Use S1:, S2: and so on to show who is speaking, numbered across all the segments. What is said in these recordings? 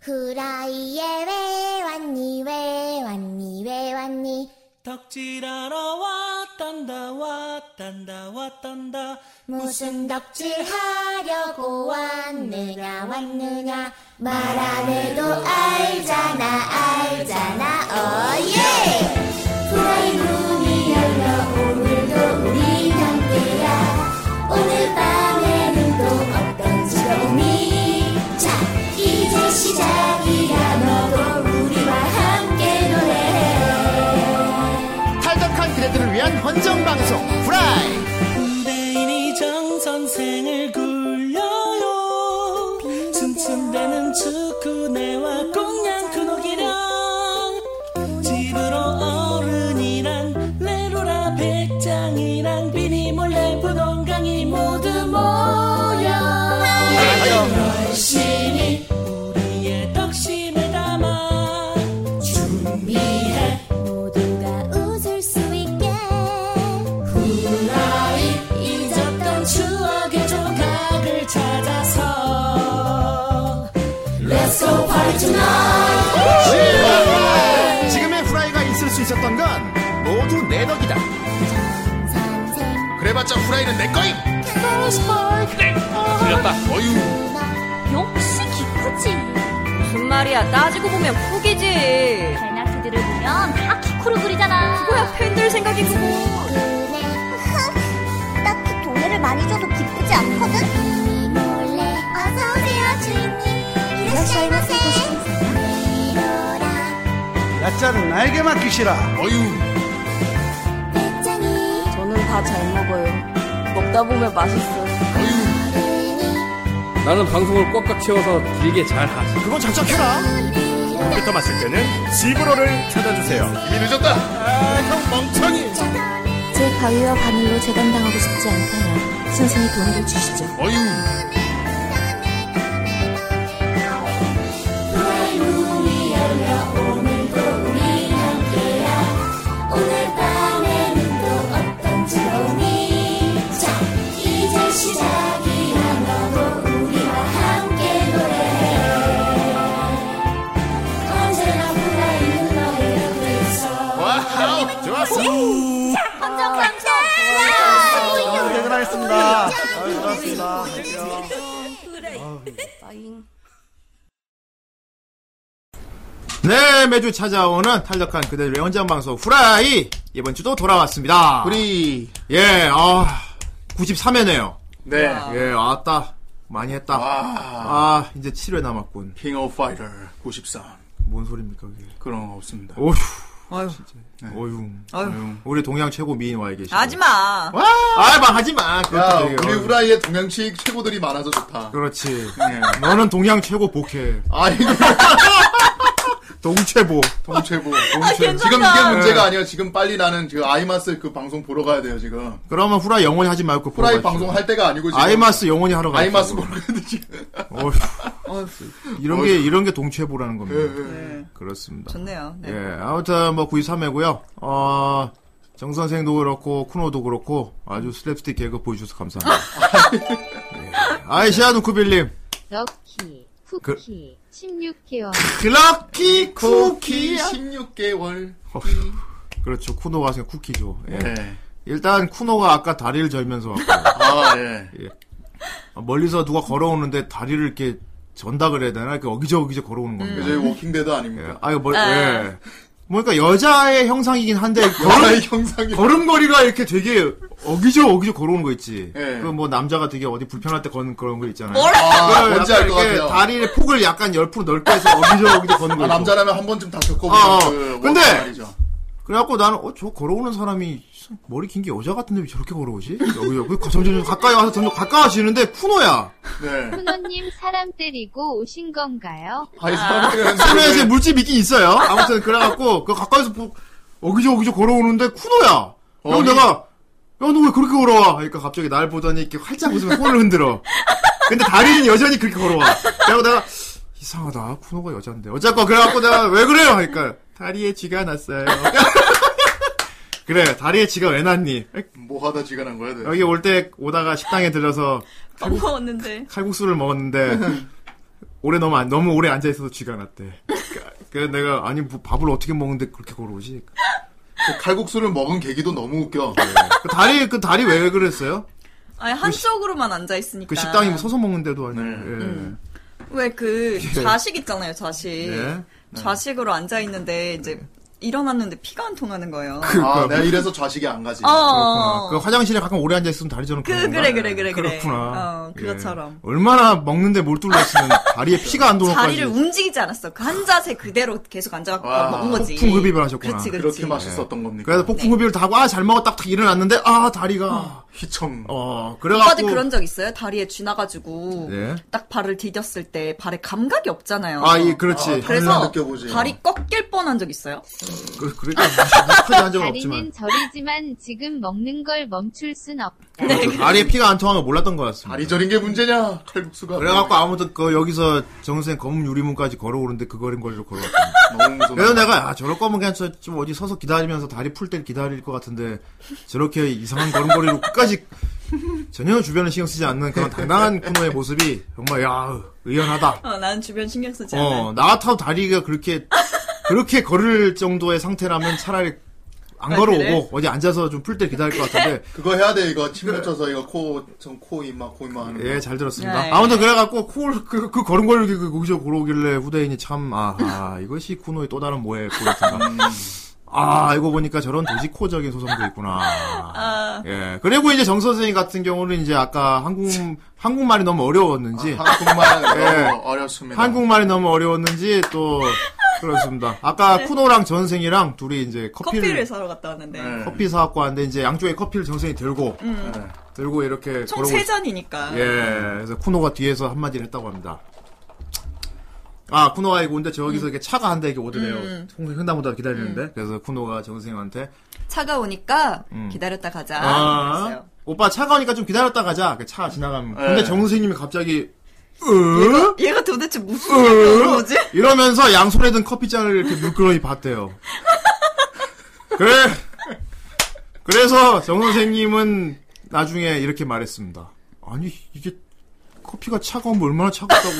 S1: 그 후라이에 왜 왔니 왜 왔니 왜 왔니
S2: 덕질하러 왔단다 왔단다 왔단다
S1: 무슨 덕질 하려고 왔느냐 왔느냐 말 안 해도 알잖아 알잖아 어예 후라이 문이 열려 오늘도 우리 함께야 오늘 밤에는 또 어떤 즐거움이 자 이제 시작이야 너도 우리와 함께 노래해
S3: 탈덕한 그대들을 위한 헌정 방송 프라이
S2: 군대인이 정선생을 굴려요 츤츤대는 축구네와 공양 큰옥이랑 집으로 어른이랑 레로라 백장이랑 비니 몰래 부동강이 모두 모여 열심히 우리의 덕심에 담아 준비해
S1: 모두가 웃을 수 있게
S2: 후라이 잊었던 추억의 조각을 찾아서 Let's go party tonight
S3: 지금의 프라이가 있을 수 있었던 건 모두 내 덕이다
S1: 선생
S3: 그래봤자 프라이는 내 거임 틀렸다 어휴
S4: 역시 키 크지.
S5: 무슨 말이야 따지고 보면 푸기지
S4: 배나트들을 보면 다 키 크로 그리잖아.
S5: 뭐야 팬들 생각이 그거
S4: 딱히 돈을 많이 줘도 기쁘지 않거든?
S1: 몰래 어서오세요 주인님 이라시마세 이로라
S6: 야자는 나에게 맡기시라.
S3: 어휴
S1: 배짱이
S5: 저는 다 잘 먹어요 먹다 보면 맛있어요
S1: 어른이
S7: 나는 방송을 꽉꽉 채워서 길게 잘 하지.
S3: 그건 작작해라
S1: 우리로
S3: 이미 늦었다 아형 멍청이
S8: 제 가위와 바늘로 재단당하고 싶지 않다면 선생이 도움을 주시죠.
S3: 어휴
S1: 오늘 밤에는 또 어떤 즐거움이 자 이제 시작이야 너도 우리와 함께 노래해 언제나 후라이는 너의 옆에 있어
S3: 와우 좋았어
S6: 아, 퇴근하겠습니다. 아,
S9: 네,
S6: 고맙습니다. 안녕.
S3: 네 매주 찾아오는 탈덕한 그대들의 헌정 방송 프라이
S9: 이번 주도 돌아왔습니다.
S3: 우리
S9: 예, 아, 93회네요.
S3: 네
S9: 예, 왔다. 많이 했다.
S3: 와.
S9: 아, 이제 7회 남았군.
S3: 킹 오브 파이터 93
S9: 뭔 소리입니까, 그게.
S3: 그런 거 없습니다 네.
S9: 오휴,
S3: 아유
S9: 어휴.
S3: 아유
S9: 우리 동양 최고 미인 와 계시네.
S5: 하지마
S9: 아, 막 하지 마.
S3: 야
S9: 그것도 되게
S3: 우리
S9: 어휴.
S3: 후라이의 동양식 최고들이 많아서 좋다
S9: 그렇지.
S3: 네.
S9: 너는 동양 최고 복해.
S3: 아 이거
S9: 동체보.
S3: 동체보
S9: 아, 동체.
S3: 지금 이게
S9: 네.
S3: 문제가 아니야. 지금 빨리 나는 그 아이마스 그 방송 보러 가야 돼요 지금.
S9: 그러면 후라이 영원히 하지 말고. 보러
S3: 프라이
S9: 가시죠.
S3: 방송 할 때가 아니고 지금.
S9: 아이마스 영원히 하러 가.
S3: 아이마스 뭐- 보러 가야 돼 지금.
S9: 어휴. 이런 게, 이런 게 동체보라는
S3: 예,
S9: 겁니다. 그렇습니다.
S5: 좋네요 네.
S9: 예, 아무튼 뭐 93회고요. 어, 정 선생도 그렇고 쿠노도 그렇고 아주 슬랩스틱 개그 보여주셔서 감사합니다. 예. 아이시아 누쿠빌님, 그-
S10: 럭키, 쿠키, 16개월.
S9: 글럭키
S3: 쿠키
S9: 쿠키.
S3: 16개월.
S9: 그렇죠. 쿠노가 하세요. 쿠키죠. 예.
S3: 네.
S9: 일단 쿠노가 아까 다리를 절면서 왔고
S3: 아 예.
S9: 멀리서 누가 걸어오는데 다리를 이렇게 전다 그래야 되나? 이렇게 어기저어기저 걸어오는 겁니다.
S3: 음. 이제 워킹데드
S9: 예.
S3: 아닙니까?
S9: 음. 아 이거 뭘? 예. 뭐니까 여자의 형상이긴 한데 걸음
S3: 나의 형상이.
S9: 걸음걸이가 이렇게 되게 어기저 어기저 걸어오는 거 있지.
S3: 예.
S9: 그 뭐 남자가 되게 어디 불편할 때 걷는 그런 거 있잖아요.
S3: 아,
S9: 그걸
S3: 뭔지
S9: 네, 약간
S3: 알 것
S9: 이렇게
S3: 같아요.
S9: 다리의 폭을 약간 10% 넓게 해서 어기저 어기저 걷는 거
S3: 아,
S9: 있고.
S3: 남자라면 한 번쯤 다 겪어보는
S9: 아, 아.
S3: 그
S9: 근데!
S3: 말이죠.
S9: 그래갖고 나는 어 저 걸어오는 사람이 머리 긴 게 여자 같은데 왜 저렇게 걸어오지? 여기 여기 점점 가까이 와서 점점 가까워지는데 쿠노야.
S3: 네.
S10: 쿠노님 사람 때리고 오신 건가요?
S3: 아이 사람들은
S9: 쿠노에 이제 물집 있긴 있어요. 아무튼 그래갖고 그 가까이서 보- 어기저 어기저 걸어오는데 쿠노야. 그리
S3: 어이.
S9: 내가 야 너 왜 그렇게 걸어와? 그러니까 갑자기 날 보더니 이렇게 활짝 웃으면 손을 흔들어. 근데 다리는 여전히 그렇게 걸어와. 그래갖고 내가 이상하다. 쿠노가 여잔데 어쨌건 그래갖고 내가 왜 그래요? 그러니까 다리에 쥐가 났어요. 그래 다리에 쥐가 왜 났니?
S3: 뭐 하다 지가 난 거야, 돼.
S9: 네. 여기 올 때 오다가 식당에 들려서
S5: 밥 먹었는데
S9: 칼국수를 먹었는데 오래 너무 안- 너무 오래 앉아 있어서 쥐가 났대. 그러니까, 그래서 내가 아니 뭐 밥을 어떻게 먹는데 그렇게 걸어오지?
S11: 그 칼국수를 먹은 계기도 너무 웃겨.
S9: 그 다리 그 다리 왜 그랬어요?
S12: 아니 한쪽으로만 앉아 있으니까.
S9: 그 식당이 뭐 서서 먹는데도 아니고. 예.
S12: 음. 왜 그 좌식 있잖아요 좌식.
S9: 네.
S12: 좌식으로 앉아 있는데 이제 일어났는데 피가 안 통하는 거예요.
S9: 그러니까.
S11: 아, 내가 이래서 좌식이 안 가지.
S12: 어,
S9: 그렇구나.
S12: 어.
S9: 그 화장실에 가끔 오래 앉아 있으면 다리 저는
S12: 그, 그래, 그래, 그래, 그래.
S9: 그렇구나. 예.
S12: 어, 그것처럼.
S9: 얼마나 먹는데 몰두했으면 다리에 피가 안 도는
S12: 자리를
S9: 것까지.
S12: 움직이지 않았어. 그 한 자세 그대로 계속 앉아갖고
S9: 와,
S12: 먹은 거지.
S9: 폭풍 흡입을 하셨구나.
S12: 그렇지, 그렇지.
S11: 그렇게 맛있었던 겁니까?
S9: 네. 그래서 폭풍
S12: 네.
S9: 흡입을 다 하고 아 잘 먹었다 탁 일어났는데 아 다리가
S11: 휘청.
S9: 어
S12: 오빠도
S9: 그래갖고
S12: 그런 적 있어요? 다리에 쥐나가지고
S9: 네.
S12: 딱 발을 디뎠을 때 발에 감각이 없잖아요.
S9: 아, 예, 그렇지. 아,
S12: 어, 그래서
S9: 달라 느껴보지.
S12: 발이 꺾일 뻔한 적 있어요.
S9: 그, 그러니까 무식하지 한 적은
S10: 다리는
S9: 없지만
S10: 저리지만 지금 먹는 걸 멈출 순 없다.
S9: 다리에 피가 안 통하면 몰랐던 것 같습니다.
S11: 다리 저린 게 문제냐? 칼국수가.
S9: 그래갖고 아무튼 그 여기서 정 선생 검은 유리문까지 걸어오는데 그거린 걸로 걸어왔거든요.
S11: 너무 무서워.
S9: 그래서 내가 아 저럴 거면 그냥 저- 좀 어디 서서 기다리면서 다리 풀 때 기다릴 것 같은데 저렇게 이상한 걸음걸이로 끝까지 전혀 주변을 신경 쓰지 않는 그런 당당한 쿠노의 모습이 정말 야 의연하다.
S12: 어, 나는 주변 신경 쓰지 않아.
S9: 어, 나 같아도 다리가 그렇게, 그렇게 걸을 정도의 상태라면 차라리 안
S12: 아,
S9: 걸어오고,
S12: 그래?
S9: 어디 앉아서 좀 풀 때 기다릴 것 같은데.
S11: 그거 해야 돼, 이거. 침 묻혀서 이거 코, 전 코, 이마, 코, 이마 하는 거.
S9: 예, 잘 들었습니다.
S12: 네.
S9: 아무튼 그래갖고, 콜, 그, 그 걸음걸이 그, 거기서 걸어오길래 후대인이 참, 아하, 이것이 쿠노의 또 다른 모해
S11: 음.
S9: 꼬였던가. 아, 이거 보니까 저런 도지코적인 소송도 있구나.
S12: 아,
S9: 예. 그리고 이제 정선생님 같은 경우는 이제 아까 한국, 한국말이 너무 어려웠는지.
S11: 아, 한국말 너무
S9: 예.
S11: 어렵습니다.
S9: 아, 한국말이 너무 어려웠는지 또 그렇습니다. 아까 쿠노랑 전생이랑 둘이 이제
S12: 네. 커피를,
S9: 커피를
S12: 사러 갔다 왔는데
S11: 네.
S9: 커피 사갖고 왔는데 이제 양쪽에 커피를 전생이 들고
S12: 음.
S11: 네.
S9: 들고 이렇게
S12: 총
S9: 걸어오고
S12: 세 잔이니까.
S9: 있- 예. 그래서 쿠노가 뒤에서 한마디를 했다고 합니다. 아, 쿠노가 이거 오는데 저기서 이렇게 차가 한 대 이렇게 오더래요.
S12: 음.
S9: 홍생 횡단보다 기다리는데. 그래서 쿠노가 정생한테
S12: 차가 오니까
S9: 음.
S12: 기다렸다 가자.
S9: 아,
S12: 그랬어요.
S9: 오빠 차가 오니까 좀 기다렸다 가자. 그차 지나가면. 근데
S11: 네.
S9: 정생님이 갑자기
S12: 얘가,
S9: 으?
S12: 얘가 도대체
S9: 어.
S12: 무슨
S9: 으?
S12: 뭐지?
S9: 이러면서 양손에 든 커피잔을 이렇게 물끄러미 봤대요. 그래. 그래서 정 선생님은 나중에 이렇게 말했습니다. 아니 이게 커피가 차가우면 얼마나 차갑다고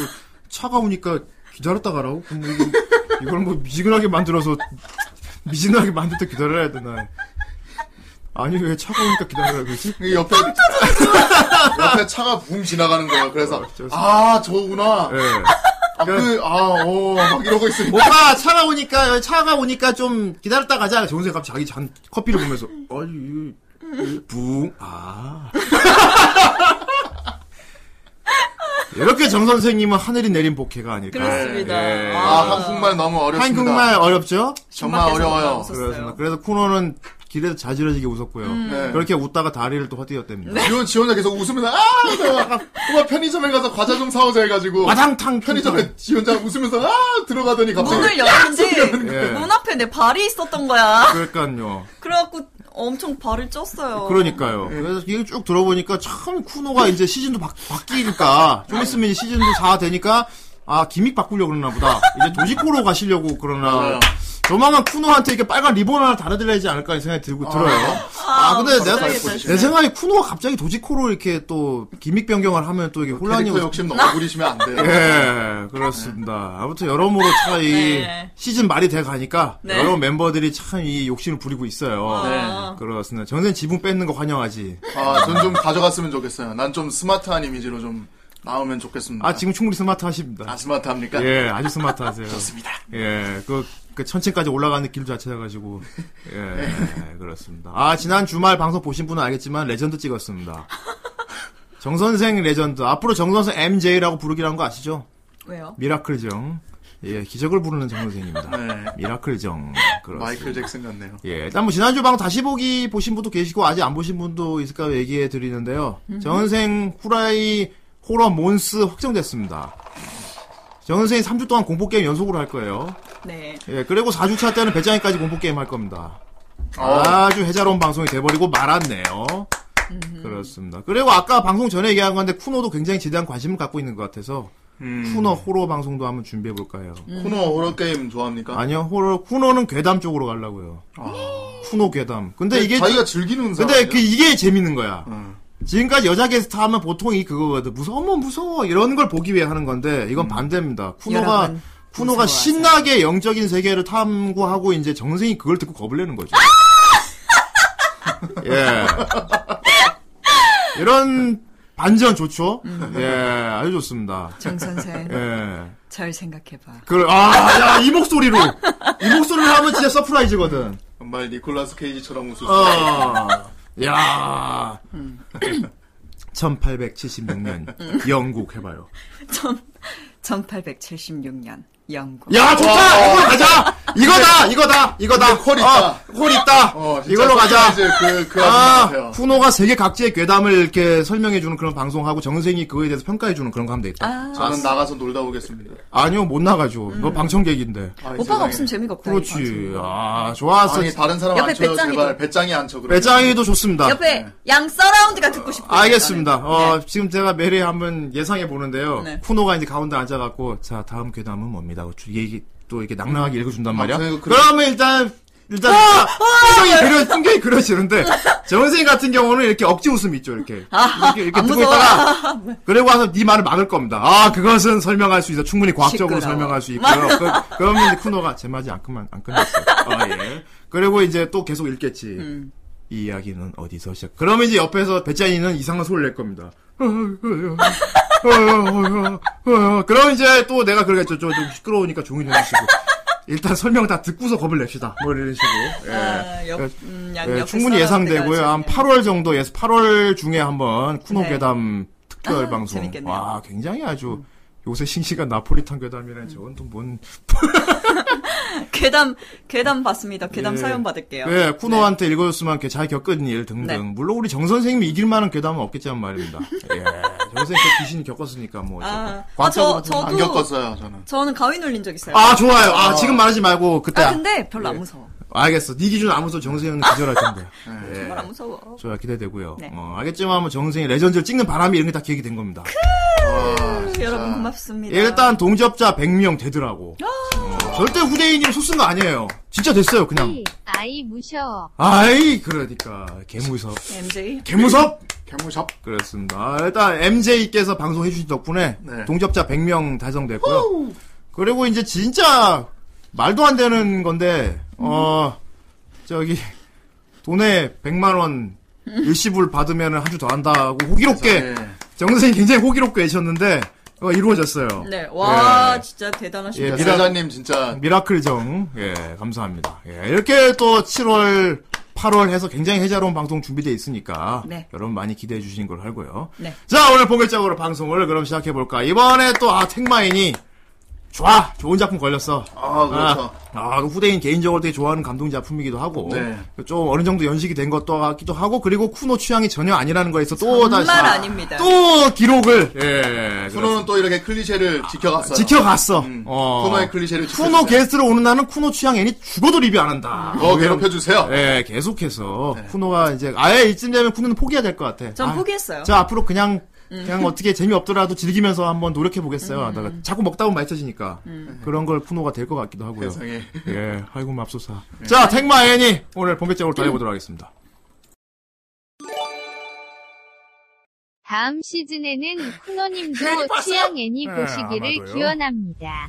S9: 차가우니까 기다렸다 가라고? 그럼 뭐 이거- 이걸 뭐 미지근하게 만들어서 미지근하게 만들 때 기다려야 되나? 아니 왜 차가우니까 기다려야 되지?
S11: 이 옆에, 옆에 차가 붕 지나가는 거야. 그래서,
S9: 어쩔 수-
S11: 아, 저구나.
S9: 예.
S11: 아, 그, 아, 어, 막 이러고 있으니까.
S9: 오빠 차가 오니까 차가 오니까 좀 기다렸다 가자. 정세 갑 자기 잔 커피를 보면서 아니 붕 아. 이렇게 정 선생님은 하늘이 내린 복해가 아닐까.
S12: 그렇습니다.
S9: 예.
S11: 아, 한국말 너무 어렵습니다.
S9: 한국말 어렵죠?
S11: 정말 어려워요.
S12: 웃었어요.
S9: 그렇습니다. 그래서 쿠노는 길에서 자지러지게 웃었고요.
S11: 네.
S9: 그렇게 웃다가 다리를 또 헛디뎠답니다.
S12: 네.
S11: 지원, 지원자 계속 웃으면서, 아! 이러다가 엄마 편의점에 가서 과자 좀 사오자 해가지고.
S9: 와장탕
S11: 편의점에 지원자 웃으면서, 아! 들어가더니 갑자기.
S12: 문을 열었는데
S9: 예.
S12: 문 앞에 내 발이 있었던 거야.
S9: 그러니까요.
S12: 그래갖고 엄청 발을 쪘어요.
S9: 그러니까요. 그래서 이게 쭉 들어보니까 참 쿠노가 이제 시즌도 바, 뀌니까좀 있으면 이제 시즌도 4 되니까 아 기믹 바꾸려고 그러나 보다. 이제 도지코로 가시려고 그러나
S11: 맞아요.
S9: 조만간 쿠노한테 이렇게 빨간 리본 하나 달아드려야지 않을까 이 생각이 들고 들어요. 아, 근데 내가
S12: 갑자기
S9: 내
S12: 다시.
S9: 생각에 쿠노가 갑자기 도지코로 이렇게 또 기믹 변경을 하면 또 이게 혼란이
S11: 캐릭터
S9: 올
S11: 욕심 너무 부리시면 안 돼요.
S9: 예, 그렇습니다. 아무튼 여러모로 참이
S12: 네.
S9: 시즌 말이 돼 가니까
S12: 네.
S9: 여러 멤버들이 참 이 욕심을 부리고 있어요.
S12: 아.
S9: 그렇습니다. 전생 지분 뺏는 거 환영하지.
S11: 아, 전 좀 가져갔으면 좋겠어요. 난 좀 스마트한 이미지로 좀 나오면 좋겠습니다.
S9: 아, 지금 충분히 스마트하십니다.
S11: 아, 스마트합니까?
S9: 예, 아주 스마트하세요.
S11: 좋습니다.
S9: 예, 그, 그 천칭까지 올라가는 길도 찾아가지고. 예, 그렇습니다. 아, 지난 주말 방송 보신 분은 알겠지만 레전드 찍었습니다. 정선생 레전드. 앞으로 정선생 MJ라고 부르기로 한 거 아시죠?
S12: 왜요?
S9: 미라클 정. 예, 기적을 부르는 정선생입니다.
S11: 네.
S9: 미라클 정. 그렇습니다.
S11: 마이클 잭슨 같네요.
S9: 예, 일단 뭐 지난주 방송 다시 보기 보신 분도 계시고 아직 안 보신 분도 있을까 얘기해 드리는데요. 정은생 후라이 호러 몬스 확정됐습니다. 정은생이 3주 동안 공포 게임 연속으로 할 거예요.
S12: 네.
S9: 예, 그리고 4주차 때는 배짱이까지 공포 게임 할 겁니다.
S11: 어.
S9: 아주 해자로운 방송이 돼버리고 말았네요. 그렇습니다. 그리고 아까 방송 전에 얘기한 건데 쿠노도 굉장히 지대한 관심을 갖고 있는 것 같아서 쿠노 호러 방송도 한번 준비해 볼까요?
S11: 쿠노 호러 게임 좋아합니까?
S9: 예. 아니요, 호러 쿠노는 괴담 쪽으로 가려고요. 쿠노 괴담. 아. 근데 이게
S11: 자기가 즐기는 사람.
S9: 근데 그 이게 재밌는 거야. 지금까지 여자 게스트 하면 보통 이 그거거든. 무서워, 어머, 무서워. 이런 걸 보기 위해 하는 건데, 이건 반대입니다. 쿠노가,
S12: 여러분,
S9: 쿠노가
S12: 무서워하세요.
S9: 신나게 영적인 세계를 탐구하고, 이제 정승이 그걸 듣고 겁을 내는 거죠.
S12: 아!
S9: 예. 이런 반전 좋죠?
S12: 음.
S9: 예, 아주 좋습니다.
S12: 정 선생
S9: 예.
S12: 잘 생각해봐.
S9: 그, 아, 야, 이 목소리로! 이 목소리로 하면 진짜 서프라이즈거든.
S11: 정말 니콜라스 케이지처럼 웃을 수
S9: 어, 야 1876년 영국 해봐요.
S12: 1876년 영국.
S9: 야 좋다 이거 가자 이거다 이거다 이거다
S11: 근데 콜 있다.
S9: 어, 콜 있다
S11: 어, 진짜
S9: 이걸로 가자
S11: 서프라이즈 그, 그 아줌마
S9: 아
S11: 같아요.
S9: 쿠노가 세계 각지의 괴담을 이렇게 설명해주는 그런 방송하고 정선생이 그거에 대해서 평가해주는 그런 거 하면 되겠다
S12: 아, 음.
S11: 저는 나가서 놀다 오겠습니다.
S9: 아. 니요못 나가죠 너 방청객인데
S11: 아이,
S12: 오빠가
S11: 세상에.
S12: 없으면 재미가 없다.
S9: 그렇지
S12: 이거.
S9: 아 좋았어
S11: 아니 다른 사람
S12: 옆에
S11: 안 쳐요
S12: 배짱이도.
S11: 제발 배짱이 안 쳐. 그러면.
S9: 배짱이도 좋습니다
S11: 네.
S12: 옆에 양 서라운드가 듣고 네. 싶어.
S9: 아, 네. 알겠습니다. 어, 지금 제가 매일 한번 예상해 보는데요.
S12: 네.
S9: 쿠노가 이제 가운데 앉아갖고 자 다음 괴담은 뭡니다. 그 주- 얘기 또 이렇게 낭낭하게 읽어준단 말이야.
S11: 아, 어! 그래요?
S9: 그러면 일단 일단 풍경이
S11: 어!
S9: 그려 풍경이 그려지는데 정선생 같은 경우는 이렇게 억지 웃음 이 있죠 이렇게
S11: 아,
S9: 이렇게, 이렇게
S12: 안
S9: 듣고
S12: 무서워.
S9: 있다가 그리고 와서 네 말을 막을 겁니다. 아 그것은 설명할 수 있어 충분히 과학적으로
S12: 시끄러워.
S9: 설명할 수 있고요. 그, 그러면 이제 쿠노가 제 말이 안 끝만 안 끝났어요. 아, 예. 그리고 이제 또 계속 읽겠지.
S12: 음.
S9: 이 이야기는 어디서 시작? 그러면 이제 옆에서 배짱이는 이상한 소리를 낼 겁니다. 그럼 이제 또 내가 그러겠죠. 좀, 좀 시끄러우니까 종이 내주시고. 일단 설명 다 듣고서 겁을 냅시다. 뭐 이런 식으로. 예.
S12: 아, 옆,
S9: 예,
S12: 음, 양
S9: 예,
S12: 옆에
S9: 충분히
S12: 서라운드가
S9: 예상되고요. 한
S12: 지금.
S9: 8월 정도에서 8월 중에 한번 쿠노
S12: 네.
S9: 괴담 특별
S12: 아,
S9: 방송.
S12: 재밌겠네요. 음.
S9: 와, 굉장히 아주 요새 싱싱한 나폴리탄 괴담이라는 저건 또 뭔.
S12: 괴담 괴담 봤습니다. 괴담
S9: 예.
S12: 사연 받을게요.
S9: 예, 쿠노한테 읽어줬으면 이렇게 잘 겪은 일 등등.
S12: 네.
S9: 물론 우리 정 선생님이 이길 만한 괴담은 없겠지만 말입니다. 예, 정 선생님 그 귀신이 겪었으니까 뭐.
S12: 아,
S9: 어쨌든.
S12: 아, 저
S11: 안
S12: 저도
S11: 겪었어요 저는.
S12: 저는 가위 눌린 적 있어요.
S9: 아, 네. 좋아요. 아, 지금 말하지 말고 그때.
S12: 아, 근데 별로 안 무서워.
S9: 알겠어. 네 기준 아무서 정 선생님은 기절할 텐데.
S12: 정말 안 무서워.
S9: 좋아 기대되고요.
S12: 네.
S9: 어, 알겠지만 뭐 정 선생이 레전드를 찍는 바람에 이런 게 다 기획이 된 겁니다.
S11: 아, 진짜.
S12: 음, 여러분 고맙습니다.
S9: 예, 일단 동접자 100명 되더라고. 어, 절대 후대인님 속쓴 거 아니에요. 진짜 됐어요, 그냥.
S10: 아이 무셔.
S9: 아이, 그러니까. 개무섭.
S12: MJ
S9: 개무섭!
S11: 개무섭.
S9: 그렇습니다. 아, 일단 MJ께서 방송해주신 덕분에
S11: 네.
S9: 동접자 100명 달성됐고요. 그리고 이제 진짜 말도 안 되는 건데 어 저기 돈에 100만 원 일시불 받으면 한 주 더 한다고 호기롭게
S11: 세상에.
S9: 정 선생님 굉장히 호기롭게 계셨는데 어, 이루어졌어요.
S12: 네, 와
S9: 예.
S12: 진짜
S9: 예,
S12: 대단하십니다.
S9: 미라-
S11: 미라자님 진짜
S9: 미라클 정, 예, 감사합니다. 예, 이렇게 또 7월, 8월 해서 굉장히 해자로운 방송 준비되어 있으니까
S12: 네.
S9: 여러분 많이 기대해 주시는 걸 알고요.
S12: 네.
S9: 자, 오늘 본격적으로 방송을 그럼 시작해 볼까. 이번에 또 아, 택마인이 좋아, 좋은 작품 걸렸어.
S11: 아 그렇죠.
S9: 아, 아, 후대인 개인적으로 되게 좋아하는 감독 작품이기도 하고
S11: 네.
S9: 좀 어느 정도 연식이 된 것도 같기도 하고 그리고 쿠노 취향이 전혀 아니라는 거에서 또
S12: 정말
S9: 다시
S12: 아닙니다.
S9: 또 기록을 예,
S11: 쿠노는 또 이렇게 클리셰를 아, 지켜갔어요.
S9: 지켜갔어.
S11: 음,
S9: 어.
S11: 쿠노의 클리셰를 지켰어요.
S9: 쿠노 게스트로 오는 날은 쿠노 취향 애니 죽어도 리뷰 안 한다.
S11: 더 괴롭혀 주세요.
S9: 예, 계속해서
S11: 네.
S9: 쿠노가 이제 아예 이쯤 되면 쿠노는 포기해야 될 것 같아.
S12: 전
S9: 아,
S12: 포기했어요. 음.
S9: 자 앞으로 그냥 그냥 어떻게 재미없더라도 즐기면서 한번 노력해 보겠어요. 하다가 자꾸 먹다 보면 맛있어지니까
S12: 음.
S9: 그런 걸 쿠노가 될 것 같기도 하고요.
S11: 세상에. 네.
S9: 예, 아이고 맙소사. 자 택마 애니 오늘 본격적으로 달려보도록 하겠습니다.
S10: 다음 시즌에는 쿠노님도 취향 애니
S9: 예,
S10: 보시기를
S9: 네, 아마도요.
S10: 기원합니다.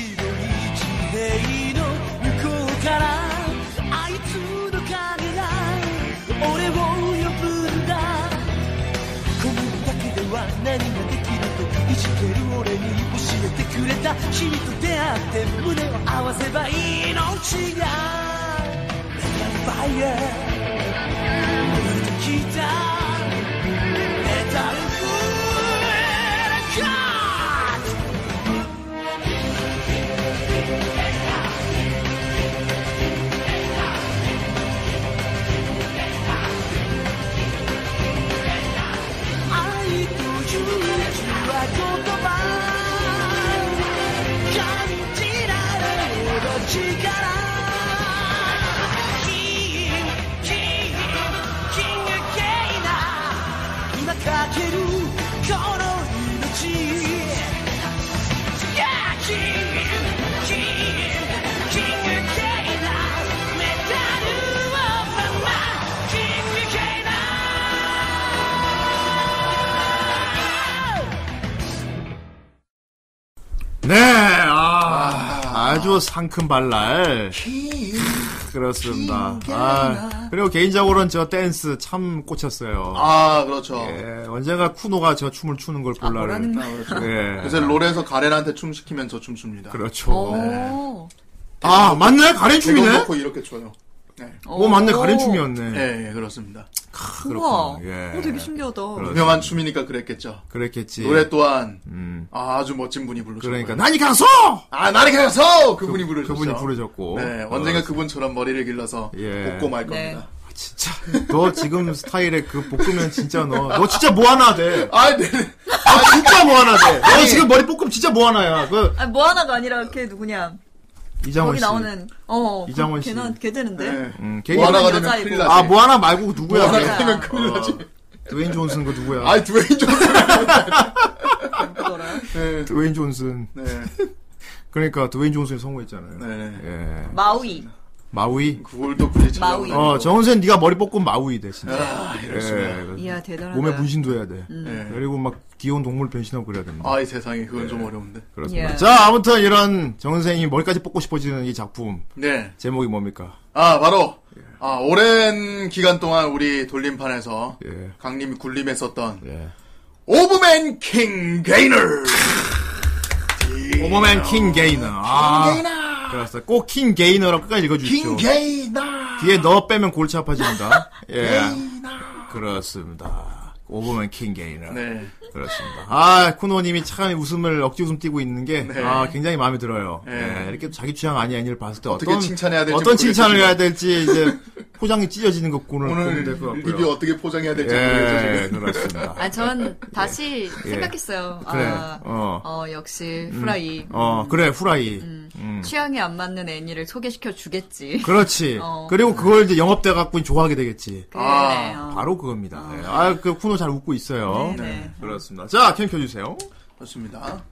S2: い地平の向こうからあいつの影が俺を呼ぶんだこのだけでは何ができるといじける俺に教えてくれた君と出会って胸を合わせば命がファイヤーてきたメタルフルカー愛と勇気は今かけるこの命 Yeah, King, King, King of K-Now メダルをまま King of K-Now
S9: 네 아, 아주 상큼발랄 그렇습니다. 아, 그리고 개인적으로는 저 댄스 참 꽂혔어요.
S11: 아, 그렇죠.
S9: 예, 언젠가 쿠노가 저 춤을 추는 걸 볼라를.
S11: 아, 그렇죠.
S9: 예.
S11: 요새 롤에서 가렌한테 춤 시키면 저 춤 춥니다.
S9: 그렇죠.
S12: 오.
S9: 아, 맞네?
S11: 대본
S9: 가래춤이네?
S11: 놓고 이렇게 춰요. 네.
S9: 오, 뭐 맞네.
S11: 예,
S9: 가래춤이었네.
S11: 예, 그렇습니다.
S12: 우와.
S9: 그렇군요. 예.
S12: 어, 어, 되게 신기하다.
S11: 유명한 춤이니까 그랬겠죠.
S9: 그랬겠지.
S11: 노래 또한
S9: 음.
S11: 아, 주 멋진 분이 부르셨고.
S9: 그러니까, 난이 강소!
S11: 아, 나를 가서 그분이 부르셨죠.
S9: 그분이 부르셨고.
S11: 그렇죠. 네,
S9: 어,
S11: 언젠가 그분처럼 머리를 길러서
S9: 예.
S11: 곱고 말
S12: 네.
S11: 겁니다.
S9: 진짜. 너 지금 스타일에 그 볶으면 진짜 너, 너 진짜 뭐 하나 돼.
S11: 아, 네.
S9: 아, 진짜 뭐 하나 돼. 너 지금 머리 볶음 진짜 뭐 하나야. 그,
S12: 아, 뭐 하나가 아니라 걔 누구냐.
S9: 이장원
S12: 거기
S9: 씨.
S12: 나오는, 어.
S9: 이장원
S12: 걔,
S9: 씨.
S12: 걔는, 걔 되는데.
S11: 네.
S9: 음,
S11: 뭐
S9: 개인,
S11: 하나가
S12: 여자이고.
S11: 되면 큰일 나지.
S9: 아, 뭐 하나 말고 누구야?
S11: 뭐
S9: 걔?
S11: 하나가 되면 큰일 나지.
S9: 드웨인 존슨 그 누구야?
S11: 아이, 드웨인 존슨.
S12: 누구더라?
S11: 네.
S9: 드웨인 존슨.
S11: 네.
S9: 그러니까 드웨인 존슨이 성공했잖아요.
S11: 네.
S9: 예.
S12: 마우이.
S9: 마우이.
S11: 그걸 또 굳이 찾아오고.
S12: 마우이.
S9: 어, 정은생 네가 머리 볶으면 마우이 돼 진짜.
S11: 그렇죠. 아,
S9: 예.
S11: 이럴수가.
S12: 이야, 대단하다. 음.
S9: 몸에 분신도 해야 돼.
S11: 네.
S9: 그리고 막 귀여운 동물 변신하고 그래야 됩니다.
S11: 아이 세상에 그건 좀 어려운데.
S9: 네. 그렇습니다.
S12: 예.
S9: 자, 아무튼 이런 정은생이 머리까지 뽑고 싶어지는 이 작품
S11: 네.
S9: 제목이 뭡니까?
S11: 아 바로
S9: 예.
S11: 아 오랜 기간 동안 우리 돌림판에서
S9: 예.
S11: 강림이 굴림에 썼던
S9: 예.
S11: 오브맨 킹 게이너. 예.
S9: 오버맨 킹 게이너. 아, 그렇습니다. 꼭킹 게이너라고 끝까지
S11: 킹
S9: 읽어주십시오.
S11: 게이너.
S9: 뒤에 너 빼면 골치 아파진다. 예. 그렇습니다. 오버맨 킹 게이너.
S11: 네.
S9: 그렇습니다. 아, 쿠노님이 참 웃음을 억지 웃음 띄고 있는 게,
S11: 네.
S9: 아, 굉장히 마음에 들어요.
S11: 네.
S9: 예, 이렇게 자기 취향 아니 아니를 봤을 때
S11: 어떻게
S9: 어떤,
S11: 칭찬해야 될지
S9: 어떤 칭찬을
S11: 모르겠어요.
S9: 해야 될지, 이제, 포장이 찢어지는 것 오늘 보면
S11: 오늘
S9: 될것 같고요.
S11: 리뷰 어떻게 포장해야 될지 모르겠어
S9: 예,
S11: 지금.
S9: 그렇습니다.
S12: 아, 전 다시 생각했어요.
S9: 예. 그래,
S12: 아,
S9: 어.
S12: 어, 역시 후라이.
S9: 어, 그래, 후라이.
S12: 음. 취향이 안 맞는 애니를 소개시켜 주겠지.
S9: 그렇지.
S12: 어.
S9: 그리고 그걸 이제 영업돼갖고 좋아하게 되겠지.
S12: 그래요.
S9: 바로 그겁니다. 예. 아, 그 쿠노 잘 웃고 있어요.
S12: 어. 네네.
S9: 그렇습니다. 자, 캠 켜주세요.
S11: 좋습니다.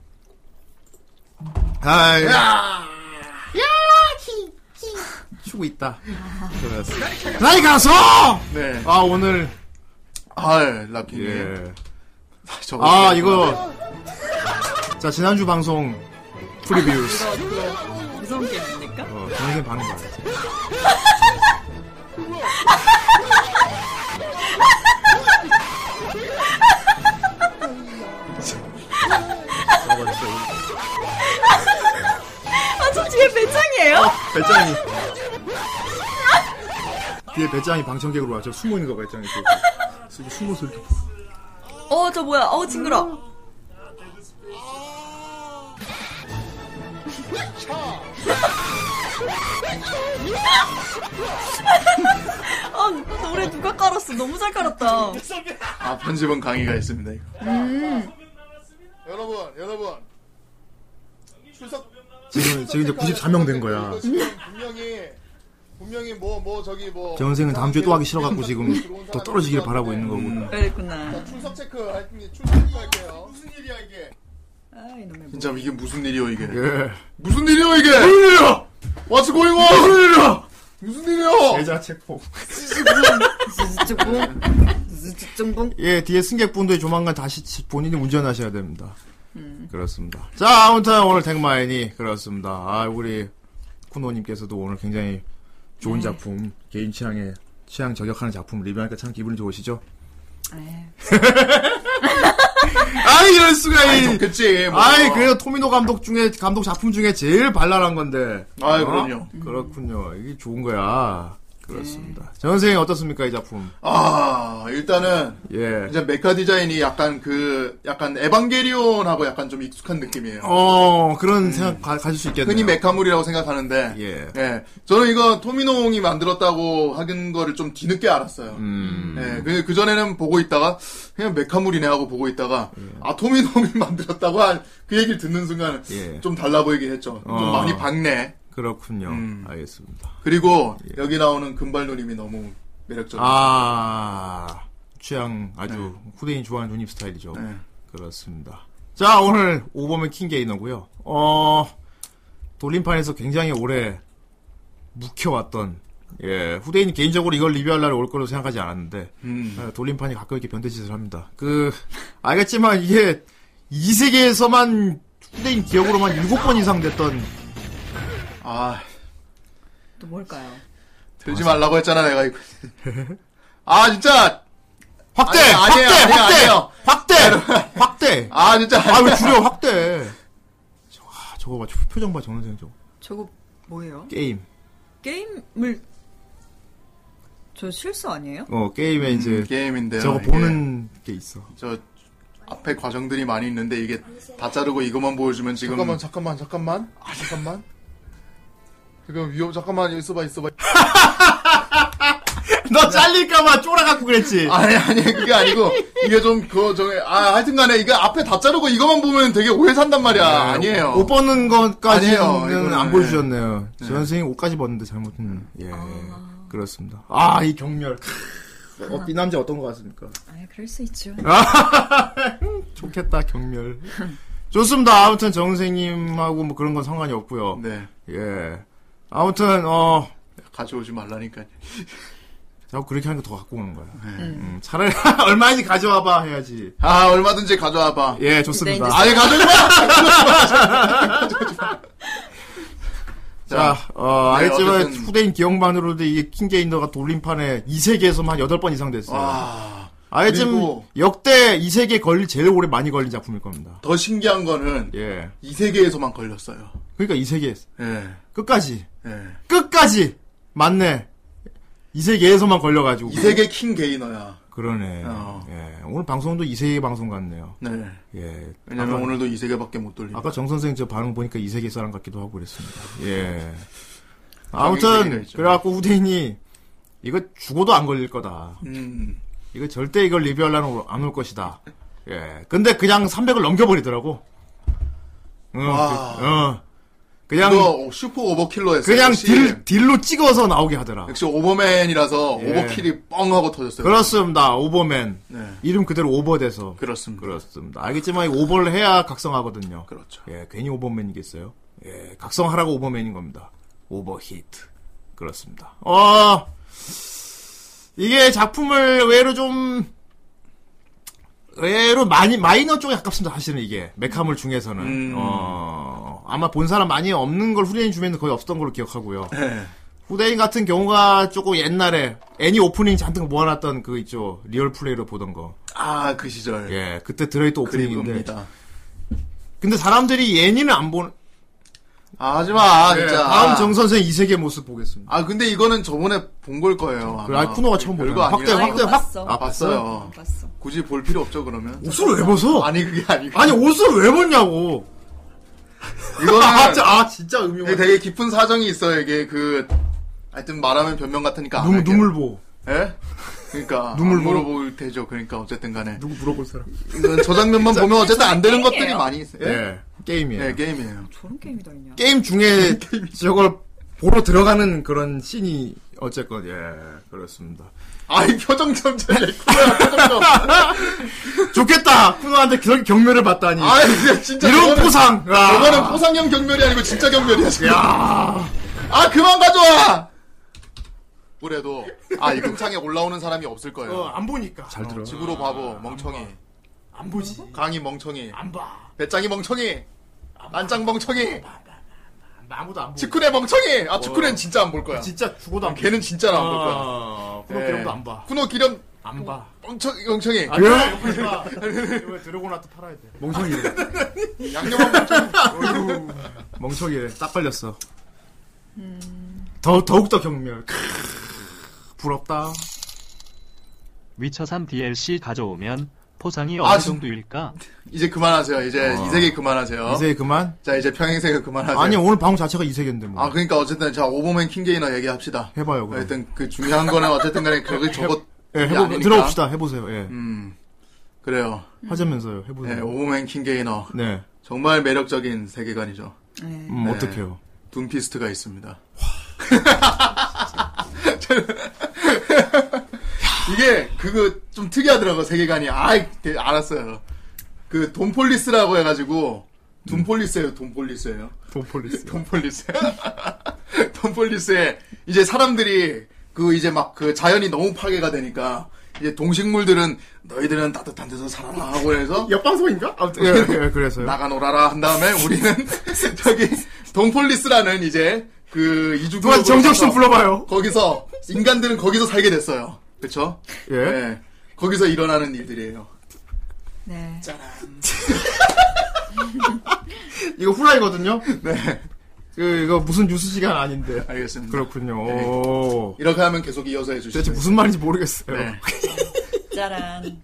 S9: 아,
S11: 야!
S9: 추고 있다. 그렇습니다. 나이 가서!
S11: 네.
S9: 아, 오늘,
S11: 아, 라핑이.
S9: 예.
S11: 저거
S9: 아
S11: 진짜
S9: 이거 자 지난주 방송 프리뷰
S12: 무서운 게임입니까?
S9: 어, 정신 반응 봐
S12: 아, 저 뒤에 배짱이에요?
S9: 배짱이 뒤에 배짱이 방청객으로 와저 숨어 있는 거 배짱이 저 숨어서 이렇게
S12: 어, 저 뭐야? 어, 징그러. 아, 노래 누가 깔았어? 너무 잘 깔았다.
S11: 아, 편집은 강의가 있습니다, 이거. 음. 여러분, 여러분. 출석
S9: 네, 지금 지금 이제 94명 된 거야
S11: 이거 지금 분명히 분명히 뭐 뭐 저기 뭐
S9: 정은생은 다음 주에 또 하기 싫어갖고 지금 더 떨어지길 바라고 있는
S12: 음.
S9: 거고
S12: 그랬구나.
S11: 출석 체크 할 출석 체크 할게요. 무슨 일이야 이게?
S12: 아, 이놈의 뭐.
S11: 진짜 이게 무슨 일이요 이게?
S9: 예
S11: 무슨 일이요 이게? 무슨 일이야? What's going on? 무슨 일이야? 무슨 일이야?
S9: 계좌 체포
S12: 쯔쯔쯔봉. 쯔쯔쯔봉.
S9: 예 뒤에 승객분들 조만간 다시 지- 본인이 운전하셔야 됩니다 그렇습니다 자 아무튼 오늘 택마인이 그렇습니다 아 우리 쿠노님께서도 오늘 굉장히 좋은 작품 개인 취향에 취향 저격하는 작품 리뷰하니까 참 기분이 좋으시죠?
S12: 에이,
S9: 아 이럴 수가
S11: 아이
S9: 이
S11: 좋겠지. 뭐.
S9: 아이 그래도 토미노 감독 중에 감독 작품 중에 제일 발랄한 건데 어?
S11: 아이, 그럼요.
S9: 그렇군요 이게 좋은 거야 그렇습니다 네. 전 선생님 어떻습니까 이 작품
S11: 아 일단은
S9: 예
S11: 네. 이제 메카 디자인이 약간 그 약간 에반게리온하고 약간 좀 익숙한 느낌이에요.
S9: 어 그런 생각 가, 가질 수 있겠네요
S11: 흔히 메카물이라고 생각하는데
S9: 예.
S11: 저는 이거 토미노홍이 만들었다고 하는 거를 좀 뒤늦게 알았어요.
S9: 음.
S11: 예, 그, 그전에는 보고 있다가, 그냥 메카물이네 하고 보고 있다가,
S9: 예.
S11: 아, 토미노미 만들었다고 한 그 얘기를 듣는 순간,
S9: 예.
S11: 좀 달라 보이긴 했죠.
S9: 어.
S11: 좀 많이 밝네.
S9: 그렇군요. 음. 알겠습니다.
S11: 그리고 예. 여기 나오는 금발 누님이 너무 매력적이에요.
S9: 아, 취향 아주 네. 후대인 좋아하는 누님 스타일이죠. 네. 그렇습니다. 자, 오늘 오버맨 킹게이너고요. 어, 돌림판에서 굉장히 오래 묵혀왔던 예, 후대인 개인적으로 이걸 리뷰할 날올 거로 생각하지 않았는데 음. 돌림판이 가끔 이렇게 변태짓을 합니다. 그 알겠지만 이게 이 세계에서만 후대인 기억으로만 7번 이상 됐던
S11: 아,
S12: 또 뭘까요?
S11: 들지 말라고 했잖아 내가 이거. 아 진짜
S9: 확대, 아니, 아니에요, 확대, 아니에요, 아니에요, 확대, 확대, 확대.
S11: 아 진짜.
S9: 아 왜 줄여 확대? 저, 아, 저거 봐, 표정 봐, 정선생 저거.
S12: 저거 뭐예요?
S9: 게임.
S12: 게임을 저 실수 아니에요?
S9: 어 게임에 음, 이제
S11: 게임인데 아,
S9: 저거 보는 게 있어.
S11: 저 앞에 과정들이 많이 있는데 이게 다 자르고 이것만 보여주면 지금
S6: 잠깐만 잠깐만 잠깐만 아, 잠깐만 지금 위험 잠깐만 여기 있어봐 있어봐.
S9: 너 잘릴까봐 쫄아갖고 그랬지.
S11: 아니, 아니, 그게 아니고, 이게 좀, 그, 저기, 아, 하여튼 간에, 이게 앞에 다 자르고 이것만 보면 되게 오해 산단 말이야. 네, 아니에요.
S9: 옷 벗는 것까지는 안 보여주셨네요. 네. 저 선생님 옷까지 벗는데 잘못은, 예. 아... 그렇습니다. 아, 이 경렬. 어, 이 남자 어떤 것 같습니까?
S12: 아, 그럴 수 있죠.
S9: 좋겠다, 경렬. 좋습니다. 아무튼 정 선생님하고 뭐 그런 건 상관이 없고요.
S11: 네.
S9: 예. 아무튼, 어.
S11: 가져오지 말라니까요.
S9: 자꾸 어, 그렇게 하는 거 더 갖고 오는 거야. 네. 음, 차라리 얼마인지 가져와봐 해야지.
S11: 아 얼마든지 가져와봐.
S9: 예 좋습니다.
S11: 아니 가져와.
S9: 자, 어, 네, 알겠지만 어쨌든... 후대인 기억만으로도 이게 킹게인더가 돌림판에 이 세계에서만 여덟 번 이상 됐어요.
S11: 아,
S9: 와... 알겠지만 그리고... 역대 이 세계 걸릴 제일 오래 많이 걸린 작품일 겁니다.
S11: 더 신기한 거는
S9: 예.
S11: 이 세계에서만 걸렸어요.
S9: 그러니까 이 세계에서
S11: 예.
S9: 끝까지
S11: 예.
S9: 끝까지 맞네. 이 세계에서만 걸려가지고.
S11: 이 세계 킹 게이너야.
S9: 그러네. 어. 예. 오늘 방송도 이 세계 방송 같네요.
S11: 네.
S9: 예.
S11: 왜냐면 아까, 오늘도 이 세계밖에 못 돌리고.
S9: 아까 정 선생 저 반응 보니까 이 세계 사람 같기도 하고 그랬습니다.
S11: 아, 네.
S9: 예. 아무튼 그래갖고 후대인이 이거 죽어도 안 걸릴 거다.
S11: 음.
S9: 이거 절대 이걸 리뷰하려는 안올 것이다. 예. 근데 그냥 300을 넘겨버리더라고. 응.
S11: 와.
S9: 그, 응. 그냥
S11: 슈퍼 오버킬러였어요.
S9: 그냥 딜, 딜로 찍어서 나오게 하더라.
S11: 역시 오버맨이라서 예. 오버킬이 뻥 하고 터졌어요.
S9: 그렇습니다. 오버맨.
S11: 네.
S9: 이름 그대로 오버돼서.
S11: 그렇습니다.
S9: 그렇습니다. 알겠지만 오버를 해야 각성하거든요.
S11: 그렇죠.
S9: 예, 괜히 오버맨이겠어요. 예, 각성하라고 오버맨인 겁니다. 오버히트. 그렇습니다. 어, 이게 작품을 외로 좀 의외로 많이 마이너 쪽에 가깝습니다. 사실은 이게 메카물 중에서는
S11: 음.
S9: 어, 아마 본 사람 많이 없는 걸 후대인 주변에 거의 없었던 걸로 기억하고요.
S11: 네.
S9: 후대인 같은 경우가 조금 옛날에 애니 오프닝 잔뜩 모아놨던 그 있죠 리얼 플레이로 보던 거.
S11: 아 그 시절.
S9: 예 그때 들어있던 오프닝인데.
S11: 그립니다.
S9: 근데 사람들이 애니는 안 보는.
S11: 아, 하지마, 네, 진짜.
S9: 예, 다음 정선생 이세계 모습 보겠습니다.
S11: 아, 근데 이거는 저번에 본 걸 거예요.
S9: 그래, 아, 쿠노가 처음 보는
S11: 거.
S9: 확대, 확대, 확.
S12: 봤어.
S9: 아,
S11: 봤어요.
S12: 봤어.
S11: 굳이 볼 필요 없죠, 그러면.
S9: 옷을 왜 벗어?
S11: 아니, 그게 아니고.
S9: 아니, 옷을 왜 벗냐고.
S11: 이거는.
S9: 아, 진짜, 아, 진짜 음흉.
S11: 되게 깊은 사정이 있어요, 이게. 그, 하여튼 말하면 변명 같으니까.
S9: 눈, 눈물 보.
S11: 예? 그러니까.
S9: 눈물
S11: 안 물어볼 테죠. 그러니까, 어쨌든 간에.
S9: 누구 물어볼 사람.
S11: 이건 저 장면만 보면 어쨌든 안 되는 것들이 많이 있어요.
S9: 예. 게임이에요.
S11: 예, 게임이에요.
S12: 저런 게임이 다 있냐.
S9: 게임 중에 저걸 보러 들어가는 그런 씬이 어쨌건 예 그렇습니다.
S11: 아이 표정 좀 잘해.
S9: 좋겠다. 쿠노한테 그렇게 경멸을 받다니.
S11: 아 진짜
S9: 이런 포상. 아.
S11: 야. 이거는 포상형 경멸이 아니고 진짜 경멸이야 지금.
S9: 야.
S11: 아 그만 가져와. 그래도 아 이금창에 올라오는 사람이 없을 거예요.
S9: 어, 안 보니까.
S11: 잘 들어. 집으로 바보 멍청이.
S9: 안, 봐. 안 보지.
S11: 강이 멍청이.
S9: 안 봐.
S11: 배짱이 멍청이. 안짱 멍청이.
S9: 아무도 안 보고.
S11: 직후네 멍청이!
S9: 뭐.
S11: 아, 직후는 진짜 안 볼 거야.
S9: 진짜 죽어도 안 봐.
S11: 걔는 진짜로 안 볼 거야.
S9: 아, 쿠노 기령도 안 봐.
S11: 쿠노 기령.
S9: 안 봐.
S11: 네. 멍청, 멍청이.
S9: 아, 그래? 보지 마. 이거 드래곤아트 팔아야 돼.
S6: 멍청이.
S11: 양념한 멍청이.
S9: 멍청이래. 딱 걸렸어. 더, 더욱더 경멸. 부럽다.
S11: 어?
S13: 위쳐3 DLC 가져오면 포상이 어느 아, 정도일까?
S11: 이제 그만하세요. 이제 어. 이세계 그만하세요.
S9: 아. 이세계 그만?
S11: 자 이제 평행세계 그만하세요.
S9: 아니 오늘 방송 자체가 이세계인데 뭐.
S11: 네. 아 그러니까 어쨌든 자 오버맨 킹게이너 얘기합시다.
S9: 해봐요. 그럼.
S11: 일단 그 중요한 거는 어쨌든간에 그게 저것
S9: 예, 해보, 아니니까. 들어봅시다. 해보세요. 예.
S11: 음 네, 그래요.
S9: 하자면서요. 해보세요.
S11: 네, 오버맨 킹게이너.
S9: 네.
S11: 정말 매력적인 세계관이죠.
S12: 네.
S9: 음, 어떻게요?
S11: 둠피스트가 있습니다. 이게 그거 좀 특이하더라고 세계관이. 아이 대- 알았어요. 그 돈폴리스라고 해가지고 둠폴리스예요. 돈폴리스예요.
S9: 돈폴리스.
S11: 돈폴리스. 돈폴리스에 이제 사람들이 그 이제 막 그 자연이 너무 파괴가 되니까 이제 동식물들은 너희들은 따뜻한 데서 살아라 하고 해서
S9: 옆방송인가? 아무튼 예, 예, 그래서요.
S11: 나가 놀아라 한 다음에 우리는 저기 돈폴리스라는 이제 그 이중
S9: 누가 정적 좀 불러봐요.
S11: 거기서 인간들은 거기서 살게 됐어요. 그렇죠?
S9: 예.
S11: 거기서 일어나는 일들이에요.
S12: 네.
S9: 이거 후라이거든요.
S11: 네.
S9: 그 이거 무슨 뉴스 시간 아닌데.
S11: 알겠습니다.
S9: 그렇군요.
S11: 네.
S9: 오.
S11: 이렇게 하면 계속 이어서 해주시죠.
S9: 대체 무슨 말인지 모르겠어요.
S11: 네.
S12: 짜란.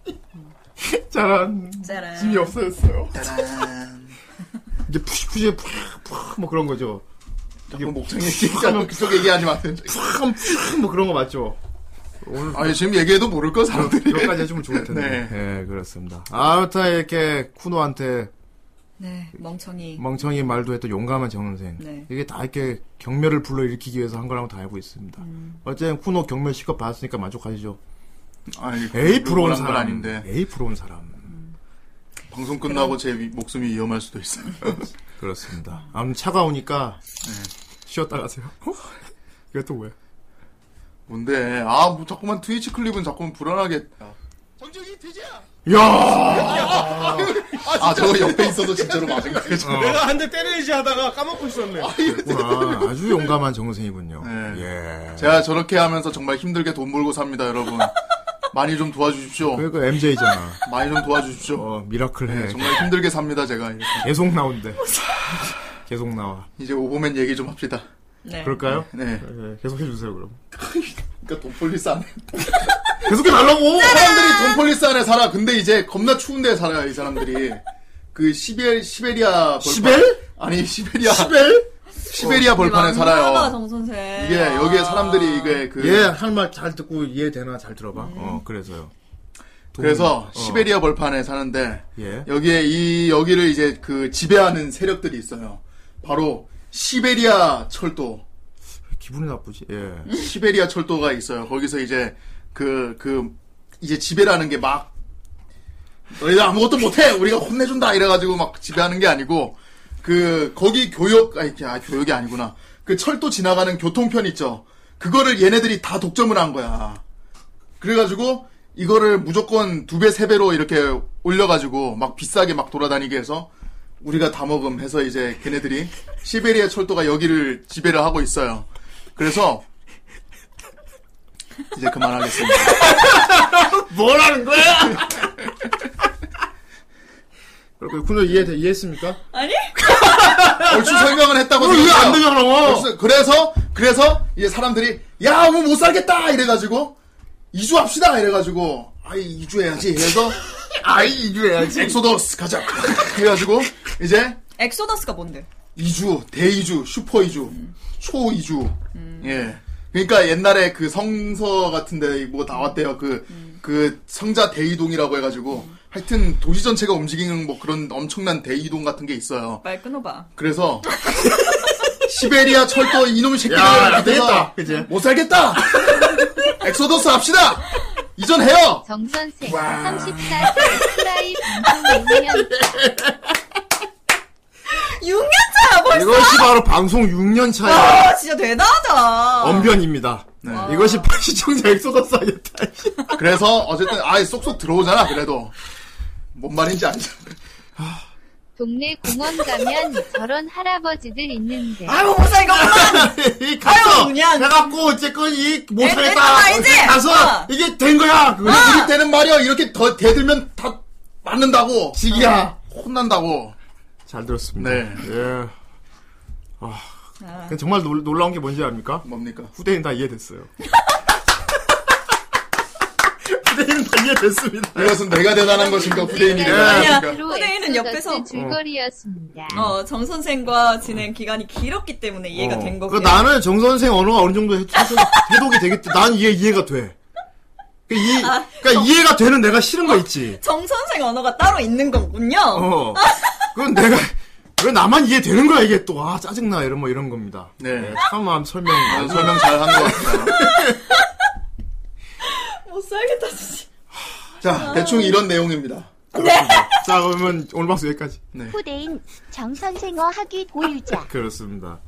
S9: 짜란.
S12: 짜란.
S9: 짐이 없어졌어요.
S11: 네. 짜란.
S9: 이게 푸시푸시 푹푹 뭐 그런 거죠.
S11: 자꾸 목청 얘기하면 그쪽 얘기하지 마세요.
S9: 푹푹뭐 그런 거 맞죠? 오늘
S11: 아니 지금 얘기해도 모를 거 사람들이.
S9: 몇 가지 해주면 좋을 텐데.
S11: 네.
S9: 네. 그렇습니다. 아무튼 이렇게 쿠노한테
S12: 네, 멍청이.
S9: 멍청이 말도 했던 용감한 정선생.
S12: 네.
S9: 이게 다 이렇게 경멸을 불러일으키기 위해서 한 거라고 다 알고 있습니다. 어쨌든 쿠노 경멸 시컷 받았으니까 만족하시죠.
S11: 아니,
S9: 에이 부러운
S11: 그런 건
S9: 사람
S11: 아닌데.
S9: 에이 부러운 사람.
S11: 예. 방송 끝나고 제 위- 목숨이 위험할 수도 있어요.
S9: 그렇습니다. 아무튼 차가우니까
S11: 네.
S9: 쉬었다 가세요.
S11: 어?
S9: 이거 또 왜?
S11: 뭔데? 아, 뭐 자꾸만 트위치 클립은 자꾸만 불안하게. 정적이 돼지야.
S9: 야!
S11: 아, 어. 저거 옆에 있어도 진짜로 맞은 거죠.
S14: 내가 한 대 때려야지 하다가 까먹고 있었네.
S9: 와, 아주 용감한 정선생이군요. 예.
S11: 네. 제가 저렇게 하면서 정말 힘들게 돈 벌고 삽니다, 여러분. 많이 좀 도와주십시오.
S9: 그러니까 MJ잖아.
S11: 많이 좀 도와주십시오.
S9: 어, 미라클 해.
S11: 네, 정말 힘들게 삽니다, 제가. 이렇게.
S9: 계속 나온대. 계속 나와.
S11: 이제 오보맨 얘기 좀 합시다.
S12: 네.
S9: 그럴까요?
S11: 네.
S9: 예, 계속 해주세요, 그럼.
S11: 그러니까 돈폴리스 안에
S9: 계속해 달라고!
S11: 사람들이 돈폴리스 안에 살아. 근데 이제 겁나 추운 데 살아요, 이 사람들이. 그 시베 시베리아 벌판.
S9: 시벨?
S11: 아니 시베리아
S9: 시벨?
S11: 시베리아 벌판에
S12: 얼마나
S11: 살아요.
S12: 어, 정선생.
S11: 이게 여기에 사람들이 이게 그
S9: 얘 할 말 잘 듣고 이해되나 잘 예. 들어봐. 어, 그래서요.
S11: 그래서
S9: 어.
S11: 시베리아 벌판에 사는데
S9: 예.
S11: 여기에 이 여기를 이제 그 지배하는 세력들이 있어요. 바로 시베리아 철도.
S9: 기분이 나쁘지? 예.
S11: 시베리아 철도가 있어요. 거기서 이제 그, 그, 이제 지배라는 게 막, 너희들 아무것도 못해! 우리가 혼내준다! 이래가지고 막 지배하는 게 아니고, 그, 거기 교역, 아니, 아, 교역이 아니구나. 그 철도 지나가는 교통편 있죠? 그거를 얘네들이 다 독점을 한 거야. 그래가지고, 이거를 무조건 두 배, 세 배로 이렇게 올려가지고, 막 비싸게 막 돌아다니게 해서, 우리가 다 먹음 해서 이제 걔네들이 시베리아 철도가 여기를 지배를 하고 있어요. 그래서 이제 그만하겠습니다.
S9: 뭐라는 거야? 그렇군요. 군호 이해, 이해했습니까?
S12: 아니?
S11: 얼추 설명을 했다고
S9: 그걸
S11: 생각해요.
S9: 어, 이해 안 되잖아.
S11: 얼추- 그래서 그래서 이제 사람들이 야, 뭐 못 살겠다 이래 가지고 이주합시다 이래 가지고 아이 이주해야지. 그래서 아이 이주해야지. 엑소더스 가자. 그래 가지고 이제
S12: 아. 엑소더스가 뭔데?
S11: 이주, 대이주, 슈퍼이주, 초이주. 예. 그러니까 옛날에 그 성서 같은데 뭐 나왔대요. 그, 그 성자 대이동이라고 해가지고. 하여튼 도시 전체가 움직이는 뭐 그런 엄청난 대이동 같은 게 있어요.
S12: 말 끊어봐.
S11: 그래서 시베리아 철도 이놈 새끼들
S9: 야,
S11: 밑에서
S9: 안 되겠다, 그지?
S11: 못 살겠다. 엑소더스 합시다. 이전해요.
S10: 정선생 34세 프라이 방송 5년
S12: 6년차야 벌써!
S9: 이것이 바로 방송 6년 차의
S12: 아, 진짜 대단하다.
S9: 언변입니다. 네. 이것이 시청자 엑소더스 아니었다.
S11: 그래서 어쨌든 아예 쏙쏙 들어오잖아. 그래도 뭔 말인지 알죠.
S10: 동네 공원 가면 저런 할아버지들 있는데
S12: 아유, 못 살겠다.
S9: 이 가서
S12: 아유, 그냥.
S9: 해갖고 어쨌건 이
S12: 애들아,
S9: 못하겠다.
S12: 이제!
S9: 가서
S12: 어.
S9: 이게 된 거야. 그거.
S11: 우리 때는 말이야 이렇게 더 대들면 다 맞는다고 네.
S9: 지기야.
S11: 혼난다고
S9: 잘 들었습니다.
S11: 네.
S9: 예. 아, 근데 정말 놀, 놀라운 게 뭔지 압니까?
S11: 뭡니까
S9: 후대인 다 이해됐어요. 후대인 다 이해됐습니다.
S11: 이것은 내가 대단한 것인가
S9: 네,
S11: 후대인이
S12: 아니야.
S11: 대단한 것인가
S10: 앞으로
S12: 후대인은 옆에서-
S10: 엑소더스 줄거리였습니다.
S12: 어, 정선생과 지낸 기간이 길었기 때문에 이해가
S9: 어.
S12: 된 거고.
S9: 그러니까 나는 정 선생 언어가 어느 정도 해- 해석- 해독이 되겠, 난 이해, 이해가 돼. 그러니까, 이,
S12: 아,
S9: 그러니까
S12: 어.
S9: 이해가 되는 내가 싫은 거 있지.
S12: 정선생 언어가 따로 있는 거군요.
S9: 어. 그건 내가, 왜 나만 이해되는 거야 이게 또 아 짜증나 이런 뭐 이런 겁니다.
S11: 네.
S9: 참 아, 설명
S11: 아, 설명 잘 한 것 같아요.
S12: 못 살겠다 진짜.
S11: 자 대충 이런 내용입니다.
S9: 자 그러면 오늘 방송 여기까지. 네.
S15: 후대인 정선생어 학위 보유자.
S9: 그렇습니다.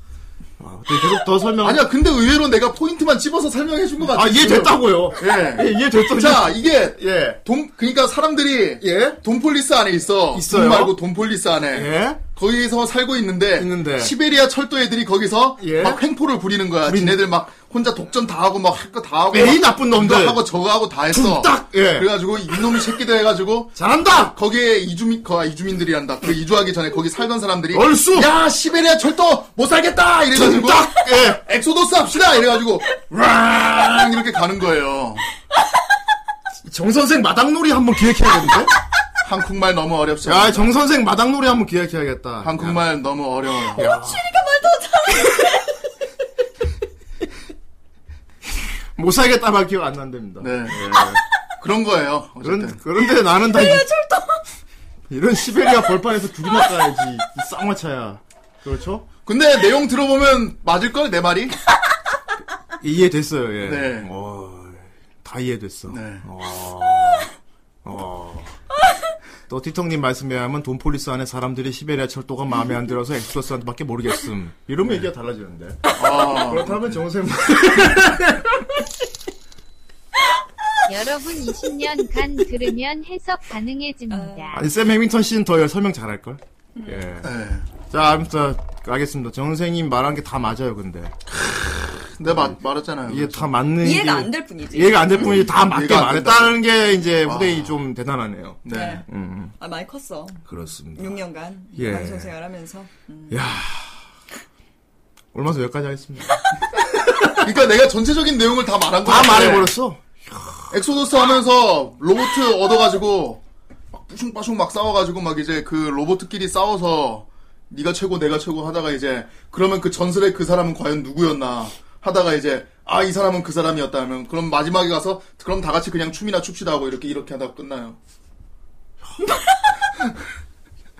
S9: 아, 근데 계속 더 설명.
S11: 아니야, 근데 의외로 내가 포인트만 집어서 설명해 준 것 같아.
S9: 아, 이해됐다고요.
S11: 예.
S9: 예, 이해됐다고요.
S11: 자, 이게,
S9: 예.
S11: 돈, 그니까 사람들이, 예? 돈폴리스 안에 있어.
S9: 있어요?
S11: 돈 말고 돈폴리스 안에.
S9: 예?
S11: 거기서 살고 있는데,
S9: 있는데.
S11: 시베리아 철도 애들이 거기서
S9: 예?
S11: 막 횡포를 부리는 거야. 지네들 막 혼자 독점 다 하고 막 할 거 다 하고.
S9: 에이,
S11: 막
S9: 나쁜 놈들.
S11: 이거 하고 저거 하고 다 했어.
S9: 둥딱, 예.
S11: 그래가지고 이놈의 새끼들 해가지고.
S9: 잘한다!
S11: 거기에 이주민, 거, 이주민들이란다. 그 이주하기 전에 거기 살던 사람들이.
S9: 얼쑤!
S11: 야, 시베리아 철도 못 살겠다! 이래가지고.
S9: 둥딱! 예.
S11: 엑소도스 합시다! 이래가지고, 왕! 이렇게 가는 거예요.
S9: 정선생 마당놀이 한번 기획해야겠는데?
S11: 한국말 너무 어렵죠.
S9: 야, 정선생 마당놀이 한번 기획해야겠다.
S11: 아, 한국말 너무 어려워요.
S9: 야,
S12: 추리가 말더 잘해.
S9: 못 살겠다 말 기억 안 난답니다.
S11: 네.
S9: 예.
S11: 그런 거예요. 어쨌든.
S9: 그런, 그런데 나는 다 이-
S12: 철도.
S9: 이런 시베리아 벌판에서 죽이나 까야지. 이 쌍화차야. 그렇죠?
S11: 근데 내용 들어보면 맞을걸, 내 말이?
S9: 이해됐어요, 예.
S11: 네.
S9: 어, 다 이해됐어.
S11: 네.
S9: 어, 어. 또 티통님 말씀에 하면 돈폴리스 안에 사람들이 시베리아 철도가 마음에 안 들어서 엑소스한테밖에 모르겠음. 네. 이러면 얘기가 달라지는데.
S11: 아,
S9: 그렇다면 정우쌤
S10: 여러분 20년간 들으면 해석 가능해집니다.
S9: 아니 샘 해밍턴 씨는 더 설명 잘할걸? 예.
S11: 네.
S9: 자, 아무튼 알겠습니다. 정선생님 말한 게 다 맞아요, 근데
S11: 내가 마- 말했잖아요.
S9: 네.
S11: 그렇죠.
S9: 이게 다 맞는
S11: 네,
S12: 이해가
S9: 게-
S12: 안 될 뿐이지.
S9: 이해가 안 될 뿐이 다 맞게
S11: 이해가 안 아.
S9: 말했다는 게 이제
S11: 와.
S9: 후대인이 좀 대단하네요.
S11: 네.
S12: 네.
S9: 음,
S12: 아 많이 컸어.
S9: 그렇습니다.
S12: 6년간
S9: 예.
S12: 방송 생활하면서. 음.
S9: 야, 얼마서 여기까지 하겠습니다.
S11: 그러니까 내가 전체적인 내용을 다 말한 거야. 네.
S9: 다 말해버렸어.
S11: 엑소도스 하면서 로보트 얻어가지고 막 뿌숑빠숑 막 싸워가지고 막 이제 그 로보트끼리 싸워서 네가 최고 내가 최고 하다가 이제 그러면 그 전설의 그 사람은 과연 누구였나 하다가 이제 아 이 사람은 그 사람이었다면 그럼 마지막에 가서 그럼 다 같이 그냥 춤이나 춥시다 하고 이렇게 이렇게 하다가 끝나요.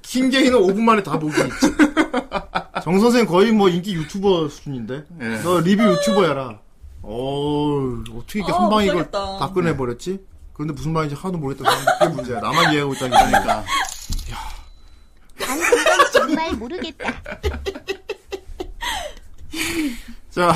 S9: 킹게이는 5분 만에 다 보기. 정 선생 거의 뭐 인기 유튜버 수준인데.
S11: 예.
S9: 너 리뷰 유튜버야라. 어우, 어떻게 이렇게
S12: 아,
S9: 한 방에 이걸
S12: 못하겠다. 네.
S9: 다 꺼내버렸지? 그런데 무슨 말인지 하나도 모르겠다. 그게 문제야. 나만 이해하고 있다니까.
S11: 그러니까
S9: 아.
S15: 방송은 정말 모르겠다.
S9: 자,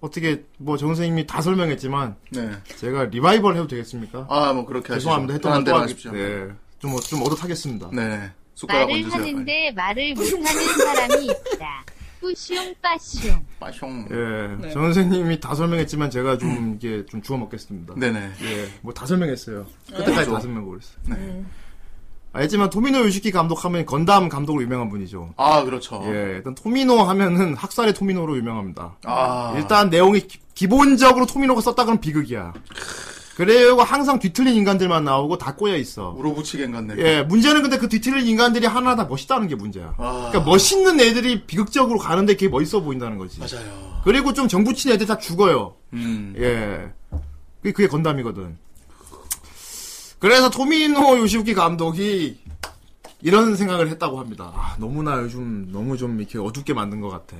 S9: 어떻게, 뭐, 정 선생님이 다 설명했지만,
S11: 네.
S9: 제가 리바이벌 해도 되겠습니까?
S11: 아 뭐 그렇게 하시죠.
S9: 죄송합니다. 했던
S11: 한 대로
S9: 말또
S11: 하십시오.
S9: 하겠-
S11: 네.
S9: 네. 좀, 어- 좀 얻어타겠습니다. 아,
S11: 숟가락
S10: 말을
S11: 얹으세요.
S10: 하는데 말을 못하는 사람이 있다. 뿌숑 빠숑.
S11: 빠숑.
S9: 예.
S12: 네.
S9: 정 선생님이 다 설명했지만, 제가 좀, 이게, 좀 주워 먹겠습니다.
S11: 음. 네네. 그렇죠.
S9: 예, 뭐 다 설명했어요. 끝까지 다 설명하고 그랬어요.
S11: 네.
S10: 음.
S9: 알지만 토미노 유시키 감독하면 건담 감독으로 유명한 분이죠.
S11: 아 그렇죠.
S9: 예, 일단 토미노 하면은 학살의 토미노로 유명합니다.
S11: 아
S9: 일단 내용이 기- 기본적으로 토미노가 썼다 그러면 비극이야. 그래요, 항상 뒤틀린 인간들만 나오고 다 꼬여 있어.
S11: 우로부치겐 같네.
S9: 예, 문제는 근데 그 뒤틀린 인간들이 하나 다 멋있다는 게 문제야.
S11: 아.
S9: 그러니까 멋있는 애들이 비극적으로 가는데 그게 멋있어 보인다는 거지.
S11: 맞아요.
S9: 그리고 좀 정부친 애들 다 죽어요.
S11: 음.
S9: 예. 그게, 그게 건담이거든. 그래서 토미노 요시우키 감독이 이런 생각을 했다고 합니다. 아, 너무나 요즘 너무 좀 이렇게 어둡게 만든 것 같아.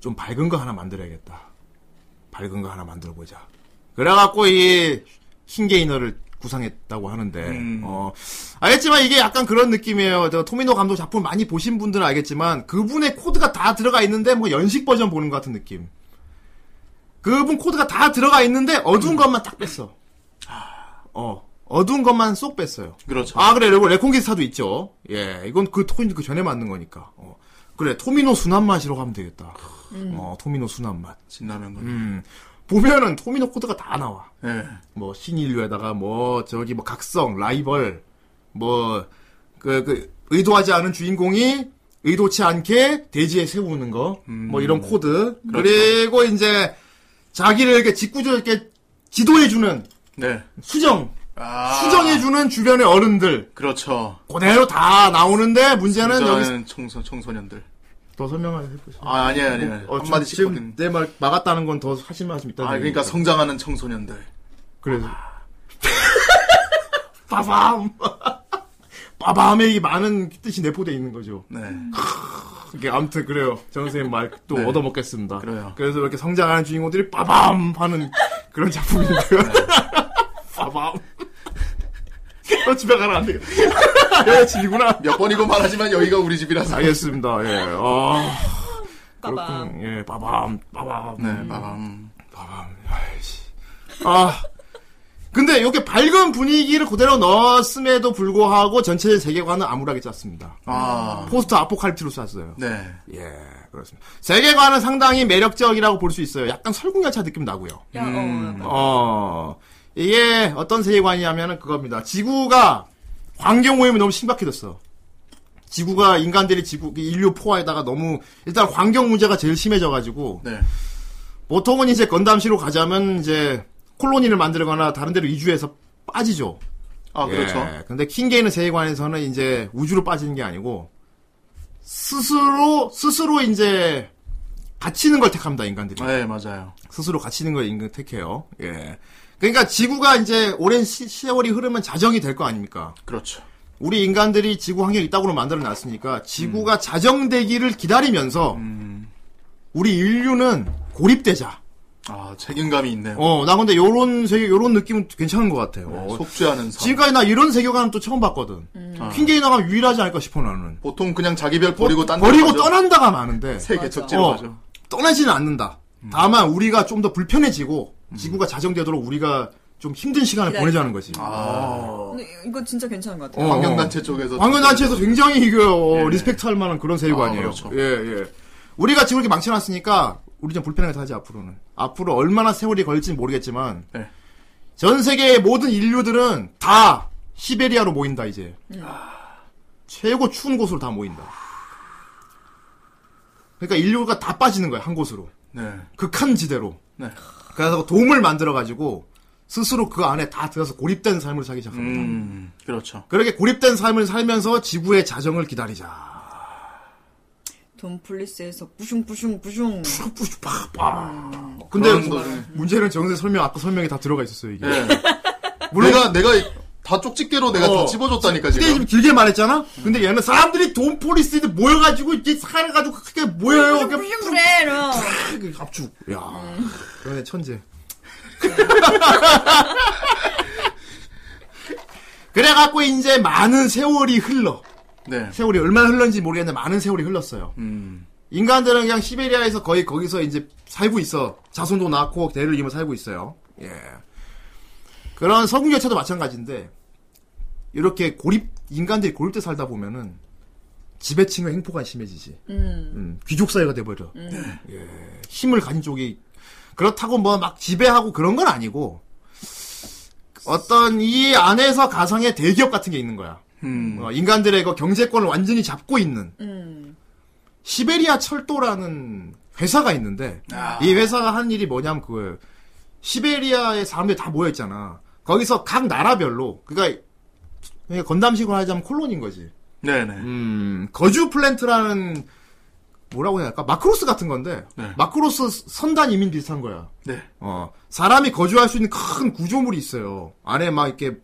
S9: 좀 밝은 거 하나 만들어야겠다. 밝은 거 하나 만들어 보자. 그래갖고 이 흰게이너를 구상했다고 하는데,
S11: 음.
S9: 어, 알겠지만 이게 약간 그런 느낌이에요. 저 토미노 감독 작품 많이 보신 분들은 알겠지만 그분의 코드가 다 들어가 있는데 뭐 연식 버전 보는 것 같은 느낌. 그분 코드가 다 들어가 있는데 어두운 것만 딱 뺐어. 어. 어두운 것만 쏙 뺐어요.
S11: 그렇죠.
S9: 아, 그래. 그리고 레콘기스타도 있죠. 예. 이건 그 토인 그 전에 만든 거니까. 어. 그래. 토미노 순한 맛이라고 하면 되겠다. 어, 토미노 순한 맛.
S11: 진라면 거.
S9: 음. 보면은 토미노 코드가 다 나와.
S11: 예.
S9: 뭐 신인류에다가 뭐 저기 뭐 각성, 라이벌 뭐 그 그 의도하지 않은 주인공이 의도치 않게 대지에 세우는 거 뭐
S11: 음.
S9: 이런
S11: 그렇죠.
S9: 코드 그리고 이제 자기를 이렇게 짓궂어 이렇게 지도해주는
S11: 네.
S9: 수정
S11: 아,
S9: 수정해주는 주변의 어른들
S11: 그렇죠.
S9: 그대로 다 나오는데 문제는 여기서
S11: 저는 아, 청소 청소년들.
S9: 더 설명을 해보시죠.
S11: 아 아니에요 아니에요.
S9: 어, 지금-
S11: 한마디씩
S9: 지금
S11: 지금.
S9: 내 말 막았다는 건 더 하실 말씀 있다.
S11: 아 그러니까 성장하는 아. 청소년들.
S9: 그래서. 빠밤! 빠밤에 이 많은 뜻이 내포되어 있는 거죠. 네. 이게 아무튼 그래요. 정 선생님 말 또
S11: 네.
S9: 얻어먹겠습니다.
S11: 그래요.
S9: 그래서 이렇게 성장하는 주인공들이 빠밤 하는 그런 작품인데요.
S11: 네.
S9: 빠밤. 너 집에 가라 안 돼. 여기 집이구나.
S11: 몇 번이고 말하지만 여기가 우리 집이라서.
S9: 알겠습니다. 예. 아. 빠밤. 예, 빠밤. 빠밤.
S11: 네, 빠밤.
S9: 빠밤. 아이씨. 아. 근데 이렇게 밝은 분위기를 그대로 넣었음에도 불구하고 전체 세계관은 암울하게 짰습니다.
S11: 아.
S9: 포스트 아포칼립스로 짰어요.
S11: 네.
S9: 예, 그렇습니다. 세계관은 상당히 매력적이라고 볼 수 있어요. 약간 설국열차 느낌 나고요.
S12: 야, 어,
S11: 음.
S12: 약간.
S9: 어, 이게 어떤 세계관이냐면은 그겁니다. 지구가 환경 오염이 너무 심각해졌어. 지구가 인간들이 지구 인류 포화에다가 너무 일단 환경 문제가 제일 심해져가지고
S11: 네.
S9: 보통은 이제 건담시로 가자면 이제 콜로니를 만들거나 다른 데로 이주해서 빠지죠.
S11: 아, 그렇죠.
S9: 예, 근데 킹게이는 세계관에서는 이제 우주로 빠지는 게 아니고 스스로 스스로 이제 갇히는 걸 택합니다 인간들이.
S11: 네, 맞아요.
S9: 스스로 갇히는 걸 인간 택해요. 예. 그러니까 지구가 이제 오랜 시, 세월이 흐르면 자정이 될 거 아닙니까?
S11: 그렇죠.
S9: 우리 인간들이 지구 환경 이따구로 만들어 놨으니까 지구가
S11: 음.
S9: 자정되기를 기다리면서 우리 인류는 고립되자.
S11: 아, 책임감이 있네요.
S9: 어, 나 근데 요런 세계 요런 느낌은 괜찮은 것 같아요.
S12: 네,
S11: 뭐
S9: 어,
S11: 속죄하는 삶.
S9: 지금까지 나 이런 세계관은 또 처음 봤거든.
S11: 아.
S9: 킹게이너가 유일하지 않을까 싶어 나는.
S11: 보통 그냥 자기 별 버리고 딴
S9: 버리고
S11: 데로 가죠.
S9: 떠난다가 많은데
S11: 세계 적지로
S9: 어,
S11: 가죠.
S9: 떠나지는 않는다.
S12: 음.
S9: 다만 우리가 좀 더 불편해지고 지구가 자정되도록 우리가 좀 힘든 시간을
S12: 기다리-
S9: 보내자는 거지.
S12: 아, 어. 근데 이거 진짜 괜찮은 것 같아요.
S9: 어,
S11: 환경단체
S9: 어.
S11: 쪽에서
S9: 환경단체에서 굉장히 이거 어, 리스펙트할 만한 그런 세계관이에요.
S11: 예. 아, 그렇죠.
S9: 예, 예. 우리가 지금 이렇게 망쳐놨으니까 우리 좀 불편하게 살지 앞으로는. 앞으로 얼마나 세월이 걸릴지는 모르겠지만
S11: 네.
S9: 전 세계의 모든 인류들은 다 시베리아로 모인다 이제. 아. 최고 추운 곳으로 다 모인다. 그러니까 인류가 다 빠지는 거야 한 곳으로.
S11: 네.
S9: 극한 지대로.
S11: 네.
S9: 그래서 돔을 만들어 가지고 스스로 그 안에 다 들어서 고립된 삶을 살기 시작합니다.
S11: 음, 그렇죠.
S9: 그렇게 고립된 삶을 살면서 지구의 자정을 기다리자.
S12: 돈플리스에서 부슝부슝 부슝.
S9: 근데
S11: 그런
S9: 뭐-
S11: 거를.
S9: 문제는 정세 설명 아까 설명이 다 들어가 있었어요 이게.
S11: 예. 내가 내가 다 쪽집게로 내가 다 집어줬다니까
S9: 근데
S11: 지금.
S9: 지금 길게 말했잖아. 근데 얘는 사람들이 돈 포리스에 모여가지고 이제 살아가지고 그게 모여요. 그게
S12: 부슝 그래 이러.
S9: 갑축. 야. 그러네 천재. 그래갖고 이제 많은 세월이 흘러.
S11: 네.
S9: 세월이 얼마나 흘렀는지 모르겠는데 많은 세월이 흘렀어요.
S11: 음.
S9: 인간들은 그냥 시베리아에서 거의 거기서 이제 살고 있어. 자손도 낳고 대를 이으며 살고 있어요. 예. 그런 서구교차도 마찬가지인데 이렇게 고립 인간들이 고립돼 살다 보면은 지배층의 횡포가 심해지지.
S12: 음.
S9: 음, 귀족 사회가 돼버려. 예.
S12: 음.
S9: 힘을 가진 쪽이 그렇다고 뭐 막 지배하고 그런 건 아니고 어떤 이 안에서 가상의 대기업 같은 게 있는 거야.
S11: 음.
S9: 어, 인간들의 그 경제권을 완전히 잡고 있는
S12: 음.
S9: 시베리아 철도라는 회사가 있는데
S11: 아.
S9: 이 회사가 하는 일이 뭐냐면 그거예요. 시베리아의 사람들이 다 모여 있잖아. 거기서 각 나라별로 그러니까 그러니까 건담식으로 하자면 콜론인 거지.
S11: 네네.
S9: 음, 거주 플랜트라는 뭐라고 해야 할까? 마크로스 같은 건데
S11: 네.
S9: 마크로스 선단 이민 비슷한 거야.
S11: 네.
S9: 어, 사람이 거주할 수 있는 큰 구조물이 있어요. 안에 막 이렇게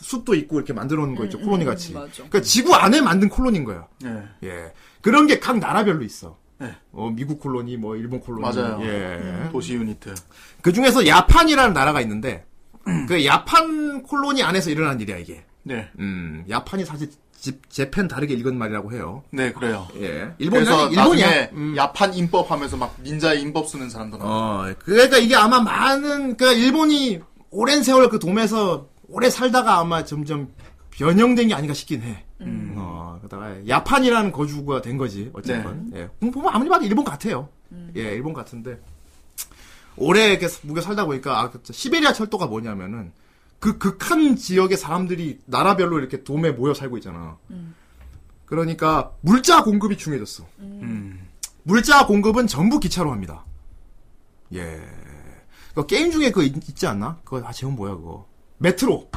S9: 숲도 있고 이렇게 만들어 놓은 거 있죠. 콜로니 같이.
S12: 음, 맞아.
S9: 그러니까 지구 안에 만든 콜로니인 거야.
S11: 네.
S9: 예. 그런 게 각 나라별로 있어.
S11: 네.
S9: 어, 미국 콜로니, 뭐, 일본 콜로니.
S11: 맞아요.
S9: 예.
S11: 도시 유니트.
S9: 그 중에서 야판이라는 나라가 있는데,
S11: 음.
S9: 그 야판 콜로니 안에서 일어난 일이야, 이게.
S11: 네.
S9: 음, 야판이 사실 집, 재팬 다르게 읽은 말이라고 해요.
S11: 네, 그래요.
S9: 예.
S11: 그래서
S9: 일본이야, 일본이야.
S11: 나중에 음. 야판 인법 하면서 막 닌자 인법 쓰는 사람도 나와.
S9: 어, 그러니까 이게 아마 많은, 그러니까 일본이 오랜 세월 그 돔에서 오래 살다가 아마 점점 변형된 게 아닌가 싶긴 해. 어, 그다가 야판이라는 거주가 된 거지 어쨌건. 예. 그럼 보면 아무리 봐도 일본 같아요. 예, 일본 같은데 오래 이렇게 무게 살다 보니까 아, 그쵸. 시베리아 철도가 뭐냐면은 그 극한 지역의 사람들이 나라별로 이렇게 돔에 모여 살고 있잖아. 그러니까 물자 공급이 중요해졌어.
S11: 음.
S9: 물자 공급은 전부 기차로 합니다. 예. 그 게임 중에 그거 있, 있지 않나? 그거 아 제목 뭐야 그거? 메트로.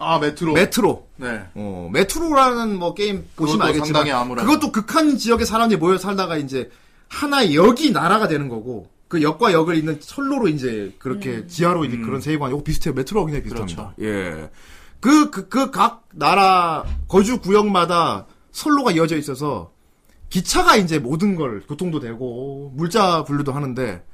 S11: 아, 메트로.
S9: 메트로.
S11: 네.
S9: 어, 메트로라는 뭐 게임 보시면
S11: 그것도
S9: 알겠지만
S11: 상당히 암울하죠.
S9: 그것도 극한 지역의 사람들이 모여 살다가 이제 하나 역이 나라가 되는 거고 그 역과 역을 잇는 철로로 이제 음. 그렇게 지하로 이제 그런 세계관 이거 비슷해요. 메트로하고 굉장히 비슷합니다. 예. 그, 그, 그 각 나라 거주 구역마다 선로가 이어져 있어서 기차가 이제 모든 걸 교통도 되고 물자 분류도 하는데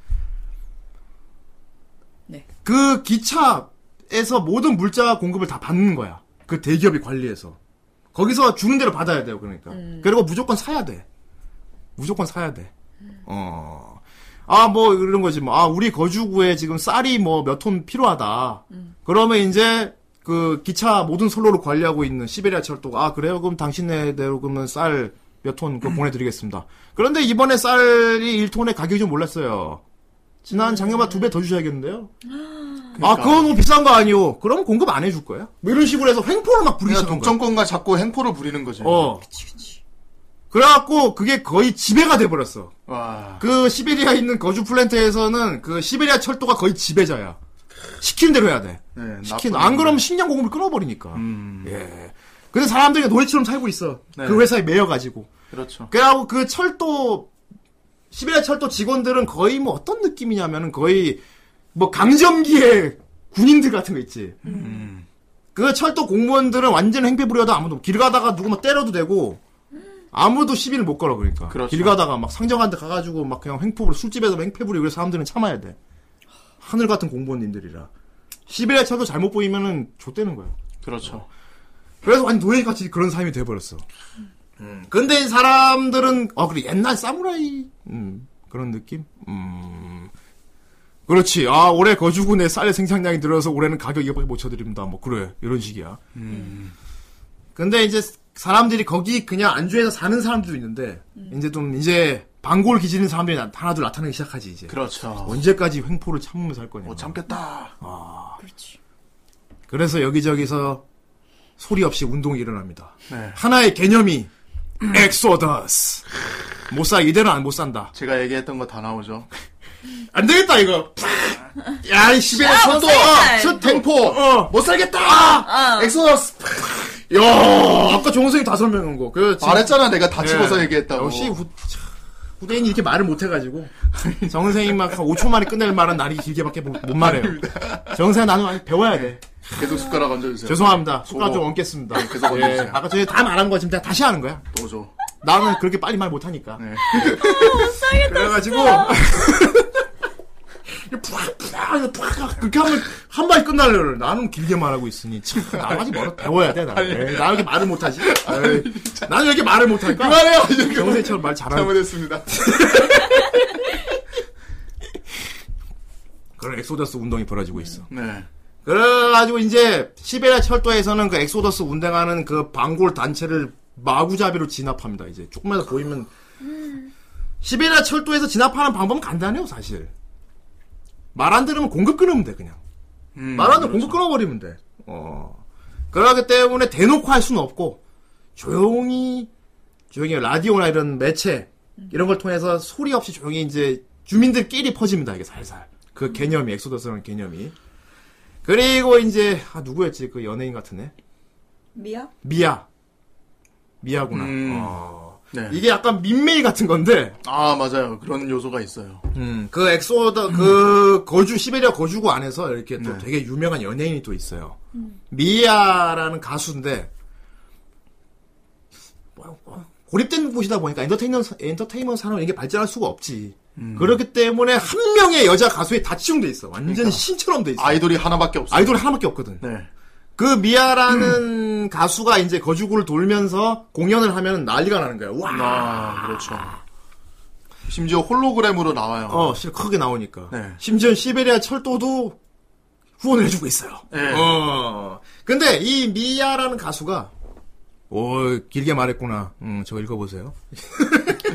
S12: 네.
S9: 그 기차에서 모든 물자 공급을 다 받는 거야. 그 대기업이 관리해서. 거기서 주는 대로 받아야 돼요, 그러니까.
S12: 음.
S9: 그리고 무조건 사야 돼. 무조건 사야 돼. 어. 아, 뭐, 이런 거지. 뭐, 아, 우리 거주구에 지금 쌀이 뭐 몇 톤 필요하다. 그러면 이제, 그, 기차 모든 선로를 관리하고 있는 시베리아 철도가, 아, 그래요? 그럼 당신네대로 그러면 쌀 몇 톤 그거 보내드리겠습니다. 그런데 이번에 쌀이 1톤의 가격이 좀 올랐어요. 지난 작년보다 두 배 더 주셔야겠는데요? 아, 그거 너무 비싼 거 아니오. 그럼 공급 안 해줄 거야? 뭐 이런 식으로 해서 횡포를 막 부리기
S11: 그냥
S9: 시작한 거야.
S11: 독점권과 자꾸 횡포를 부리는 거지.
S9: 어. 그래갖고 그게 거의 지배가 돼버렸어. 그 시베리아 있는 거주 플랜트에서는 그 시베리아 철도가 거의 지배자야. 시키는 대로 해야 돼.
S11: 네,
S9: 시키는
S11: 나쁜
S9: 안 그러면 식량 공급을 끊어버리니까. 예. 근데 사람들이 노예처럼 살고 있어.
S11: 네.
S9: 그 회사에 매여 가지고.
S11: 그렇죠.
S9: 그래갖고 그 철도 시베리아 철도 직원들은 거의 뭐 어떤 느낌이냐면은 거의 뭐 강점기에 군인들 같은 거 있지.
S11: 음.
S9: 그 철도 공무원들은 완전 행패 부려도 아무도 길 가다가 누구 막 때려도 되고 아무도 시비를 못 걸어 그러니까
S11: 그렇죠.
S9: 길 가다가 막 상정한데 가가지고 막 그냥 횡포부로 술집에서 행패 부리고 그래서 사람들은 참아야 돼 하늘 같은 공무원님들이라 시베리아 철도 잘못 보이면은 좆되는 거야
S11: 그렇죠.
S9: 그래서 완전 노예같이 그런 삶이 돼버렸어 음. 근데 이 사람들은 어 그래 옛날 사무라이 음, 그런 느낌 음 그렇지 아 올해 거주구 내 쌀의 생산량이 늘어서 올해는 가격 이거밖에 못 쳐드립니다 뭐 그래 이런 식이야 근데 이제 사람들이 거기 그냥 안주해서 사는 사람들도 있는데 이제 좀 이제 방골 기지는 사람들이 나- 하나둘 나타나기 시작하지 이제. 어.
S11: 그렇죠.
S9: 언제까지 횡포를 참으면서 할 거냐.
S11: 못 뭐, 참겠다.
S9: 아. 그렇지. 그래서 여기저기서 소리 없이 운동이 일어납니다.
S11: 네.
S9: 하나의 개념이 엑소더스. 못 사, 이대로 안 못 산다.
S11: 제가 얘기했던 거 다 나오죠.
S9: 안 되겠다 이거. 야, 이 시베리아
S11: 아, 못
S9: 선도
S11: 살겠다. 어.
S9: 첫 탱포. 못 살겠다. 엑소더스. 야, 아까 정선생이 다 설명한 거. 그 지금-
S11: 말했잖아, 내가 다 집어서 얘기했다고.
S9: 역시 후, 차, 후대인이 이렇게 말을 못 해가지고 정선생이 막 한 5초 만에 끝낼 말은 날이 길게밖에 못, 못 말해요. 정선생 나는 많이 배워야 돼.
S11: 계속 숟가락 얹어주세요.
S9: 죄송합니다. 숟가락
S11: 저거.
S9: 좀 얹겠습니다. 예.
S11: 네, 계속 얹어주세요.
S9: 아까 전에 다 말한 거 지금 제가 다시 하는 거야.
S11: 또 줘.
S9: 나는 그렇게 빨리 말 못하니까.
S11: 네.
S9: 그래가지고 팍팍 팍 그렇게 하면 한 발에 끝날려를 나는 길게 말하고 있으니 참 나까지 멀어 배워야 돼 나는
S11: 아니.
S9: 에이, 나는 이렇게 말을 못하지 에이, 나는 왜 이렇게 말을 못할까
S11: 그만해요.
S9: 정세처럼 말 잘하는
S11: 잘못했습니다.
S9: 그런 엑소더스 운동이 벌어지고 있어
S11: 네.
S9: 그래가지고 이제 시베리아 철도에서는 그 엑소더스 운동하는 그 방골 단체를 마구잡이로 진압합니다 이제 조금만 더 보이면 시베리아 철도에서 진압하는 방법은 간단해요 사실 말 안 들으면 공급 끊으면 돼 그냥
S11: 음.
S9: 말 안 들으면 공급 끊어버리면 돼 어. 그러기 때문에 대놓고 할 수는 없고 조용히 조용히 라디오나 이런 매체 이런 걸 통해서 소리 없이 조용히 이제 주민들끼리 퍼집니다 이게 살살 그 개념이 엑소더스라는 개념이 그리고 이제 아 누구였지 그 연예인 같은 애
S12: 미야?
S9: 미야 미야구나
S11: 음.
S9: 어.
S11: 네.
S9: 이게 약간 민메이 같은 건데
S11: 아, 맞아요. 그런 요소가 있어요.
S9: 음, 그 엑소더 그 거주 시베리아 거주구 안에서 이렇게
S11: 네.
S9: 또 되게 유명한 연예인이 또 있어요. 미야라는 가수인데 뭐, 뭐, 고립된 곳이다 보니까 엔터테인먼트 엔터테인먼트 산업 이게 발전할 수가 없지.
S11: 음.
S9: 그렇기 때문에 한 명의 여자 가수에 다 치중돼 있어. 완전 신처럼 돼 있어.
S11: 그러니까. 아이돌이 하나밖에 없어요.
S9: 아이돌 하나밖에 없거든.
S11: 네. 음.
S9: 그 미아라는 가수가 이제 거주구를 돌면서 공연을 하면 난리가 나는 거야. 와.
S11: 아, 그렇죠. 심지어 홀로그램으로 나와요.
S9: 어, 실 크게 나오니까.
S11: 네.
S9: 심지어 시베리아 철도도 후원을 해주고 있어요.
S11: 네.
S9: 어. 근데 이 미야라는 가수가 오 길게 말했구나. 음, 저 읽어보세요.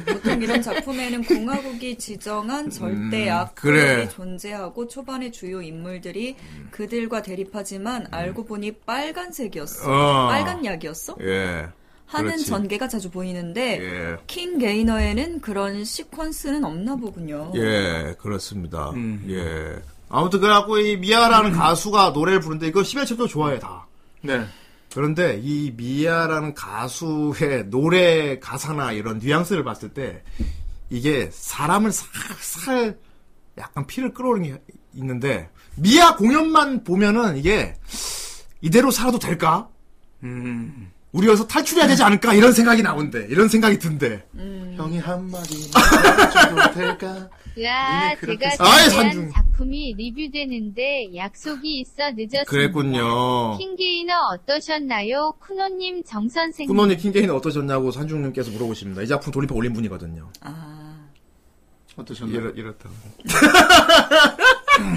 S12: 보통 이런 작품에는 공화국이 지정한 절대
S9: 음,
S12: 악이
S9: 그래.
S12: 존재하고 초반의 주요 인물들이 그들과 대립하지만 알고 보니 빨간색이었어.
S9: 어.
S12: 빨간 약이었어?
S9: 예.
S12: 하는
S9: 그렇지.
S12: 전개가 자주 보이는데
S9: 예.
S12: 킹 게이너에는 그런 시퀀스는 없나 보군요.
S9: 예, 그렇습니다.
S11: 음.
S9: 예. 아무튼 그래갖고 이 미야라는 가수가 노래를 부르는데 이거 시베리아 철도 좋아해 다.
S11: 네.
S9: 그런데 이 미야라는 가수의 노래 가사나 이런 뉘앙스를 봤을 때 이게 사람을 살살 약간 피를 끌어오는 게 있는데 미야 공연만 보면은 이게 이대로 살아도 될까? 음. 우리 여기서 탈출해야 되지 않을까? 이런 생각이 나온대. 이런 생각이 든대.
S11: 형이 한 마디 될까?
S10: 야, 제가
S9: 아이,
S10: 준비한
S9: 산중.
S10: 작품이 리뷰되는데 약속이 있어 늦었습니다.
S9: 그랬군요.
S10: 킹게이너 어떠셨나요? 쿠노님, 정선생님.
S9: 쿠노니 킹게이는 어떠셨냐고 산중님께서 물어보십니다. 이 작품 돌입해 올린 분이거든요.
S11: 어떠셨나요?
S9: 이렇, 다고 음.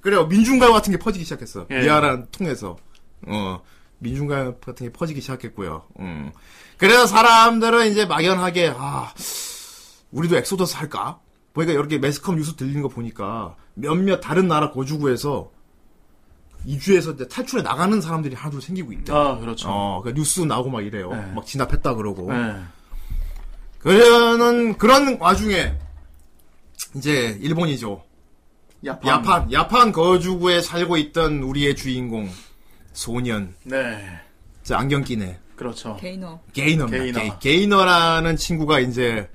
S9: 그래요. 민중가요 같은 게 퍼지기 시작했어.
S11: 예.
S9: 미아란 통해서. 어. 민중가요 같은 게 퍼지기 시작했고요. 음. 그래서 사람들은 이제 막연하게, 아, 우리도 엑소더스 할까? 보니까 이렇게 매스컴 뉴스 들리는 거 보니까 몇몇 다른 나라 거주구에서 이주에서 이제 탈출해 나가는 사람들이 하나둘 생기고 있다.
S11: 아, 그렇죠.
S9: 어, 그러니까 뉴스 나오고 막 이래요.
S11: 예.
S9: 막 진압했다 그러고.
S11: 예.
S9: 그러는 그런 와중에 이제 일본이죠.
S11: 야판.
S9: 야판 야판 거주구에 살고 있던 우리의 주인공 소년.
S11: 네.
S9: 저 안경 끼네.
S11: 그렇죠.
S12: 게이너.
S9: 게이너.
S11: 게이너.
S9: 게이너. 게이너라는 친구가 이제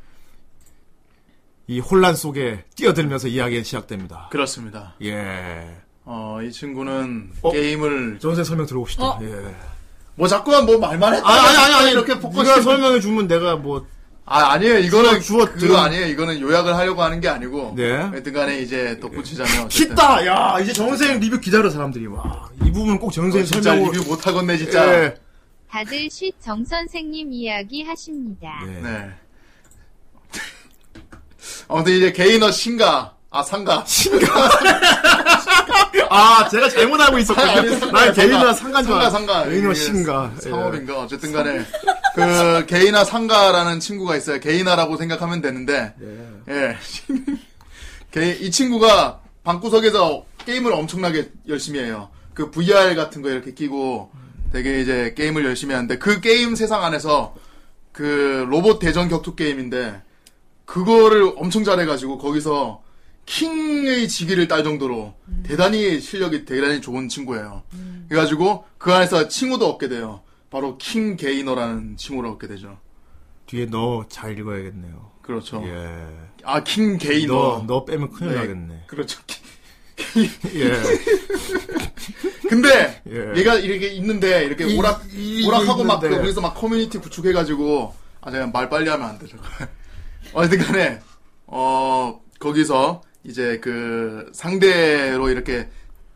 S9: 이 혼란 속에 뛰어들면서 이야기가 시작됩니다.
S11: 그렇습니다.
S9: 예.
S11: 어, 이 친구는 게임을
S9: 전세 설명 들어봅시다.
S11: 어?
S9: 예.
S11: 뭐 자꾸만 뭐 말만 했다.
S9: 아니 아니 아니, 아니
S11: 이렇게 포커스
S9: 네가 설명해 주면 내가 뭐
S11: 아, 아니에요. 이거는
S9: 주워, 주워
S11: 그거
S9: 들은-
S11: 아니에요. 이거는 요약을 하려고 하는 게 아니고.
S9: 네.
S11: 하여튼간에 이제 덧붙이자면. 어쨌든.
S9: 킷다. 야 이제 정생 리뷰 기다려 사람들이 와 이 부분 꼭 정생
S11: 어, 진짜
S9: 설명
S11: 리뷰 못 하겠네 진짜.
S9: 예.
S10: 다들 쉿 정선생님 이야기 하십니다.
S11: 네. 아무튼 이제 게이너 신가 아 상가 신가
S9: 아 제가 잘못 알고 있었군요. 난 게이너 상가인 줄
S11: 상가
S9: 알았-
S11: 상가
S9: 게이너
S11: 이게
S9: 신가. 예.
S11: 상업인가 어쨌든간에 그 게이나 상가라는 친구가 있어요. 게이나라고 생각하면 되는데 예. 게- 이 친구가 방구석에서 게임을 엄청나게 열심히 해요. 그 VR 같은 거 이렇게 끼고 되게 이제 게임을 열심히 하는데 그 게임 세상 안에서 그 로봇 대전 격투 게임인데 그거를 엄청 잘해가지고 거기서 킹의 직위를 딸 정도로 대단히 실력이 대단히 좋은 친구예요. 그래가지고 그 안에서 칭호도 얻게 돼요. 바로 킹 게이너라는 칭호를 얻게 되죠.
S9: 뒤에 너 잘 읽어야겠네요.
S11: 그렇죠.
S9: 예.
S11: 아, 킹 게이너.
S9: 너, 너 빼면 큰일
S11: 네,
S9: 나겠네.
S11: 그렇죠.
S9: 예.
S11: 근데
S9: 예.
S11: 얘가 이렇게 있는데 이렇게
S9: 이-
S11: 오락
S9: 이-
S11: 오락하고 막
S9: 있는데.
S11: 그 거기서 막 커뮤니티 구축해가지고 아 제가 말 빨리 하면 안 되죠. 어쨌든간에 어 거기서 이제 그 상대로 이렇게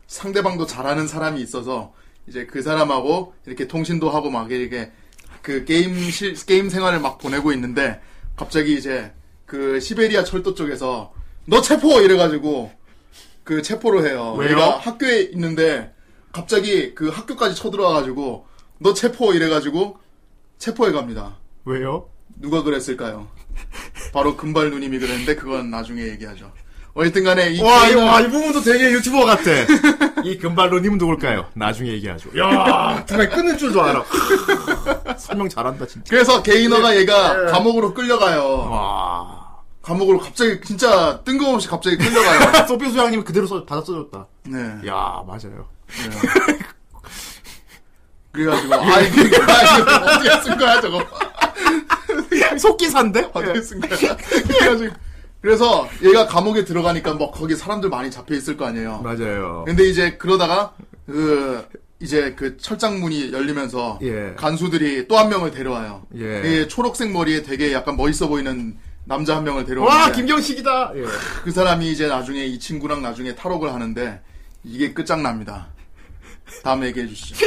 S11: 상대방도 잘하는 사람이 있어서 이제 그 사람하고 이렇게 통신도 하고 막 이렇게 그 게임 실 게임 생활을 막 보내고 있는데 갑자기 이제 그 시베리아 철도 쪽에서 너 체포 이래가지고 그 체포를 해요.
S9: 왜요?
S11: 얘가 학교에 있는데 갑자기 그 학교까지 쳐들어와가지고 너 체포 이래가지고 체포해 갑니다.
S9: 왜요?
S11: 누가 그랬을까요? 바로 금발 누님이 그랬는데 그건 나중에 얘기하죠. 어쨌든간에 이
S9: 와, 이,
S11: 게임은-
S9: 와, 이 부분도 되게 유튜버 같아. 이 금발로님은 누굴까요? 나중에 얘기하죠. 야 정말 끊을 줄도 알아. 설명 잘한다, 진짜.
S11: 그래서 게이너가 얘가
S9: 예.
S11: 감옥으로 끌려가요.
S9: 와.
S11: 감옥으로 갑자기 진짜 뜬금없이 갑자기 끌려가요.
S9: 소피 소장님이 그대로 써, 받아 써줬다.
S11: 네.
S9: 야 맞아요.
S11: 그래가지고 아 이게 뭐야, 이거 어떻게 쓴 거야 저거
S9: 속기사인데?
S11: 어떻게 쓴 거야 그래가지고 그래서 얘가 감옥에 들어가니까 뭐 거기 사람들 많이 잡혀 있을 거 아니에요
S9: 맞아요.
S11: 근데 이제 그러다가 그 이제 그 철장 문이 열리면서
S9: 예.
S11: 간수들이 또 한 명을 데려와요
S9: 예.
S11: 예, 초록색 머리에 되게 약간 멋있어 보이는 남자 한 명을 데려오는데
S9: 와, 김경식이다! 예.
S11: 그 사람이 이제 나중에 이 친구랑 나중에 탈옥을 하는데 이게 끝장납니다 다음 얘기해 주시죠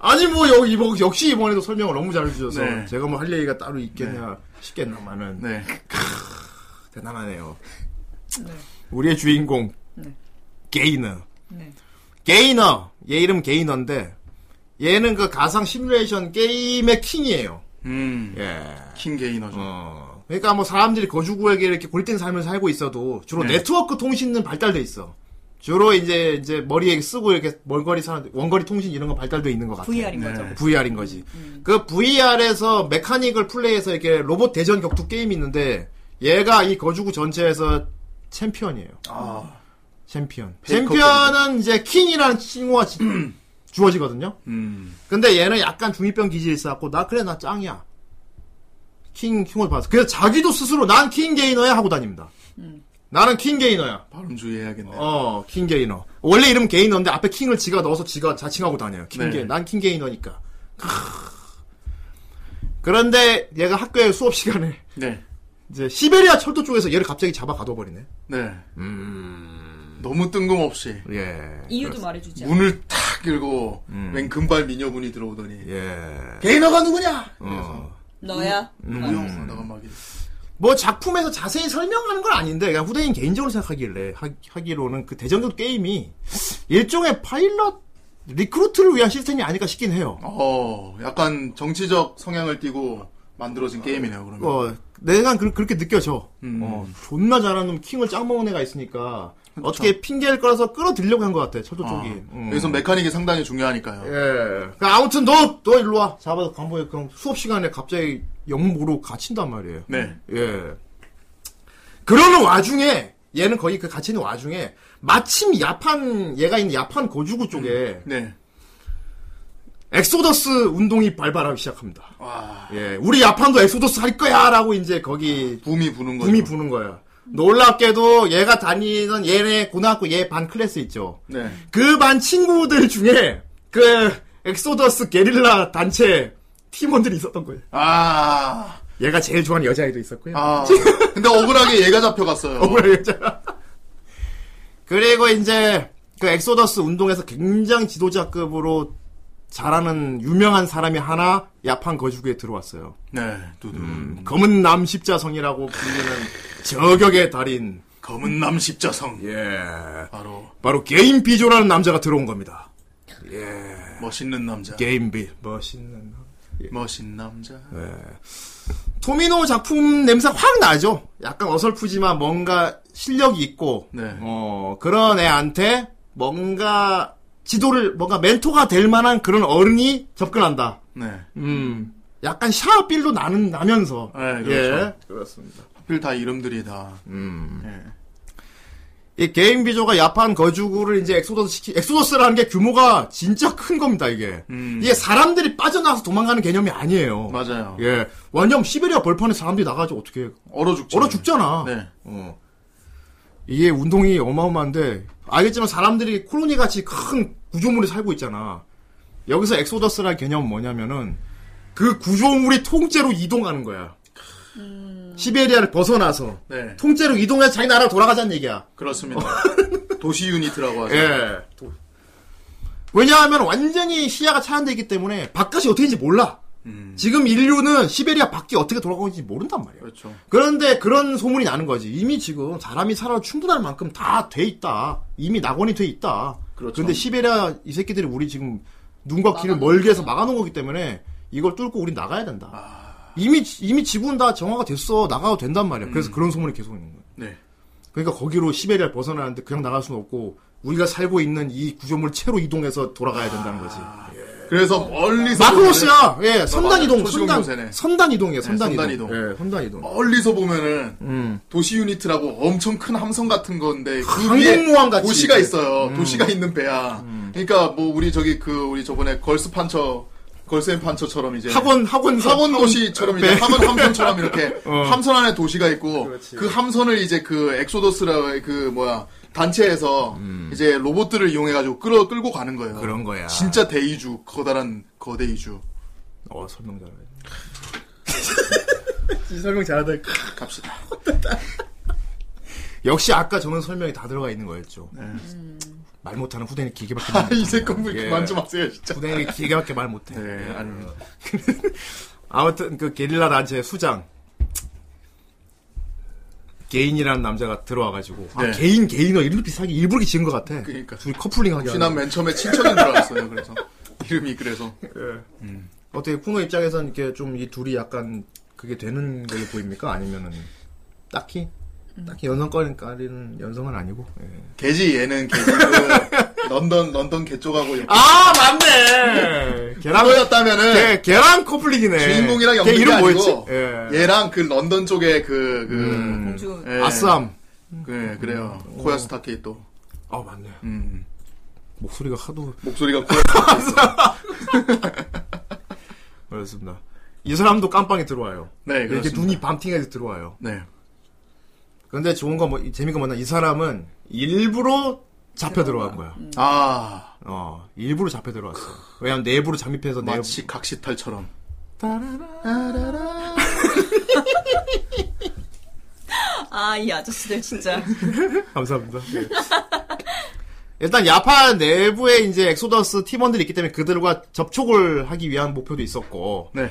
S9: 아니, 뭐, 여기, 이번- 역시 이번에도 설명을 너무 잘해주셔서,
S11: 네.
S9: 제가 뭐 할 얘기가 따로 있겠냐, 싶겠나마는,
S11: 네
S9: 대단하네요. 우리의 주인공,
S12: 네.
S9: 게이너.
S12: 네.
S9: 게이너! 얘 이름 게이너인데, 얘는 그 가상 시뮬레이션 게임의 킹이에요.
S11: 음,
S9: 예.
S11: 킹 게이너죠.
S9: 어. 그러니까 뭐 사람들이 거주구에게 이렇게 고립된 삶을 살고 있어도 주로
S11: 네.
S9: 네트워크 통신은 발달돼 있어. 주로 이제 이제 머리에 쓰고 이렇게 멀거리 사람 원거리 통신 이런 거 발달돼 있는 것 같아.
S12: VR인 거죠. 네.
S9: VR인 거지. 그 VR에서 메카닉을 플레이해서 이렇게 로봇 대전 격투 게임이 있는데 얘가 이 거주구 전체에서 챔피언이에요.
S11: 아,
S9: 챔피언.
S11: 페이커
S9: 챔피언은 이제 킹이라는 칭호가 지- 주어지거든요.
S11: 음,
S9: 근데 얘는 약간 중이병 기질이 있어갖고 나 그래 나 짱이야 킹 킹을 봐서 그래서 자기도 스스로 난 킹 게이너야 하고 다닙니다 나는 킹 게이너야.
S11: 발음 주의해야겠네.
S9: 어, 킹 게이너. 원래 이름 게이너인데 앞에 킹을 지가 넣어서 지가 자칭하고 다녀요. 킹
S11: 네.
S9: 게이. 난킹 게이너니까. 크으. 그런데 얘가 학교에 수업 시간에
S11: 네.
S9: 이제 시베리아 철도 쪽에서 얘를 갑자기 잡아 가둬버리네.
S11: 네.
S9: 음.
S11: 너무 뜬금없이.
S9: 예.
S12: 이유도 말해주지 않아.
S11: 문을 탁 열고 웬 금발 미녀분이 들어오더니
S9: 음. 예.
S11: 게이너가 누구냐?
S12: 너야?
S9: 음.
S11: 우영우 나가 막 이래.
S9: 뭐 작품에서 자세히 설명하는 건 아닌데 그냥 후대인 개인적으로 생각하길래 하, 기로는그 대전도 게임이 일종의 파일럿 리크루트를 위한 시스템이 아닐까 싶긴 해요.
S11: 어, 약간 정치적 성향을 띠고 만들어진 게임이네요, 그러면.
S9: 어, 내가 그, 렇게 느껴져.
S11: 음.
S9: 어, 존나 잘하는 놈 킹을 짱 먹은 애가 있으니까 어떻게 핑계를 끌어서 끌어들려고 한 것 같아 철도 쪽이. 음.
S11: 여기서 메카닉이 상당히 중요하니까요.
S9: 예. 그 아무튼 너, 너 일로 와. 잡아서 간보에 그럼 수업 시간에 갑자기 영모로 갇힌단 말이에요.
S11: 네.
S9: 예. 그러는 와중에 얘는 거의 그 갇히는 와중에 마침 야판 얘가 있는 야판 고주구 쪽에
S11: 네.
S9: 엑소더스 운동이 발발하기 시작합니다.
S11: 아.
S9: 예, 우리 야판도 엑소더스 할 거야라고 이제 거기
S11: 붐이 부는 거죠.
S9: 붐이 부는 거야. 놀랍게도 얘가 다니던 얘네 고등학교 얘 반 클래스 있죠.
S11: 네.
S9: 그 반 친구들 중에 그 엑소더스 게릴라 단체 팀원들이 있었던 거예요.
S11: 아.
S9: 얘가 제일 좋아하는 여자애도 있었고요.
S11: 아. 근데 억울하게 얘가 잡혀갔어요.
S9: 억울한 여자. 그리고 이제 그 엑소더스 운동에서 굉장히 지도자급으로 잘하는 유명한 사람이 하나 야판 거주구에 들어왔어요.
S11: 네. 두두.
S9: 검은 남 십자성이라고 불리는 저격의 달인
S11: 검은 남 십자성.
S9: 예.
S11: 바로
S9: 바로 게임 비조라는 남자가 들어온 겁니다.
S11: 멋있는 남자.
S9: 게임 비 멋있는 남.
S11: 멋있는 남자.
S9: 예. 토미노 작품 냄새 확 나죠. 약간 어설프지만 뭔가 실력이 있고
S11: 네.
S9: 어, 그런 애한테 뭔가 지도를 뭔가 멘토가 될 만한 그런 어른이 접근한다.
S11: 네.
S9: 음. 약간 샤워빌도 나는 나면서
S11: 네, 그렇죠.
S9: 예. 그렇습니다.
S11: 하필 다 이름들이 다.
S9: 음.
S11: 예.
S9: 이 게임 비조가 야판 거주구를 이제 엑소더스 시키, 엑소더스라는 게 규모가 진짜 큰 겁니다, 이게.
S11: 음.
S9: 이게 사람들이 빠져나와서 도망가는 개념이 아니에요.
S11: 맞아요.
S9: 예. 완전 시베리아 벌판에 사람들이 나가지고 어떻게 해.
S11: 얼어 죽죠.
S9: 얼어 죽잖아.
S11: 네.
S9: 어. 이게 운동이 어마어마한데, 알겠지만 사람들이 콜로니 같이 큰 구조물에 살고 있잖아. 여기서 엑소더스라는 개념은 뭐냐면은, 그 구조물이 통째로 이동하는 거야. 시베리아를 벗어나서,
S11: 네.
S9: 통째로 이동해서 자기 나라로 돌아가자는 얘기야.
S11: 그렇습니다. 도시 유닛이라고 하죠.
S9: 예. 또- 왜냐하면 완전히 시야가 차단되어 있기 때문에 바깥이 어떻게인지 몰라. 지금 인류는 시베리아 밖이 어떻게 돌아가는지 모른단 말이야.
S11: 음. 그렇죠.
S9: 그런데 그런 소문이 나는 거지. 이미 지금 사람이 살아 충분할 만큼 다 돼 있다. 이미 낙원이 돼 있다.
S11: 그렇죠.
S9: 근데 시베리아 이 새끼들이 우리 지금 눈과 귀를 멀게 해서 막아놓은 거기 때문에 이걸 뚫고 우린 나가야 된다.
S11: 아.
S9: 이미 이미 지구는 다 정화가 됐어. 나가도 된단 말이야.
S11: 음.
S9: 그래서 그런 소문이 계속 있는 거야.
S11: 네.
S9: 그러니까 거기로 시베리아를 벗어나는데 그냥 나갈 수는 없고 우리가 살고 있는 이 구조물 채로 이동해서 돌아가야 된다는 거지.
S11: 그래서 멀리서
S9: 마크로스야.
S11: 보면은-
S9: 예, 선단
S11: 맞아요.
S9: 이동,
S11: 초시공
S9: 선단,
S11: 요새네.
S9: 선단 이동이에요. 선단,
S11: 선단
S9: 이동.
S11: 이동. 어,
S9: 예, 선단 이동.
S11: 멀리서 보면은
S9: 음.
S11: 도시 유닛이라고 엄청 큰 함선 같은 건데 그
S9: 항공모함 같이
S11: 도시가
S9: 이렇게.
S11: 있어요.
S9: 음.
S11: 도시가 있는 배야. 그러니까 뭐 우리 저기 그 우리 저번에 걸스 판처 걸스 앤 판처처럼 이제
S9: 학원 학원
S11: 네. 학원 도시처럼 이제
S9: 배.
S11: 학원 함선처럼 이렇게
S9: 네. 어.
S11: 함선 안에 도시가 있고 그 함선을 이제 그 엑소더스라 그 뭐야 단체에서 이제 로봇들을 이용해 가지고 끌어 끌고 가는 거예요.
S9: 음. 그런 거야.
S11: 진짜 대이주 커다란 거대 이주
S9: 어, 설명 잘해. 이 설명 잘하다.
S11: 갑시다.
S9: 역시 아까 저는 설명이 다 들어가 있는 거였죠. 음. 말 못하는 후대는 기계밖에 말 못해요.
S11: 네. 아, 이제 건물
S9: 예.
S11: 그만 좀 하세요 진짜.
S9: 후대는 기계밖에 말 못해. 예.
S11: 네, 아닙니다.
S9: 아무튼 그 게릴라 단체 수장 개인이라는 남자가 들어와가지고 아
S11: 네.
S9: 개인 개인어 이렇게 비슷하게 일부러 지은 것 같아.
S11: 그러니까.
S9: 둘이 커플링하게.
S11: 혹시 난맨 처음에 친척인 줄 알았어요. 그래서 이름이 그래서
S9: 어떻게 쿠노 입장에선 이렇게 좀 이 둘이 약간 그게 되는 걸로 보입니까? 아니면은 딱히 딱히 연상거리는 연성은 아니고. 예.
S11: 개지 얘는 개지 런던 런던 개쪽하고
S9: 아 맞네. 계란
S11: 그거였다면은
S9: 개, 계란 커플링이네.
S11: 주인공이랑
S9: 걔
S11: 연결이
S9: 이름 뭐였지?
S11: 아니고
S9: 예. 음.
S11: 얘랑 그 런던 쪽에 그그 예.
S12: 공주.
S9: 아쌈.
S11: 네, 그래
S9: 음.
S11: 그래요 코야스타케 또
S9: 아 맞네.
S11: 음.
S9: 목소리가 하도
S11: 목소리가 코야스타케
S9: 그렇습니다. 이 사람도 깜빵에 들어와요.
S11: 네,
S9: 이렇게
S11: 그렇습니다.
S9: 눈이 밤팅해서 들어와요.
S11: 네
S9: 근데 좋은 거 뭐, 이- 재미가 뭐냐, 이 사람은 일부러 잡혀 들어간 거야.
S11: 아.
S9: 어, 일부러 잡혀 들어왔어. 왜냐면 내부로 잠입해서 내
S11: 마치 각시탈처럼.
S12: 아 이 아저씨들 진짜
S9: 감사합니다. 예. 일단 야파 내부에 이제 엑소더스 팀원들이 있기 때문에 그들과 접촉을 하기 위한 목표도 있었고.
S11: 네.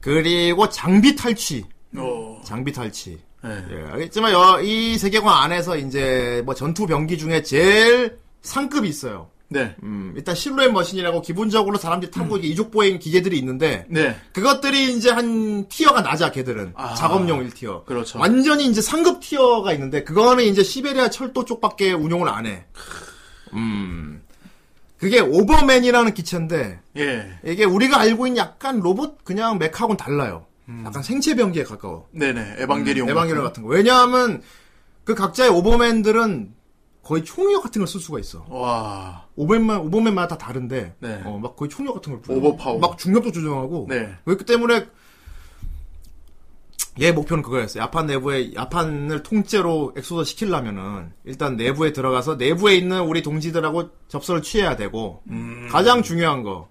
S9: 그리고 장비 탈취.
S11: 어.
S9: 장비 탈취.
S11: 네.
S9: 예, 알겠지만 여- 이 세계관 안에서 이제 뭐 전투 병기 중에 제일 상급이 있어요.
S11: 네.
S9: 음, 일단 실루엣 머신이라고 기본적으로 사람들이
S11: 음.
S9: 타고 이게 이족 보행 기계들이 있는데
S11: 네.
S9: 그것들이 이제 한 티어가 낮아 걔들은 작업용 1티어
S11: 그렇죠.
S9: 완전히 이제 상급 티어가 있는데 그거는 이제 시베리아 철도 쪽밖에 운용을 안 해. 음. 그게 오버맨이라는 기체인데
S11: 예.
S9: 이게 우리가 알고 있는 약간 로봇 그냥 메카하고는 달라요. 약간 생체 병기에 가까워.
S11: 네네. 음. 에반게리온.
S9: 음, 에반게리온 같은 거. 왜냐하면 그 각자의 오버맨들은 거의 총력 같은 걸 쓸 수가 있어.
S11: 와.
S9: 오버맨만 오버맨마다 다 다른데
S11: 네.
S9: 어, 막 거의 총력 같은 걸 부려.
S11: 오버파워.
S9: 막 중력도 조정하고.
S11: 네.
S9: 그렇기 때문에 얘 목표는 그거였어요. 야판 내부에 야판을 통째로 엑소더 시키려면은 일단 내부에 들어가서 내부에 있는 우리 동지들하고 접선을 취해야 되고
S11: 음.
S9: 가장 중요한 거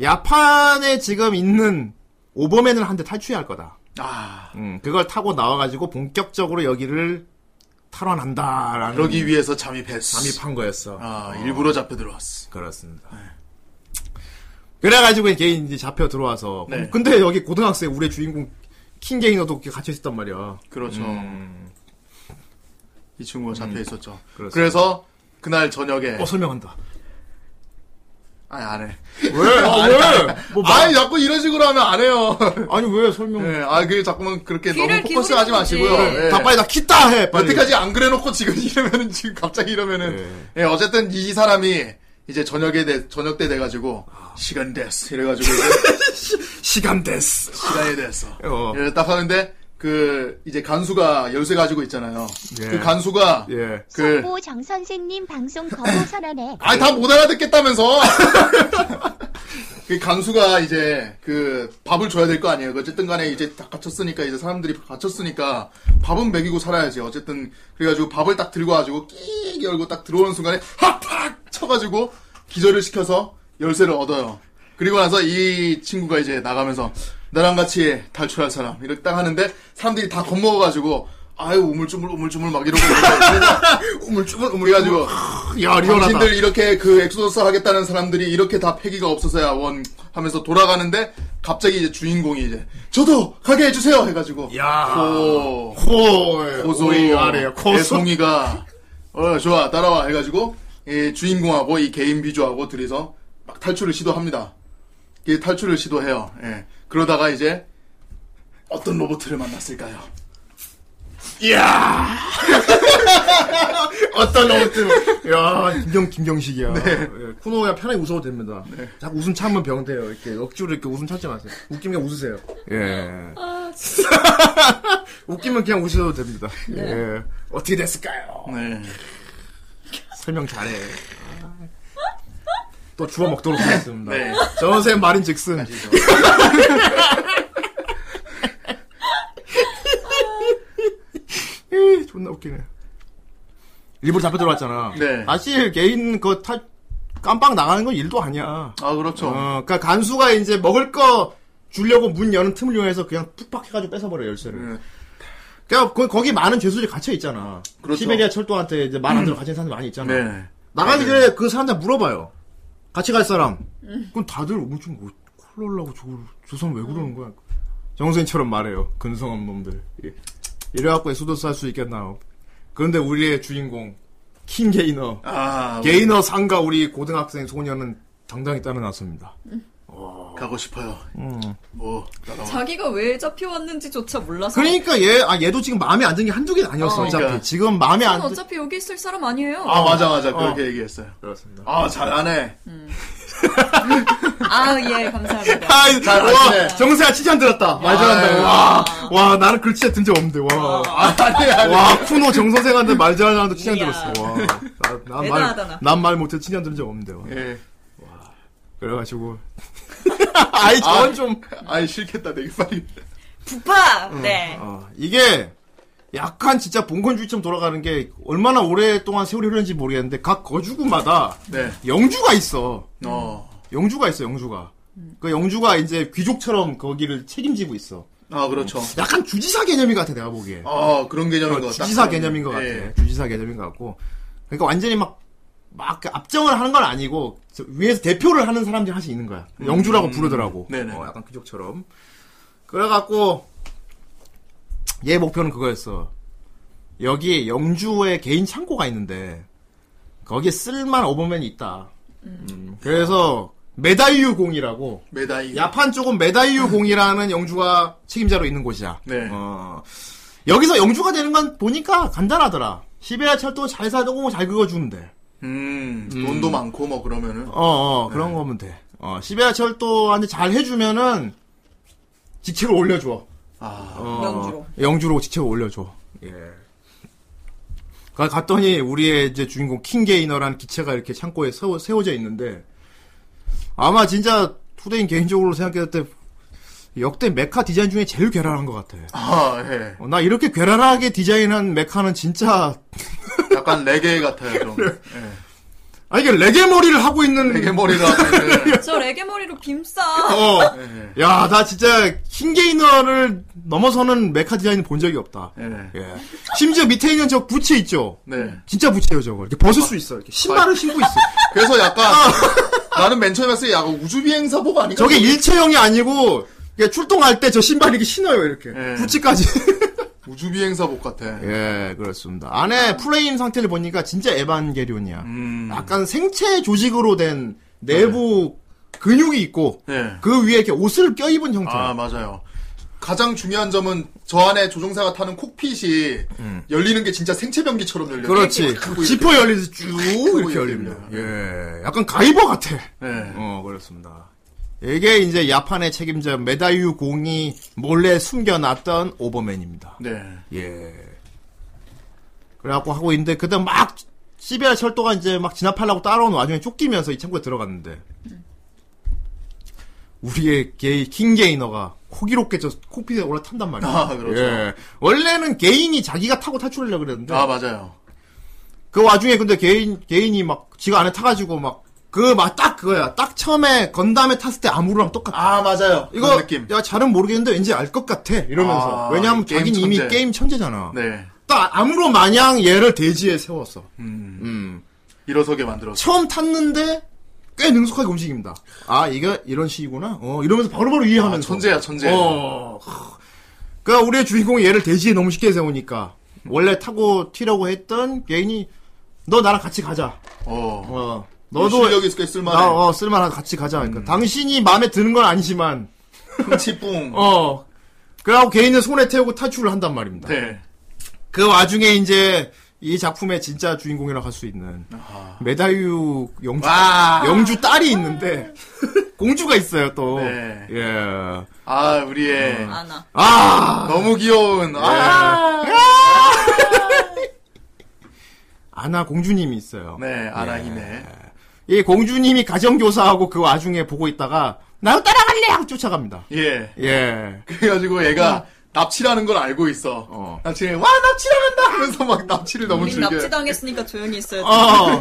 S9: 야판에 지금 있는 오버맨을 한 대 탈취해야 할 거다.
S11: 아.
S9: 음, 그걸 타고 나와가지고 본격적으로 여기를 탈환한다라는
S11: 그러기 위해서 잠입했어.
S9: 잠입한 거였어.
S11: 아, 일부러 잡혀 들어왔어.
S9: 그렇습니다. 그래가지고 이제 개인 이제 잡혀 들어와서
S11: 네.
S9: 근데 여기 고등학생 우리의 주인공 킹게이너도 이렇게 갇혀 있었단 말이야.
S11: 그렇죠. 이 친구가 잡혀
S9: 음.
S11: 있었죠.
S9: 그렇습니다.
S11: 그래서 그날 저녁에
S9: 어 설명한다.
S11: 아니 안 해.
S9: 왜? 아,
S11: 안
S9: 왜?
S11: 해.
S9: 뭐 음.
S11: 아니 자꾸 이런 식으로 하면 안 해요.
S9: 아니 왜 설명?
S11: 네, 아그 자꾸만 그렇게 너무
S12: 귀를 기울이든지.
S11: 포커스하지 마시고요.
S12: 네.
S11: 예.
S9: 가빠이 다 키다 해. 빨리.
S11: 여태까지 안 그래놓고 지금 이러면은 지금 갑자기 이러면은 예, 어쨌든 이 사람이 이제 저녁에 돼- 저녁 때 돼가지고
S9: 아.
S11: 시간 됐어 이래가지고 이제
S9: 시간 됐어
S11: 시간이 됐어
S9: 어.
S11: 이래 딱 하는데 그 이제 간수가 열쇠 가지고 있잖아요.
S9: 예.
S11: 그 간수가
S9: 예.
S11: 그
S15: 뽀 정선생님 방송 거부 선언해.
S11: 아니 다 못 알아듣겠다면서. 그 강수가 이제 그 밥을 줘야 될 거 아니에요. 그 어쨌든 간에 이제 다 갇혔으니까 이제 사람들이 갇혔으니까 밥은 먹이고 살아야지. 어쨌든 그래가지고 밥을 딱 들고 와가지고 끼익 열고 딱 들어오는 순간에 핫팍 쳐가지고 기절을 시켜서 열쇠를 얻어요. 그리고 나서 이 친구가 이제 나가면서 나랑 같이 탈출할 사람 이렇게 딱 하는데 사람들이 다 겁먹어가지고 아유 우물쭈물 우물쭈물 막 이러고 우물쭈물 우물쭈물 해가지고
S9: 야, 리얼하다.
S11: 당신들 이렇게 그 엑소더스 하겠다는 사람들이 이렇게 다 폐기가 없어서야 원 하면서 돌아가는데 갑자기 이제 주인공이 이제 저도 가게 해주세요 해가지고
S9: 야.
S11: 호
S9: 호
S11: 호소
S9: 오이 아래요. 코소.
S11: 애송이가 어 좋아 따라와 해가지고 이 주인공하고 이 개인 비주하고 둘이서 막 탈출을 시도합니다. 이 탈출을 시도해요. 예. 그러다가 이제 어떤 로봇을 만났을까요?
S9: 이야 어떤 로봇? 야 김경 김경식이야. 예, 쿠노야 편하게 웃어도 됩니다. 자꾸 웃음 참으면 병돼요. 이렇게 억지로 이렇게 웃음 참지 마세요. 웃기면 그냥 웃으세요. 예.
S2: 아,
S9: 웃기면 그냥 웃으셔도 됩니다. 예. 어떻게 됐을까요?
S11: 네.
S9: 설명 잘해. 또 주워 먹도록 하겠습니다.
S11: 네.
S9: 전세 말인 즉슨. 존나 웃기네. 일부러 잡혀 들어왔잖아.
S11: 네.
S9: 사실 개인 그 탈, 깜빡 나가는 건 일도 아니야.
S11: 아 그렇죠.
S9: 어, 그러니까 간수가 이제 먹을 거 주려고 문 여는 틈을 이용해서 그냥 푹팍 해가지고 뺏어버려 열쇠를.
S11: 네.
S9: 그러니까 거- 거기 많은 죄수들이 갇혀 있잖아.
S11: 그렇죠.
S9: 시베리아 철도한테 이제 말안 들어 갇힌 사람들 많이 있잖아.
S11: 네.
S9: 나가기
S11: 아,
S9: 전에 그 사람들 물어봐요. 같이 갈 사람.
S11: 음.
S9: 그럼 다들 엄청 뭐, 콜라려고 저, 저 사람 왜 그러는 거야? 정선생처럼 말해요. 근성한 놈들. 예. 이래갖고 에소더스 할 수 있겠나요? 그런데 우리의 주인공, 킹 게이너.
S11: 아,
S9: 게이너 상가 우리 고등학생 소녀는 당당히 따라났습니다.
S11: 아. 가고 싶어요.
S9: 음.
S11: 뭐 따라와.
S12: 자기가 왜 잡혀왔는지조차 몰라서
S9: 어. 그러니까 얘, 아, 얘도 지금 마음에 안 드는 게 한두 개는 아니었어,
S12: 어.
S9: 어차피.
S11: 그러니까.
S9: 지금 마음에 안
S12: 저는
S9: 드...
S12: 어차피 여기 있을 사람 아니에요.
S11: 아 맞아 맞아 그렇게
S9: 어.
S11: 얘기했어요.
S9: 그렇습니다.
S11: 아 잘하네.
S12: 아, 예, 감사합니다.
S9: 아이,
S11: 잘
S9: 와,
S11: 아시네.
S9: 정세야 칭찬 들었다. 말 잘한다. 와, 와, 나는 글 진짜 든적 없는데, 와.
S11: 아, 아니, 아니.
S9: 와, 쿠노 정선생한테 말 잘하는데 칭찬 들었어. 와. 난 말,
S11: 대단하다, 나.
S9: 난 말 못해 칭찬 들은 적 없는데, 와.
S11: 예.
S9: 그래가지고. 아이, 저건 좀.
S11: 아이 싫겠다 되게 빨리.
S9: 음.
S12: 부파! 네.
S9: 어, 이게, 약간 진짜 봉건주의처럼 돌아가는 게 얼마나 오랫동안 세월이 흐르는지 모르겠는데 각 거주구마다
S11: 네.
S9: 영주가 있어.
S11: 어.
S9: 영주가 있어, 영주가.
S11: 음.
S9: 그 영주가 이제 귀족처럼 거기를 책임지고 있어.
S11: 아, 그렇죠.
S9: 약간 주지사 개념이 같아, 내가 보기에.
S11: 아, 그런 개념인 것 같다.
S9: 주지사 개념인 것 같아.
S11: 예.
S9: 주지사 개념인 것 같고. 그러니까 완전히 막, 막그 압정을 하는 건 아니고, 저 위에서 대표를 하는 사람들이 한씩 있는 거야. 영주라고
S11: 음.
S9: 부르더라고.
S11: 네네.
S9: 어, 약간 귀족처럼. 그래갖고, 얘 목표는 그거였어. 여기 영주의 개인 창고가 있는데, 거기에 쓸만 오버맨이 있다. 음, 그래서, 메다이유 공이라고,
S11: 메다이.
S9: 야판 쪽은 메다이유 공이라는 영주가 책임자로 있는 곳이야.
S11: 네.
S9: 어, 여기서 영주가 되는 건 보니까 간단하더라. 시베리아 철도 잘 사주고 뭐 잘 긁어주면 돼.
S11: 음, 돈도 많고 뭐 그러면은.
S9: 어, 어 그런 거면 돼. 어, 시베리아 철도한테 잘 해주면은 직책을 올려줘.
S11: 아,
S9: 어,
S12: 영주로.
S9: 영주로 직책을 올려줘. 예. 가- 갔더니 우리의 이제 주인공 킹게이너라는 기체가 이렇게 창고에 세워, 세워져 있는데 아마 진짜 투데인 개인적으로 생각했을 때 역대 메카 디자인 중에 제일 괴랄한 것 같아.
S11: 아, 예.
S9: 어, 나 이렇게 괴랄하게 디자인한 메카는 진짜
S11: 약간 레게 같아요, 좀. 예.
S9: 아 이게 레게 머리를 하고 있는
S11: 레게 머리를 하고 있는.
S12: 저 레게 머리로 빔싸.
S9: 어.
S11: 예.
S9: 야, 나 진짜 킹게이너를 넘어서는 메카 디자인 본 적이 없다.
S11: 예.
S9: 예. 심지어 밑에 있는 저 부츠 있죠.
S11: 네.
S9: 진짜 부츠예요, 저거. 이렇게 벗을 수 있어. 이렇게 신발을 신고 있어.
S11: 그래서 약간 나는 맨 처음에 봤을 때 약간 우주비행사복 아닌가?
S9: 아. 저게 일체형이 아니고 이게 출동할 때 저 신발 이렇게 신어요, 이렇게.
S11: 예.
S9: 부츠까지.
S11: 우주비행사복 같아.
S9: 예, 그렇습니다. 안에 프레임 상태를 보니까 진짜 에반게리온이야.
S11: 음.
S9: 약간 생체 조직으로 된 내부 근육이 있고
S11: 네.
S9: 그 위에 이렇게 옷을 껴입은 형태야.
S11: 아, 맞아요. 가장 중요한 점은 저 안에 조종사가 타는 콕핏이 열리는 게 진짜 생체 변기처럼 열려요.
S9: 음. 그렇지.
S11: 크고
S9: 지퍼
S11: 이렇게.
S9: 열리듯 쭉 이렇게 열립니다. 예. 약간 가이버 같아.
S11: 네.
S9: 어, 그렇습니다. 이게 이제 야판의 책임자 메다유 공이 몰래 숨겨놨던 오버맨입니다.
S11: 네.
S9: 예. 그래갖고 하고 있는데, 그때 막, 시베리아 철도가 이제 막 진압하려고 따라오는 와중에 쫓기면서 이 창고에 들어갔는데, 우리의 게이, 킹게이너가 호기롭게 저 콕핏에 올라탄단 말이야.
S11: 아, 그렇죠.
S9: 예. 원래는 개인이 자기가 타고 탈출하려고 그랬는데,
S11: 아, 맞아요.
S9: 그 와중에 근데 개인, 개인이 막, 지가 안에 타가지고 막, 그, 막, 딱 그거야. 딱 처음에 건담에 탔을 때 아무랑 똑같아.
S11: 아, 맞아요.
S9: 이거,
S11: 그런 느낌.
S9: 야, 잘은 모르겠는데 왠지 알 것 같아. 이러면서.
S11: 아,
S9: 왜냐하면
S11: 게임
S9: 자기는 이미
S11: 천재.
S9: 게임 천재잖아.
S11: 네.
S9: 딱 아무로 마냥 얘를 대지에 세웠어.
S11: 음.
S9: 음.
S11: 일어서게 만들었어.
S9: 처음 탔는데 꽤 능숙하게 움직입니다. 아 이게 이런 식이구나. 어 이러면서 바로바로 이해하면서.
S11: 아, 천재야, 천재야.
S9: 어. 크. 그러니까 우리의 주인공이 얘를 대지에 너무 쉽게 세우니까 원래 타고 튀려고 했던 개인이 너 나랑 같이 가자.
S11: 어.
S9: 어.
S11: 너도
S9: 너도
S11: 실력이 있을 쓸만해.
S9: 나 어, 쓸만한 같이 가자. 그러니까 당신이 마음에 드는 건 아니지만
S11: 흥치뿡.
S9: 어. 그러고 개인은 손에 태우고 탈출을 한단 말입니다.
S11: 네.
S9: 그 와중에 이제 이 작품의 진짜 주인공이라고 할 수 있는
S11: 아.
S9: 메다유 영주
S11: 와.
S9: 영주 딸이 있는데 공주가 있어요 또.
S11: 네.
S9: 예.
S11: 아, 우리의
S9: 음.
S12: 아나.
S9: 아 예.
S11: 너무 귀여운. 아.
S9: 아나 공주님이 있어요. 예.
S11: 네, 아랑이네.
S9: 이 공주님이 가정교사하고 그 와중에 보고 있다가 나도 따라갈래 하고 쫓아갑니다.
S11: 예.
S9: 예.
S11: 그래가지고 얘가 납치라는 걸 알고 있어.
S9: 음. 어.
S11: 납치해. 와, 납치당한다! 하면서 막 납치를 너무
S12: 우린
S11: 즐겨.
S12: 납치당했으니까 조용히 있어야 돼.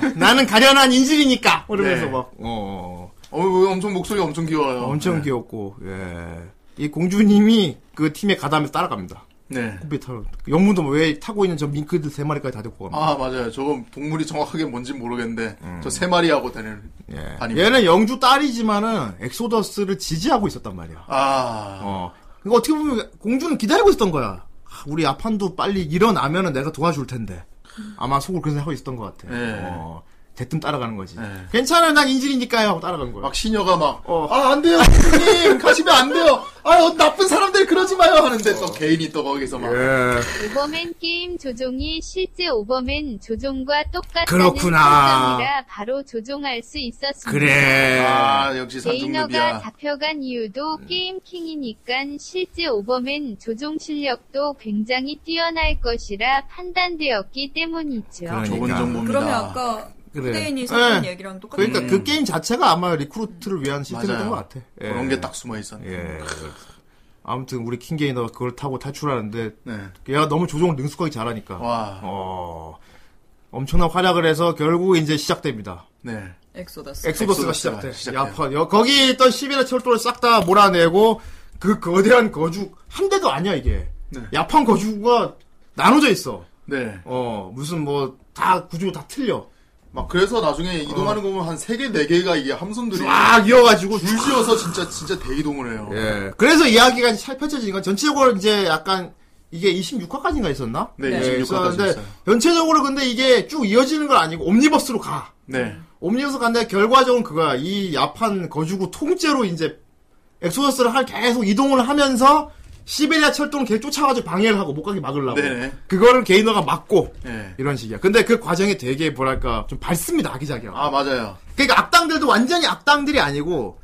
S9: 어 나는 가련한 인질이니까 이러면서
S11: 네.
S9: 막 어.
S11: 어, 엄청 목소리 엄청 귀여워요.
S9: 엄청
S11: 네.
S9: 귀엽고 예. 이 공주님이 그 팀에 가담해서 따라갑니다.
S11: 네.
S9: 컴퓨터로 영문도 왜 타고 있는 저 밍크들 세 마리까지 다 데리고 갑니다.
S11: 아, 맞아요. 저건 동물이 정확하게 뭔지 모르겠는데,
S9: 음.
S11: 저 세 마리하고 다니는.
S9: 예.
S11: 아닙니다.
S9: 얘는 영주 딸이지만은 엑소더스를 지지하고 있었단 말이야.
S11: 아,
S9: 어. 그러니까 어떻게 보면 공주는 기다리고 있었던 거야. 아, 우리 아판도 빨리 일어나면은 내가 도와줄 텐데. 아마 속으로 그런 생각하고 있었던 것 같아.
S11: 네.
S9: 어. 대뜸 따라가는 거지.
S11: 네.
S9: 괜찮아요, 난 인질이니까요. 하고 따라간 거야.
S11: 막 시녀가 막,
S9: 어.
S11: 아, 안 돼요, 선생님! 가시면 안 돼요! 아유, 어, 나쁜 사람들 그러지 마요! 하는데 또 개인이 또 거기서 막.
S9: 예.
S10: 오버맨 게임 조종이 실제 오버맨 조종과 똑같다는
S9: 그렇구나.
S10: 설정이라 바로 조종할 수 있었습니다.
S9: 그래.
S11: 아, 역시
S10: 게이너가
S11: 산중급이야.
S10: 잡혀간 이유도
S9: 음.
S10: 게임킹이니까 실제 오버맨 조종 실력도 굉장히 뛰어날 것이라 판단되었기 때문이죠.
S9: 그러니-
S11: 좁은
S9: 그러니까.
S11: 정보입니다.
S12: 그러면 아까
S9: 그래.
S12: 후대인이 썼던
S9: 예.
S12: 얘기랑 똑같은
S9: 그러니까 그 게임 자체가 아마 리크루트를 위한 시스템이었던
S11: 맞아요.
S9: 것 같아. 예.
S11: 그런 게 딱 숨어 있었네.
S9: 예. 아무튼 우리 킹게이너가 그걸 타고 탈출하는데
S11: 네.
S9: 얘가 너무 조종을 능숙하게 잘하니까 어, 엄청난 활약을 해서 결국 이제 시작됩니다.
S11: 네.
S12: 엑소더스.
S9: 그 엑소더스가 시작돼. 야파, 여, 거기 있던 시베리아 철도를 싹 다 몰아내고 그 거대한 거주 한 대도 아니야 이게. 야판 거주가 나눠져 있어.
S11: 네.
S9: 어 무슨 뭐 다 구조 다 틀려.
S11: 막 그래서 나중에
S9: 어.
S11: 이동하는 거 보면 한 3개, 4개가 이게 함선들이
S9: 쫙 이어가지고
S11: 줄지어서 진짜 진짜 대이동을 해요.
S9: 아, 예. 그래서 이야기가 잘 펼쳐지는 건 전체적으로 이제 약간 이게 26화까지인가 있었나?
S11: 네,
S9: 예,
S11: 26 화까지
S9: 있었는데
S11: 있어요.
S9: 전체적으로 근데 이게 쭉 이어지는 건 아니고 옴니버스로 가.
S11: 네.
S9: 옴니버스 간데 결과적으로 그거야. 이 야판 거주구 통째로 이제 엑소더스를 할 계속 이동을 하면서 시베리아 철도는 계속 쫓아가지고 방해를 하고 못 가게 막으려고.
S11: 네네.
S9: 그거를 게이너가 막고
S11: 네.
S9: 이런 식이야. 근데 그 과정이 되게 뭐랄까 좀 밝습니다 아기자기하고.
S11: 아 맞아요.
S9: 그러니까 악당들도 완전히 악당들이 아니고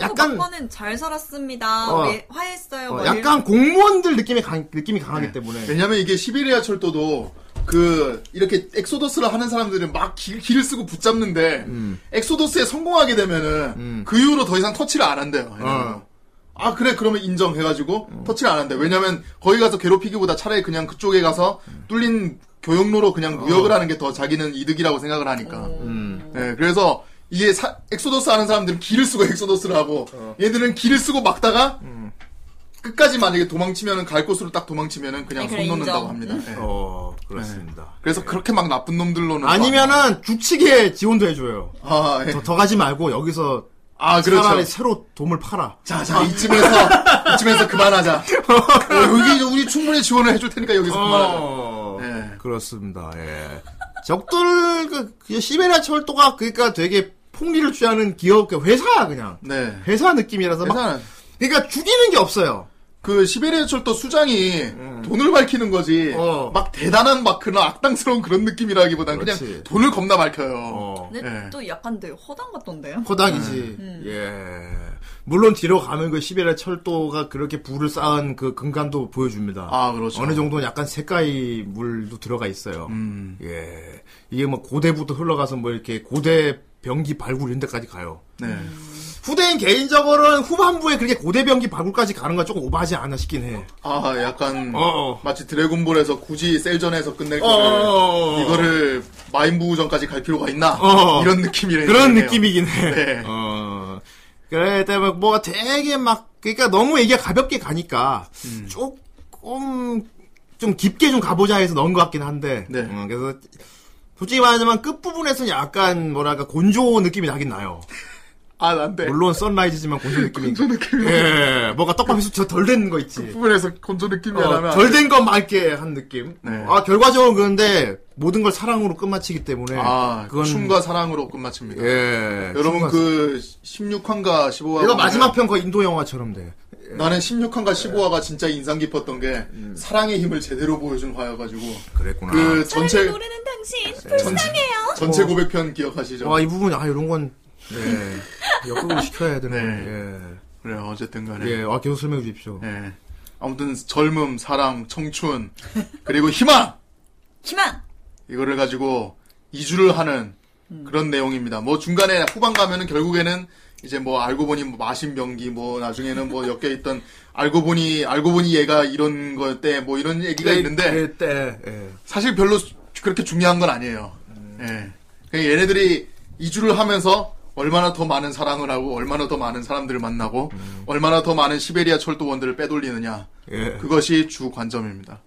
S12: 약간 번은 잘 살았습니다.
S9: 어.
S12: 왜 화했어요. 뭐
S11: 뭐
S9: 어,
S12: 막
S9: 약간 공무원들 느낌이 강, 느낌이 강하기 때문에.
S11: 네. 왜냐면 이게 시베리아 철도도 그 이렇게 엑소더스를 하는 사람들은 막 길, 길을 쓰고 붙잡는데
S9: 음.
S11: 엑소더스에 성공하게 되면은 그 이후로 더 이상 터치를 안 한대요.
S9: 어.
S11: 얘네는. 아 그래 그러면 인정해가지고
S9: 음.
S11: 터치를 안 한대. 왜냐면 거기 가서 괴롭히기보다 차라리 그냥 그쪽에 가서
S9: 음.
S11: 뚫린 교역로로 그냥
S9: 어.
S11: 무역을 하는 게 더 자기는 이득이라고 생각을 하니까.
S9: 음.
S11: 예, 그래서 이게 사- 엑소더스 하는 사람들은 길을 쓰고 엑소더스를 하고
S9: 어.
S11: 얘들은 길을 쓰고 막다가
S9: 음.
S11: 끝까지 만약에 도망치면은 갈 곳으로 딱 도망치면은 그냥
S9: 네,
S11: 손
S9: 그래,
S11: 놓는다고
S9: 인정.
S11: 합니다. 예.
S9: 어 그렇습니다.
S11: 그래서 그렇게 막 나쁜 놈들로는
S9: 아니면은 죽치게 지원도 해줘요.
S11: 아,
S9: 더, 더 가지 말고 여기서
S11: 아, 그렇죠.
S9: 차라리 새로 돈을 팔아.
S11: 자, 자, 이쯤에서, 이쯤에서 그만하자. 어, 여기 우리 충분히 지원을 해줄 테니까 여기서
S9: 어,
S11: 네.
S9: 그렇습니다. 예. 적들 그, 그 시베리아 철도가 그러니까 되게 폭리를 취하는 기업 그 회사야 그냥.
S11: 네.
S9: 회사 느낌이라서 막
S11: 회사는-
S9: 그러니까 죽이는 게 없어요.
S11: 그 시베리아 철도 수장이
S9: 음.
S11: 돈을 밝히는 거지 막 대단한 막 그런 악당스러운 그런 느낌이라기보단 그냥
S9: 어. 그렇지. 어.
S11: 돈을 겁나 밝혀요.
S12: 근데
S11: 예.
S12: 또 약간 되게 허당 같던데요?
S9: 허당이지.
S12: 음.
S9: 예. 물론 뒤로 가면 그 시베리아 철도가 그렇게 불을 쌓은 그 근간도 보여줍니다.
S11: 아, 그렇죠.
S9: 어느 정도는 약간 색깔이 물도 들어가 있어요.
S11: 음.
S9: 예. 이게 뭐 고대부터 흘러가서 뭐 이렇게 고대 병기 발굴 이런 데까지 가요.
S11: 네.
S9: 후대인 개인적으로는 후반부에 그렇게 고대 병기 발굴까지 가는 건 조금 오버하지 않나 싶긴 해.
S11: 아, 약간
S9: 어,
S11: 마치 드래곤볼에서 굳이 셀전에서 끝낼 거를
S9: 어어어어.
S11: 이거를 마인부우전까지 갈 필요가 있나
S9: 어.
S11: 이런 느낌이래요.
S9: 그런 느낌이긴 해.
S11: 네.
S9: 어. 그래, 때문에 뭐 되게 막, 그러니까 너무 얘기가 가볍게 가니까
S11: 음.
S9: 조금 좀 깊게 좀 가보자 해서 넣은 것 같긴 한데.
S11: 네.
S9: 음, 그래서 솔직히 말하자면 끝부분에서는 약간 뭐랄까 곤조 느낌이 나긴 나요.
S11: 아, 안 돼.
S9: 물론 선라이즈지만 곤조 느낌이. 곤조
S11: 느낌이.
S9: 예, 뭔가 떡밥에서 저덜 된 거 있지.
S11: 부분에서 건조 느낌이
S9: 어,
S11: 나면
S9: 덜 된 건 맑게 한 느낌.
S11: 네.
S9: 아 결과적으로 그런데 모든 걸 사랑으로 끝마치기 때문에
S11: 아,
S9: 예. 그건
S11: 춤과 사랑으로 끝마칩니다.
S9: 예,
S11: 여러분
S9: 춤과
S11: 그 16화인가 15화
S9: 이거 마지막 편 거 인도 영화처럼 돼.
S11: 나는 16화인가 15화가 진짜 인상 깊었던 게 사랑의 힘을 제대로 보여준 화여가지고
S9: 그랬구나.
S11: 그 전체
S12: 모르는 당신
S9: 네.
S11: 불쌍해요. 전체 고백편 기억하시죠?
S9: 와 이 부분 아 이런 건 네. 역극을 시켜야 되는 네.
S11: 그래요 어쨌든 간에
S9: 예, 아 계속 설명해 주십시오.
S11: 예. 아무튼 젊음, 사랑, 청춘 그리고 희망
S12: 희망.
S11: 이거를 가지고 이주를 하는 그런 내용입니다. 뭐 중간에 후반 가면은 결국에는 이제 뭐 알고 보니 뭐 마신 병기 뭐 나중에는 뭐 엮여 있던 알고 보니 알고 보니 얘가 이런 걸 때 뭐 이런 얘기가 있는데
S9: 네, 그때 예.
S11: 사실 별로 수- 그렇게 중요한 건 아니에요. 예. 그냥 얘네들이 이주를 하면서 얼마나 더 많은 사랑을 하고 얼마나 더 많은 사람들을 만나고 얼마나 더 많은 시베리아 철도원들을 빼돌리느냐
S9: 음. 예.
S11: 그것이 주 관점입니다.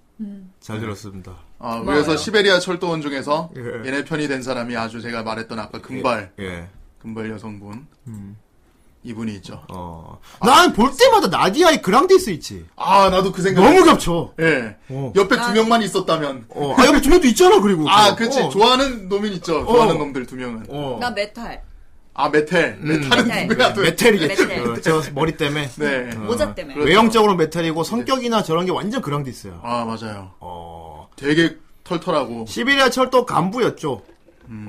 S9: 잘 들었습니다.
S11: 아, 그래서
S9: 맞아요.
S11: 시베리아 철도원 중에서
S9: 예.
S11: 얘네 편이 된 사람이 아주 제가 말했던 아까 금발
S9: 예. 음.
S11: 금발 여성분 이분이 있죠.
S9: 어. 난 볼 때마다 나디아의 그랑데스 있지.
S11: 아 나도 그 생각
S9: 너무 겹쳐.
S11: 예.
S9: 어.
S11: 옆에 두 명만 있었다면.
S9: 어. 아, 옆에 두 명도 있잖아, 그리고.
S11: 아,
S9: 어.
S11: 그렇지.
S9: 어.
S11: 좋아하는 놈은 있죠. 좋아하는
S9: 어.
S11: 놈들 두 명은.
S12: 나 메탈.
S11: 아, 메텔. 메텔은
S12: 메텔.
S11: 누구야? 또.
S9: 음. 메텔이겠죠.
S12: 메텔.
S9: 어, 저 머리 때문에.
S11: 네.
S9: 어.
S12: 모자 때문에.
S9: 그렇죠. 외형적으로 메탈이고 성격이나 저런 게 완전 그랑디스야.
S11: 아, 맞아요.
S9: 어.
S11: 되게 털털하고.
S9: 시베리아 철도 간부였죠.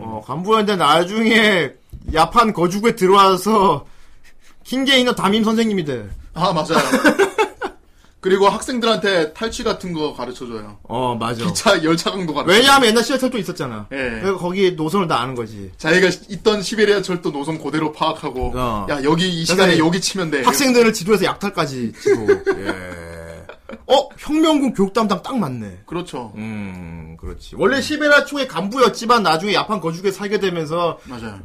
S9: 어, 간부였는데 나중에 야판 거주구에 들어와서 킹게이너 담임 선생님이 돼.
S11: 아, 맞아요. 그리고 학생들한테 탈취 같은 거 가르쳐줘요.
S9: 어, 맞아.
S11: 기차 열차 강도 가르쳐.
S9: 왜냐하면 옛날 시야 철도 있었잖아.
S11: 예.
S9: 그래서 거기 노선을 다 아는 거지.
S11: 자기가 있던 시베리아 절도 노선 그대로 파악하고
S9: 어.
S11: 야 여기 이 시간에
S9: 그래서
S11: 여기 치면 돼.
S9: 학생들을 지도에서 약탈까지 치고. 예. 어, 혁명군 교육 담당 딱 맞네.
S11: 그렇죠.
S9: 음, 그렇지. 원래 시베리아 초의 간부였지만 나중에 야판 거주국에 살게 되면서
S11: 맞아요.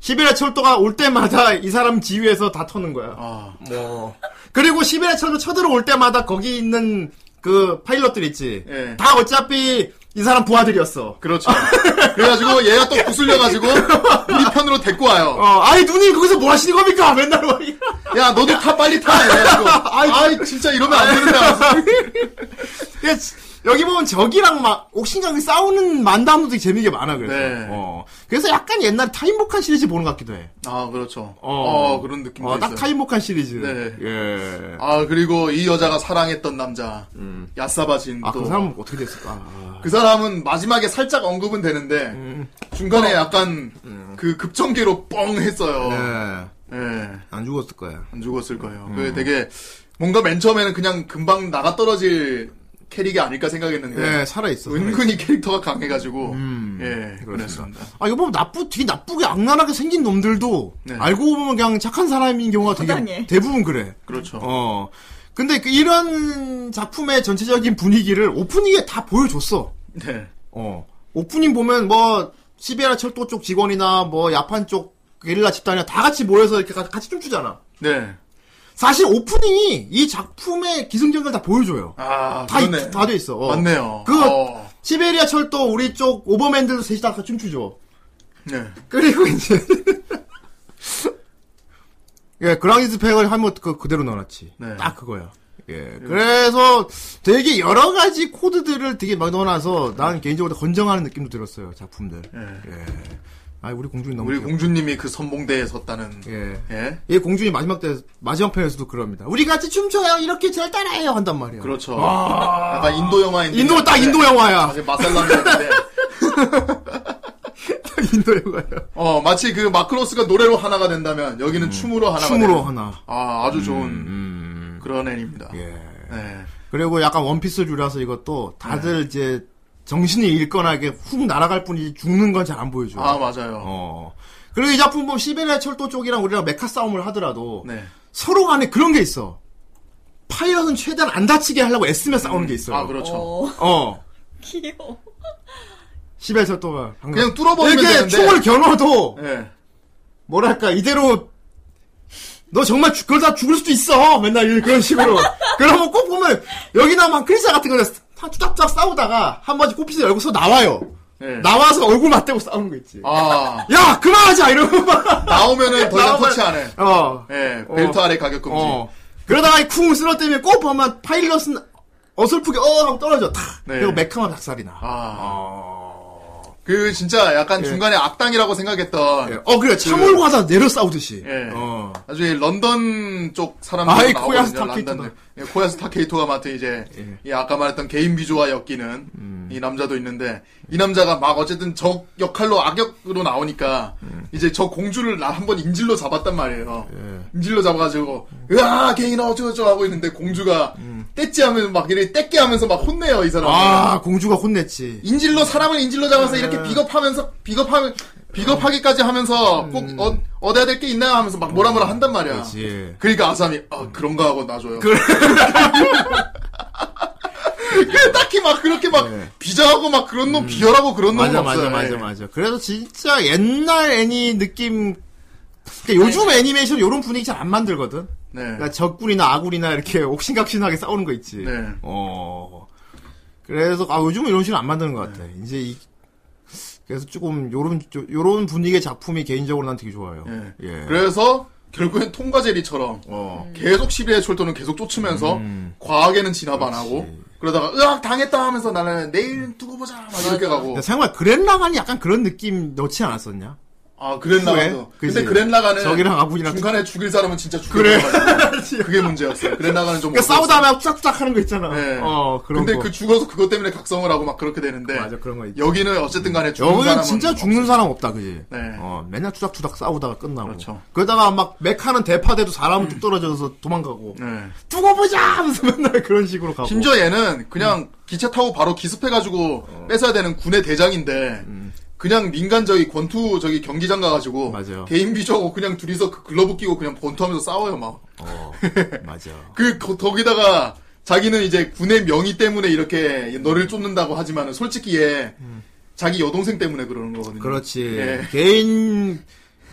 S9: 시베리아 철도가 올 때마다 이 사람 지휘해서 다 터는 거야.
S11: 아,
S9: 뭐. 그리고 시베리아 철도 쳐들어올 때마다 거기 있는 그 파일럿들 있지.
S11: 예.
S9: 다 어차피 이 사람 부하들이었어.
S11: 그렇죠. 그래가지고 얘가 또 구슬려가지고 우리 편으로 데리고 와요.
S9: 어, 아이 누님 거기서 뭐 하시는 겁니까? 맨날 와.
S11: 야 너도 타 빨리 타. 이래가지고
S9: 아이,
S11: 아이 진짜 이러면 안 되는데.
S9: 그래서 예, 여기 보면 적이랑 막 옥신각이 싸우는 만담도 되게 재미있게 많아 그래서.
S11: 네.
S9: 어. 그래서 약간 옛날 타임복한 시리즈 보는 것 같기도 해.
S11: 아 그렇죠. 어, 그런 느낌도
S9: 어,
S11: 있어요.
S9: 딱 타임복한 시리즈.
S11: 네.
S9: 예.
S11: 아 그리고 이 여자가 사랑했던 남자 야사바진
S9: 아,
S11: 또
S9: 그 사람은 어떻게 됐을까? 아.
S11: 그 사람은 마지막에 살짝 언급은 되는데
S9: 음.
S11: 중간에
S9: 어.
S11: 약간 그 급전기로 뻥 했어요.
S9: 예.
S11: 예.
S9: 안 죽었을 거야.
S11: 안 죽었을 거예요.
S9: 음.
S11: 그 되게 뭔가 맨 처음에는 그냥 금방 나가 떨어질 캐릭이 아닐까 생각했는데
S9: 예, 살아있어.
S11: 은근히 캐릭터가 강해가지고
S9: 음.
S11: 예 그렇습니다.
S9: 아, 이거 보면 나쁘, 되게 나쁘게 악랄하게 생긴 놈들도
S11: 네.
S9: 알고 보면 그냥 착한 사람인 경우가 되게
S12: 허당해.
S9: 대부분 그래.
S11: 그렇죠.
S9: 어. 근데 그 이런 작품의 전체적인 분위기를 오프닝에 다 보여줬어.
S11: 네.
S9: 어. 오프닝 보면 뭐 시베리아 철도 쪽 직원이나 뭐 야판 쪽 게릴라 집단이나 다 같이 모여서 이렇게 가- 같이 춤추잖아.
S11: 네.
S9: 사실 오프닝이 이 작품의 기승전결 다 보여줘요.
S11: 아
S9: 다,
S11: 그러네.
S9: 다 돼 있어. 어.
S11: 맞네요.
S9: 그
S11: 어.
S9: 시베리아 철도 우리 쪽 오버맨들도 셋이 다 같이 춤추죠.
S11: 네.
S9: 그리고 이제 예 그랑이즈 팩을 한번 그 그대로 넣어놨지.
S11: 네. 음.
S9: 딱 그거야. 예. 그래서 되게 여러 가지 코드들을 되게 막 넣어놔서 난 개인적으로 건정하는 느낌도 들었어요 작품들.
S11: 예.
S9: 예. 아 우리 공주님 너무
S11: 우리
S9: 귀엽다.
S11: 공주님이 그 선봉대에 섰다는
S9: 예.
S11: 예
S9: 예, 공주님 마지막 때 마지막 편에서도 그럽니다. 우리 같이 춤춰요. 이렇게 절 따라해요 한단 말이야.
S11: 그렇죠. 아,
S9: 와.
S11: 약간 인도 영화인데
S9: 아. 인도 딱 인도 영화야.
S11: 사실 마살람인데 그
S9: 인도 영화야.
S11: 어 마치 그 마크로스가 노래로 하나가 된다면 여기는 춤으로 하나가
S9: 음. 춤으로
S11: 되는.
S9: 하나.
S11: 아 아주 좋은
S9: 음.
S11: 그런 애입니다.
S9: 예.
S11: 네.
S9: 그리고 약간 원피스류라서 이것도 다들 이제 정신이 잃거나 이게 훅 날아갈 뿐이지 죽는 건 잘 안 보여줘요.
S11: 아 맞아요.
S9: 어. 그리고 이 작품 보면 시베리아 철도 쪽이랑 우리랑 메카 싸움을 하더라도
S11: 네.
S9: 서로 간에 그런 게 있어. 파일럿은 최대한 안 다치게 하려고 애쓰며 싸우는 게 있어요.
S11: 아 그렇죠.
S12: 어,
S9: 어.
S12: 귀여워.
S9: 시베리아 철도가 방금-
S11: 그냥 뚫어버리면
S9: 이렇게
S11: 되는데.
S9: 총을 겨눠도
S11: 예.
S9: 뭐랄까 이대로 너 정말 죽, 그러다 죽을 수도 있어 맨날 이- 그런 식으로 그러면 꼭 보면 여기나 막 크리스 같은 거는 다 쭈닥쭈닥 싸우다가 한 번씩 꽃피스 열고서 나와요
S11: 예.
S9: 나와서 얼굴 맞대고 싸우는 거 있지
S11: 아
S9: 야 그만하자 이러고 막
S11: 나오면은 더 이상
S9: 나오면-
S11: 터치 안 해.
S9: 어.
S11: 예.
S9: 어.
S11: 벨트 아래 가격 금지.
S9: 어. 그러다가 이 쿵을 쓰러뜨리면 꼭 보면 파일럿은 어설프게 어 하고 떨어져 탁
S11: 네.
S9: 그리고 매카만 박살이 나 어.
S11: 아. 그 진짜 약간 중간에 악당이라고 생각했던.
S9: 예. 어 그래 차
S11: 그-
S9: 몰고 가다 내려 싸우듯이
S11: 예.
S9: 어.
S11: 나중에 런던 쪽 사람들
S9: 아이,
S11: 나오거든요.
S9: 코야스 타케이토다. 예.
S11: 런던. 예, 코야스 타케이토가 맡은 이제 이 아까 말했던 개인 비조와 엮이는
S9: 음.
S11: 이 남자도 있는데 이 남자가 막 어쨌든 적 역할로 악역으로 나오니까
S9: 음.
S11: 이제 저 공주를 나 한번 인질로 잡았단 말이에요.
S9: 예.
S11: 인질로 잡아가지고 으아 개인 어쩌고저쩌고 하고 있는데 공주가 떼찌 하면서 막 이래 떼끼 하면서 막 혼내요 이 사람.
S9: 음. 아 예. 공주가 혼냈지
S11: 인질로 사람을 인질로 잡아서 이렇게 비겁하면서 비겁하 비겁하기까지 하면서 꼭 얻, 얻어야 될 게 있나요 하면서 막 뭐라 뭐라 한단 말이야.
S9: 음. 그렇지
S11: 그러니까 아삼이 아 그런가 하고 놔줘요. 그래. 딱히 막 그렇게 막
S9: 네. 음.
S11: 비자하고 막 그런 놈 비열하고 그런 놈
S9: 맞아 맞아
S11: 없어요.
S9: 맞아
S11: 예.
S9: 맞아. 그래서 진짜 옛날 애니 느낌. 그러니까 요즘 애니메이션 요런 분위기 잘 안 만들거든.
S11: 네.
S9: 그러니까 적군이나 아군이나 이렇게 옥신각신하게 싸우는 거 있지.
S11: 네.
S9: 어. 그래서 아 요즘은 이런 식으로 안 만드는 것
S11: 네.
S9: 같아. 이제 이 그래서 조금 요런 조- 요런 분위기의 작품이 개인적으로 난 되게 좋아요.
S11: 예.
S9: 예.
S11: 그래서 결국엔 통과제리처럼
S9: 어. 음.
S11: 계속 시비의 철도는 계속 쫓으면서 과하게는 진압 안 하고 그러다가 으악 당했다 하면서 나는 내일 두고 보자 막 이렇게 가고
S9: 그러니까 생각 정말 그랜라간이 약간 그런 느낌 넣지 않았었냐?
S11: 아 그랜라가도 근데
S9: 그치.
S11: 그랜라가는
S9: 저기랑 아군이랑
S11: 중간에 죽일 사람은 진짜 죽여
S9: 그래.
S11: 그게 문제였어 뭐, 그랜라가는 좀
S9: 그러니까
S11: 어려웠어.
S9: 싸우다 하면 짝짝 하는 거 있잖아.
S11: 그렇죠. 네.
S9: 어, 그런
S11: 근데
S9: 거.
S11: 그 죽어서 그것 때문에 각성을 하고 막 그렇게 되는데 여기는 어쨌든 간에 죽는
S9: 여기는
S11: 사람은
S9: 진짜 죽는 사람 없다, 그지?
S11: 네. 그렇죠.
S9: 어, 맨날 투닥투닥 싸우다가 끝나고. 그러다가막 맥하는 대파대도
S11: 음.
S9: 사람은 뚝 떨어져서 도망가고. 두고 보자! 하면서 맨날 그런 식으로 가고.
S11: 네. 심지어 얘는 그냥
S9: 음.
S11: 기차 타고 바로 기습해가지고 뺏어야 되는 군의 대장인데
S9: 음.
S11: 그냥 민간 저기 권투 저기 경기장 가가지고 개인비 저고 그냥 둘이서 그 글러브 끼고 그냥 권투하면서 싸워요 막.
S9: 어, 맞아.
S11: 그 거- 거기다가 자기는 이제 군의 명의 때문에 이렇게 너를 쫓는다고 하지만은 솔직히 얘 자기 여동생 때문에 그러는 거거든요.
S9: 음. 그렇지.
S11: 예.
S9: 개인,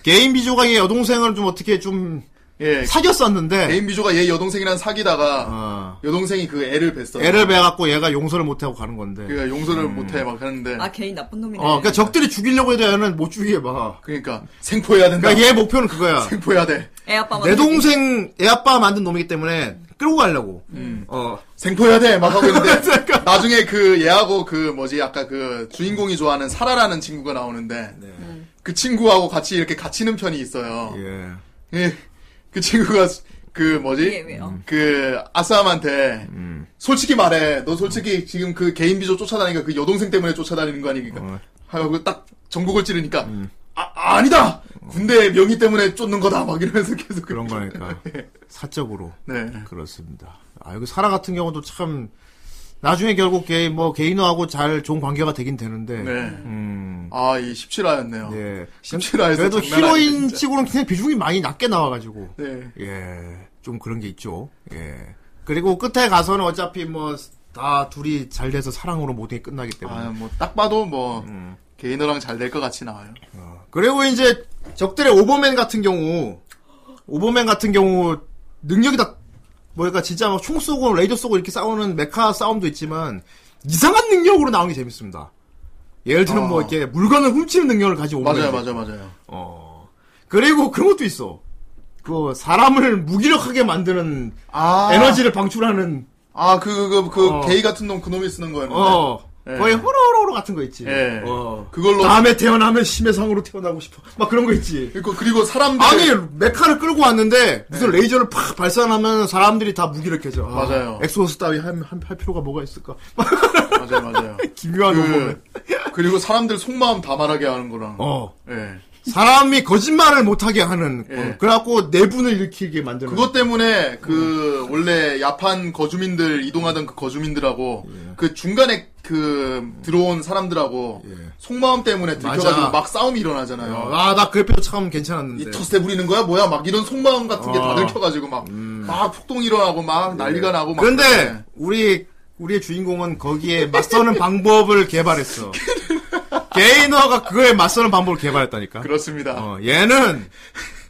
S9: 개인 비조가 얘 여동생을 좀 어떻게 좀.
S11: 예.
S9: 사귀었었는데. 어.
S11: 개인 비조가 얘 여동생이랑 사귀다가 여동생이 그 애를 뵀어요.
S9: 애를 음. 배갖고 얘가 용서를 못하고 가는 건데.
S11: 그 예. 용서를 못해 막 하는데.
S12: 아 개인 나쁜 놈이네.
S9: 어, 그러니까 적들이 죽이려고 해도 얘는 못 죽이게 막.
S11: 그러니까 생포해야 된다.
S9: 그러니까 얘 목표는 그거야.
S11: 생포해야 돼.
S12: 애 아빠
S9: 내
S12: 만들기.
S9: 동생 애 아빠 만든 놈이기 때문에 끌고 가려고.
S11: 음.
S9: 어.
S11: 생포해야 돼 막 하고 있는데
S9: 그러니까.
S11: 나중에 그 얘하고 그 뭐지 아까 그 주인공이 좋아하는 사라라는 친구가 나오는데
S9: 네.
S11: 그 친구하고 같이 이렇게 갇히는 편이 있어요. 예. 그 친구가 그
S12: 예,
S11: 뭐지
S12: 왜요?
S11: 그 아싸함한테 솔직히 말해 너 솔직히 지금 그 개인 비조 쫓아다니니까 그 여동생 때문에 쫓아다니는 거 아니니까 하고 그 딱 전국을 찌르니까 아, 아니다 군대 명의 때문에 쫓는 거다 막 이러면서 계속
S9: 그런 거니까 사적으로
S11: 네.
S9: 그렇습니다. 아 여기 사라 같은 경우도 참 나중에 결국 개인 뭐 개인화하고 잘 좋은 관계가 되긴 되는데.
S11: 네.
S9: 음.
S11: 아, 이 17화였네요.
S9: 예.
S11: 17화에서
S9: 그래도
S11: 장난 아니네,
S9: 히로인 치고는 그냥 비중이 많이 낮게 나와가지고.
S11: 네.
S9: 예. 좀 그런 게 있죠. 예. 그리고 끝에 가서는 어차피 뭐 다 둘이 잘 돼서 사랑으로 모든 게 끝나기 때문에.
S11: 아, 뭐 딱 봐도 뭐 개인어랑 잘 될 것 같이 나와요.
S9: 그리고 이제 적들의 오버맨 같은 경우 오버맨 같은 경우 능력이 다 뭐랄까 진짜 막 총 쏘고 레이저 쏘고 이렇게 싸우는 메카 싸움도 있지만 이상한 능력으로 나오는 게 재밌습니다. 예를 들면
S11: 어.
S9: 뭐 이렇게 물건을 훔치는 능력을 가진 오버맨.
S11: 맞아요, 맞아요, 맞아요.
S9: 어. 그리고 그런 것도 있어. 그 사람을 무기력하게 만드는
S11: 아.
S9: 에너지를 방출하는
S11: 아, 그, 그, 그,
S9: 어.
S11: 게이 같은 놈 그놈이 쓰는 거였는데.
S9: 어.
S11: 예.
S9: 거의 호로호로 같은 거 있지.
S11: 예.
S9: 어.
S11: 그걸로.
S9: 다음에 태어나면 심해상으로 태어나고 싶어. 막 그런 거 있지.
S11: 그리고, 그리고 사람들.
S9: 아니, 메카를 끌고 왔는데, 무슨 레이저를 팍 발산하면 사람들이 다 무기력해져. 아,
S11: 맞아요.
S9: 엑소스 따위 할, 할, 할 필요가 뭐가 있을까?
S11: 맞아요, 맞아요.
S9: 기묘한 오버맨.
S11: 그, 리고 사람들 속마음 다 말하게 하는 거랑.
S9: 어.
S11: 예.
S9: 사람이 거짓말을 못하게 하는.
S11: 예.
S9: 그래갖고 네 내분을 일으키게 만드는.
S11: 그것 때문에 그
S9: 음.
S11: 원래 야판 거주민들 이동하던 그 거주민들하고
S9: 예.
S11: 그 중간에 그 들어온 사람들하고 속마음 때문에 들켜가지고
S9: 음. 예. 맞아.
S11: 막 싸움이 일어나잖아요.
S9: 아, 나 그래픽도 참 괜찮았는데.
S11: 이 터세 부리는 거야 뭐야 막 이런 속마음 같은 게 다
S9: 어. 예.
S11: 들켜가지고 막 막 폭동 일어나고 막 난리가 나고 막 예.
S9: 근데,
S11: 그러네.
S9: 우리, 우리의 주인공은 거기에 맞서는 방법을 개발했어. 게이너가 그거에 맞서는 방법을 개발했다니까.
S11: 그렇습니다.
S9: 어, 얘는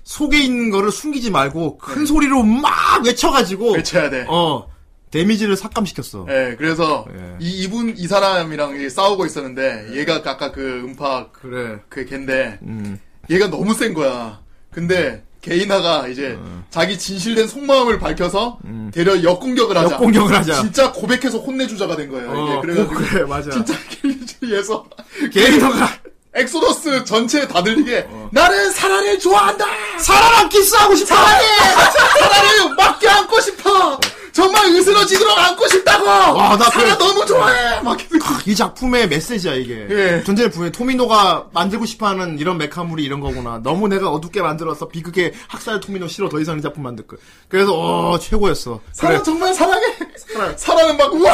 S9: 속에 있는 거를 숨기지 말고 큰 소리로 막 외쳐가지고
S11: 네. 외쳐야 돼.
S9: 어 데미지를 삭감시켰어.
S11: 예, 그래서 이 이분 이 사람이랑 이제 싸우고 있었는데
S9: 예.
S11: 얘가 아까 그 음파
S9: 그래
S11: 그 걘데
S9: 음.
S11: 얘가 너무 센 거야. 근데 게이나가 이제
S9: 음.
S11: 자기 진실된 속마음을 밝혀서 대려 역공격을 하자.
S9: 역공격을 하자.
S11: 진짜 고백해서 혼내주자가 된 거예요.
S9: 어,
S11: 이게 그래가지고
S9: 꼭 그래 맞아.
S11: 진짜 길리지에서
S9: 게이너가
S11: 엑소더스 전체에 다 들리게 나는 사라를 좋아한다.
S9: 어. 사람랑 키스하고 싶어.
S11: 사랑해! 사라를 맡겨 안고 싶어. 정말 으스러지도록 안고 싶다고.
S9: 와, 나 그래.
S11: 사라 너무 좋아해. 막
S9: 이 작품의 메시지야 이게.
S11: 예.
S9: 전제는 분명 토미노가 만들고 싶어하는 이런 메카물이 이런 거구나. 너무 내가 어둡게 만들어서 비극의 학살 토미노 싫어 더 이상 이 작품 만들 거. 그래서 어 최고였어.
S11: 사랑
S9: 그래.
S11: 정말 사랑해. 사랑은 막 우와.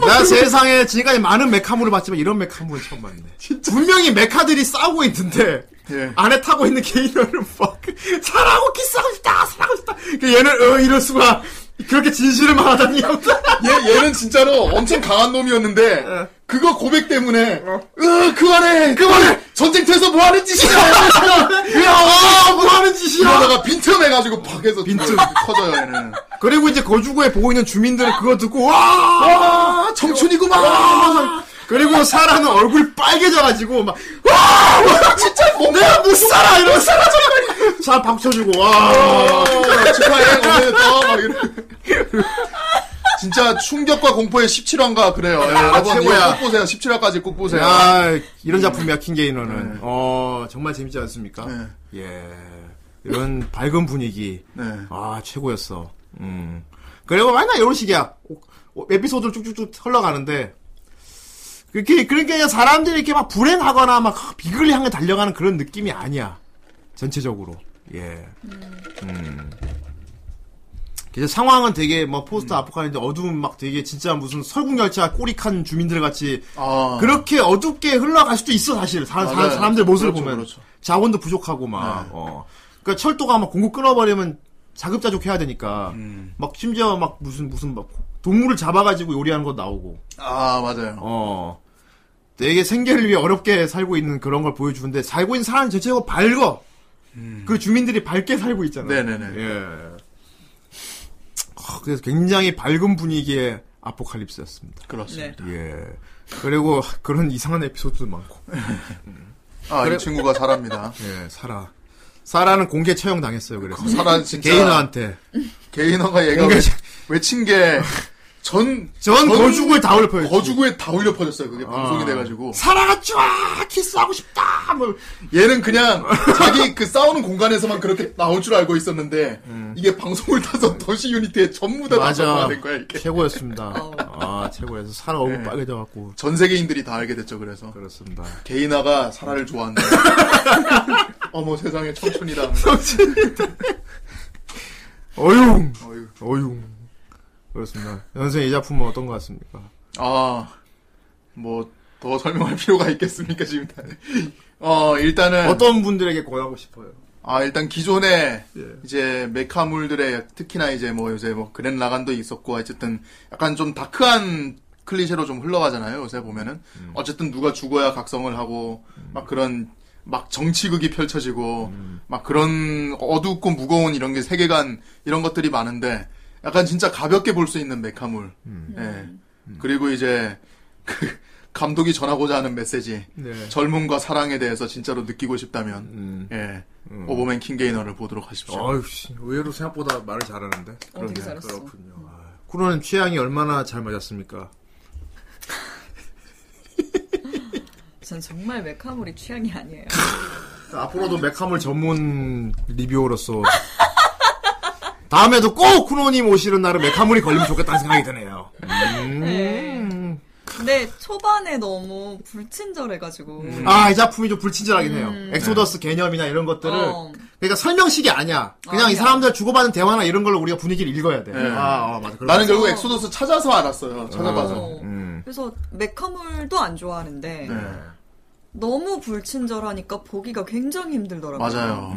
S11: 막
S9: 나
S11: 이러고
S9: 세상에 지금까지 많은 메카물을 봤지만 이런 메카물은 처음 봤네. 분명히 메카들이 싸우고 있는데
S11: 예.
S9: 안에 타고 있는 뭐, 개인어는 막 사랑하고 키스하고 싶다 사랑하고 싶다. 그 얘는 어 이럴 수가 그렇게 진실을 말하다니.
S11: 얘 얘는 진짜로 엄청 강한 놈이었는데
S9: 어.
S11: 그거 고백 때문에 으 그만해 그만해 전쟁터에서 뭐 하는 짓이야
S9: 야, 뭐 하는 짓이야!
S11: 이러다가 빈틈해가지고 팍 해서 빈틈 커져요 얘는
S9: 그리고 이제 거주구에 보고 있는 주민들은 그거 듣고 와,
S11: 와 청춘이구만
S9: 와! 그리고 사라는 얼굴 빨개져가지고 막 뭐,
S11: 와, 진짜 몸
S9: 내가 못 살아 이런 사라 정말 잘 박쳐주고 와
S11: 아, 축하해 오늘 또막 이러 진짜 충격과 공포의 17화인가 그래요. 예,
S9: 아,
S11: 여러분
S9: 최고야.
S11: 이거 꼭 보세요. 17화까지 꼭 보세요.
S9: 야, 아, 이런 작품이야 킹게이너는. 어 정말 재밌지 않습니까? 예. 이런 밝은 분위기.
S11: 네.
S9: 아 최고였어. 음. 그리고 맨날 이런 식이야. 오- 오- 에피소드를 쭉쭉쭉 흘러가는데. 그렇게 그러니까 그냥 사람들이 이렇게 막 불행하거나 막 비글 향해 달려가는 그런 느낌이 아니야. 전체적으로. 예. 음. 그래서 상황은 되게 뭐 포스트 아포칼립스 어두운 막 되게 진짜 무슨 설국열차 꼬리칸 주민들 같이
S11: 아.
S9: 그렇게 어둡게 흘러갈 수도 있어 사실 사,
S11: 맞아요.
S9: 람들 모습을
S11: 그렇죠,
S9: 보면
S11: 그렇죠. 네.
S9: 자원도 부족하고 막 어. 그러니까 철도가 막 공급 끊어버리면 자급자족 해야 되니까
S11: 음.
S9: 막 심지어 막 무슨 무슨 막 동물을 잡아가지고 요리하는 거 나오고
S11: 아 맞아요
S9: 어 되게 생계를 위해 어렵게 살고 있는 그런 걸 보여주는데 살고 있는 사람 전체가 밝어 그 주민들이 밝게 살고 있잖아요
S11: 음. 네네네.
S9: 예. 아, 그래서 굉장히 밝은 분위기의 아포칼립스였습니다.
S11: 그렇습니다.
S9: 예. 그리고 그런 이상한 에피소드도 많고.
S11: 아,
S9: 그래-
S11: 이 친구가 사람이다.
S9: 예, 사라. 사라는 공개 처형 당했어요. 그래서
S11: 사라는 진짜-
S9: 게이너한테
S11: 개인화가 얘가
S9: 공개-
S11: 외, 친 게, 전,
S9: 전 거죽을 다 올려 퍼졌지. 아.
S11: 거죽을 다 올려 퍼졌어요. 그게 방송이 돼가지고.
S9: 사라가 쫙 키스하고 싶다. 뭐
S11: 얘는 그냥 자기 그 싸우는 공간에서만 그렇게 나올 줄 알고 있었는데, 이게 방송을 타서 더시 유니트에 전부 다
S9: 음. 맞아.
S11: 나서야 된 거야, 이게. 어. 예.
S9: 최고였습니다. 아, 최고였어. 사라 얼굴 빨개져갖고.
S11: 전 세계인들이 다 알게 됐죠, 그래서.
S9: 그렇습니다.
S11: 개인화가 사라를 좋아한다. 어머, 세상에 청춘이다.
S9: 어융! 어융. 그렇습니다. 연생 이 작품은 어떤 것 같습니까?
S11: 아, 뭐, 더 설명할 필요가 있겠습니까, 지금. 다. 어, 일단은.
S9: 어떤 분들에게 권하고 싶어요?
S11: 아, 일단 기존에, 이제, 메카물들의, 특히나 이제 뭐, 요새 뭐, 그랜 라간도 있었고, 어쨌든, 약간 좀 다크한 클리셰로 좀 흘러가잖아요, 요새 보면은. 어쨌든 누가 죽어야 각성을 하고, 막 그런, 막 정치극이 펼쳐지고, 막 그런 어둡고 무거운 이런 게 세계관, 이런 것들이 많은데, 약간 진짜 가볍게 볼 수 있는 메카물. 예. 그리고 이제, 그, 감독이 전하고자 하는 메시지.
S9: 네.
S11: 젊음과 사랑에 대해서 진짜로 느끼고 싶다면, 예. 오버맨 킹게이너를 보도록 하십시오.
S9: 아유, 씨, 의외로 생각보다 말을 잘하는데.
S11: 되게
S9: 그러네요.
S11: 그렇죠. 잘했어.
S9: 그렇군요. 아, 쿠로님 취향이 얼마나 잘 맞았습니까?
S12: 네. 전 정말 메카물이 취향이 아니에요.
S9: 그러니까 앞으로도
S11: 음.
S9: 메카물 전문 리뷰어로서 다음에도 꼭 쿠로님 오시는 날은 메카물이 걸리면 좋겠다는 생각이 드네요. 음.
S12: 근데 초반에 너무 불친절해가지고. 어.
S11: 음.
S9: 아, 이 작품이 좀 불친절하긴 해요. 엑소더스
S11: 네.
S9: 개념이나 이런 것들을.
S12: 어.
S9: 그러니까 설명식이 아니야.
S11: 어,
S9: 그냥 이
S12: 아니야.
S9: 사람들 주고받은 대화나 이런 걸로 우리가 분위기를 읽어야 돼.
S11: 예.
S9: 아, 아, 맞아. 그런
S11: 나는
S9: 거.
S11: 결국 엑소더스 찾아서 알았어요. 찾아봐서. 음.
S12: 어. 그래서 메카물도 안 좋아하는데
S11: 네.
S12: 너무 불친절하니까 보기가 굉장히 힘들더라고요.
S11: 맞아요.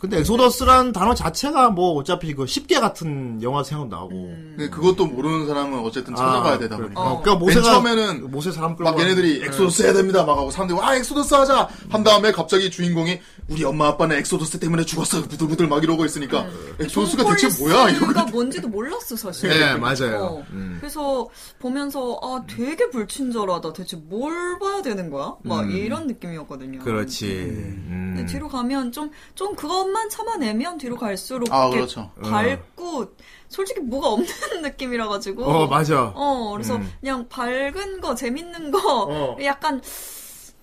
S9: 근데 엑소더스란 단어 자체가 뭐 어차피 그 십계 같은 영화 생각 나오고.
S11: 근데 그것도 모르는 사람은 어쨌든 찾아봐야 되다 보니까.
S9: 그러니까, 그러니까
S11: 맨
S9: 모세가
S11: 처음에는
S9: 모세 사람 끌고
S11: 막 얘네들이
S9: 가는-
S11: 엑소더스 해야 됩니다 막 하고 사람들이 와 엑소더스 하자 한 다음에 갑자기 주인공이 우리 엄마 아빠는 엑소더스 때문에 죽었어 부들부들 막 이러고 있으니까 엑소더스가 대체 뭐야 이러고
S12: 가 뭔지도 몰랐어 사실.
S11: 네, 맞아요.
S12: 어. 그래서 보면서 아 되게 불친절하다. 대체 뭘 봐야 되는 거야? 막
S9: 음.
S12: 이런 느낌이었거든요.
S9: 그렇지. 음.
S12: 근데 네, 뒤로 가면 좀 좀 그것만 참아내면 뒤로 갈수록
S9: 아,
S12: 이렇게
S9: 그렇죠.
S11: 어.
S12: 밝고 솔직히 뭐가 없는 느낌이라 가지고.
S9: 어, 맞아.
S12: 어 그래서
S9: 음.
S12: 그냥 밝은 거 재밌는 거
S9: 어.
S12: 약간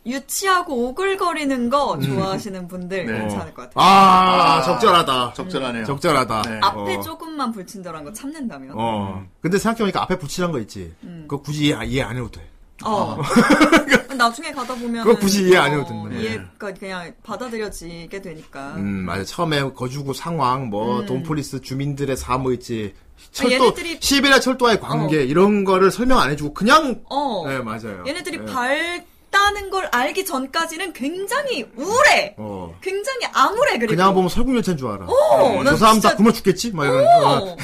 S12: 유치하고 오글거리는 거 좋아하시는 분들
S9: 음. 네.
S12: 괜찮을 것 같아요.
S9: 아,
S11: 아,
S9: 적절하다.
S11: 적절하네요.
S9: 적절하다.
S12: 앞에
S9: 어.
S12: 조금만 불친절한 거 참는다면.
S9: 어. 근데 생각해보니까 앞에 붙이란 거 있지.
S12: 음.
S9: 그거 굳이 아, 이해, 이해 안 해도 돼.
S12: 어. 나중에 가다 보면
S9: 아. 그거 굳이 이해 안 해도 된다.
S12: 이해가 그냥 받아들여지게 되니까.
S9: 음, 맞아. 처음에 거주구 상황, 뭐,
S12: 음.
S9: 돈폴리스 주민들의 삶, 뭐 있지.
S12: 아,
S9: 철도,
S12: 얘네들이-
S9: 시베리아 철도와의 관계, 이런 거를 설명 안 해주고, 그냥.
S12: 어.
S9: 네, 맞아요.
S12: 얘네들이
S9: 네.
S12: 밝다는 걸 알기 전까지는 굉장히 우울해.
S9: 어.
S12: 굉장히 암울해 그리고.
S9: 그냥 보면 설국열차인 줄 알아.
S12: 어,
S9: 저
S12: 난
S9: 사람
S12: 진짜-
S9: 다 굶어 죽겠지? 막 이런.
S12: 어.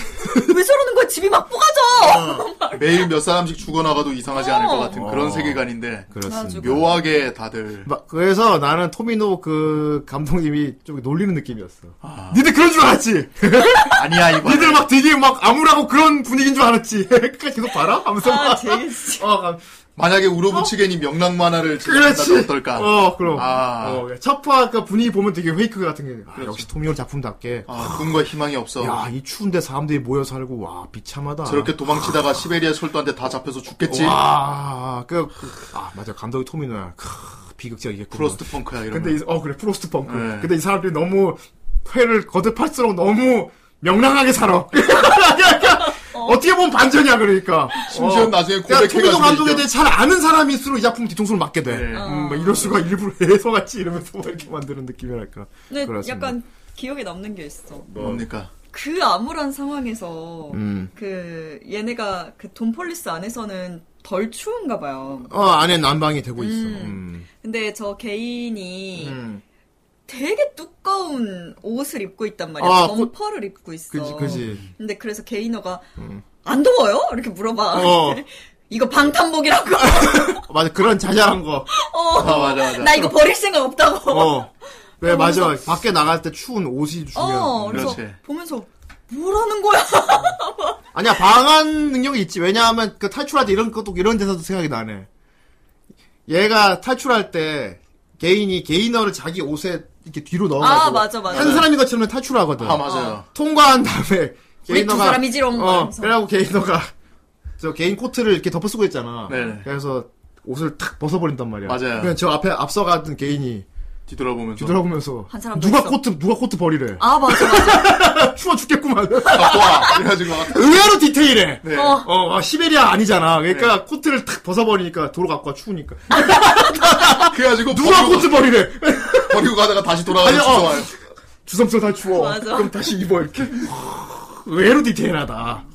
S12: 왜 저러는 거야? 집이 막 뽀가져.
S11: 매일 몇 사람씩 죽어나가도 이상하지 않을 것 같은
S9: 어.
S11: 그런 세계관인데
S9: 그렇습니다.
S11: 묘하게 다들
S9: 막, 그래서 나는 토미노 그 감독님이 좀 놀리는 느낌이었어.
S11: 아.
S9: 니들 그런 줄 알았지?
S11: 아니야, 이거.
S9: 니들 막 되게 막 암울하고 그런 분위기인 줄 알았지? 그러니까 계속 봐라? 하면서
S12: 아,
S9: 막.
S12: 재밌어.
S9: 어, 감-
S11: 만약에 우로부치겐이 명랑 만화를
S9: 어? 그렇지.
S11: 어떨까?
S9: 어, 그럼. 아. 어, 첫화 그 분위기 보면 되게 페이크 같은 게. 아, 역시 토미오 작품답게.
S11: 아, 꿈과 희망이 없어.
S9: 야, 이 추운데 사람들이 모여 살고 와 비참하다.
S11: 저렇게 도망치다가 시베리아 철도한테 다 잡혀서 죽겠지.
S9: 와, 그, 그 아, 맞아. 감독이 토미노야. 크, 비극적이겠구나.
S11: 프로스트 펑크야 이런.
S9: 근데 이, 어 그래 프로스트 펑크. 네. 근데 이 사람들이 너무 회를 거듭할수록 너무 명랑하게 살아. 어떻게 보면 반전이야 그러니까.
S11: 심지어
S9: 어.
S11: 나중에
S9: 그러니까 토미노 감독에 대해 잘 아는 사람일수록 이 작품 뒤통수를 맞게 돼. 네. 음, 이럴 수가 일부러 해서 같이 이러면서 이렇게 만드는 느낌이랄까.
S12: 네, 그렇습니다. 약간 기억에 남는 게 있어.
S11: 뭡니까?
S12: 그 암울한 상황에서 음. 그 얘네가 그 돈폴리스 안에서는 덜 추운가 봐요.
S9: 어 안에 난방이 되고 음. 있어. 음.
S12: 근데 저 개인이 되게 두꺼운 옷을 입고 있단 말이야. 아, 범퍼를 입고 있어.
S9: 그지, 그지.
S12: 근데 그래서 게이너가 음. 안 더워요? 이렇게 물어봐. 어. 이거 방탄복이라고.
S9: 맞아, 그런 자잘한 거.
S12: 어. 어,
S11: 맞아, 맞아.
S12: 나 이거 버릴 생각 없다고.
S9: 어. 네, 맞아. 보면서, 밖에 나갈 때 추운 옷이 중요해.
S12: 어, 그래서 그렇지. 보면서 뭐라는 거야?
S9: 아니야, 방한 능력이 있지. 왜냐하면 그 탈출할 때 이런 것도 이런 데서도 생각이 나네. 얘가 탈출할 때 개인이 게이너를 자기 옷에 이렇게 뒤로 넣어가지고
S12: 아, 맞아, 맞아.
S9: 한 사람인 것처럼 탈출하거든.
S11: 아 맞아요.
S9: 어. 통과한 다음에
S12: 게이너가 사람이지롱.
S9: 어, 그래고 게이너가 저 개인 코트를 이렇게 덮어 쓰고 있잖아.
S11: 네네.
S9: 그래서 옷을 탁 벗어버린단 말이야.
S11: 맞아요.
S9: 그냥 저 앞에 앞서가던 개인이
S11: 뒤돌아보면서
S9: 뒤돌아보면서 누가 있어. 코트 누가 코트 버리래.
S12: 아 맞아. 맞아.
S9: 추워 죽겠구만.
S11: 아, 와 그래가지고
S9: 의외로 디테일해.
S11: 네.
S9: 어, 어 아, 시베리아 아니잖아. 그러니까 네. 코트를 탁 벗어버리니까 도로 갖고 와 추우니까.
S12: 아,
S11: 그래가지고
S9: 누가 코트 버리래.
S11: 버리고 가다가 다시 돌아가서 주워와요.
S9: 주섬서 다 추워.
S12: 맞아.
S9: 그럼 다시 입어 이렇게. 의외로 디테일하다.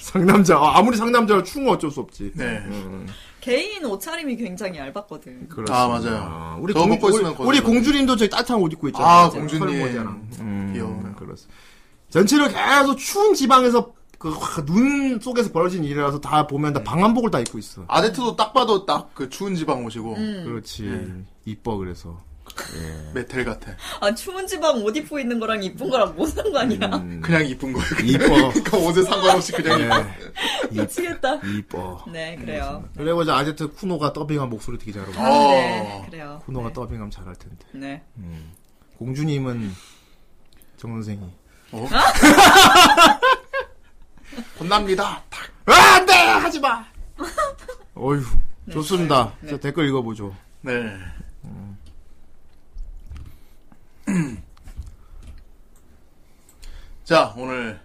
S9: 상남자 아무리 상남자를 추운 건 어쩔 수 없지.
S11: 네. 음.
S12: 개인 옷차림이 굉장히 얇았거든.
S11: 그렇습니다. 아 맞아요.
S9: 우리 공, 먹고 있으면
S11: 우리, 우리
S9: 공주님도 저기 따뜻한 옷 입고 있잖아요.
S11: 아 공주님.
S9: 음,
S11: 귀여워요.
S9: 그렇습 전체를 계속 추운 지방에서 그 눈 속에서 벌어진 일이라서 다 보면
S11: 네.
S9: 다 방한복을 다 입고 있어.
S11: 아데트도 딱 봐도 딱 그 추운 지방 옷이고.
S12: 음.
S9: 그렇지.
S11: 네.
S9: 음. 이뻐 그래서. 예.
S11: 메텔 같아.
S12: 아 추운 지방 옷 입고 있는 거랑 이쁜 거랑 뭐 상관이야? 음,
S11: 그냥 이쁜 거예요.
S9: 이뻐. 네.
S11: 그러니까 옷에 상관없이 그냥
S12: 예. 미치겠다.
S9: 이뻐.
S12: 네 그래요. 네.
S9: 그리고 이제 아제트 쿠노가 더빙한 목소리 되게 잘하고.
S12: 아,
S9: 어.
S12: 네 그래요.
S9: 쿠노가
S12: 네.
S9: 더빙하면 잘할 텐데.
S12: 네.
S9: 음.
S11: 음.
S9: 공주님은 정 선생이.
S11: 어? 혼납니다. 탁.
S9: 아, 안돼
S11: 네!
S9: 하지 마. 어휴 좋습니다. 네. 댓글 읽어보죠.
S11: 네. 음. 자, 오늘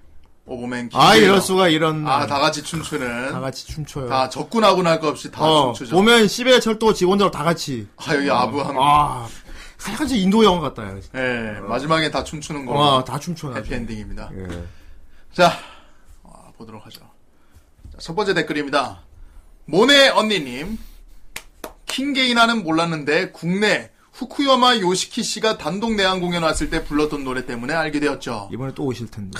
S11: 오버맨
S9: 아, 이럴 수가 이런
S11: 아, 다 같이 춤추는
S9: 다 같이 춤춰요.
S11: 다 적군하고 날 거 없이 다
S9: 어,
S11: 춤추죠.
S9: 보면 시베 철도 직원들 다 같이
S11: 아, 여기
S9: 어,
S11: 아부 하면
S9: 아. 약간 인도 영화 같다. 예.
S11: 네, 어. 마지막에 다 춤추는 거.
S9: 와, 어, 다 춤춰
S11: 음. 해피 엔딩입니다.
S9: 예.
S11: 자, 와, 보도록 하죠. 자, 첫 번째 댓글입니다. 모네 언니님, 킹게이나는 몰랐는데 국내 후쿠야마 요시키 씨가 단독 내한 공연 왔을 때 불렀던 노래 때문에 알게 되었죠.
S9: 이번에 또 오실 텐데.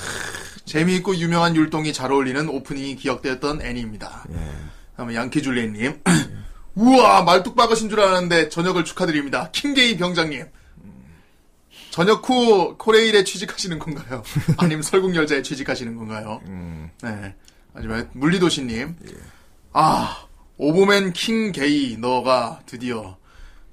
S11: 재미있고 유명한 율동이 잘 어울리는 오프닝이 기억되었던 애니입니다.
S9: 예.
S11: 다음에 양키 줄리엣님. 예. 우와 말뚝박으신 줄 알았는데 저녁을 축하드립니다. 킹게이 병장님. 음, 저녁 후 코레일에 취직하시는 건가요? 아니면 설국열자에 취직하시는 건가요?
S9: 음.
S11: 네. 마지막에 물리도시님. 예. 아 오보맨 킹게이 너가 드디어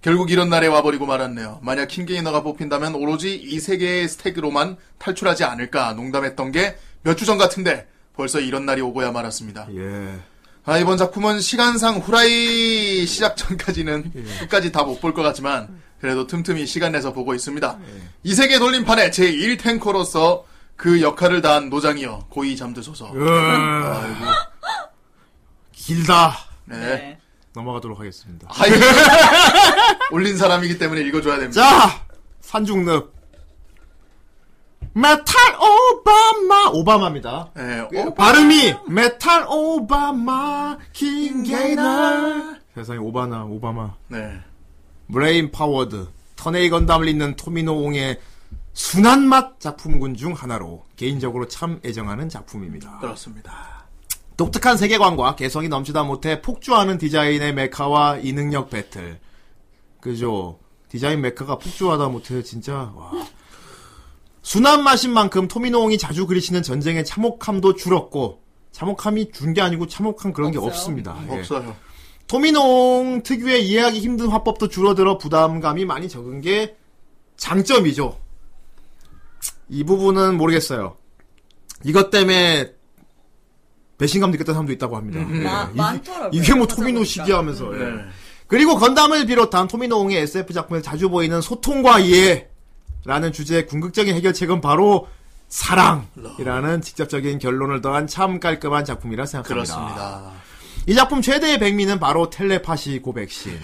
S11: 결국 이런 날에 와버리고 말았네요. 만약 킹게이너가 뽑힌다면 오로지 이 세 개의 스택으로만 탈출하지 않을까 농담했던 게 몇 주 전 같은데 벌써 이런 날이 오고야 말았습니다.
S9: 예.
S11: 아, 이번 작품은 시간상 후라이 시작 전까지는 예. 끝까지 다 못 볼 것 같지만 그래도 틈틈이 시간 내서 보고 있습니다.
S9: 예.
S11: 이 세계 돌림판에 제 1탱커로서 그 역할을 다한 노장이여 고이 잠드소서.
S9: 아이고. 길다.
S11: 네. 네.
S9: 넘어가도록 하겠습니다.
S11: 아, 예. 올린 사람이기 때문에 읽어줘야 됩니다.
S9: 자, 산중늪. 메탈 오바마 오바마입니다.
S11: 네,
S9: 오바마. 발음이 메탈 오바마 킹게이나 세상에 오바나 오바마.
S11: 네.
S9: 브레인 파워드 터네이 건담을 잇는 토미노 옹의 순한 맛 작품군 중 하나로 개인적으로 참 애정하는 작품입니다.
S11: 그렇습니다.
S9: 독특한 세계관과 개성이 넘치다 못해 폭주하는 디자인의 메카와 이 능력 배틀. 그죠? 디자인 메카가 폭주하다 못해 진짜 와. 순한 맛인 만큼 토미노옹이 자주 그리시는 전쟁의 참혹함도 줄었고 참혹함이 준 게 아니고 참혹한 그런
S12: 없어요.
S9: 게 없습니다. 예.
S11: 없어요.
S9: 토미농 특유의 이해하기 힘든 화법도 줄어들어 부담감이 많이 적은 게 장점이죠. 이 부분은 모르겠어요. 이것 때문에 배신감 느꼈던 사람도 있다고 합니다. 예.
S12: 음, 마-
S9: 이-
S12: 많더라고요.
S9: 이게 뭐
S12: 찾아보니까.
S9: 토미노 시기하면서. 예.
S11: 네.
S9: 그리고 건담을 비롯한 토미노옹의 SF 작품에서 자주 보이는 소통과 이해라는 주제의 궁극적인 해결책은 바로 사랑이라는 직접적인 결론을 더한 참 깔끔한 작품이라 생각합니다.
S11: 그렇습니다.
S9: 이 작품 최대의 백미는 바로 텔레파시 고백신.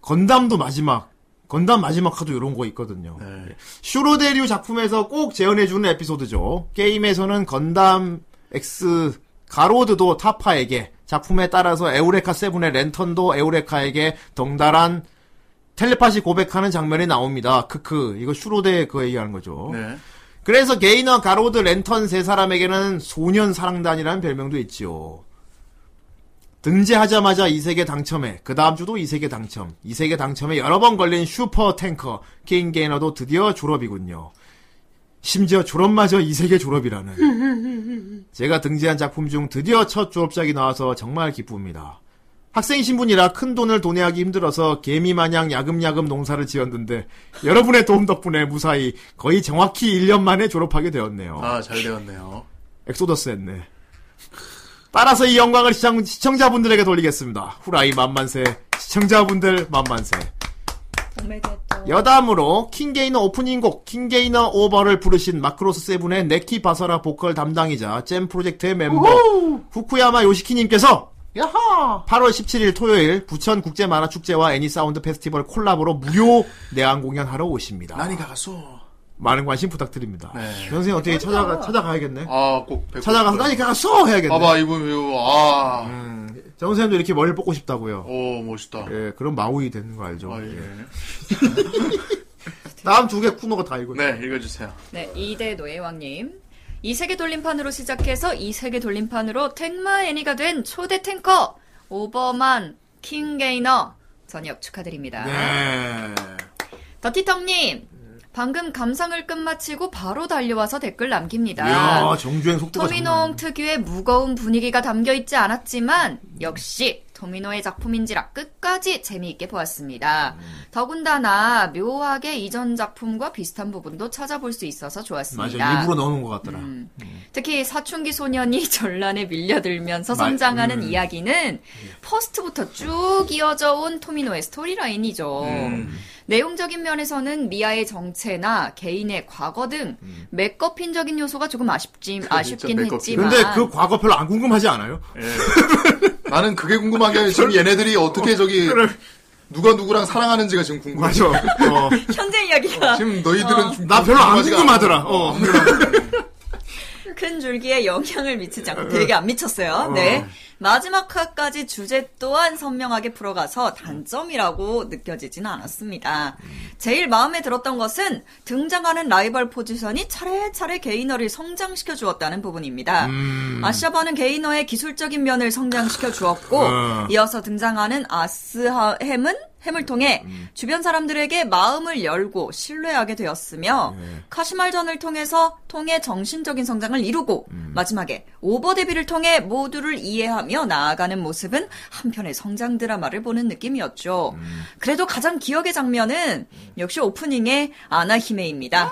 S9: 건담도 마지막, 건담 마지막 화도 이런 거 있거든요.
S11: 네.
S9: 슈로데류 작품에서 꼭 재현해주는 에피소드죠. 게임에서는 건담 X 가로드도 타파에게 작품에 따라서 에우레카 세븐의 랜턴도 에우레카에게 덩달한 텔레파시 고백하는 장면이 나옵니다. 크크 이거 슈로데 그거 얘기하는 거죠.
S11: 네.
S9: 그래서 게이너, 가로드, 랜턴 세 사람에게는 소년 사랑단이라는 별명도 있지요. 등재하자마자 이 세계 당첨에, 그 다음 주도 이 세계 당첨, 이 세계 당첨에 여러 번 걸린 슈퍼 탱커, 케인 게이너도 드디어 졸업이군요. 심지어 졸업마저 이 세계 졸업이라는. 제가 등재한 작품 중 드디어 첫 졸업작이 나와서 정말 기쁩니다. 학생 신분이라 큰 돈을 돈해하기 힘들어서 개미 마냥 야금야금 농사를 지었는데 여러분의 도움 덕분에 무사히 거의 정확히 1년 만에 졸업하게 되었네요.
S11: 아, 잘 되었네요.
S9: 엑소더스 했네. 따라서 이 영광을 시청, 시청자분들에게 돌리겠습니다. 후라이 만만세, 시청자분들 만만세.
S12: 오메게토.
S9: 여담으로 킹게이너 오프닝곡 킹게이너 오버를 부르신 마크로스 세븐의 네키 바사라 보컬 담당이자 잼 프로젝트의 멤버 후쿠야마 요시키님께서 8월 17일 토요일 부천 국제 만화 축제와 애니 사운드 페스티벌 콜라보로 무료 내한 공연하러 오십니다.
S11: 나니가 가소.
S9: 많은 관심 부탁드립니다.
S11: 네.
S9: 선생님 어떻게 찾아가 그러니까. 찾아가야겠네. 그러니까.
S11: 아, 꼭 뵙고
S9: 찾아가서
S11: 싶어요.
S9: 나니까 쏘 해야겠네.
S11: 봐봐, 이거, 이거, 아.
S9: 정 음. 선생님도 이렇게 머리를 뽑고 싶다고요.
S11: 오, 멋있다.
S9: 예, 그럼 마우이 되는 거 알죠?
S11: 아, 예.
S9: 예. 다음 두 개 쿠노가 다 이거.
S11: 네, 읽어주세요.
S12: 네, 이대 노예왕님. 이 세계 돌림판으로 시작해서 이 세계 돌림판으로 탱마 애니가 된 초대 탱커 오버만 킹게이너 전역 축하드립니다.
S9: 네.
S12: 더티텅님 방금 감상을 끝마치고 바로 달려와서 댓글 남깁니다.
S9: 이야, 정주행 속도가
S12: 아. 토미노 특유의 무거운 분위기가 담겨 있지 않았지만 역시 토미노의 작품인지라 끝까지 재미있게 보았습니다.
S9: 음.
S12: 더군다나 묘하게 이전 작품과 비슷한 부분도 찾아볼 수 있어서
S9: 맞아,
S12: 좋았습니다.
S9: 일부러 넣어놓은 것 같더라.
S12: 음. 특히 사춘기 소년이 전란에 밀려들면서
S9: 말-
S12: 성장하는
S9: 음.
S12: 이야기는 퍼스트부터 쭉 이어져 온 토미노의 스토리라인이죠.
S9: 음.
S12: 내용적인 면에서는 미아의 정체나 개인의 과거 등
S9: 음.
S12: 맥거핀적인 요소가 조금 아쉽지,
S9: 그러니까
S12: 아쉽긴
S11: 맥거핀.
S12: 했지만
S9: 근데 그 과거 별로 안 궁금하지 않아요?
S11: 나는 그게 궁금한 게 아니라 지금 얘네들이 어떻게 저기 누가 누구랑 사랑하는지가 지금 궁금해.
S9: 맞아. 어.
S12: 현재 이야기가
S11: 지금 너희들은 좀
S9: 나 별로 안
S11: 궁금하지가
S9: 궁금하더라.
S11: 않아.
S9: 어.
S12: 큰 줄기에 영향을 미치지 않고 되게 안 미쳤어요. 네. 마지막 화까지 주제 또한 선명하게 풀어가서 단점이라고 느껴지지는 않았습니다. 제일 마음에 들었던 것은 등장하는 라이벌 포지션이 차례차례 게이너를 성장시켜 주었다는 부분입니다. 아샤바는 게이너의 기술적인 면을 성장시켜 주었고
S9: 아.
S12: 이어서 등장하는 아스햄은 햄을 통해
S11: 음.
S12: 주변 사람들에게 마음을 열고 신뢰하게 되었으며
S11: 예.
S12: 카시말전을 통해서 통해 정신적인 성장을 이루고
S11: 음.
S12: 마지막에 오버데뷔를 통해 모두를 이해하며 나아가는 모습은 한편의 성장 드라마를 보는 느낌이었죠.
S11: 음.
S12: 그래도 가장 기억의 장면은 역시 오프닝의 아나히메입니다.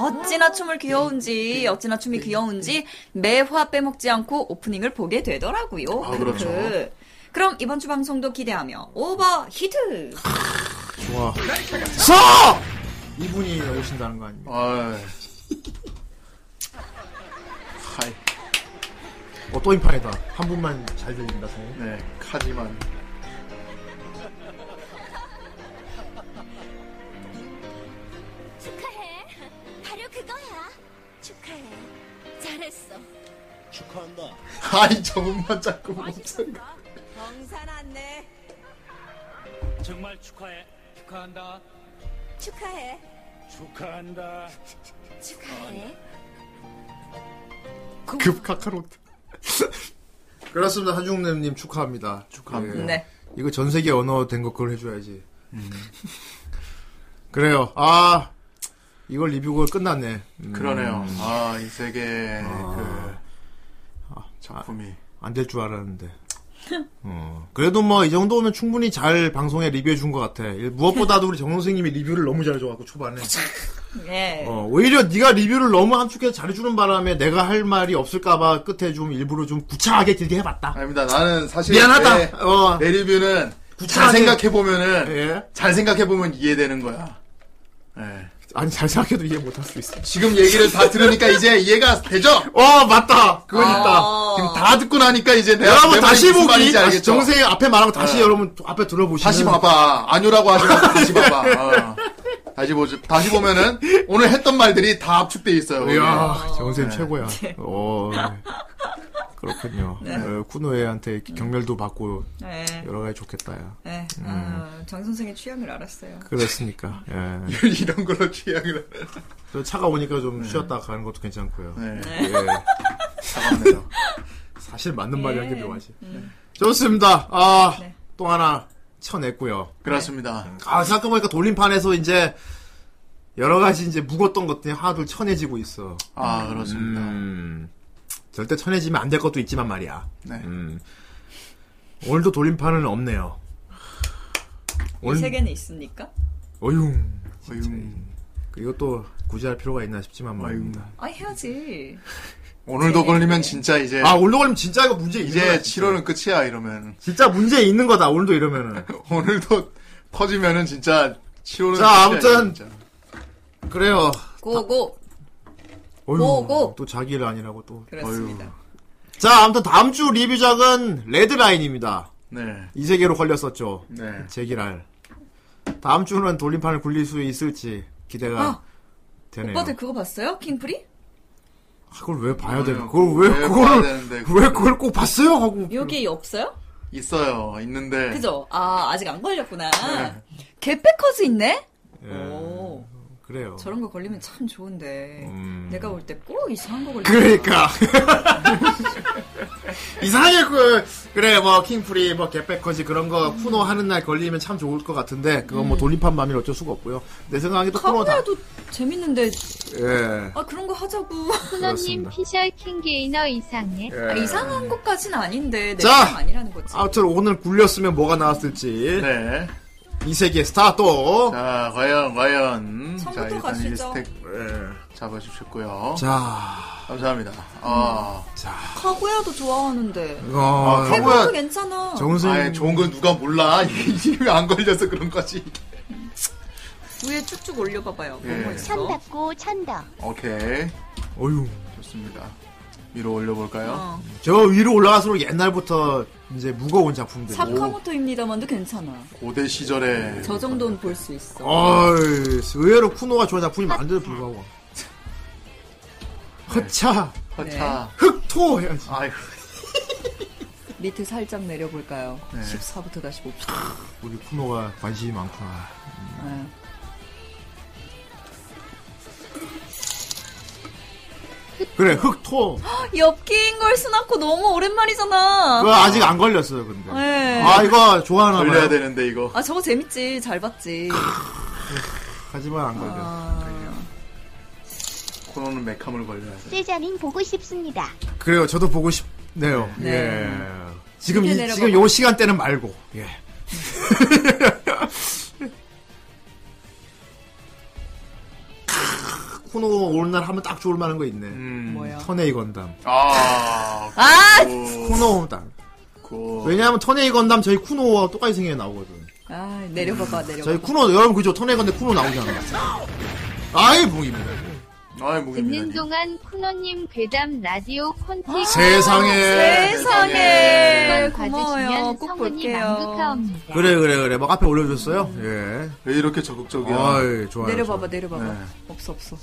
S12: 어찌나 춤을
S11: 네.
S12: 귀여운지 어찌나 춤이 귀여운지 매화 빼먹지 않고 오프닝을 보게 되더라고요.
S11: 아, 그렇죠.
S12: 크크. 그럼 이번 주 방송도 기대하며 오버 히트.
S9: 좋아. 서! 이분이 오신다는 거 아닙니까?
S11: 아이. 하이.
S9: 어, 또 인파이다. 한 분만 잘 들린다, 선생님.
S11: 네, 카지만.
S1: 축하해. 바로 그거야. 축하해. 잘했어.
S11: 아이, 저분만 자꾸 목소리가.
S16: 정산 안내
S17: 정말 축하해. 축하한다.
S1: 축하해.
S17: 축하한다.
S1: 축하해.
S9: 급 카카로트. 그렇습니다. 한중남님 축하합니다.
S11: 축하합니다.
S9: 예.
S12: 네.
S9: 이거 전 세계 언어 된 거 그걸 해줘야지. 그래요. 아, 이걸 리뷰가 끝났네.
S11: 음. 그러네요. 아, 이 세계 아. 그 작품이
S9: 안 될 줄 알았는데. 어, 그래도 뭐 이 정도면 충분히 잘 방송에 리뷰해 준 것 같아. 무엇보다도 우리 정 선생님이 리뷰를 너무 잘해줘갖고 초반에.
S12: 예.
S9: 어, 오히려 네가 리뷰를 너무 함축해서 잘해주는 바람에 내가 할 말이 없을까봐 끝에 좀 일부러 좀 구차하게 길게 해봤다.
S11: 아닙니다. 나는 사실
S9: 미안하다.
S11: 내,
S9: 어.
S11: 내 리뷰는 구차하게. 잘 생각해 보면은 예? 잘 생각해 보면 이해되는 거야. 예.
S9: 아니 잘 생각해도 이해 못 할 수 있어.
S11: 지금 얘기를 다 들으니까 이제 이해가 되죠?
S9: 어 맞다.
S11: 그건
S9: 아~
S11: 있다. 지금 다 듣고 나니까 이제 내가
S9: 여러분 다시 보기 다시 정세 앞에 말하고 다시 어. 여러분 앞에 들어보시면
S11: 네. 다시 뭐 봐봐 아니오라고 하지 말고 다시 봐봐. 어. 다시 보지 다시 보면은 오늘 했던 말들이 다 압축돼 있어요.
S9: 이야 정세 네. 최고야. 어. 그렇군요. 네. 어, 쿠노에한테 경멸도 받고 네. 여러 가지 좋겠다. 야.
S12: 네. 음. 예. 아, 정 선생의 취향을 알았어요.
S9: 그렇습니까. 예.
S11: 이런 걸로 취향을.
S9: 또 차가 오니까 좀 네. 쉬었다 가는 것도 괜찮고요.
S11: 네.
S9: 예. 차갑네요. 사실 맞는 말이 한게
S11: 네.
S9: 묘하지. 좋습니다. 아, 또 하나 쳐냈고요.
S11: 그렇습니다.
S9: 아, 생각해보니까 돌림판에서 이제 여러 가지 이제 묵었던 것들이 하나둘 쳐내지고 있어.
S11: 아, 그렇습니다. 음.
S9: 절대 천해지면 안 될 것도 있지만 말이야.
S11: 네.
S9: 음. 오늘도 돌림판은 없네요.
S12: 이 오늘... 세계는 있습니까?
S9: 어융. 어융.
S11: 음,
S9: 이것도 굳이 할 필요가 있나 싶지만 말입니다.
S12: 아 해야지.
S11: 오늘도 네. 걸리면 진짜 이제
S9: 아 오늘도 걸리면 진짜 이거 문제
S11: 이제 거야, 7월은 끝이야 이러면
S9: 진짜 문제 있는 거다 오늘도 이러면은
S11: 오늘도 퍼지면은 진짜 7월은
S9: 자 아무튼 진짜. 그래요
S12: 고고
S9: 어휴,
S12: 고고.
S9: 또 자기일 아니라고 또.
S12: 그렇습니다. 어휴.
S9: 자, 아무튼 다음 주 리뷰작은 레드라인입니다.
S11: 네.
S9: 이 세계로 걸렸었죠.
S11: 네.
S9: 제기랄. 다음 주는 돌림판을 굴릴 수 있을지 기대가 아, 되네요.
S12: 어, 오빠들 그거 봤어요? 킹프리?
S9: 아, 그걸 왜 봐야 되나? 그걸 왜, 왜 그걸 되는데, 왜 그걸 꼭 봤어요? 하고
S12: 여기 그걸. 없어요?
S11: 있어요.
S9: 네.
S11: 있는데.
S12: 그죠? 아 아직 안 걸렸구나. 네. 개패커즈 있네.
S9: 예. 오. 그래요.
S12: 저런 거 걸리면 참 좋은데 음... 내가 볼 때 꼭 이상한 거 걸려.
S9: 그러니까 이상하게 그 그래 뭐 킹프리 뭐 개백커지 그런 거 음. 쿠노 하는 날 걸리면 참 좋을 것 같은데 그건 음. 뭐 돌림판 맘이 어쩔 수가 없고요. 내 생각에도
S12: 쿠노 다. 도 아, 재밌는데.
S9: 예.
S12: 아 그런 거 하자고.
S10: 쿠노님 피셜 킹게이너 이상해. 예.
S12: 아, 이상한 것까지는 아닌데 내 자, 아니라는 거지.
S9: 아무튼 오늘 굴렸으면 뭐가 나왔을지.
S11: 네.
S9: 이 세계 스타트.
S11: 자, 과연 과연.
S12: 자, 일단 가시죠.
S11: 1스택 예, 잡아주셨고요.
S9: 자,
S11: 감사합니다. 아,
S9: 음. 자.
S12: 카고야도 좋아하는데.
S9: 어,
S12: 아, 카고야 괜찮아.
S9: 정승.
S11: 아, 좋은 건 누가 몰라. 이게 안 걸려서 그런 거지.
S12: 위에 쭉쭉 올려봐봐요. 예.
S1: 천 닫고 천다.
S11: 오케이.
S9: 어유.
S11: 좋습니다. 위로 올려볼까요? 어.
S9: 저 위로 올라갈수록 옛날부터 이제 무거운 작품들.
S12: 사카모토입니다만도 괜찮아.
S11: 고대 시절에.
S12: 저 정도는 볼 수 음, 있어.
S9: 어이, 의외로 쿠노가 좋은 작품이 많은데도 불구하고. 허차.
S11: 허차.
S9: 네. 흑토 해야지.
S11: 아이고.
S12: 밑에 살짝 내려볼까요? 네. 14부터 다시 봅시다.
S9: 우리 쿠노가 관심이 많구나. 음. 네. 그래 흑토
S12: 아, 엽기인 걸 수납고 너무 오랜만이잖아
S9: 그거 아직 안 걸렸어요 근데
S12: 네.
S9: 아 이거 좋아하나
S11: 걸려야 봐요. 되는데 이거
S12: 아 저거 재밌지 잘 봤지
S9: 하지만 안 걸려 아...
S11: 코너는 메카물 걸려야죠
S1: 세자님 보고 싶습니다
S9: 그래요 저도 보고 싶네요 네. 예. 지금 이, 내려가봐. 지금 요 시간대는 말고 예 코너 오는 날 하면 딱 좋을 만한 거 있네.
S11: 음.
S12: 뭐야?
S9: 터네이 건담.
S11: 아.
S12: 아!
S9: 쿠노 건담. 왜냐하면 터네이 건담 저희 쿠노와 똑같이 생겨 나오거든.
S12: 아 내려봐봐 내려.
S9: 저희 쿠노 여러분 그죠? 터네이 건담 쿠노 나오잖아. 아이 무기입니다.
S11: 아이 무기입니다.
S10: 듣는 동안 쿠노님 괴담 라디오 콘택. 아,
S9: 네. 세상에.
S12: 세상에. 고마워요. 꼭 볼게요.
S9: 그래 그래 그래. 막 앞에 올려줬어요. 음.
S11: 예. 왜 이렇게 적극적이야?
S9: 아이, 예, 좋아요.
S12: 내려봐봐
S9: 좋아요.
S12: 내려봐봐. 네. 없어 없어.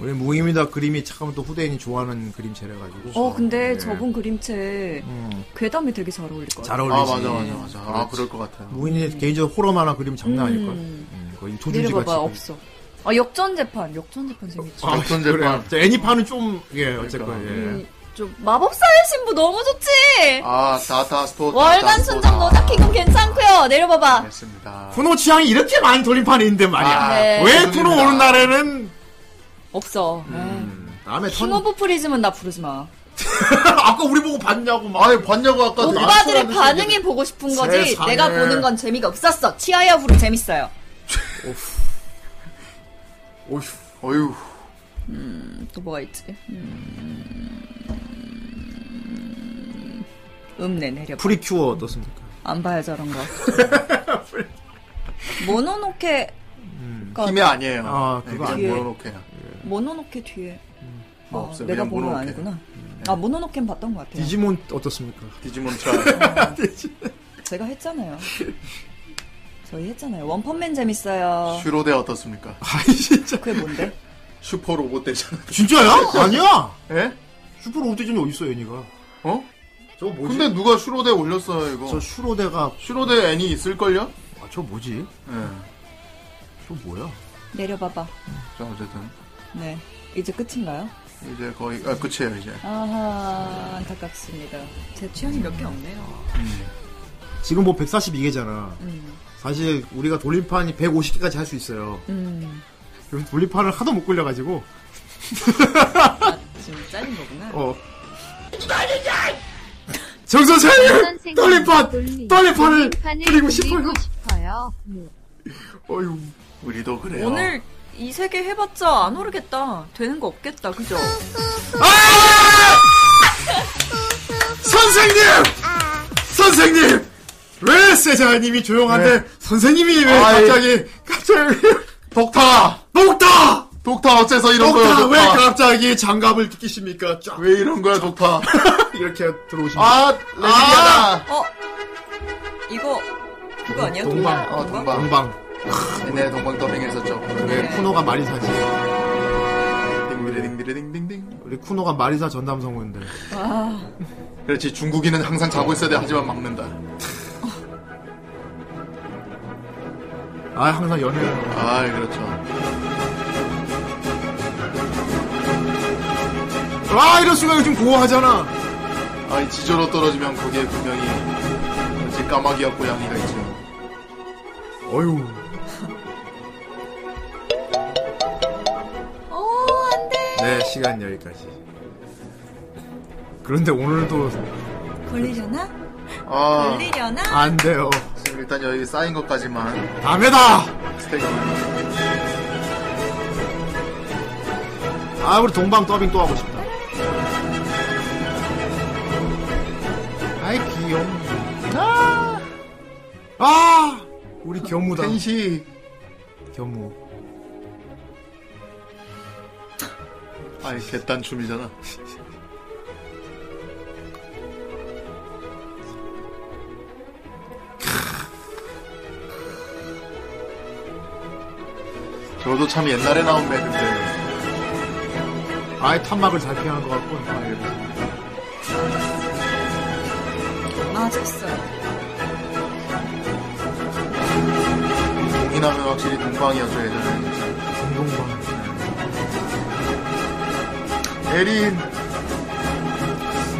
S9: 우리 무입니다 그림이 참 또 후대인이 좋아하는 그림체래가지고.
S12: 어, 근데 네. 저분 그림체 음. 괴담이 되게 잘 어울릴 것 같아요.
S9: 잘 어울리지.
S11: 아, 맞아, 맞아, 맞아. 그렇지. 아, 그럴 것 같아요.
S9: 무인이 음. 개인적으로 호러 만화 그림 장난 아닐 거예요. 음. 거의 도주지 같이.
S12: 없어. 아, 역전 재판, 역전 재판 재밌죠.
S11: 아, 역전 재판.
S12: 음.
S9: 그래. 애니판은 좀, 예, 어쨌거나, 그러니까. 예.
S12: 좀 마법사의 신부 너무 좋지.
S11: 아 다타스토
S12: 월간 순정 노자키금 괜찮고요. 내려봐봐.
S11: 됐습니다.
S9: 쿠노 취향이 이렇게 많은 돌림판이 있는데 말이야. 아, 네. 왜 쿠노 오는 날에는
S12: 없어.
S9: 음, 다음에
S12: 킹 오브 프리즘은 나 부르지 마.
S9: 아까 우리 보고 봤냐고 막.
S11: 아니 봤냐고 아까
S12: 오빠들의 반응이 얘기... 보고 싶은 거지 세상에. 내가 보는 건 재미가 없었어 치아야 후로 재밌어요
S11: 오휴 어휴
S12: 음또 뭐가 있지 음... 음내 내려
S9: 프리큐어 어떻습니까
S12: 안 봐요 저런 거 모노노케
S11: 음. 힘이 아니에요
S9: 아 그거
S11: 네,
S9: 아니에요
S11: 모노노케
S12: 모노노케 뒤에
S11: 뭐
S12: 아,
S11: 없어요.
S12: 내가
S11: 그냥
S12: 보는 건
S11: 모노노케. 음.
S12: 아니구나 아 모노노캔 봤던 것 같아요.
S9: 디지몬 어떻습니까?
S11: 디지몬 차.
S12: 제가 했잖아요. 저희 했잖아요. 원펀맨 재밌어요.
S11: 슈로데 어떻습니까?
S9: 아니 진짜.
S12: 그게 뭔데?
S11: 슈퍼 로봇 대전.
S9: 진짜야? 아니야.
S11: 예?
S9: 슈퍼 로봇 대전이 어디 있어 얘니가?
S11: 어?
S9: 저거 뭐지?
S11: 근데 누가 슈로데 올렸어요 이거?
S9: 저 슈로데가
S11: 슈로데 애니 있을걸요?
S9: 아, 저 뭐지?
S11: 예.
S9: 저 뭐야?
S12: 내려봐봐.
S11: 자 어쨌든
S12: 네. 이제 끝인가요?
S11: 이제 거의 아 끝이에요 이제.
S12: 아하, 안타깝습니다. 제 취향이 몇 개 없네요.
S9: 지금 뭐 142개잖아.
S12: 음.
S9: 사실 우리가 돌림판이 150개까지 할 수 있어요.
S12: 음.
S9: 요즘 돌림판을 하도 못 굴려가지고.
S12: 지금 짜린 거구나.
S9: 어. 정 선생님 돌림판 돌림판을 돌리고 싶어요.
S10: 싶어요.
S9: 어휴
S11: 우리도 그래요.
S12: 오늘 이 세 개 해봤자 안 오르겠다. 되는 거 없겠다. 그죠? 어?
S9: 선생님 선생님 왜 세자님이 조용한데 선생님이 왜
S11: 네. 아이.
S9: 갑자기 갑자기
S11: 독타
S9: 녹다
S11: 독타 어째서 이런 거야
S9: 녹다
S11: 독타.
S9: 왜 갑자기 장갑을 끼십니까? 쫙
S11: 왜 이런 거야 독타.
S9: 이렇게 들어오십니다.
S11: 아 레디아다.
S12: 어? 이거, 그거 아니야?
S9: 동방.
S12: 동방?
S11: 어
S12: 동방?
S11: 동방.
S9: 금방
S11: 옛날에 동방 네, 더빙했었죠. 네,
S9: 왜 쿠노가 마리사지?
S11: 딩디딩디딩딩딩.
S9: 우리 쿠노가 마리사 전담 성우인데.
S12: 아,
S11: 그렇지 중국인은 항상 자고 있어야 돼 하지만 막는다.
S9: 아 항상 연애.
S11: 아 그렇죠.
S9: 와 아, 이럴 수가 요즘 고어하잖아.
S11: 아 지저로 떨어지면 거기에 분명히 그렇지 까마귀와 고양이가 있죠.
S9: 어휴.
S12: 어, 안 돼.
S9: 네 시간 여기까지. 그런데 오늘도
S12: 걸리려나?
S11: 아
S12: 걸리려나?
S9: 안 돼요.
S11: 지금 일단 여기 쌓인 것까지만
S9: 다음에다.
S11: 스테이크.
S9: 아 우리 동방 더빙 또 하고 싶다. 아이 귀여워. 아, 아 우리 겸무다.
S11: 펜시
S9: 겸무.
S11: 아니 개딴 춤이잖아. 저도 참 옛날에 나온 맵인데
S9: 아예 탄막을 잘 피하는 것 같고. 아, 예.
S12: 아, 됐어요.
S11: 공인하면 확실히 동방이었죠 예전에 진짜.
S9: 동방.
S11: 에린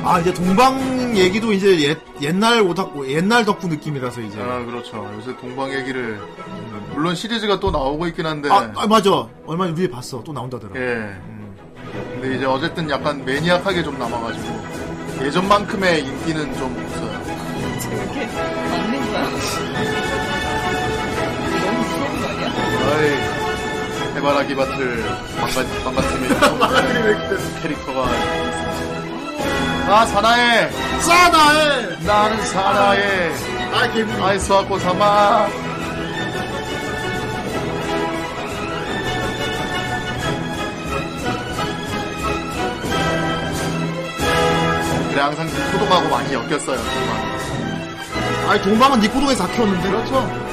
S9: 아 이제 동방 얘기도 이제 옛, 옛날 오닥고 옛날 덕후 느낌이라서 이제.
S11: 아 그렇죠 요새 동방 얘기를 음, 물론 시리즈가 또 나오고 있긴 한데
S9: 아, 아, 맞아. 얼마 전에 위에 봤어. 또 나온다더라.
S11: 네. 예 근데 이제 어쨌든 약간 매니악하게 좀 남아가지고 예전만큼의 인기는 좀 없어요
S12: 이렇게 막는 거야. 너무 무서운 거 아니야?
S11: 아이 해바라기 밭을 망가 망가뜨리는 캐릭터가 아 사나해
S9: 싸나해.
S11: 나는 사나해
S9: 아 김.
S11: 아이 수학고 삼아 그래 항상 소동하고 많이 엮였어요 정말.
S9: 아니 동방은 네 니코동에서 다 키웠는데. 그렇죠.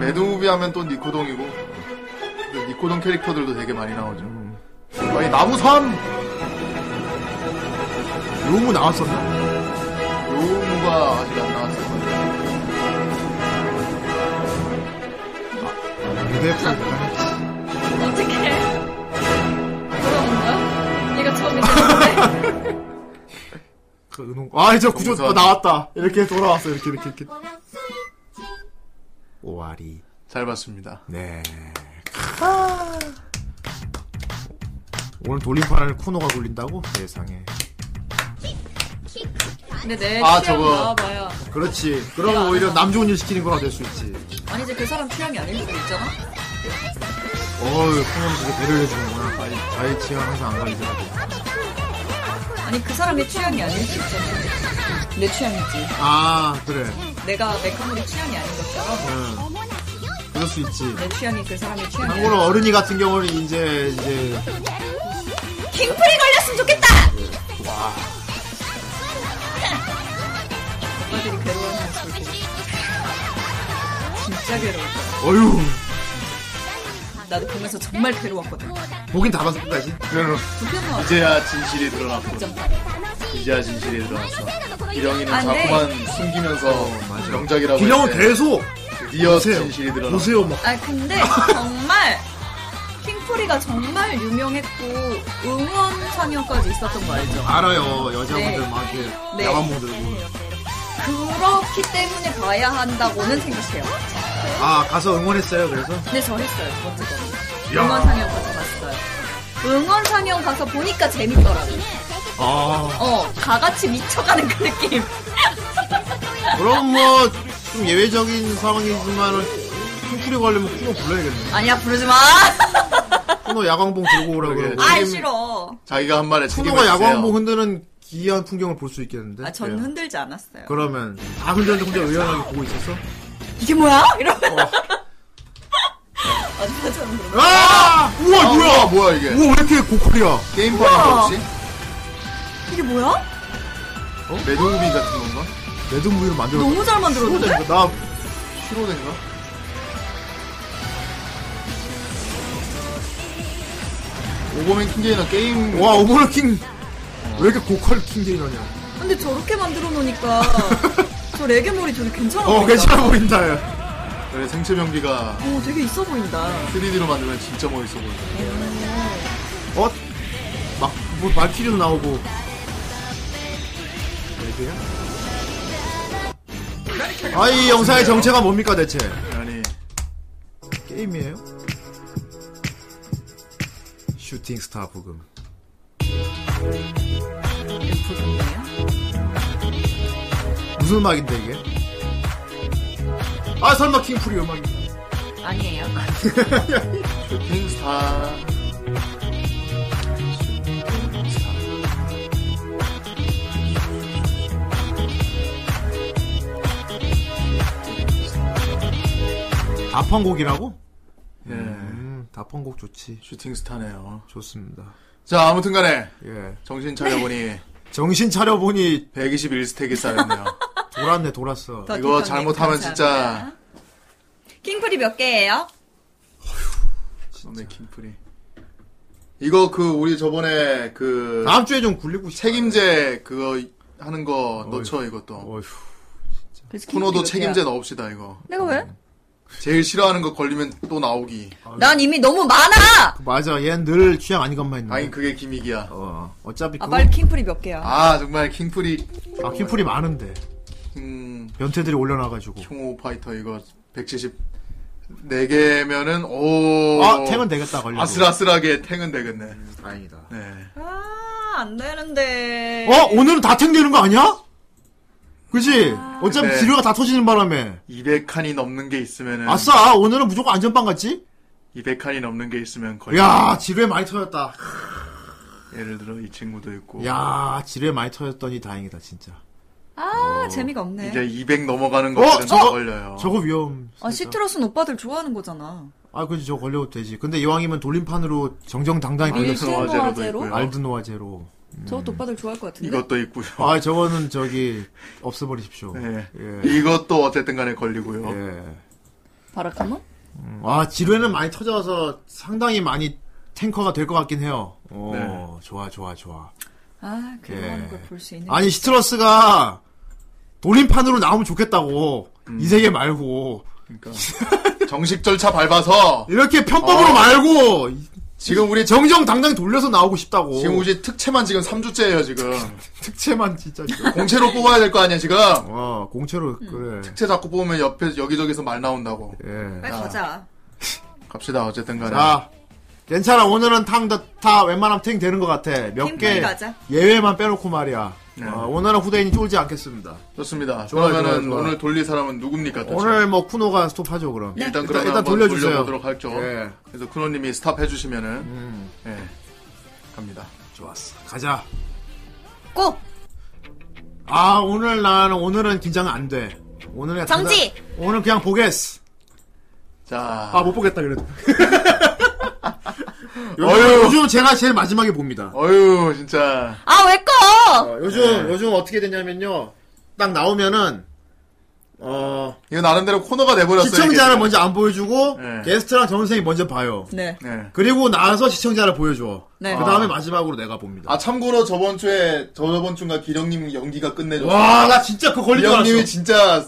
S11: 매드무비 하면 또 니코동이고 근데 니코동 캐릭터들도 되게 많이 나오죠 아니 나무섬
S9: 로무 나왔었나?
S11: 요무가 아직 안 나왔을 거예요
S9: 네. 유대프.
S12: 어떡해. 돌아온 거야? 얘가 처음이었는데.
S9: 공. 아, 이제 구조 어, 나왔다. 이렇게 돌아왔어. 이렇게 이렇게 이렇게. 오아리.
S11: 잘 봤습니다.
S9: 네. 아. 오늘 돌림판을 쿠노가 돌린다고? 세상에.
S12: 근데 내 아, 취향 저거. 나와봐요.
S9: 그렇지. 그럼 오히려 남 좋은 일 시키는 거가 될 수 있지.
S12: 아니 이제 그 사람 취향이 아닐 수도 있잖아.
S9: 어우, 쿠노는 되게 배려를 해주는구나. 아니, 자기 취향 항상 안 가리더라고.
S12: 아니 그 사람의 취향이 아닐 수 있잖아. 내 취향이지.
S9: 아 그래.
S12: 내가 메카물이 취향이 아닌 것처럼.
S9: 응. 그럴 수 있지.
S12: 내 취향이 그 사람의 취향이.
S9: 참고로 어른이 같은 경우는 이제 이제.
S12: 킹풀이 걸렸으면 좋겠다.
S9: 와.
S12: 아빠들이 괴로워하는 소리. 진짜 괴로워.
S9: 어휴.
S12: 나도 보면서 정말 괴로웠거든.
S9: 보긴 다 봤어 끝까지.
S11: 그래. 이제야 진실이 드러났고. 이제야 진실이 드러났어. 기령이는
S12: 안 돼.
S11: 자꾸만 숨기면서 명작이라고.
S9: 어, 기령은
S11: 했는데
S9: 계속
S11: 드디어
S9: 보세요.
S11: 네. 진실이 드러났어.
S9: 보세요 뭐. 막.
S12: 아 근데 정말 킹풀이가 정말 유명했고 응원 참여까지 있었던 거 알죠?
S9: 알아요 여자분들 막 이렇게
S12: 네.
S9: 야만봉 들고.
S12: 그렇기 때문에 봐야 한다고는 생각해요. 네.
S9: 아 가서 응원했어요 그래서.
S12: 근데 저 했어요 어쨌든
S9: 야.
S12: 응원 상영 가서 봤어요. 응원 상영 가서 보니까 재밌더라고.
S9: 아
S12: 어, 다 같이 미쳐가는 그 느낌.
S9: 그럼 뭐 좀 예외적인 상황이지만은 쿵쿨이 걸리면 쿠노 불러야겠네.
S12: 아니야 부르지 마.
S9: 쿠노 야광봉 들고 오라고
S11: 그러게.
S9: 그러고.
S12: 아 싫어.
S11: 자기가 한 말에 책임을
S9: 쿠노가
S11: 지세요.
S9: 야광봉 흔드는 기이한 풍경을 볼 수 있겠는데.
S12: 아, 전
S9: 예.
S12: 흔들지 않았어요.
S9: 그러면 다 흔들었는데 혼자 의연하게 보고 있었어?
S12: 이게 뭐야? 이러면
S9: 어.
S12: 완전 저는 그런 거.
S9: 아! 우와
S11: 아,
S9: 뭐야!
S11: 뭐야, 뭐야, 이게?
S9: 우와 왜 이렇게 고퀄이야?
S11: 게임판인가
S12: 우와.
S11: 혹시?
S12: 이게 뭐야?
S11: 매듭무비 같은 건가?
S9: 매듭무비로 만들어.
S12: 너무 잘 만들었는데?
S9: 나 이거
S11: 키로된가? 오버맨 킹게이나 게임
S9: 나. 와 오버로 킹. 왜 이렇게 고퀄 킹게이너냐?
S12: 근데 저렇게 만들어 놓으니까 저 레게몰이 되게 괜찮아 보인다.
S9: 어 괜찮아 보인다. 야.
S11: 그래, 네, 생체 변기가
S12: 어, 되게 있어 보인다.
S11: 3D로 만들면 진짜 멋있어 보인다.
S9: 어? 막뭐 발키리도 나오고. 레드야? 아이 영상의 정체가 뭡니까 대체?
S11: 아니
S9: 게임이에요? 슈팅 스타 부금. 무슨 음악인데 이게? 아 설마 킹풀이 음악인가?
S12: 아니에요.
S11: 슈팅스타
S9: 다펑곡이라고?
S11: 예
S9: 음 다펑곡 좋지.
S11: 슈팅스타네요.
S9: 좋습니다.
S11: 자 아무튼간에
S9: 예
S11: 정신 차려보니
S9: 정신 차려 보니
S11: 121스택이 쌓였네요.
S9: 돌았네 돌았어.
S12: 더
S11: 이거
S12: 디테일하게
S11: 잘못하면
S12: 감사합니다. 킹풀이 몇 개예요?
S11: 썸네 킹프리 이거 그 우리 저번에 그
S9: 다음 주에 좀 굴리고 싶다.
S11: 책임제 그거 하는 거 넣죠 이것도
S9: 어휴.
S12: 그래서
S11: 쿠노도
S12: 킹풀이 몇 개야?
S11: 책임제 넣읍시다 이거
S12: 내가 왜?
S11: 제일 싫어하는 거 걸리면 또 나오기
S12: 난 이미 너무 많아.
S9: 그 맞아 얘는 늘 취향 아닌 것만 있는.
S11: 아니 그게 기믹이야
S9: 어 어차피
S12: 아
S9: 그거
S12: 빨리 킹풀이 몇 개야?
S11: 뭐? 아 정말 킹프리
S9: 아 킹풀이 많은데
S11: 킹
S9: 변태들이 올려놔가지고.
S11: 킹오 파이터 이거 174 개면은 오
S9: 아 탱은 되겠다 걸려.
S11: 아슬아슬하게 탱은 되겠네
S9: 음, 다행이다.
S11: 네
S12: 아안 되는데.
S9: 어 오늘은 다 탱되는 거 아니야? 그지?
S11: 아,
S9: 어차피
S11: 근데-
S9: 지뢰가 다 터지는 바람에.
S11: 음. 200칸이 넘는 게 있으면은
S9: 아싸 오늘은 무조건 안전빵 같지?
S11: 200칸이 넘는 게 있으면 걸리
S9: 야 지뢰 많이 터졌다.
S11: 예를 들어 이 친구도 있고
S9: 야 지뢰 많이 터졌더니 다행이다 진짜.
S12: 아 재미가 없네.
S11: 이제 200 넘어가는
S9: 어,
S11: 것들은 다
S9: 저거-
S11: 걸려요.
S9: 저거 위험.
S11: 어,
S12: 아 시트러스는 오빠들 좋아하는 거잖아.
S9: 아 그지 저거 걸려도 되지. 근데 이왕이면 돌림판으로 정정당당히
S11: 알든
S9: 걸렸어.
S11: 노아 예. 제로도
S12: 제로?
S11: 있고요.
S9: 알드노아 제로.
S12: 저것도 오빠들 좋아할 것 같은데.
S11: 음. 이것도 있고요.
S9: 아 저거는 저기 없애버리십시오.
S11: 네.
S9: 예.
S11: 이것도 어쨌든 간에 걸리고요.
S9: 예.
S12: 바라카몬?
S9: 아 지뢰는 많이 터져서 상당히 많이 탱커가 될 것 같긴 해요. 오,
S11: 네.
S9: 좋아 좋아 좋아.
S12: 아 괴로워하는
S9: 예.
S12: 걸 볼 수 있는.
S9: 아니 시트러스가 돌림판으로 나오면 좋겠다고
S11: 음.
S9: 이 세계 말고 예.
S11: 그러니까 정식 절차 밟아서
S9: 이렇게 편법으로
S11: 어.
S9: 말고
S11: 지금 우리
S9: 정정 당장 돌려서 나오고 싶다고.
S11: 지금 우리 특채만 지금 3주째예요, 지금.
S9: 특채만 진짜 지금.
S11: 공채로 뽑아야 될 거 아니야, 지금.
S9: 와, 공채로 그래.
S11: 특채 자꾸 뽑으면 옆에 여기저기서 말 나온다고.
S12: 예. 빨리 가자.
S11: 갑시다, 어쨌든 간에.
S9: 자, 괜찮아. 오늘은 탕다 웬만하면 탱 되는 것 같아. 몇 개 예외만 빼놓고 말이야. 네. 어, 오늘은 후대인이 쫄지 않겠습니다.
S11: 좋습니다. 그러면은 좋아, 좋아. 오늘 돌릴 사람은 누굽니까? 도대체?
S9: 오늘 뭐 쿠노가 스톱하죠 그럼.
S11: 네. 일단 그러면 일단, 일단 돌려주세요. 돌려보도록 할죠.
S9: 예.
S11: 네. 그래서 쿠노님이 스탑해주시면은 음. 네. 갑니다.
S9: 좋았어. 가자.
S12: 꼭.
S9: 아 오늘 나는 오늘은 긴장 안 돼. 오늘
S12: 정지.
S9: 오늘 그냥 보겠어.
S11: 자.
S9: 아 못 보겠다 그래도. 어휴. 요즘 제가 제일 마지막에 봅니다.
S11: 어휴, 진짜.
S12: 아, 왜 꺼?
S9: 어, 요즘, 네. 요즘 어떻게 되냐면요. 딱 나오면은, 어.
S11: 이거 나름대로 코너가 돼버렸어요.
S9: 시청자를 이게. 먼저 안 보여주고, 네. 게스트랑 정선생이 먼저 봐요.
S12: 네.
S11: 예.
S12: 네.
S9: 그리고 나서 시청자를 보여줘. 그 다음에 아. 마지막으로 내가 봅니다.
S11: 네. 아, 참고로 저번 주에, 저번 주인가 기령님 연기가 끝내줬어.
S9: 와, 나 진짜 그거 걸리지 않았어.
S11: 기령님이 진짜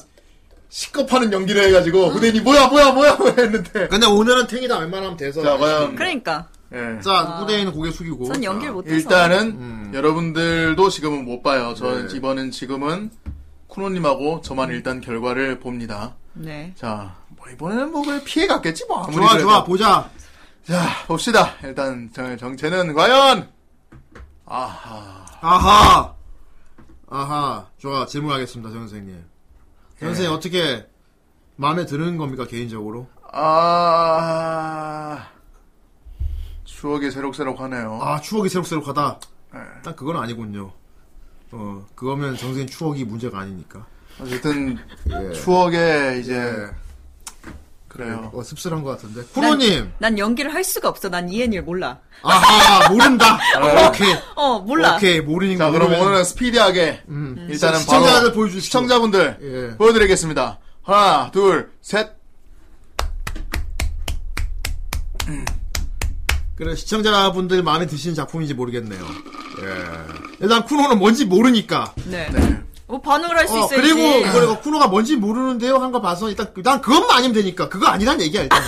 S11: 시겁하는 연기를 해가지고 후대인이 뭐야 뭐야 뭐야 했는데
S9: 근데 오늘은 탱이다 웬만하면 돼서
S11: 자 과연
S12: 그러니까
S9: 예. 자 아, 후대인은 고개 숙이고
S12: 전 연기를 못해서
S11: 일단은 음. 여러분들도 지금은 못 봐요 저 네. 이번엔 지금은 쿠노님하고 저만 음. 일단 결과를 봅니다
S12: 네자
S11: 뭐 이번에는 뭐 그래 피해 갔겠지 뭐 아무리
S9: 좋아
S11: 그래도.
S9: 좋아 보자
S11: 자 봅시다 일단 정체는 과연 아하
S9: 아하 아하 좋아 질문하겠습니다 정 선생님 선생님 네. 어떻게 마음에 드는 겁니까 개인적으로?
S11: 아 추억이 새록새록하네요.
S9: 아 추억이 새록새록하다. 네. 딱 그건 아니군요. 어 그거면 정생 추억이 문제가 아니니까.
S11: 어쨌든 예. 추억에 이제 예. 그래요.
S9: 어, 씁쓸한 것 같은데. 쿠로님.
S12: 난, 난, 연기를 할 수가 없어. 난 이엔일 몰라.
S9: 아하 모른다. 어, 오케이.
S12: 어 몰라.
S9: 오케이 모르니까.
S11: 자 그럼 오늘은 스피디하게 음. 일단은 시청자들
S9: 보여주
S11: 시청자분들 예. 보여드리겠습니다. 하나 둘 셋.
S9: 음. 그래 시청자분들 마음에 드시는 작품인지 모르겠네요. 예. 일단 쿠노는 뭔지 모르니까.
S12: 네. 네. 뭐 반응을 할 수 있어요. 어,
S9: 그리고 이제. 그리고 쿠노가 뭔지 모르는데요 한 거 봐서 일단 난 그것만 아니면 되니까 그거 아니란 얘기야 일단.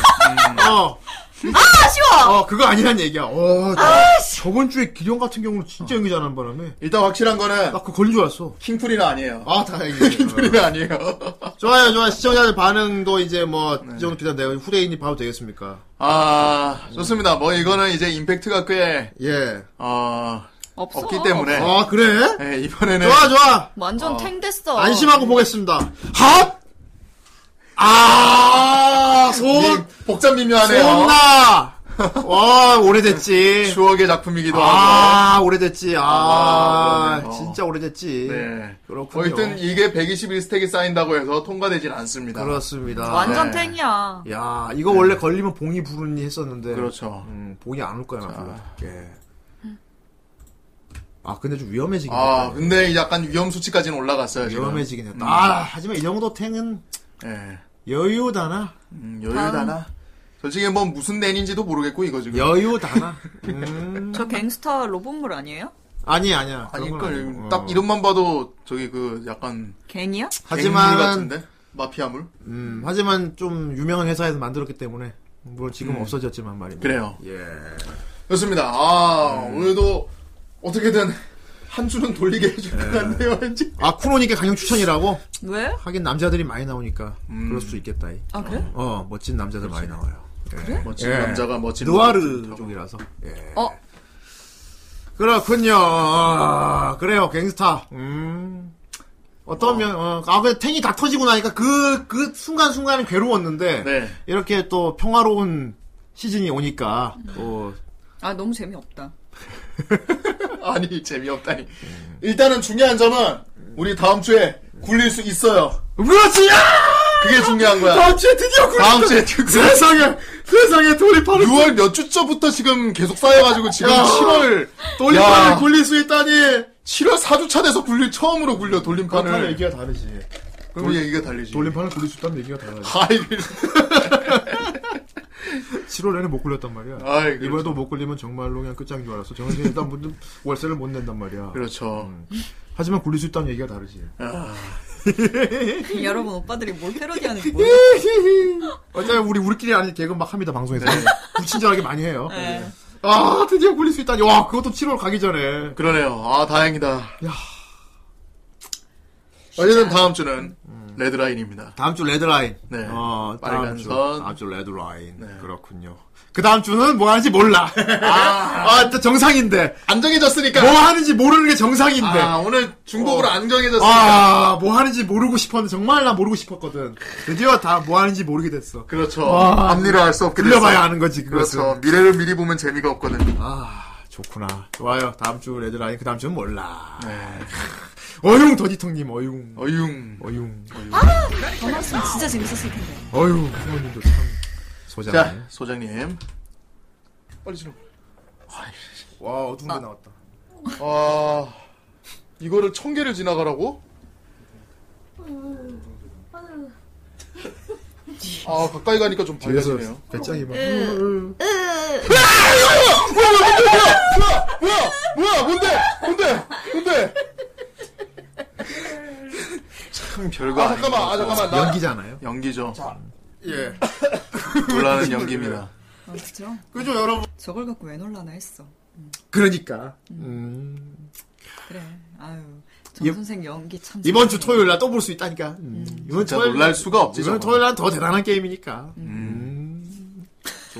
S12: 어. 아 쉬워.
S9: 어 그거 아니란 얘기야. 어. 저, 아, 저번 주에 기령 같은 경우는 진짜 연기 잘하는 바람에
S11: 일단 확실한 거는
S9: 나그 걸린 줄 알았어.
S11: 킹풀이는 아니에요.
S9: 아 다행이네.
S11: 킹풀이는 아니에요.
S9: 좋아요 좋아요 시청자들 반응도 이제 뭐이 네. 정도 비단 내가 후대인이 봐도 되겠습니까?
S11: 아 좋습니다. 뭐 이거는 이제 임팩트가 꽤
S9: 예.
S11: 어. 없어. 없기 때문에.
S9: 아, 그래?
S11: 네, 이번에는.
S9: 좋아, 좋아.
S12: 완전 어. 탱 됐어.
S9: 안심하고 보겠습니다. 핫! 아, 손!
S11: 복잡 네, 미묘하네요.
S9: 손나! 와, 오래됐지.
S11: 추억의 작품이기도
S9: 아, 하고. 오래됐지. 아, 아 어. 진짜 오래됐지.
S11: 네.
S9: 그렇군요.
S11: 어쨌든 이게 121스택이 쌓인다고 해서 통과되진 않습니다.
S9: 그렇습니다.
S12: 완전 네. 탱이야.
S9: 야, 이거 네. 원래 걸리면 봉이 부르니 했었는데.
S11: 그렇죠.
S9: 음, 봉이 안 올 거야, 예. 아 근데 좀 위험해지긴
S11: 아 했다. 근데 약간 위험 수치까지는 올라갔어요 음.
S9: 위험해지긴 지금. 했다 아 하지만 이 정도 탱은 예. 여유다나
S11: 네. 음, 여유다나 다음. 솔직히 뭐 무슨 낸인지도 모르겠고 이거 지금
S9: 여유다나 음.
S12: 저 갱스타 로봇물 아니에요?
S9: 아니 아니야
S11: 아니걸 그러니까 딱 이름만 봐도 저기 그 약간
S12: 갱이야?
S9: 어. 하지만
S11: 같은데 마피아물
S9: 음 하지만 좀 유명한 회사에서 만들었기 때문에 물론 지금 음. 없어졌지만 말입니다
S11: 그래요
S9: 예
S11: 좋습니다 아 음. 오늘도 어떻게든 한 주는 돌리게 해줄 것 같네요, 왠지.
S9: 아, 쿠로니까 강력 추천이라고?
S12: 왜?
S9: 하긴 남자들이 많이 나오니까 음. 그럴 수도 있겠다. 이.
S12: 아, 그래?
S9: 어, 멋진 남자들 그렇지. 많이 나와요.
S12: 그래? 예.
S11: 멋진 예. 남자가 멋진
S9: 누아르 쪽이라서. 예.
S12: 어?
S9: 그렇군요. 아, 그래요, 갱스타. 음. 어떤 어. 면, 어, 아, 근데 탱이 다 터지고 나니까 그, 그 순간순간은 괴로웠는데,
S11: 네.
S9: 이렇게 또 평화로운 시즌이 오니까, 또.
S12: 아, 너무 재미없다.
S11: 아니 재미없다니. 음. 일단은 중요한 점은 우리 다음 주에 굴릴 수 있어요.
S9: 그렇지.
S11: 그게 중요한 거야.
S9: 다음 주에 드디어 굴릴
S11: 다음 주에
S9: 세상에 세상에 돌이파를
S11: 6월 몇 주째부터 지금 계속 쌓여가지고 지금 야, 7월
S9: 돌림판을 굴릴 수 있다니.
S11: 7월 4주차 돼서 굴릴 처음으로 굴려 돌림판을.
S9: 그렇 얘기가 다르지.
S11: 그럼 돌, 얘기가 달리지. 아,
S9: 돌림판을 굴릴 수 있다는 얘기가 다르지.
S11: 아이.
S9: 7월 내내 못 굴렸단 말이야.
S11: 아이,
S9: 그렇죠. 이번에도 못 굴리면 정말로 그냥 끝장인 줄 알았어. 정선생 일단 월세를 못 낸단 말이야.
S11: 그렇죠. 음.
S9: 하지만 굴릴 수 있다는 얘기가 다르지.
S11: 아.
S12: 여러분 오빠들이 뭘 패러디하는지
S11: 네.
S9: 어차피 우리 우리끼리 아닌 개그 막 합니다 방송에서. 무친절하게 많이 해요.
S12: 네.
S9: 아, 드디어 굴릴 수 있다니. 와, 그것도 7월 가기 전에.
S11: 그러네요. 아, 다행이다. 야. 어쨌든 다음 주는 음. 레드라인입니다.
S9: 다음 주 레드라인.
S11: 네.
S9: 어,
S11: 빨간
S9: 주,
S11: 선.
S9: 다음 주 레드라인. 네. 그렇군요. 그 다음 주는 뭐 하는지 몰라. 아,
S11: 아,
S9: 또 정상인데.
S11: 안정해졌으니까.
S9: 뭐 하는지 모르는 게 정상인데.
S11: 아, 오늘 중복으로 어.
S9: 안정해졌으니까. 아, 뭐 하는지 모르고 싶었는데, 정말 나 모르고 싶었거든. 드디어 다 뭐 하는지 모르게 됐어.
S11: 그렇죠. 와, 앞니를 알 수 없게 됐어.
S9: 아. 들려봐야 아는 거지, 그것은.
S11: 그렇죠. 미래를 미리 보면 재미가 없거든.
S9: 아, 좋구나. 좋아요. 다음 주 레드라인, 그 다음 주는 몰라. 네. 어융 더디통님 어융
S11: 어융
S9: 어융 어융
S12: 아더 나왔으면 진짜 재밌었을 텐데
S9: 어융 부모님도 참 소장님
S11: 자 소장님
S18: 빨리 지나
S9: 와 어두운 게 나왔다
S18: 아 이거를 천 개를 지나가라고 아 가까이 가니까 좀 밝아지네요
S9: 배짱이 막
S18: 뭐야 뭐야 뭐야 뭐야 뭔데 뭔데 뭔데
S11: 참 별거
S18: 아, 잠깐만, 아, 잠깐만. 나-
S9: 연기잖아요
S11: 연기죠.
S18: 자.
S9: 예
S11: 놀라는 연기입니다.
S12: 아 진짜?
S9: 그죠 여러분
S12: 저걸 갖고 왜 놀라나 했어
S9: 그러니까 음.
S12: 그래 아유 정 선생 연기 참
S9: 이번 주
S12: 잘해.
S9: 토요일 날 또 볼 수 있다니까 음. 이번
S11: 진짜 놀랄 수가 없지.
S9: 이번
S11: 저건.
S9: 토요일 날 더 대단한 게임이니까
S18: 음.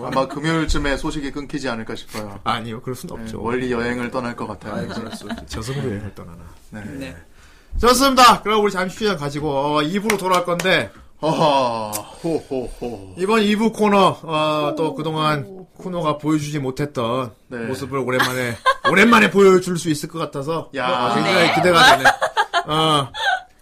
S11: 아마 금요일쯤에 소식이 끊기지 않을까 싶어요.
S9: 아니요 그럴 순
S11: 네,
S9: 없죠
S11: 멀리 여행을 떠날 것 같아요.
S9: 그렇죠. 저승으로 여행을 떠나나
S11: 네.
S12: 네.
S9: 좋습니다 그럼 우리 잠시 휴장 가지고 어, 2부로 돌아올 건데
S11: 허허, 호호호.
S9: 이번 2부 코너 어, 또 그동안 쿠노가 보여주지 못했던
S11: 네.
S9: 모습을 오랜만에 오랜만에 보여줄 수 있을 것 같아서
S11: 야.
S9: 어, 굉장히 기대가 되네. 어,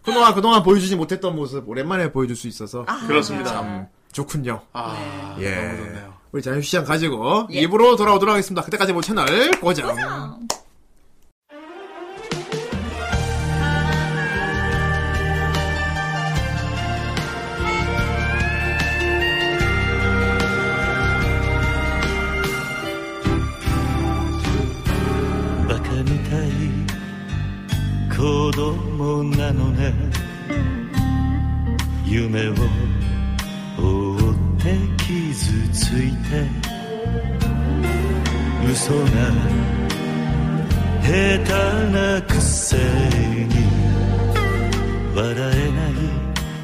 S9: 쿠노가 그동안 보여주지 못했던 모습 오랜만에 보여줄 수 있어서
S11: 그렇습니다. 아, 참.
S9: 좋군요.
S11: 아,
S9: 예.
S11: 너무 좋네요.
S9: 우리 자유시장 가지고 2부로 돌아오도록 하겠습니다. 그때까지 뭐 채널 예. 고정.
S2: バカみたい子供なのね夢を追って傷ついて嘘が下手なくせに笑えない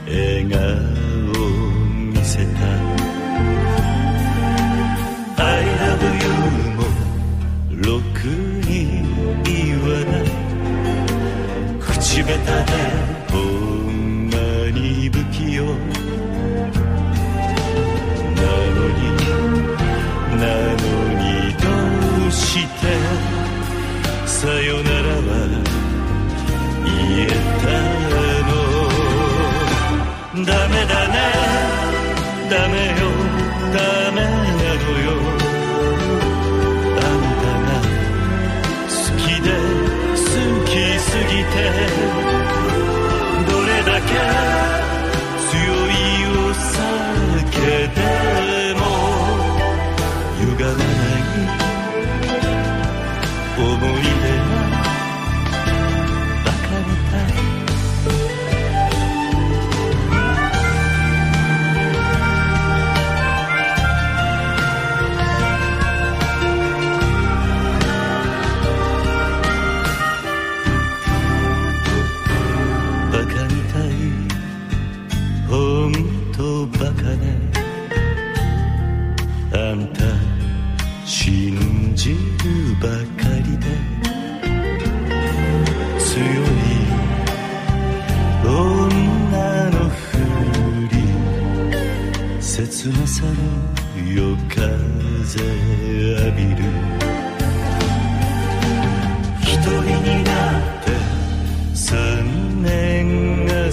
S2: 笑顔を見せた I love you もろくに言わない口下手でほんまに不器用なのになのにどうしてさよならは言えたのダメだねダメよダメなのよあんたが好きで好きすぎてどれだけ強いお酒でも歪まない思い出はバカみたいバカみたいほんとバカねあんた信じるばかりで強い女のふり切なさの夜風浴びる一人になって三年が過ぎ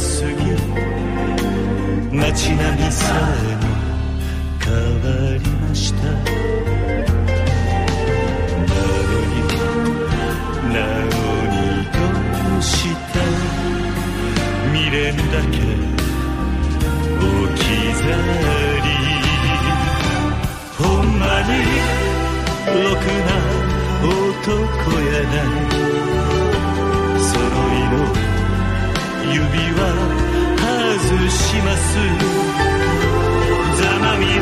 S2: 街並みさえも変わりましたなのになのにどうして未練だけ置き去りほんまにろくな男やない揃いの指輪外しますざまみを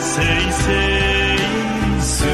S2: せいせいする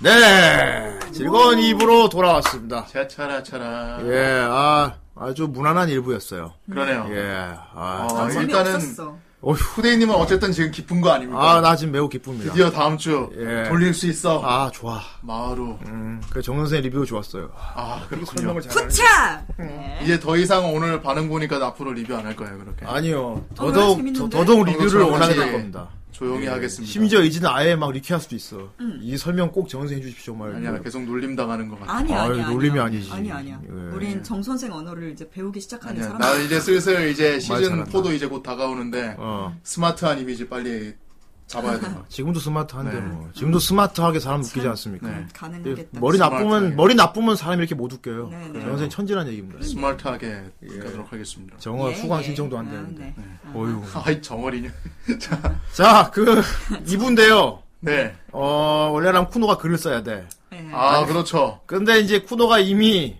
S9: 네. 즐거운 입으로 돌아왔습니다.
S11: 차차라차라.
S9: 예, 아, 아주 무난한 일부였어요.
S11: 그러네요.
S9: 예, 아.
S11: 어, 일단은. 어, 후대인님은 어쨌든 지금 기쁜 거 아닙니까?
S9: 아, 나 지금 매우 기쁩니다.
S11: 드디어 다음 주
S9: 예.
S11: 돌릴 수 있어.
S9: 아, 좋아.
S11: 마루.
S9: 음, 그 정선생 리뷰 좋았어요.
S11: 아, 그렇군요.
S9: 설명을
S12: 푸차!
S11: 이제 더 이상 오늘 반응 보니까 앞으로 리뷰 안 할 거예요, 어, 그렇게.
S9: 아니요.
S12: 오늘
S9: 더더욱,
S12: 재밌는데?
S9: 더, 더욱 리뷰를
S11: 저는
S9: 원하게
S11: 사실 음.
S9: 될 겁니다.
S11: 조용히 하겠습니다.
S9: 예. 심지어 이제는 아예 막 리퀴할 수도 있어. 이 설명 꼭 정선생 해주십시오, 정말.
S11: 음. 아니야, 그- 계속 놀림 당하는 것 같아.
S12: 아니
S9: 아유,
S12: 아니 아니.
S9: 놀림이 아니지.
S12: 아니 아니야.
S9: 예.
S12: 우린 정 선생 언어를 이제 배우기 시작하는
S11: 아니야,
S12: 사람.
S11: 예, 나 이제 슬슬 이제 시즌
S9: 잘한다.
S11: 4도 이제 곧 다가오는데
S9: 어.
S11: 스마트한 이미지 빨리 잡아야 돼.
S9: 지금도 스마트한데
S11: 네.
S9: 뭐. 지금도 스마트하게 사람 웃기지 않습니까?
S11: 네.
S12: 가능하겠다.
S9: 머리
S11: 스마트하게.
S9: 나쁘면 머리 나쁘면 사람이 이렇게 못 웃겨요.
S12: 네, 네.
S9: 정선생 천재란 얘기입니다.
S11: 음. 스마트하게
S9: 예.
S11: 가도록 하겠습니다.
S9: 정어
S12: 예,
S9: 수강
S12: 예.
S9: 신청도 안
S12: 아,
S9: 되는데.
S12: 네.
S9: 어휴.
S11: 아이 정어리냐. 자,
S9: 자, 그 이분데요.
S11: 네.
S9: 어, 원래랑 쿠노가 글을 써야 돼.
S12: 예.
S11: 아 그렇죠.
S9: 근데 이제 쿠노가 이미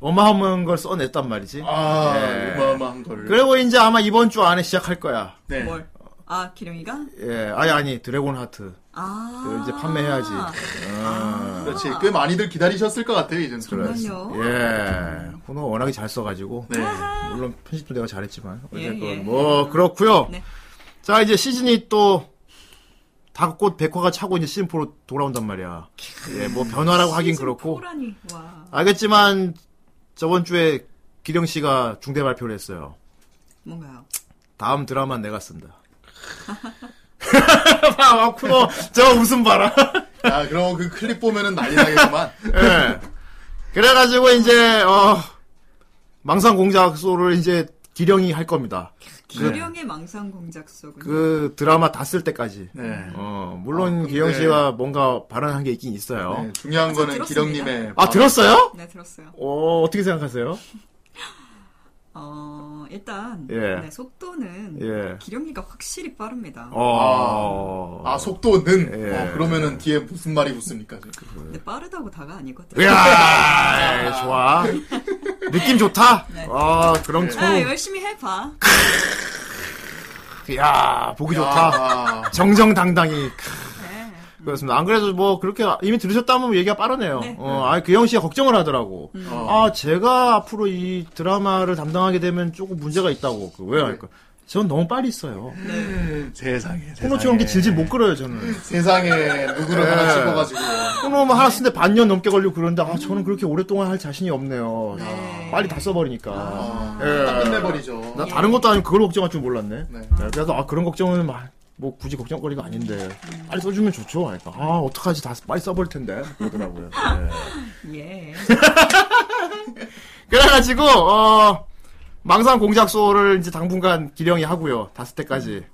S9: 어마어마한 걸 써냈단 말이지.
S11: 아
S9: 네.
S11: 어마어마한 걸.
S9: 그리고 이제 아마 이번 주 안에 시작할 거야.
S11: 네.
S12: 뭘? 아 기령이가?
S9: 예, 아니 아니 드래곤 하트.
S12: 아.
S9: 그걸 이제 판매해야지.
S11: 그렇지. 꽤 많이들 기다리셨을 것 같아요 이젠.
S12: 정말요?
S9: 그, 예,
S12: 음.
S9: 쿠노가 워낙에 잘 써가지고
S11: 네.
S9: 물론 편집도 내가 잘했지만
S12: 예,
S9: 어쨌건
S12: 예.
S9: 뭐 그렇고요.
S12: 네.
S9: 자 이제 시즌이 또 다곧 백화가 차고 이제 시즌 4로 돌아온단 말이야. 예, 뭐 변화라고 하긴 그렇고.
S12: 호라니 와.
S9: 알겠지만 저번 주에 기령 씨가 중대 발표를 했어요.
S12: 뭔가요?
S9: 다음 드라마 는 내가 쓴다. 봐, 와, 쿠노, 저 웃음 봐라.
S11: 야 그럼 그 클립 보면은 난리 나겠구만.
S9: 예. 그래가지고 이제 어 망상 공작소를 이제 기령이 할 겁니다.
S12: 기령의 망상 공작소군요.
S9: 그 드라마 다 쓸 때까지.
S11: 네.
S9: 어 물론
S11: 아,
S9: 기령
S11: 근데-
S9: 씨가 뭔가 발언한 게 있긴 있어요.
S11: 네, 중요한
S12: 아, 저
S11: 거는
S12: 들었습니다.
S11: 기령님의.
S9: 아 들었어요?
S12: 네 들었어요.
S9: 어 어떻게 생각하세요?
S12: 어 일단
S9: 예.
S12: 네, 속도는
S9: 예.
S12: 기령이가 확실히 빠릅니다.
S9: 어.
S11: 아 속도는.
S9: 예.
S11: 어, 그러면은 뒤에 무슨 말이 붙습니까? 지금.
S12: 근데 빠르다고 다가 아니거든.
S9: 이야 예, 좋아. 느낌 좋다. 아 그럼 저
S12: 아, 열심히 해봐.
S9: 야 보기 좋다.
S11: 아,
S9: 정정당당히. 그렇습니다. 안 그래도 뭐 그렇게 이미 들으셨다면 뭐 얘기가 빠르네요.
S12: 네.
S9: 어, 아니 그영 씨가 걱정을 하더라고.
S11: 어.
S9: 아 제가 앞으로 이 드라마를 담당하게 되면 조금 문제가 있다고. 그왜 할까? 전 너무 빨리 있어요.
S11: 네. 세상에.
S9: 코너처럼 이렇게
S11: 세상에.
S9: 질질 못 끌어요 저는.
S11: 음. 세상에 누구를 하나 찍어가지고
S9: 코너만 뭐 하나 쓰는데 반년 넘게 걸리고 그런데 아 저는 그렇게 오랫동안 할 자신이 없네요.
S12: 네.
S9: 빨리 다 써버리니까.
S11: 아,
S9: 예.
S11: 딱 끝내버리죠.
S12: 예.
S9: 나 다른 것도 아니고 그걸 걱정할 줄 몰랐네.
S11: 네.
S9: 네, 그래서 아 그런 걱정은 막, 뭐 굳이 걱정거리가 아닌데 빨리 써주면 좋죠. 그러니까 아 어떡하지 다 빨리 써볼 텐데 그러더라고요. 네.
S12: 예.
S9: 그래가지고 어 망상 공작소를 이제 당분간 기령이 하고요 다섯 대까지.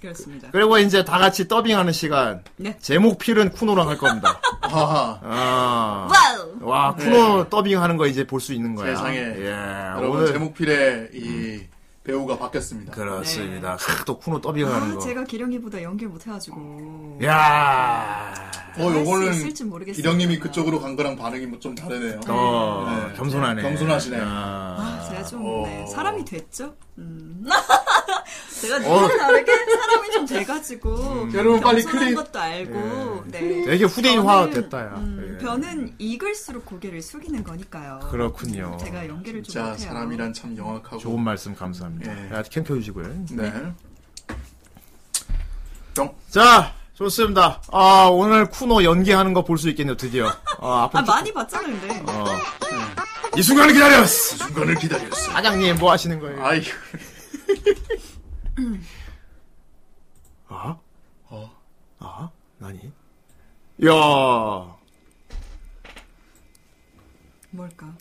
S12: 그렇습니다.
S9: 그리고 이제 다 같이 더빙하는 시간.
S12: 네.
S9: 제목 필은 쿠노랑 할 겁니다.
S11: 아하.
S9: 아.
S12: 와우.
S9: 와 쿠노 더빙하는 거 이제 볼 수 있는 거야.
S11: 네. 세상에.
S9: 예.
S11: 여러분
S9: 오늘
S11: 제목필에 이 배우가 바뀌었습니다.
S9: 그렇습니다. 크, 또 쿠노 더빙하는
S12: 네. 아,
S9: 거.
S12: 제가 기령이보다 연기를 못해가지고.
S9: 야.
S11: 어
S12: 할수
S11: 요거는
S12: 있을지 모르겠어요. 네.
S11: 기령님이 그쪽으로 간 거랑 반응이 뭐 좀 다르네요.
S9: 어
S11: 네.
S9: 겸손하네.
S11: 겸손하시네.
S9: 아.
S12: 아, 제가 좀,
S11: 어.
S12: 네, 사람이 됐죠? 음. 제가
S9: 어.
S12: 누구랑 다르게 사람이 좀 돼가지고. 음.
S11: 여러분 빨리
S12: 겸손한
S11: 클릭.
S12: 것도 알고. 네.
S9: 음. 예. 되게 후대인화
S12: 저는,
S9: 됐다, 야.
S12: 음,
S9: 예.
S12: 변은 익을수록 고개를 숙이는 거니까요. 음,
S9: 그렇군요.
S12: 제가 연기를 좀
S11: 진짜
S12: 못해요.
S11: 사람이란 참 영악하고.
S9: 좋은 말씀
S11: 네.
S9: 감사합니다.
S11: 예.
S9: 야, 캠 켜주시고요.
S11: 네.
S9: 자, 좋습니다. 아, 오늘 쿠노 연기하는 거 볼 수 있겠네요, 드디어. 아,
S12: 아 많이 봤잖아요, 근데. 어.
S9: 이 순간을 기다렸어!
S11: 이 순간을 기다렸어.
S9: 사장님, 뭐 하시는 거예요?
S11: 아이
S9: 아? 어? 아? 나니? 야
S12: 뭘까?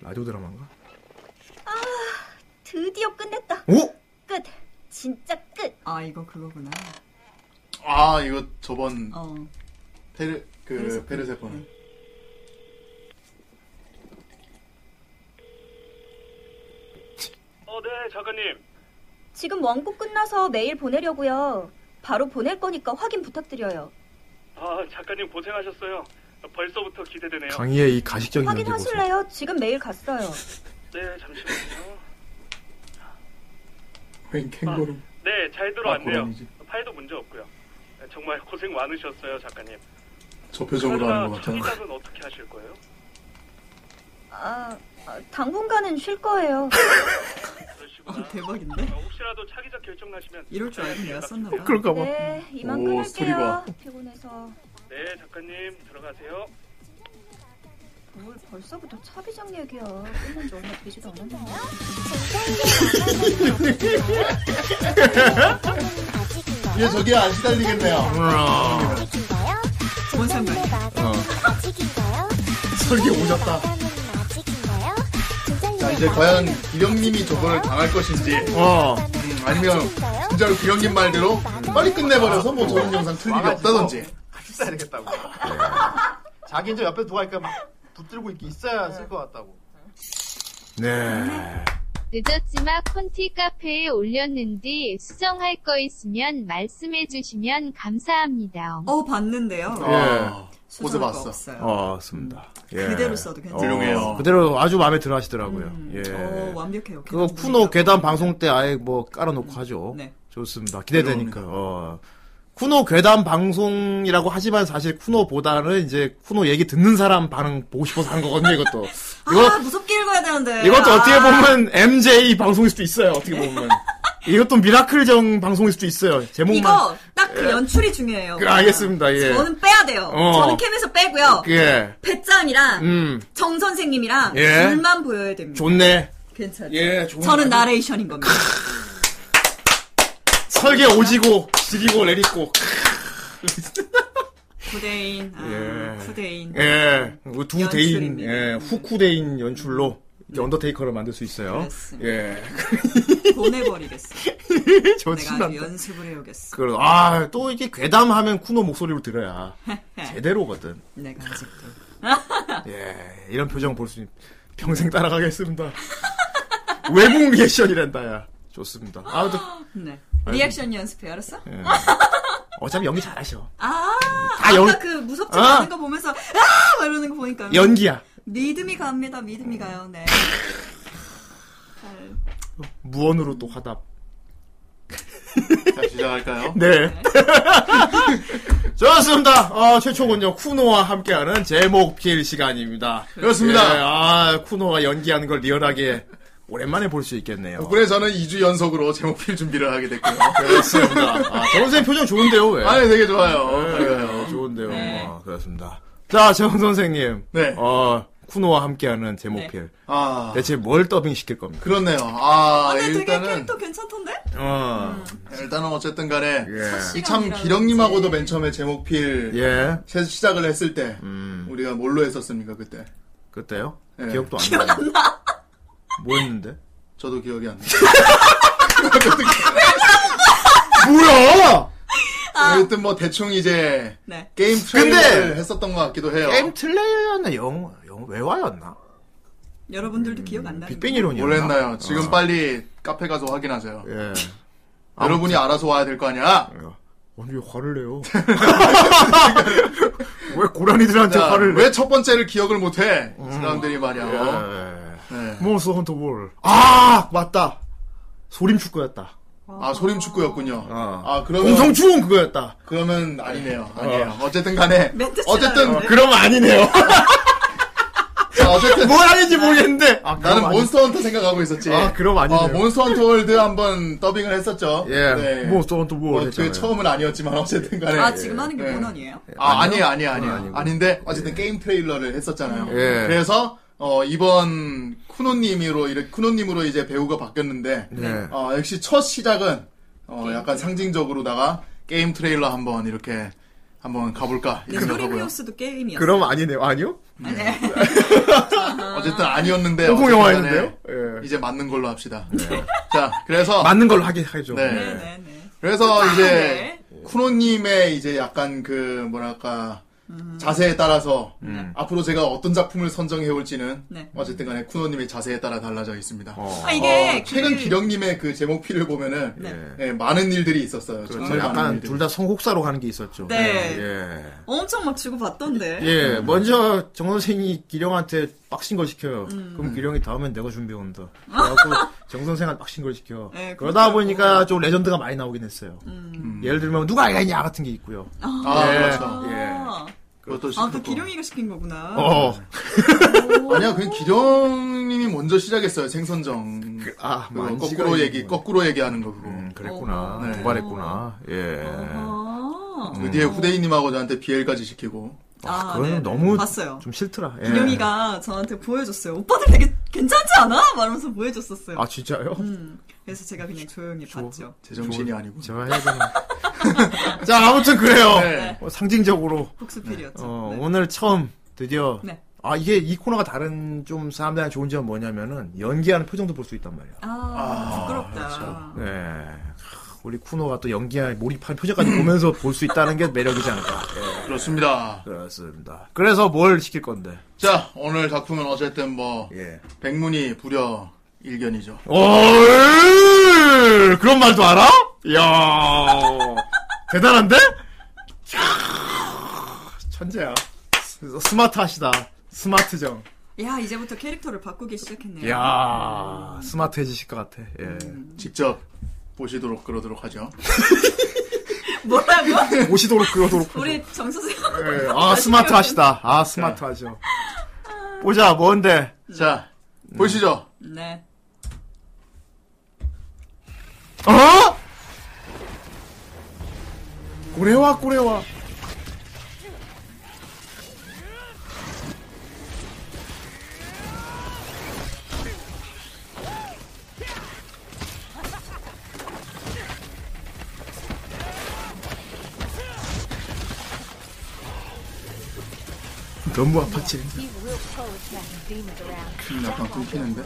S9: 라디오 드라마인가?
S15: 아, 드디어 끝냈다.
S9: 오?
S15: 끝. 진짜 끝.
S12: 아, 이거 그거구나.
S11: 아, 이거 저번
S12: 어.
S11: 페르 그 페르세포는
S19: 어, 네, 작가님.
S15: 지금 원고 끝나서 메일 보내려고요. 바로 보낼 거니까 확인 부탁드려요.
S19: 아, 작가님 고생하셨어요. 벌써부터 기대되네요.
S9: 강의의 이 가식적인 연기 보세요.
S15: 확인하실래요? 지금 메일 갔어요.
S19: 네, 잠시만요.
S11: 웬 캥거루.
S19: 아, 네, 잘
S11: 아,
S19: 들어왔네요.
S11: 고라니지.
S19: 파일도 문제 없고요. 네, 정말 고생 많으셨어요, 작가님.
S11: 저 표정으로 하는 것 같아.
S19: 은 어떻게 하실 거예요?
S15: 아, 아, 당분간은 쉴 거예요.
S19: 그러시구나.
S11: 네.
S12: 아, 대박인데?
S19: 어, 혹시라도 차기작 결정 나시면
S12: 이럴 줄 알고 내가 썼나 봐.
S9: 그럴까봐.
S15: 네, 이만
S11: 오, 스토리 봐.
S15: 끊을게요. 피곤해서.
S19: 네, 작가님 들어가세요.
S15: 뭘 벌써부터 차비장 얘기야. 끝난 지 얼마 되지도 않았는데.
S11: 얘 저기 안 시달리겠네요.
S9: 우와.
S12: 뭔 상관이야?
S11: 설계 오졌다. 자 이제 과연 기령님이 저거를 당할 것인지
S9: 어.
S11: 음, 아니면 진짜로 기령님 말대로 빨리 끝내버려서 뭐 저런 영상 틀 일이 없다든지 예.
S20: 있어야 되겠다고. 자기 이제 옆에 누가 있니까 막 붙들고 있긴 있어야 쓸 것 같다고.
S9: 네.
S10: 늦었지만 콘티 카페에 올렸는데 수정할 거 있으면 말씀해 주시면 감사합니다.
S12: 어, 봤는데요.
S9: 예.
S11: 옷에
S12: 수정할 거
S11: 봤어.
S12: 없어요.
S9: 어, 습니다 예.
S12: 그대로 써도 괜찮아요.
S11: 훌륭해요.
S9: 어, 그대로 아주 마음에 들어 하시더라고요. 예.
S12: 어, 완벽해요.
S9: 그거
S12: 계단
S9: 쿠노
S12: 보니까.
S9: 괴담 방송 때 아예 뭐 깔아놓고 하죠.
S12: 네.
S9: 좋습니다. 기대되니까. 어. 쿠노 괴담 방송이라고 하지만 사실 쿠노보다는 이제 쿠노 얘기 듣는 사람 반응 보고 싶어서 하는 거거든요, 이것도. 이거,
S12: 아, 무섭게 읽어야 되는데.
S9: 이것도
S12: 아.
S9: 어떻게 보면 MJ 방송일 수도 있어요, 어떻게 보면. 이것도 미라클정 방송일 수도 있어요, 제목만.
S12: 이거 딱 그 연출이 중요해요.
S9: 예. 그, 알겠습니다, 예.
S12: 저는 빼야 돼요.
S9: 어.
S12: 저는 캠에서 빼고요.
S9: 예.
S12: 배짱이랑
S9: 음,
S12: 정 선생님이랑
S9: 예.
S12: 둘만 보여야 됩니다.
S9: 좋네.
S12: 괜찮죠?
S9: 예, 좋은
S12: 저는
S9: 아이디어.
S12: 나레이션인 겁니다.
S9: 설계 오지고, 지리고, 내리고.
S12: 구대인, 아,
S9: 예.
S12: 구대인.
S9: 예, 그두 대인,
S12: 연출입니다. 네.
S9: 예, 후쿠대인 연출로 이제 언더테이커를 만들 수 있어요.
S12: 그렇습니다.
S9: 예,
S12: 보내버리겠어. 내가
S9: 좋습니다.
S12: 아주 연습을 해오겠어.
S9: 그, 아, 또 이게 괴담하면 쿠노 목소리를 들어야 제대로거든.
S12: 내가 아직도.
S9: 예, 이런 표정 볼 수 있, 평생 따라가겠습니다. 외국 리액션이란다야. 좋습니다. 아무튼,
S12: 네. 리액션 연습해, 알았어?
S9: 예. 어차피 연기 잘하셔.
S12: 아,
S9: 다
S12: 아까
S9: 연-
S12: 그 무섭지
S9: 아.
S12: 않은 거 보면서, 아! 막 이러는 거 보니까.
S9: 연기야.
S12: 믿음이 갑니다, 믿음이 가요, 네. 아유,
S9: 무언으로 또 화답.
S11: 자 시작할까요?
S9: 네. 좋습니다. 아, 최초군요. 쿠노와 함께하는 제목필 시간입니다.
S11: 그렇습니다.
S9: 예, 아, 쿠노가 연기하는 걸 리얼하게 오랜만에 볼 수 있겠네요.
S11: 덕분에 저는 2주 연속으로 제목필 준비를 하게 됐고요.
S9: 그렇습니다. 아, 정선생 표정 좋은데요, 왜?
S11: 아니 되게 좋아요.
S9: 네, 좋은데요. 아, 그렇습니다. 자, 정 선생님.
S11: 네.
S9: 어, 쿠노와 함께하는 제목필.
S11: 아
S9: 대체 뭘 더빙 시킬 겁니까?
S11: 그렇네요. 아
S12: 근데 되게
S11: 일단은
S12: 캐릭터 괜찮던데?
S9: 어,
S11: 일단은 어쨌든 간에
S9: 예.
S11: 이 참 기령님하고도 맨 처음에 제목필
S9: 예. 음.
S11: 새- 시작을 했을 때 우리가 뭘로 했었습니까 그때?
S9: 그때요?
S11: 예.
S9: 네. 기억도 안 나요. 기억 안 나. 뭐 했는데?
S11: 저도 기억이 안 나요.
S9: 뭐야!
S11: 하여튼 뭐 대충 이제
S12: 네.
S11: 게임
S9: 근데
S11: 트레이를 했었던 것 같기도 해요.
S9: 게임 틀레이였나 영어 영어 외화였나?
S12: 여러분들도 기억 안 나요?
S9: 빅뱅 이론이었나?
S11: 뭘 했나요? 지금
S9: 어.
S11: 빨리 카페 가서 확인하세요.
S9: 예.
S11: 여러분이 알아서 와야 될 거 아니야?
S9: 언제 화를 내요? 왜 고라니들한테 화를 내? 음.
S11: 왜 첫 번째를 기억을 못해? 사람들이 말이야.
S9: 예.
S11: 네.
S9: 몬스터 헌터 볼. 아 맞다. 소림 축구였다.
S11: 아 소림 축구였군요.
S9: 어.
S11: 아 그러면
S9: 공성 어. 추운 그거였다.
S11: 그러면 아니네요. 아니에요. 어쨌든 간에
S12: 멘트 치라는데?
S11: 어쨌든
S9: 그럼 아니네요.
S11: 자, 어쨌든.
S9: 뭘 하는지 모르겠는데.
S11: 아, 나는 몬스터 헌터 생각하고 있었지.
S9: 아, 그럼 아니네.
S11: 어, 몬스터 헌터 월드 한번 더빙을 했었죠.
S9: 예. 네. 몬스터 헌터 월드.
S11: 그 처음은 아니었지만, 어쨌든 간에.
S9: 예.
S12: 아, 지금 하는 게 본원이에요?
S11: 예. 아, 아니에요, 아니에요, 아니에요. 아닌데, 어쨌든 게임 트레일러를 했었잖아요.
S9: 예.
S11: 그래서, 어, 이번 쿠노님으로, 이렇게 쿠노님으로 이제 배우가 바뀌었는데,
S9: 네.
S11: 어, 역시 첫 시작은, 어, 약간 상징적으로다가 게임 트레일러 한번 이렇게 한번 가볼까. 이
S12: 네토리
S11: 생각하고요.
S12: 휘어스도 게임이었어요.
S9: 그럼 아니네요. 아니요?
S12: 네. 아.
S11: 어쨌든 아니었는데.
S9: 홍콩
S11: 네, 어쨌든 간에
S9: 영화였는데요? 네. 예.
S11: 이제 맞는 걸로 합시다. 네. 자, 그래서.
S9: 맞는 걸로 하게 하죠.
S11: 네.
S12: 네, 네, 네.
S11: 그래서
S12: 아,
S11: 이제
S12: 네.
S11: 쿠노님의 이제 약간 그 뭐랄까
S12: 음.
S11: 자세에 따라서
S9: 음.
S11: 앞으로 제가 어떤 작품을 선정해 올지는
S12: 네.
S11: 어쨌든간에 쿠노님의 자세에 따라 달라져 있습니다.
S9: 어.
S12: 아, 이게.
S11: 어, 최근
S12: 그-
S11: 기령님의 그 제목피를 보면은
S9: 네.
S11: 예, 많은 일들이 있었어요.
S9: 그렇죠.
S11: 정말 많은
S9: 약간
S11: 일들이.
S9: 둘 다 성곡사로 가는 게 있었죠.
S12: 네.
S9: 예.
S12: 엄청 막 치고 봤던데.
S9: 예, 먼저 정 선생이 기령한테 빡신 걸 시켜요. 그럼 기령이 다음엔 내가 준비해 온다. 그래갖고 정 선생한테 빡신 걸 시켜.
S12: 네, 음.
S9: 그러다
S12: 그렇죠.
S9: 보니까 좀 레전드가 많이 나오긴 했어요.
S11: 음.
S9: 예를 들면 누가 알겠냐 같은 게 있고요.
S11: 아,
S9: 예.
S11: 그렇죠.
S12: 아,
S11: 그것도
S12: 아, 그
S11: 시켰고.
S12: 기룡이가 뭐 시킨 거구나.
S9: 어,
S11: 아니야, 그 기령님이 먼저 시작했어요. 생선정. 뭐
S9: 아,
S11: 그거
S9: 만지가
S11: 거꾸로
S9: 있는
S11: 얘기,
S9: 거구나.
S11: 거꾸로 얘기하는 거 그거.
S12: 어.
S9: 음, 그랬구나.
S11: 네.
S9: 도발했구나. 예.
S12: 아.
S11: 그
S9: 음.
S11: 뒤에 후대인님하고 저한테 비엘까지 시키고.
S12: 아,
S9: 그거는
S12: 네.
S9: 너무
S12: 봤어요.
S9: 좀 싫더라. 예.
S12: 기룡이가 저한테 보여줬어요. 오빠들 되게 괜찮지 않아? 말하면서 보여줬었어요.
S9: 아, 진짜요?
S12: 음, 그래서 제가 그냥 조용히 봤죠.
S11: 제 정신이 아니고.
S9: 제가 해야 되나. 자, 아무튼 그래요.
S11: 네.
S9: 어, 상징적으로.
S12: 복수필이었죠.
S9: 어,
S12: 네.
S9: 오늘 처음 드디어
S12: 네.
S9: 아 이게 이 코너가 다른 좀 사람들한테 좋은 점은 뭐냐면은 연기하는 표정도 볼 수 있단 말이야.
S12: 아, 부끄럽다.
S9: 네. 하, 우리 쿠노가 또 연기에 몰입하는 표정까지 보면서 볼 수 있다는 게 매력이지 않을까. 예,
S11: 그렇습니다.
S9: 그렇습니다. 그래서 뭘 시킬 건데?
S11: 자, 오늘 작품은 어쨌든 뭐,
S9: 예.
S11: 백문이 불여 일견이죠.
S9: 어, 그런 말도 알아? 이야, 대단한데? 캬, 천재야. 스- 스마트하시다. 스마트정.
S12: 야, 이제부터 캐릭터를 바꾸기 시작했네요.
S9: 이야, 스마트해지실 것 같아.
S12: 음.
S9: 예.
S11: 직접 보시도록 그러도록 하죠.
S12: 뭐라고?
S9: 오시도록 그러도록.
S12: 우리 정수생
S9: 예, 아 스마트하시다. 아 스마트하죠. 보자 뭔데?
S11: 자,
S9: 음.
S11: 보시죠.
S12: 네.
S9: 어? 꼬레와 꼬레와. 너무 아팠지.
S11: 음, 약간 끊기는데?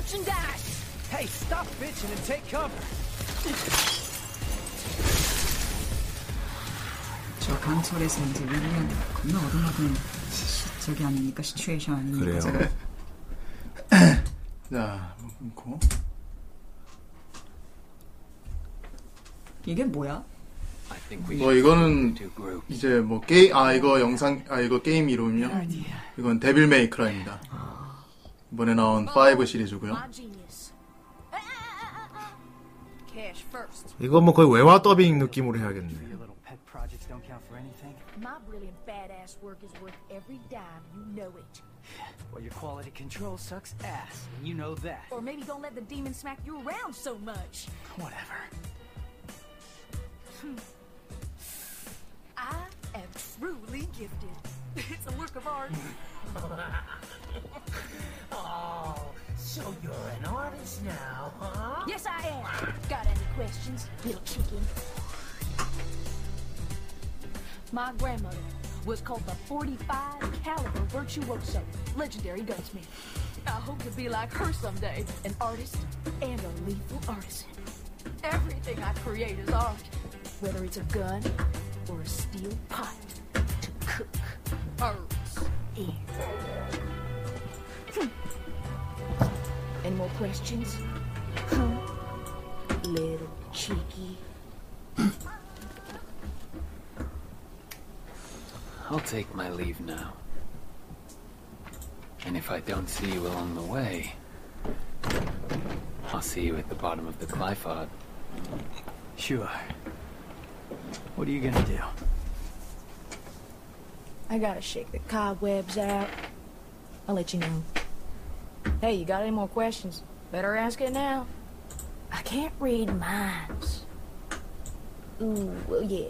S21: Hey, stop bitching and take cover.
S12: 저 강철에서 이제 윌리엄이 겁나 얻어맞은 시- 저기 아닙니까? 시츄에이션 아닙니까?
S9: 그래요.
S11: 자, 끊고.
S12: 이게 뭐야?
S11: 뭐, 이거는, 이제 뭐, 게임, 아, 이거 영상, 아, 이거 게임 이름이요? 이건 데빌 메이크라입니다. 이번에 나온 5 시리즈고요
S9: 이거 뭐 거의 외화 더빙 느낌으로 해야겠네.
S21: Your little pet projects don't count for anything. Well, your quality control sucks ass, and you know that. Whatever.
S15: Hmm.
S21: Oh, so you're an artist now, huh?
S15: Yes, I am. Got any questions? Little chicken. My grandmother was called the 45 caliber virtuoso, legendary gunsmith. I hope to be like her someday, an artist and a lethal artisan. Everything I create is art, whether it's a gun or a steel pot to cook herbs in. Hmm. Any more questions? Little cheeky.
S22: I'll take my leave now. And if I don't see you along the way,
S23: I'll see you at the bottom of the Clifod.
S24: Sure. What are you gonna do?
S15: I gotta shake the cobwebs out. I'll let you know. Hey, you got any more questions? Better ask it now. I can't read minds. Ooh, well, yeah.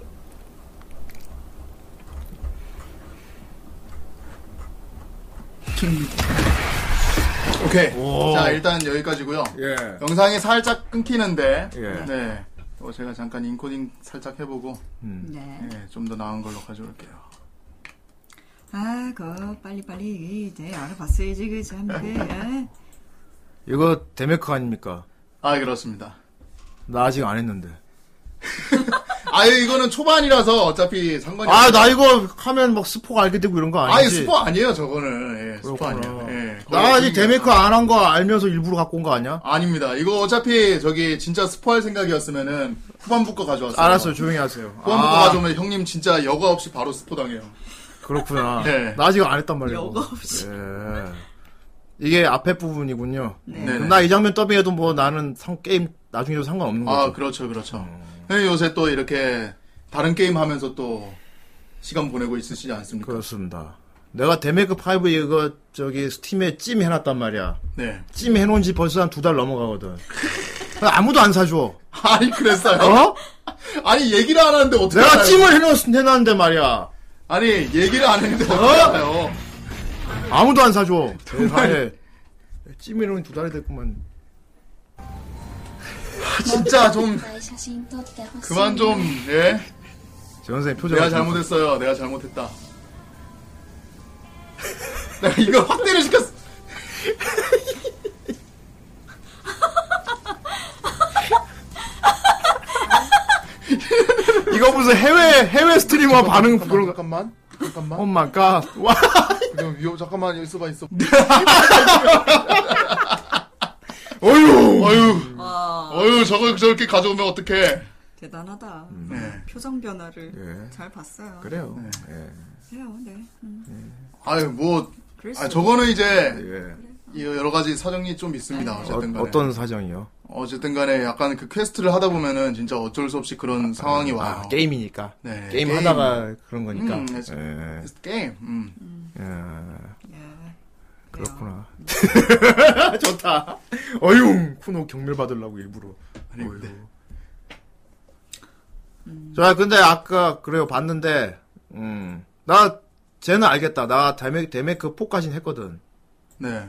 S11: 오케이. 자, 일단 여기까지고요.
S9: 예.
S11: 영상이 살짝 끊기는데
S9: 예.
S11: 네. 또 제가 잠깐 인코딩 살짝 해보고
S9: 음.
S12: 네.
S11: 좀 더 나은 걸로 가져올게요.
S12: 아, 그 빨리빨리 이제 알아봤어야지 그 참. 그,
S9: 이거 데메크 아닙니까?
S11: 아 그렇습니다.
S9: 나 아직 안 했는데.
S11: 아 이거는 초반이라서 어차피 상관이
S9: 아 나 이거 하면 막 스포가 알게 되고 이런 거 아니지?
S11: 아예 스포 아니에요 저거는 예, 스포 아니에요. 예,
S9: 나 아직 데메크 안 한 거 알면서 일부러 갖고 온 거 아니야?
S11: 아닙니다. 이거 어차피 저기 진짜 스포할 생각이었으면은 후반부 거 가져왔어요.
S9: 알았어요, 조용히 하세요.
S11: 후반부 거
S9: 아. 그렇죠.
S11: 가져오면 형님 진짜 여과 없이 바로 스포 당해요.
S9: 그렇구나.
S11: 네.
S9: 나 아직 안 했단 말이야.
S12: 여과
S9: 이거.
S12: 없이.
S9: 예. 이게 앞에 부분이군요.
S12: 네.
S9: 나 이 장면 더빙해도 뭐 나는 상, 게임 나중에도 상관없는 거지.
S11: 아 그렇죠 그렇죠.
S9: 어.
S11: 형님 요새 또 이렇게 다른 게임 하면서 또 시간 보내고 있으시지 않습니까?
S9: 그렇죠. 그렇습니다. 내가 데메크 5 이거 저기 스팀에 찜 해놨단 말이야.
S11: 네.
S9: 찜 해놓은 지 벌써 한 두 달 넘어가거든. 아무도 안 사줘.
S11: 아니 그랬어요.
S9: 어?
S11: 아니 얘기를 안 하는데 어떻게
S9: 내가
S11: 알아요?
S9: 찜을 해놓, 해놨는데 말이야.
S11: 아니 얘기를 안 했는데 어떻게 알아요?
S9: 아무도 안 사줘. 네. 세상에. 찜 해놓은 두 달이 됐구만.
S11: 진짜 좀 그만 좀 예.
S9: 재원생 표정.
S11: 내가 잘못했어요. 내가 잘못했다. 내가 이걸 확대를 시켰어.
S9: 이거 무슨 해외 해외 스트리머 반응 그런 거.
S25: 잠깐만. 잠깐만.
S9: Oh my god. 와.
S25: 그럼 위험 잠깐만 여기 있어봐 있어.
S9: 네. 어휴.
S11: 어휴,
S12: 와,
S11: 어휴, 저걸 저렇게 가져오면 어떡해.
S12: 대단하다.
S11: 네.
S12: 표정 변화를
S9: 예.
S12: 잘 봤어요.
S9: 음. 그래요. 예.
S12: 그래요, 네. 음.
S11: 아유, 뭐,
S12: 그랬어.
S11: 아, 저거는 이제
S9: 예.
S11: 이 여러 가지 사정이 좀 있습니다. 어쨌든
S9: 어,
S11: 간에.
S9: 어떤 사정이요?
S11: 어쨌든 간에 약간 그 퀘스트를 하다 보면은 진짜 어쩔 수 없이 그런 상황이 와요.
S9: 아, 게임이니까.
S11: 네,
S9: 게임,
S11: 게임.
S9: 하다가 그런 거니까.
S11: 음,
S9: 예.
S11: 그래서- 게임. 음.
S9: 예.
S12: 예.
S9: 그렇구나. 좋다. 어휴, 쿠노 경멸 받으려고 일부러.
S11: 아닌데.
S9: 네.
S11: 음.
S9: 자, 근데 아까 그래요 봤는데, 음, 나 쟤는 알겠다. 나 데메 데메크 4까지는 했거든.
S11: 네.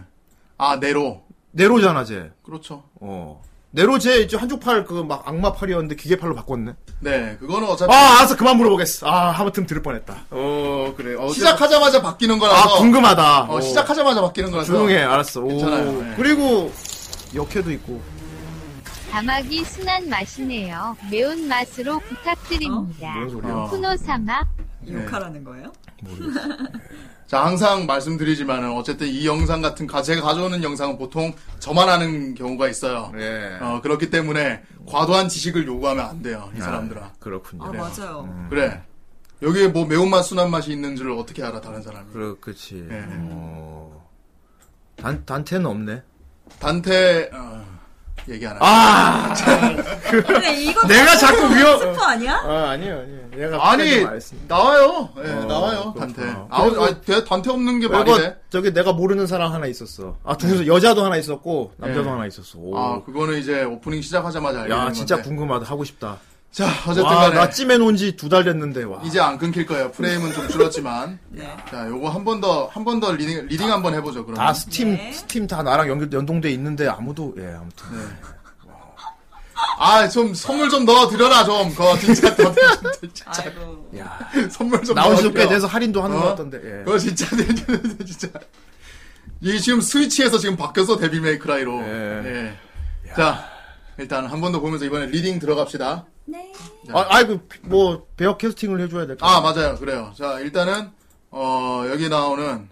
S11: 아, 네로.
S9: 네로잖아 쟤.
S11: 그렇죠.
S9: 어. 네로 쟤 이제 한쪽 팔 그 막 악마 팔이었는데 기계 팔로 바꿨네.
S11: 네, 그거는 어차피.
S9: 아, 알았어 그만 물어보겠어. 아, 하마터면 들을 뻔했다.
S11: 어, 그래. 어, 시작하자마자 바뀌는 거라서.
S9: 아, 궁금하다.
S11: 어,
S9: 오.
S11: 시작하자마자 바뀌는 거라서.
S9: 조용해, 알았어. 오.
S11: 괜찮아요. 네.
S9: 그리고 역해도 있고.
S10: 다막이 순한 맛이네요. 매운 맛으로 부탁드립니다.
S9: 뭔 소리야?
S11: 어.
S10: 쿠노사마
S9: 네.
S12: 욕하라는 거예요?
S11: 자, 항상 말씀드리지만은 어쨌든 이 영상 같은 가 제가 가져오는 영상은 보통 저만 하는 경우가 있어요.
S9: 예.
S11: 어, 그렇기 때문에 과도한 지식을 요구하면 안 돼요, 네. 이
S9: 네.
S11: 사람들아.
S9: 그렇군요. 음.
S12: 아, 맞아요.
S11: 그래. 여기에 뭐 매운맛 순한 맛이 있는 줄 어떻게 알아 다른 사람이.
S9: 그렇 그치.
S11: 네.
S9: 어. 단 단테는 없네.
S11: 단테 어, 얘기 안 해.
S9: 아,
S12: 근데 이거
S9: 내가 자꾸 위험.
S12: 스포 아니야?
S9: 아 아니요 아니요. 얘가
S11: 아니 나와요. 예,
S9: 어,
S11: 나와요.
S9: 그렇구나.
S11: 단테.
S9: 그래서-
S11: 아우 아, 대- 단테 없는 게 말이
S9: 그리고
S11: 돼.
S9: 뭐 저기 내가 모르는 사람 하나 있었어. 아 둘이서 여자도 하나 있었고 남자도
S11: 네.
S9: 하나 있었어. 오.
S11: 아, 그거는 이제 오프닝 시작하자마자 알게
S9: 야
S11: 되는
S9: 진짜
S11: 건데.
S9: 궁금하다 하고 싶다.
S11: 자, 어쨌든 간에
S9: 와나 찜해 놓은 지 두 달 됐는데 와.
S11: 이제 안 끊길 거예요. 프레임은 좀 줄었지만.
S12: 네.
S11: 자, 요거 한 번 더, 한 번 더 리딩, 리딩 한 번 해보죠, 그럼.
S9: 다 스팀
S12: 네.
S9: 스팀 다 나랑 연결 연동돼 있는데 아무도 예 아무튼
S11: 아, 좀, 선물 좀 넣어드려라, 좀. 그거 진짜, 더- 진짜.
S12: 아이고.
S9: 야
S11: 선물 좀
S9: 나온 지도 꽤
S11: 넣어드려.
S9: 돼서 할인도 하는
S11: 어?
S9: 것 같던데. 예.
S11: 그거 진짜, 진짜. 이 지금 스위치에서 지금 바뀌었어, 데빌 메이크라이로.
S9: 예.
S11: 예. 자, 일단 한 번 더 보면서 이번에 리딩 들어갑시다.
S9: 아, 아이고 뭐 배역 캐스팅을 해줘야 될까?
S11: 아, 맞아요. 그래요. 자, 일단은, 어, 여기 나오는,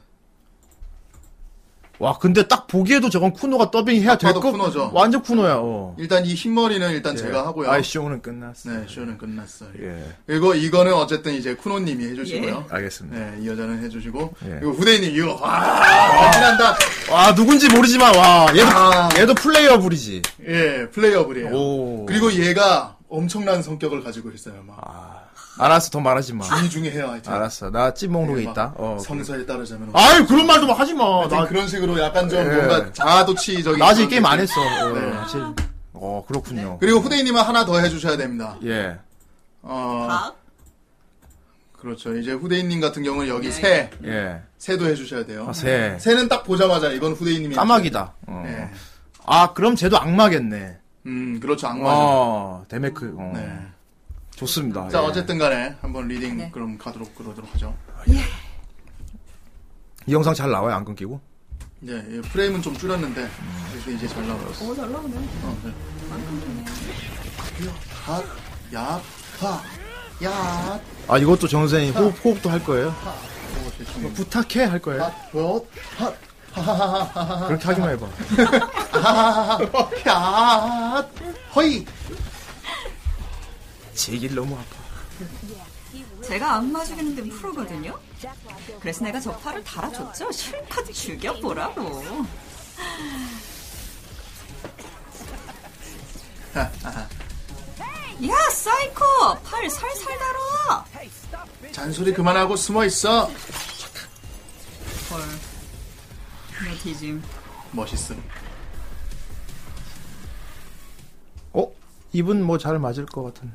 S9: 와 근데 딱 보기에도 저건 쿠노가 더빙 해야 될거
S11: 쿠노죠.
S9: 완전 쿠노야. 어.
S11: 일단 이 흰머리는 일단
S9: 예.
S11: 제가 하고요.
S9: 아이 쇼는 끝났어.
S11: 네, 쇼는 끝났어요.
S9: 예.
S11: 그리고 이거는 어쨌든 이제 쿠노님이 해주시고요.
S9: 알겠습니다.
S11: 네, 이 여자는 해주시고
S9: 예.
S11: 그리고 후대인님 이거 와 멋진한다.
S9: 와 누군지 모르지만 와 얘도
S11: 아.
S9: 얘도 플레이어 불이지.
S11: 예, 플레이어블이에요.
S9: 오.
S11: 그리고 얘가 엄청난 성격을 가지고 있어요. 막
S9: 알았어 더 말하지 마.
S11: 중이중에 해요. 하여튼.
S9: 아. 알았어 나 찐목록에
S11: 예, 막
S9: 있다. 어.
S11: 성서에 따르자면.
S9: 아이 그런 말도 막 하지 마.
S11: 하여튼
S9: 나
S11: 그런 식으로 약간 좀
S9: 예.
S11: 뭔가 자아도취적인.
S9: 나 아직
S11: 그런
S9: 게임 안
S11: 느낌.
S9: 했어. 어,
S11: 네.
S9: 사실. 어 그렇군요.
S11: 그리고 후대인님은 하나 더 해주셔야 됩니다.
S9: 예.
S11: 어,
S12: 닭?
S11: 그렇죠. 이제 후대인님 같은 경우는 여기 새,
S9: 예.
S11: 새도 해주셔야 돼요.
S9: 아, 새.
S11: 새는 딱 보자마자 이건 후대인님이.
S9: 까마귀다. 어.
S11: 해주셔야 돼요. 네.
S9: 아 그럼 쟤도 악마겠네.
S11: 음, 그렇죠. 악마죠.
S9: 어 데메크. 어.
S11: 네.
S9: 좋습니다.
S11: 자,
S9: 예.
S11: 어쨌든 간에 한번 리딩 그럼 가도록 그러도록 하죠.
S9: 이 영상 잘 나와요 안 끊기고?
S11: 네, 예, 프레임은 좀 줄였는데 그래서 이제 잘 나왔어.
S15: 오, 잘 나오네.
S11: 어, 네. 갓, 야, 파, 야,
S9: 아 이것도 정선생이 호흡, 호흡도 할 거예요.
S11: 어, 대충.
S9: 부탁해 할 거예요.
S11: 갓, 롯, 핫, 하하하하하.
S9: 그렇게 하기만 해봐.
S11: 하하하하. 허이.
S9: 제길 너무 아파.
S12: 제가 안 마주겠는데 프로거든요? 그래서 내가 저 팔을 달아줬죠? 실컷 죽여보라고. 야, 사이코! 팔 살살 달아!
S11: 잔소리 그만하고 숨어 있어.
S12: 헐. 너 뒤짐.
S11: 멋있음.
S9: 어? 입은 뭐 잘 맞을 것 같은.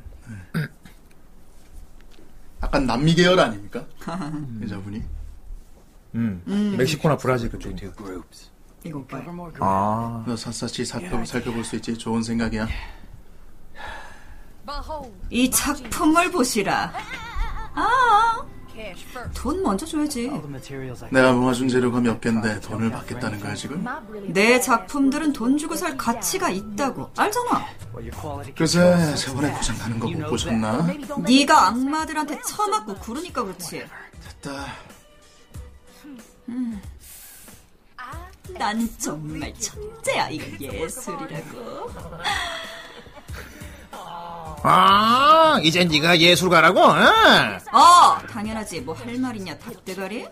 S11: 약간 남미 계열 아닙니까? 여자분이.
S9: 음. 멕시코나 브라질 그쪽.
S26: Two groups.
S12: 이거 오빠.
S9: 아.
S11: 너 어, 샅샅이 살펴, 살펴볼 수 있지. 좋은 생각이야.
S15: Behold,
S12: 이 작품을 보시라. 아,
S15: cash first.
S12: 돈 먼저 줘야지.
S13: All the materials I
S11: 내가 모아준 재료가 몇 갠데 돈을 받겠다는 거야, 지금?
S15: My really
S12: 내 작품들은 돈 주고 살 가치가 있다고. 알잖아.
S13: well, your quality
S11: 글쎄, 저번에 고장 나는 거 못 보셨나?
S15: maybe don't make
S12: 네가 악마들한테 처맞고 구르니까 그렇지.
S11: 됐다.
S12: 난 정말 천재야. 이건 예술이라고.
S9: 아 이제 네가 예술가라고? 응?
S12: 어, 당연하지. 뭐 할 말이냐, 닭대가리?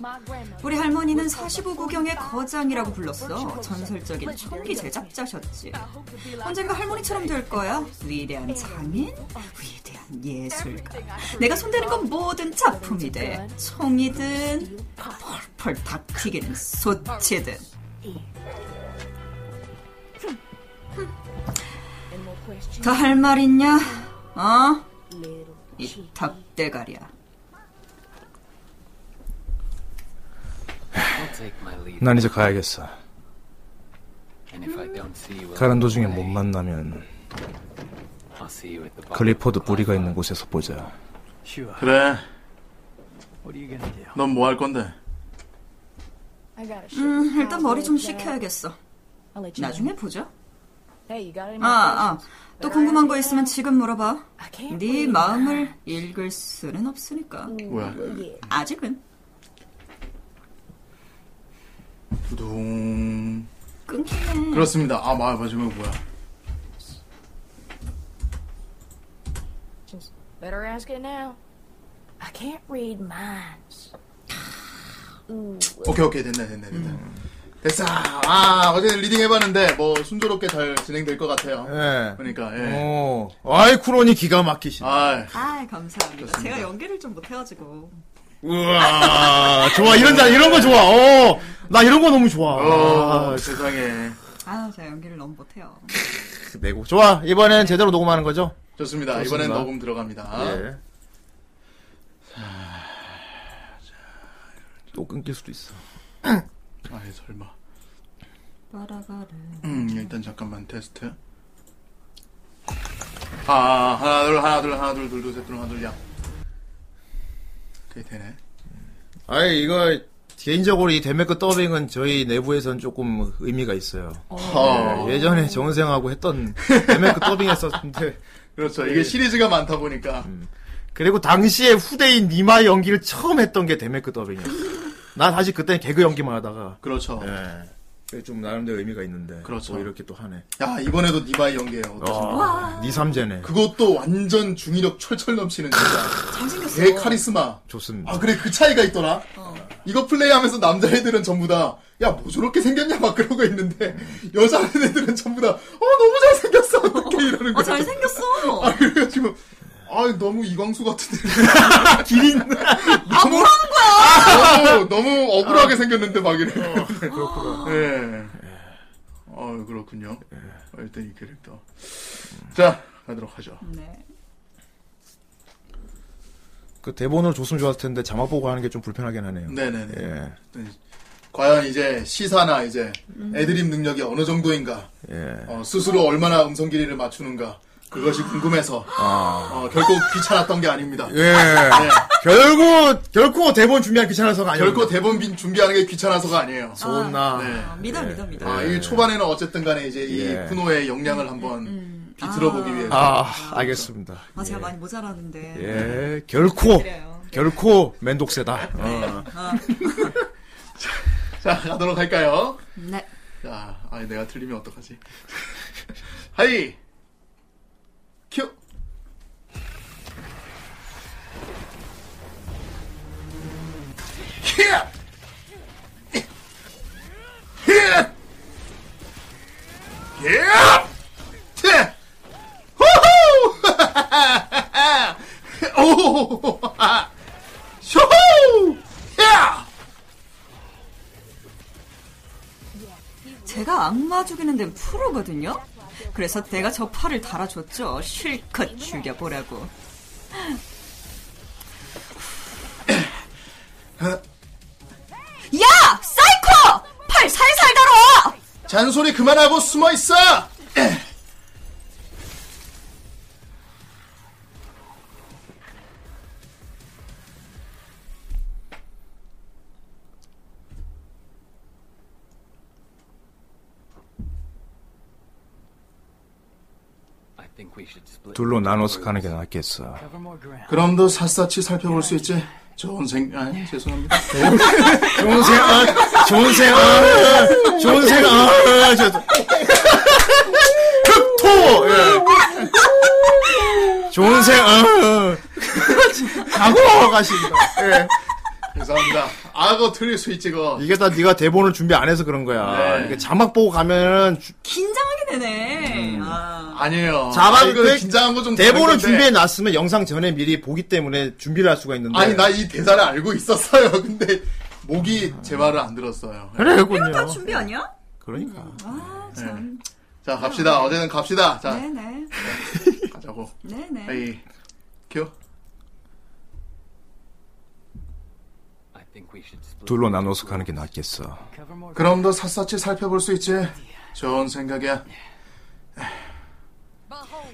S15: my grandmother.
S12: 우리 할머니는 45구경의 거장이라고 불렀어. 전설적인 총기 제작자셨지. 언젠가 할머니처럼 될 거야.
S15: 네.
S12: 위대한 장인, 위대한 예술가. 내가 손대는 건 모든 작품이 돼. 총이든, 펄펄 닭튀기는 소치든. 더 할 말 있냐? 어? 이 닭대가리야.
S26: I'll take my leave.
S9: 난 이제 가야겠어.
S26: And if I don't see you,
S9: 가는
S26: along
S9: 도중에
S26: the
S9: 못
S26: way,
S9: 만나면
S26: I'll see you at the bottom. of
S9: 글리포드
S26: the
S9: 뿌리가
S26: cliff.
S9: 있는 곳에서 보자.
S13: Sure.
S11: 그래,
S13: What are you gonna do?
S11: 넌 뭐 할 건데?
S15: I gotta ship
S12: 음,
S15: this
S12: 일단
S15: house
S12: 머리 좀
S15: load down.
S12: 식혀야겠어.
S15: I'll let you know.
S12: 나중에 보자.
S15: Hey, you got any
S12: 아, 아.
S15: more questions?
S12: 또
S15: Better
S12: 궁금한
S15: ask
S12: 거
S15: me
S12: 있으면
S15: now.
S12: 지금 물어봐.
S15: I can't
S12: 네
S15: read.
S12: 마음을 읽을 수는 없으니까.
S11: 뭐야?
S15: 음,
S12: 아직은
S11: 두둥.
S12: 끊기네.
S11: 그렇습니다. 아, 마, 마지막 뭐야?
S15: Just better ask it now. I can't read minds.
S11: 오케이, 오케이. 됐네, 됐네, 됐네.
S15: 음.
S11: 됐어. 아, 어제 리딩 해봤는데, 뭐, 순조롭게 잘 진행될 것 같아요.
S9: 예.
S11: 그러니까, 예.
S9: 오. 아이 쿠로니 기가
S15: 어.
S9: 막히시네.
S11: 아,
S12: 아, 감사합니다.
S11: 좋습니다.
S12: 제가 연기를 좀 못해가지고.
S9: 우와. 좋아 이런 자 이런 거 좋아. 어. 나 이런 거 너무 좋아.
S11: 어,
S9: 아,
S11: 세상에.
S12: 아, 제가 연기를 너무 못해요.
S9: 그 내고. 좋아 이번엔 제대로 녹음하는 거죠?
S11: 좋습니다.
S9: 좋습니다.
S11: 이번엔 녹음 들어갑니다.
S9: 예. 또 끊길 수도 있어.
S11: 아이, 설마.
S12: 빠라바르.
S11: 음, 일단 잠깐만 테스트. 아, 하나, 둘, 하나, 둘, 하나, 둘, 둘, 둘, 셋, 둘, 하나, 둘, 야. 그게 되네.
S9: 아이 이거 개인적으로 이 데메크 더빙은 저희 내부에선 조금 의미가 있어요.
S11: 허.
S9: 예, 예전에 정은생하고 했던 데메크 더빙했었는데
S11: 그렇죠. 이게 시리즈가 많다 보니까.
S9: 그리고 당시에 후대인 니마 연기를 처음 했던 게 데메크 더빙이에요. 난 사실 그때는 개그 연기만 하다가.
S11: 그렇죠.
S9: 예. 좀 나름대로 의미가 있는데.
S11: 그렇죠.
S9: 뭐 이렇게 또 하네.
S11: 야, 이번에도 니바이 연기예요.
S9: 아. 와, 니삼재네.
S11: 그것도 완전 중이력 철철 넘치는 여자.
S12: 잘생겼어.
S11: 개 카리스마.
S9: 좋습니다.
S11: 아, 그래, 그 차이가 있더라.
S12: 어.
S11: 이거 플레이하면서 남자애들은 전부 다, 야, 뭐 저렇게 생겼냐, 막 그러고 있는데, 여자애들은 전부 다, 어, 너무 잘생겼어. 어떻게 이러는
S12: 음. 어,
S11: 거야.
S12: 잘생겼어.
S11: 아, 그래가지고, 아, 너무 이광수 같은데.
S9: 기린.
S12: 아, 뭐라는 거야.
S11: 어, 너무, 너무
S9: 어.
S11: 억울하게 생겼는데, 막 이래.
S9: 네,
S11: 그렇구나. 예. 아, 그렇군요.
S9: 네.
S11: 아, 일단 이 캐릭터. 자, 가도록 하죠.
S12: 네.
S9: 그 대본으로 줬으면 좋았을 텐데 자막 보고 하는 게 좀 불편하긴 하네요.
S11: 네네네.
S9: 예.
S11: 과연 이제 시사나 이제 애드립 능력이 어느 정도인가,
S9: 예.
S11: 어, 스스로 얼마나 음성 길이를 맞추는가, 그것이 궁금해서, 어, 결국 귀찮았던 게 아닙니다.
S9: 아. 예. 결국 결코 대본 준비하기 귀찮아서가 아니에요.
S11: 결코 대본 빈- 준비하는 게 귀찮아서가 아니에요.
S9: 존나.
S11: 네.
S12: 아, 믿어, 믿어, 믿어.
S11: 아, 이 초반에는 어쨌든 간에 이제
S9: 예.
S11: 이 쿠노의 역량을 한번 비틀어 보기 위해서.
S9: 아, 알겠습니다.
S12: 아, 제가 많이 모자라는데.
S9: 예. 결코
S12: 그래요.
S9: 결코 맨독세다. 어.
S11: 자, 가도록 할까요?
S12: 네.
S11: 자, 아니, 내가 틀리면 어떡하지? 하이! 큐! 히앗! 히앗! 히앗! 테! 호호! 오호호호! 쇼호! 히앗!
S12: 제가 악마 죽이는 데는 프로거든요. 그래서 내가 저 팔을 달아줬죠. 실컷 죽여보라고. 야! 사이코! 팔 살살 달아!
S11: 잔소리 그만하고 숨어 있어.
S26: I think we should split.
S9: 둘로 나눠서 가는 게 낫겠어.
S11: 그럼도 샅샅이 살펴볼 수 있지. 좋은 생, 아
S9: 예.
S11: 죄송합니다. 아.
S9: 좋은 생각, 좋은 생각, 좋은 생각. 좋다. 흑토. 예. 좋은 생각. 가고 가십니다. 예.
S11: 죄송합니다. 악어 틀릴 수 있지 거.
S9: 이게 다 네가 대본을 준비 안 해서 그런 거야.
S11: 네.
S9: 이게 자막 보고 가면은 주-
S12: 긴장하게 되네. 아.
S11: 아니에요.
S9: 자막
S11: 아니, 그래,
S9: 그-
S11: 긴장한 거좀
S9: 대본을 준비해 놨으면 영상 전에 미리 보기 때문에 준비를 할 수가 있는데.
S11: 아니 나 이 대사를 알고 있었어요. 근데 목이 제 말을 안 들었어요.
S9: 그래군요.
S12: 다 준비 아니야?
S9: 그러니까.
S12: 아, 참.
S11: 자 갑시다. 어제는 갑시다. 자
S12: 네네.
S11: 가자고.
S12: 네네.
S11: 에이 큐.
S26: I think we should split.
S9: 둘로 나눠서 가는 게 낫겠어.
S11: 그럼도 샅샅이 살펴볼 수 있지. 좋은 생각이야.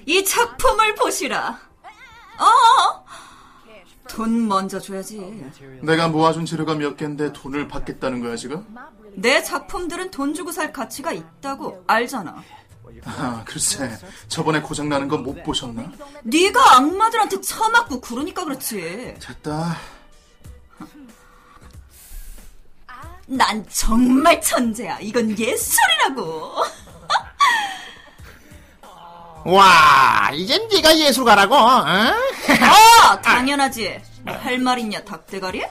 S12: 이 작품을 보시라. 어. 돈 먼저 줘야지.
S11: 내가 모아준 재료가 몇 개인데 돈을 받겠다는 거야 지금?
S12: 내 작품들은 돈 주고 살 가치가 있다고 알잖아.
S11: 아, 글쎄. 저번에 고장나는 거 못 보셨나?
S12: 네가 악마들한테 처맞고 그러니까 그렇지.
S11: 됐다.
S12: 난 정말 천재야. 이건 예술이라고.
S9: 와, 이젠 네가 예술가라고. 어?
S12: 아, 당연하지. 뭐할말 있냐, 닭대가리?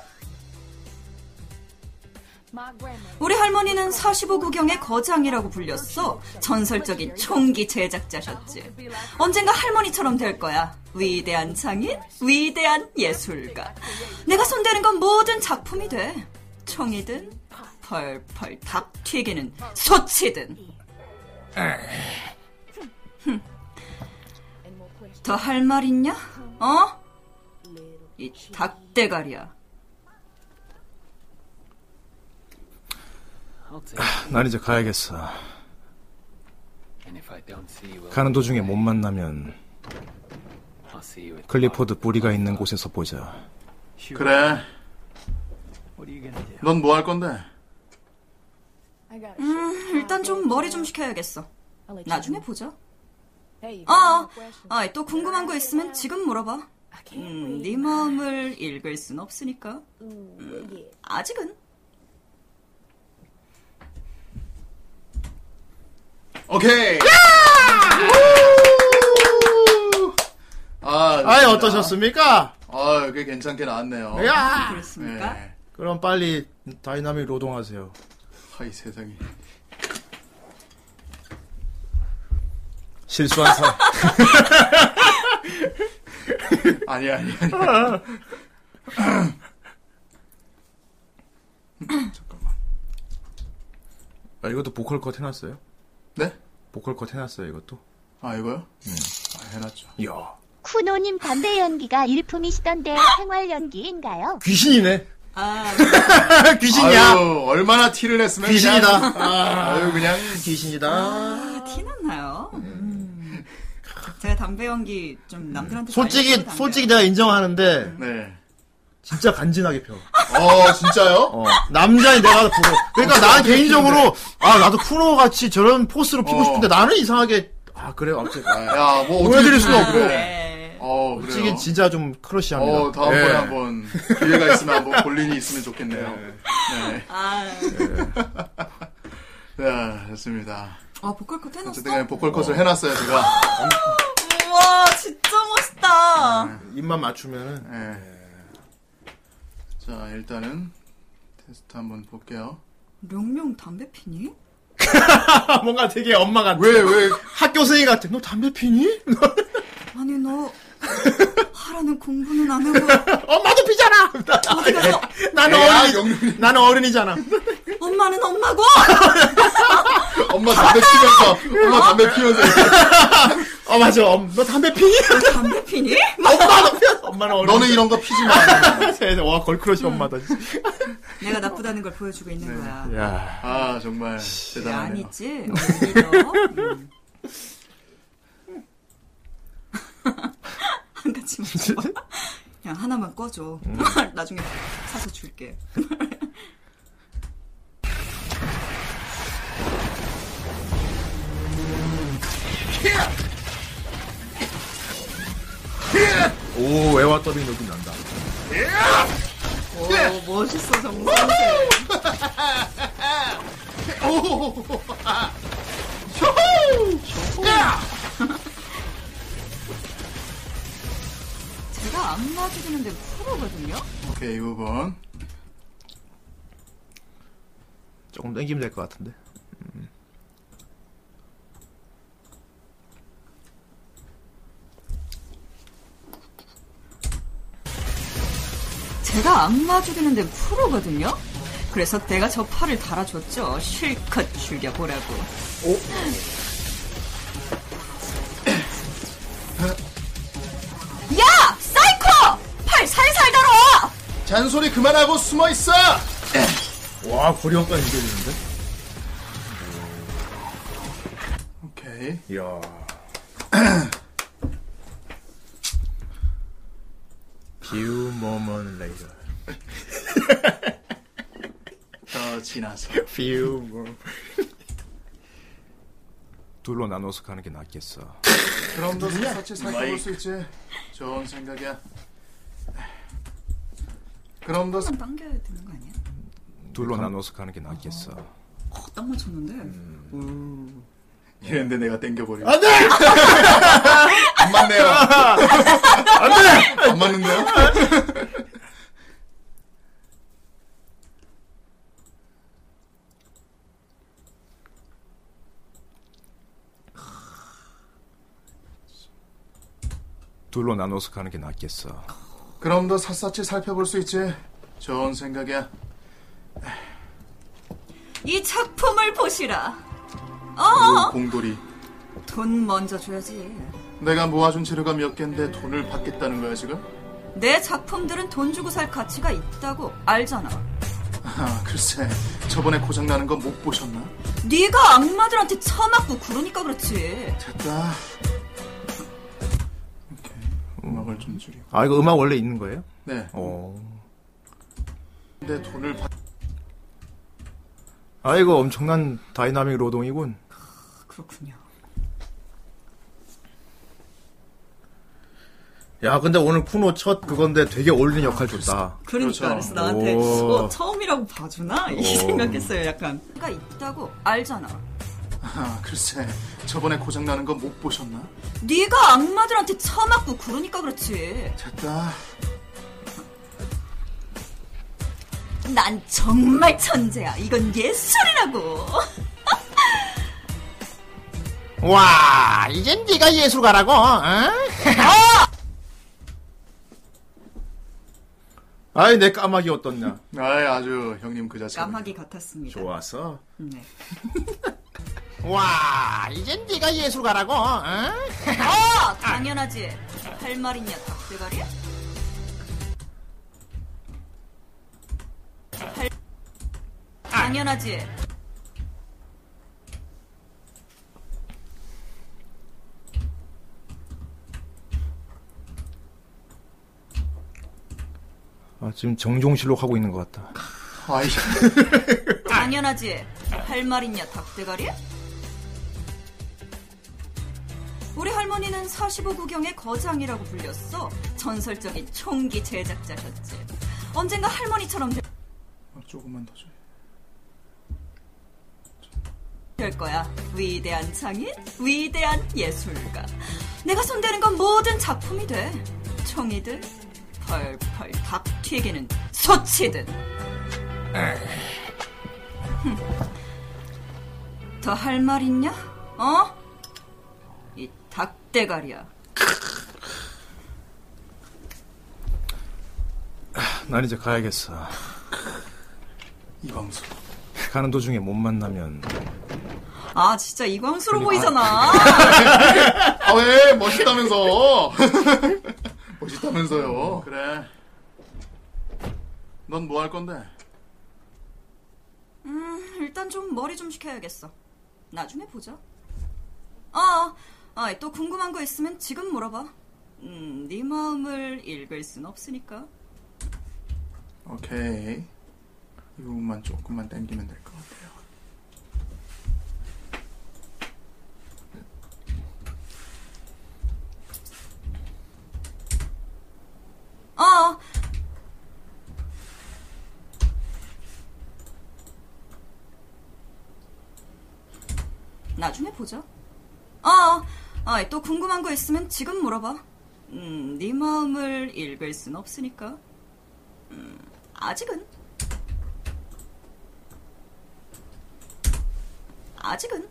S15: My grandmother
S12: 우리 할머니는 45구경의 거장이라고 불렸어. 전설적인 총기 제작자셨지. 언젠가 할머니처럼 될 거야. 위대한 장인, 위대한 예술가. 내가 손대는 건 모든 작품이 돼. 총이든, 펄펄 닭 튀기는 소치든.
S15: and more questions.
S12: 더 할 말 있냐? 어? 이 닭대가리야.
S26: I'll take. it.
S9: 난 이제 가야겠어.
S26: And if I don't see you,
S9: 가는 도중에 못 만나면
S26: I'll see you at.
S9: 클리포드 뿌리가 있는 곳에서 보자.
S11: 그래.
S13: What are you gonna do?
S11: 넌 뭐 할 건데?
S15: I got a shit.
S12: 음, 일단 좀 머리 좀 식혀야겠어.
S15: I'll let you
S12: 나중에
S15: know.
S12: 보자.
S15: Hey, if you have
S12: 어,
S15: more questions,
S12: 아, 또 궁금한 거 있으면 지금 물어봐.
S15: I can't
S12: 음,
S15: breathe.
S12: 네 마음을 읽을 순 없으니까.
S15: Ooh, yeah.
S12: 아직은.
S11: 오케이. 아,
S9: 아이 어떠셨습니까?
S11: 아, 꽤 괜찮게 나왔네요.
S9: 야!
S12: 아, 그렇습니까?
S11: 예.
S9: 그럼 빨리 다이나믹 노동하세요.
S11: 하이 세상에.
S9: 실수한 사
S11: 아니 아니 아니.
S9: 아, 이것도 보컬 컷 해놨어요?
S11: 네?
S9: 보컬 컷 해놨어요, 이것도?
S11: 아 이거요? 아, 해놨죠.
S9: 이야.
S15: 쿠노님 담배 연기가 일품이시던데 생활 연기인가요?
S9: 귀신이네.
S12: 아,
S9: 네. 귀신이야.
S11: 아유, 얼마나 티를 냈으면
S9: 귀신이다.
S11: 그냥, 아유 그냥
S9: 귀신이다.
S15: 어.
S12: 아, 티났나요? 음. 제가 담배 연기 좀 남들한테
S9: 음. 솔직히,
S12: 알려주고
S9: 솔직히 내가 인정하는데,
S11: 네.
S9: 진짜 간지나게 펴.
S11: 어 진짜요?
S9: 어, 남자인 내가 부러워.
S11: 어,
S9: 그러니까 난 개인적으로, 아, 나도 쿠노 같이 저런 포스로 피고
S11: 어.
S9: 싶은데 나는 이상하게, 아, 그래요? 아무튼. 아,
S11: 야, 뭐 어떻게
S9: 보여드릴 수는 없고.
S12: 네.
S11: 어,
S9: 솔직히
S11: 그래요.
S9: 진짜 좀 크러쉬 합니다. 예.
S11: 어, 다음번에 한번 기회가 있으면 한번 볼일이 있으면 좋겠네요.
S9: 예.
S11: 네.
S12: 아,
S11: 네, 좋습니다.
S12: 아 보컬 컷 해놨어?
S11: 어쨌든 간에 보컬 컷을 해놨어요, 제가.
S12: 우와, 진짜 멋있다.
S9: 입만 맞추면은.
S11: 네. 자, 일단은 테스트 한번 볼게요.
S12: 룡룡 담배 피니?
S9: 아, 뭔가 되게 엄마 같아.
S11: 왜, 왜,
S9: 학교생이 같아. 너 담배 피니?
S12: 아니 너 하라는 공부는 안 하고
S9: 엄마도 피잖아!
S12: 어디 가서
S9: 나는
S11: 야,
S9: 어른이, 나는 어른이잖아.
S12: 엄마는 엄마고
S11: 엄마 담배 피면서, 엄마 담배 피면서.
S9: 어, 맞아. 엄, 너 담배 피니?
S12: 담배 피니?
S9: 엄마도 피 엄마는 어른.
S11: 너는 이런 거 피지 마.
S9: 와, 걸크러시 엄마다. 진짜.
S12: 내가 나쁘다는 걸 보여주고 있는 거야.
S9: 야.
S11: 아, 정말
S12: 그게
S11: 네. 대단하네요.
S12: 아니지. 오히려. 음. 한 가지 만 그냥 하나만 꺼줘.
S11: 음.
S12: 나중에 사서 줄게.
S9: 오, 외화 더빙 느낌 난다.
S11: 예!
S12: 오 멋있어 정말. 제가 안 맞으시는데 뭐 프로거든요.
S11: 오케이, 이 부분.
S9: 조금 땡기면 될 것 같은데.
S12: 제가 악마 죽이는데 프로거든요? 그래서 내가 저 팔을 달아줬죠. 실컷 죽여보라고. 야! 사이코! 팔 살살 달아!
S11: 잔소리 그만하고 숨어 있어!
S9: 와, 고리형까지 느껴지는데?
S11: 오케이.
S9: 이야. Few moment later.
S11: 더 지나서.
S9: Few moment. 둘로 나눠서 가는 게 낫겠어.
S11: 그럼 너 같이 살펴볼
S27: 마이크.
S11: 수 있지. 좋은 생각이야. 그럼 너
S12: 한번 당겨야 되는 거 아니야?
S9: 둘로 나눠서 가는 게 낫겠어.
S12: 어, 딱 맞췄는데.
S11: 이랬는데 내가 땡겨버리고
S9: 안 돼!
S11: 안 맞네요.
S9: 안 돼!
S11: 안 맞는데요?
S9: 둘로 나눠서 가는 게 낫겠어.
S11: 그럼 너 샅샅이 살펴볼 수 있지. 좋은 생각이야.
S12: 이 작품을 보시라. 어,
S11: 공돌이.
S12: 돈 먼저 줘야지.
S11: 내가 모아준 재료가 몇 갠데 돈을 받겠다는 거야 지금?
S12: 내 작품들은 돈 주고 살 가치가 있다고 알잖아.
S11: 아 글쎄 저번에 고장 나는 거 못 보셨나?
S12: 네가 악마들한테 처맞고 그러니까 그렇지.
S11: 됐다. 오케이 음악을 좀 줄이고.
S9: 아, 이거 음악 원래 있는 거예요?
S11: 네.
S9: 어.
S11: 내 돈을 받.
S9: 아, 이거 엄청난 다이나믹 노동이군.
S12: 그렇군요.
S9: 야, 근데 오늘 쿠노 첫 그건데 되게 어울리는 역할 줬다.
S12: 그러니까 그래서
S11: 그렇죠.
S12: 나한테
S9: 오.
S12: 어, 처음이라고 봐주나 이
S9: 오.
S12: 생각했어요 약간. 가 있다고 알잖아.
S11: 아, 글쎄 저번에 고장나는 거 못 보셨나?
S12: 네가 악마들한테 처맞고 그러니까 그렇지
S11: 됐다
S12: 난 정말 천재야 이건 예술이라고
S9: 와 이젠 네가 예술가라고 응?
S3: 아이 내 까마귀 어떻냐
S11: 아이 아주 형님 그 자체
S12: 까마귀 같았습니다
S3: 좋아서
S12: 네.
S9: 와 이젠 네가 예술가라고 응?
S12: 어 당연하지 할 말 있냐 닭대가리 할... 당연하지
S3: 아, 지금 정종실록 하고 있는 것 같다
S11: 아이
S12: 당연하지 할 말 있냐 닭대가리 우리 할머니는 45구경의 거장이라고 불렸어. 전설적인 총기 제작자셨지. 언젠가 할머니처럼 되-
S11: 아, 조금만 더 줘.
S12: 될 거야. 위대한 장인, 위대한 예술가. 내가 손대는 건 모든 작품이 돼. 총이든, 펄펄 닭 튀기는 소치든. 더 할 말 있냐? 어? 이 닭대가리야.
S3: 난 이제 가야겠어
S11: 이광수.
S3: 가는 도중에 못 만나면
S12: 아 진짜 이광수로 보이잖아.
S11: 아, 왜? 멋있다면서. 멋있다면서요. 그래. 넌 뭐 할 건데?
S12: 음 일단 좀 머리 좀 식혀야겠어. 나중에 보자. 아, 아, 또 궁금한 거 있으면 지금 물어봐. 음, 네 마음을 읽을 순 없으니까.
S11: 오케이. 이 부분만 조금만 당기면 될 것 같아요.
S12: 어. 나중에 보자. 어. 아, 또 궁금한 거 있으면 지금 물어봐. 음, 네 마음을 읽을 순 없으니까. 음, 아직은. 아직은.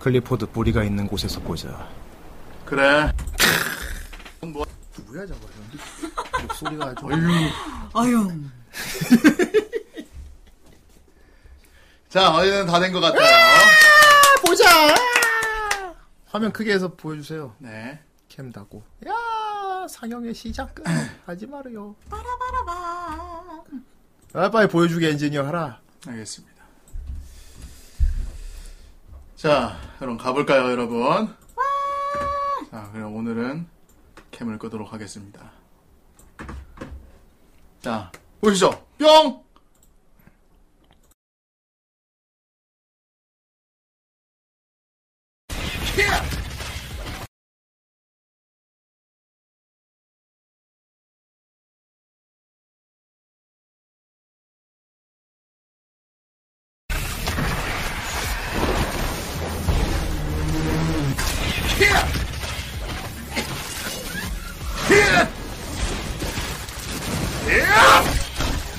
S3: 클리포드 뿌리가 있는 곳에서 보자
S11: 그래.
S6: 넌 뭐, 누구야, 저거.
S11: 목소리가 아주. 어휴.
S12: 아유.
S11: 자, 어제는 다 된 것 같아요.
S9: 보자 화면 크게 해서 보여주세요
S11: 네.
S9: 캠 닫고 야 상영의 시작 끝 하지 말아요
S12: 빠라바라바.
S9: 아, 빨리 보여주게 엔지니어 하라
S11: 알겠습니다. 자, 그럼 가볼까요, 여러분? 자, 그럼 오늘은 캠을 끄도록 하겠습니다. 자, 보시죠. 뿅!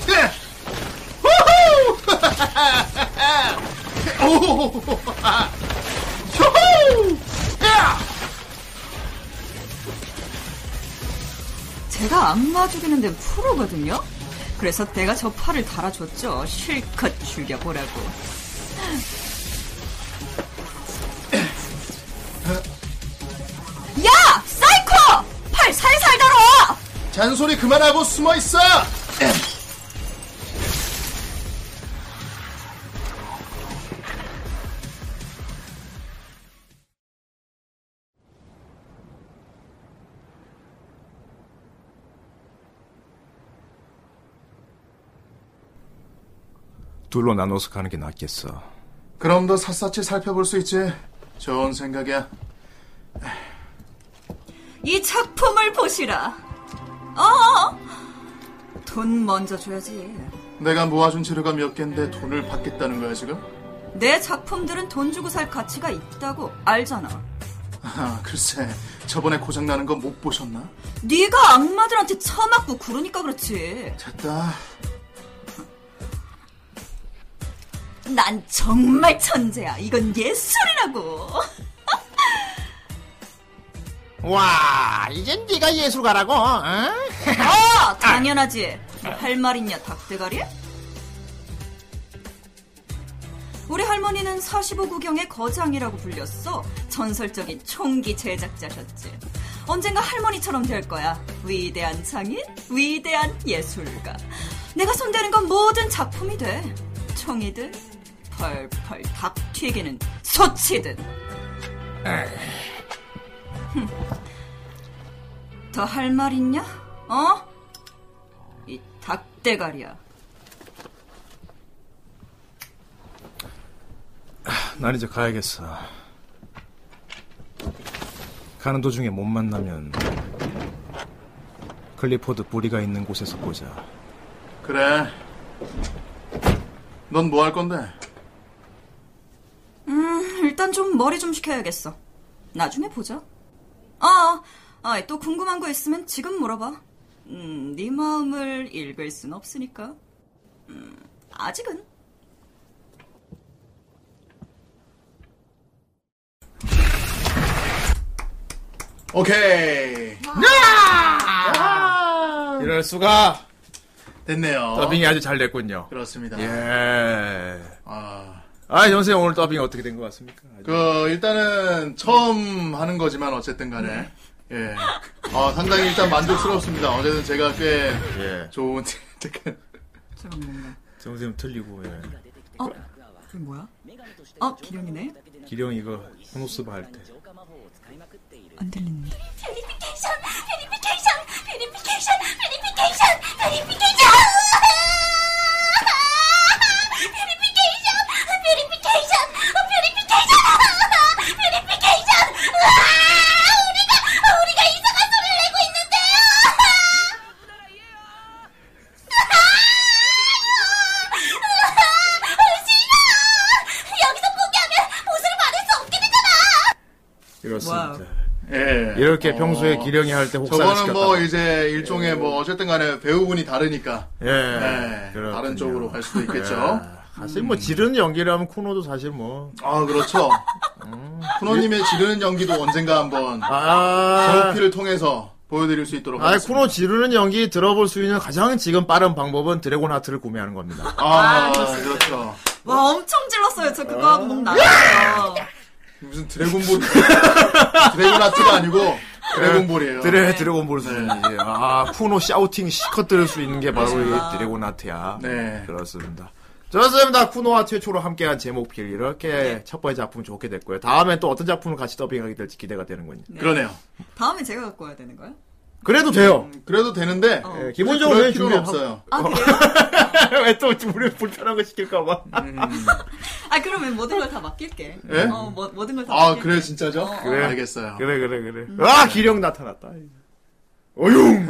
S12: 제가 악마 죽이는 데는 프로거든요. 그래서 내가 저 팔을 달아줬죠. 실컷 죽여보라고. 야! 사이코! 팔 살살 달아!
S11: 잔소리 그만하고 숨어 있어!
S9: 둘로 나눠서 가는 게 낫겠어.
S11: 그럼 더 샅샅이 살펴볼 수 있지. 좋은 생각이야.
S12: 이 작품을 보시라. 어. 돈 먼저 줘야지.
S11: 내가 모아준 재료가 몇 갠데 돈을 받겠다는 거야 지금?
S12: 내 작품들은 돈 주고 살 가치가 있다고 알잖아.
S11: 아, 글쎄 저번에 고장 나는 거 못 보셨나?
S12: 네가 악마들한테 처맞고 그러니까 그렇지.
S11: 됐다.
S12: 난 정말 천재야. 이건 예술이라고.
S9: 와, 이젠 네가 예술가라고? 응?
S12: 어, 당연하지. 할말 있냐, 닭대가리? 우리 할머니는 45구경의 거장이라고 불렸어. 전설적인 총기 제작자셨지. 언젠가 할머니처럼 될 거야. 위대한 장인, 위대한 예술가. 내가 손대는 건 모든 작품이 돼. 총이든, 펄펄 닭 튀기는 소치든. 더 할 말 있냐? 어? 이 닭대가리야.
S9: 난 이제 가야겠어. 가는 도중에 못 만나면 클리포드 뿌리가 있는 곳에서 보자.
S11: 그래. 넌 뭐 할 건데?
S12: 음, 일단 좀 머리 좀 식혀야겠어. 나중에 보자. 아, 아, 또 궁금한 거 있으면 지금 물어봐. 음, 네 마음을 읽을 순 없으니까. 음, 아직은.
S11: 오케이.
S9: 야! 이럴 수가.
S11: 됐네요.
S9: 더빙이 아주 잘 됐군요.
S11: 그렇습니다.
S9: 예. 아. 아, 선생 오늘 더빙 어떻게 된 것 같습니까? 아주.
S11: 그, 일단은 처음 하는 거지만 어쨌든 간에. 네. 예. 아, 상당히 일단 만족스럽습니다. 어제는 제가 꽤
S9: 예.
S11: 좋은, 잠깐.
S12: 저런 뭔가.
S9: 정쌤 틀리고, 예.
S12: 어? 그 뭐야? 어, 기령이네?
S9: 기령 이거, 호노스바 할 때.
S12: 안 들리는데.
S19: 베리피케이션! 베리피케이션! 베리피케이션! 베리피케이션! 베리피케이션! 베리피케이션! 베리피케이션! 베리피케이션! 베리피케이션! 우리가 우리가 이상한 소리를 내고 있는데. 싫어! 여기서 포기하면 보수를 받을 수 없게 되잖아.
S9: 이렇습니다.
S11: 예.
S9: 이렇게 평소에 기령이 할 때 혹사를
S11: 저거는
S9: 시켰다.
S11: 뭐 이제 일종의 뭐 어쨌든 간에 배우분이 다르니까
S9: 예. 아,
S11: 예, 다른 쪽으로 갈 수도 있겠죠. 음.
S9: 사실 뭐 지르는 연기를 하면 쿠노도 사실 뭐.
S11: 아 그렇죠.
S9: 음.
S11: 쿠노님의 지르는 연기도 언젠가 한번
S9: 아.
S11: 정피를 통해서 보여드릴 수 있도록
S9: 아,
S11: 하겠습니다.
S9: 쿠노 지르는 연기 들어볼 수 있는 가장 지금 빠른 방법은 드래곤 하트를 구매하는 겁니다.
S11: 아, 그렇죠.
S12: 와, 엄청 질렀어요. 저 그거 하고 목 나갔어요.
S11: 무슨 드래곤볼 드래곤 아트가 아니고 드래곤볼이에요. 네.
S9: 드래 드래곤볼 수준이지. 아 쿠노 샤우팅 시컷 들을 수 있는 게 바로 이 드래곤 하트야.
S11: 네.
S9: 그렇습니다. 좋습니다. 쿠노와 최초로 함께한 제목필 이렇게
S11: 네.
S9: 첫 번째 작품 좋게 됐고요. 다음에 또 어떤 작품을 같이 더빙하게 될지 기대가 되는군요.
S11: 그러네요.
S12: 다음에 제가 갖고 와야 되는 거예요?
S9: 그래도 돼요.
S11: 그래도 되는데
S9: 예, 기본적으로
S11: 음. 그럴
S9: 왜
S11: 필요는
S9: 준비하고-
S11: 없어요.
S12: 어. 아, 그래요?
S9: 왜또 우리 불편한 거 시킬까봐.
S12: 아, 그러면 모든 걸 다 맡길게.
S11: 예?
S12: 어, 뭐, 모든 걸 다
S11: 아
S12: 맡길게.
S11: 그래 진짜죠?
S12: 어, 어.
S9: 그래.
S11: 알겠어요.
S9: 그래 그래 그래. 아 기령 나타났다. 어융.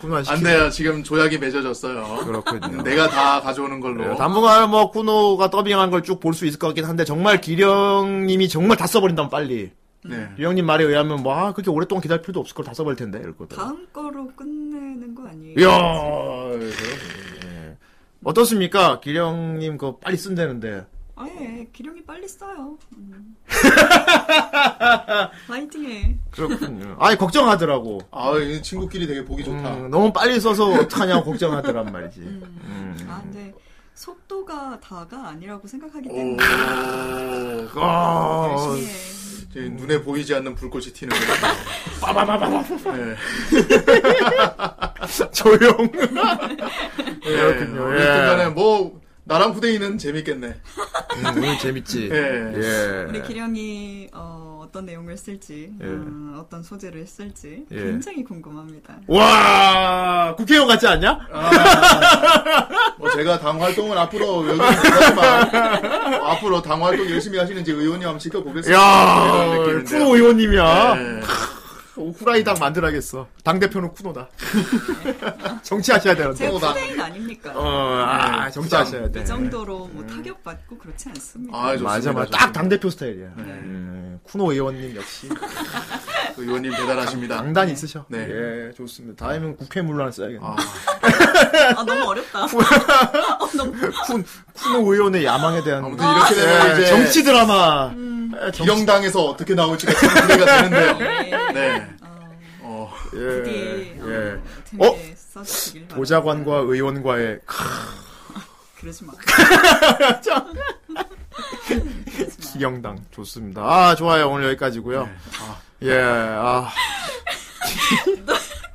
S9: 쿠노
S11: 안 돼요. 지금 조약이 맺어졌어요.
S9: 그렇군요.
S11: 내가 다 가져오는 걸로.
S9: 당분간 뭐 쿠노가 더빙한 걸 쭉 볼 수 있을 것 같긴 한데 정말 기령님이 정말 다 써버린다면 빨리
S11: 네.
S9: 기령님 말에 의하면 뭐 아, 그렇게 오랫동안 기다릴 필요도 없을 걸 다 써버릴 텐데 이럴 거다.
S12: 다음 거로 끝내는 거 아니에요?
S9: 이야 그렇군요. 예. 어떻습니까 기령님 그거 빨리 쓴다는데
S12: 아, 예, 기령이 빨리 써요. 음. 화이팅해.
S9: 그렇군요. 아니 걱정하더라고.
S11: 아, 이 친구끼리 되게 보기 좋다.
S9: 음, 너무 빨리 써서 어떡하냐고 걱정하더란 말이지. 음.
S12: 아, 근데 속도가 다가 아니라고 생각하기
S11: 오.
S12: 때문에.
S9: 아,
S12: 열심히 해.
S11: 이제 눈에 보이지 않는 불꽃이 튀는 거. 네.
S9: 조용. 예,
S11: 그렇군요. 네, 어쨌든간에 뭐 나랑 후대인은 재밌겠네.
S9: 음, 오늘 재밌지.
S11: 예.
S9: 예.
S12: 우리 기령이 어, 어떤 내용을 쓸지,
S9: 예.
S12: 음, 어떤 소재를 쓸지
S9: 예.
S12: 굉장히 궁금합니다.
S9: 와 국회의원 같지 않냐?
S11: 뭐 제가 당 활동은 앞으로 여기 하지만 앞으로 당 활동 열심히 하시는지 의원님 한번 지켜보겠습니다.
S9: 야
S11: 이런 느낌인데요.
S9: 쿠노 의원님이야.
S11: 네.
S9: 오, 예. 후라이당 만들어야겠어. 당 대표는 쿠노다. 정치하셔야 되는데.
S12: 제가
S11: 또 나-
S12: 푸대인 아닙니까?
S9: 어,
S11: 네,
S9: 아, 정치하셔야 돼.
S12: 이 정도로 뭐 타격받고 그렇지 않습니다.
S11: 아, 네. 좋습니다.
S9: 맞아, 맞아.
S11: 좋습니다.
S9: 딱 당 대표 스타일이야. 음, 쿠노 의원님 역시
S11: 그 의원님 대단하십니다.
S9: 강단 있으셔.
S11: 네.
S9: 예, 좋습니다. 다음은 국회물로 하나 써야겠네.
S11: 아,
S12: 아, 너무 어렵다. 어, 너무
S9: 쿤, 쿠노 의원의 야망에 대한
S11: 아무튼 이렇게 되면
S9: 예,
S11: 이제 음.
S9: 정치 드라마. 예,
S11: 기영당에서 어떻게 나올지가 참 기대가 되는데요. 네. 어,
S12: 되게 어,
S9: 예.
S12: 재밌게 써주시길 바랍니다.
S9: 보좌관과 의원과의 크,
S12: 그러지 마.
S9: 기영당 좋습니다. 아 좋아요 오늘
S11: 네.
S9: 여기까지고요. 아, 예, 아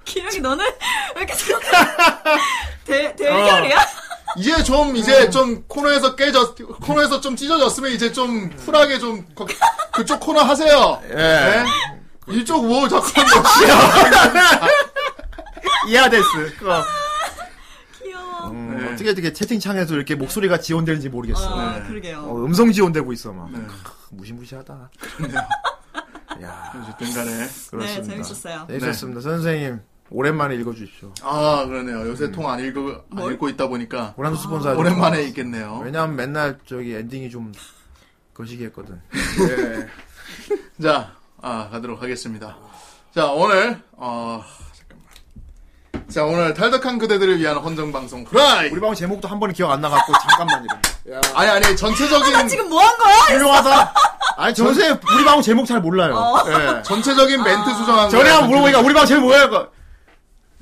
S12: 기영이 너는 왜 이렇게 자꾸
S9: 어.
S12: 대 대결이야?
S11: 이제 좀 이제 좀 코너에서 깨졌 코너에서 좀 찢어졌으면 이제 좀 쿨하게 좀 거- 그쪽 코너 하세요.
S9: 예.
S11: 네? 이쪽 뭐 잠깐만 뭐
S9: 이해됐어. 그거.
S12: 귀여워.
S9: 음,
S11: 네.
S9: 어떻게 어떻게 채팅창에서 이렇게 목소리가 지원되는지 모르겠어.
S12: 아, 그러게요.
S9: 어, 음성 지원되고 있어 막
S11: 네.
S9: 크, 무시무시하다. 야
S11: 어쨌든 간에
S9: 그렇습니다.
S12: 네,
S9: 네.
S12: 재밌었어요.
S11: 네.
S9: 재밌었습니다. 선생님 오랜만에 읽어주십시오.
S11: 아 그러네요. 요새 통 안 읽고 안 읽고 있다 보니까
S9: 고란도 스폰서 아주-
S11: 오랜만에 읽겠네요.
S9: 왜냐하면 맨날 저기 엔딩이 좀 거시기했거든.
S11: 자, 아, 가도록 하겠습니다. 자, 오늘, 어, 잠깐만. 자, 오늘 탈덕한 그대들을 위한 헌정방송 후라이!
S9: 우리 방 제목도 한 번은 기억 안 나갖고 잠깐만이래.
S11: 아니, 아니, 전체적인,
S12: 나 지금 뭐 한 거야?
S9: 훌륭하다. 아니 저 요새 우리 방 제목 잘 몰라요.
S12: 어.
S9: 예.
S11: 전체적인 멘트 수정한
S9: 전에
S11: 거예요.
S9: 한번 물어보니까 우리 방 제목 뭐야 이거?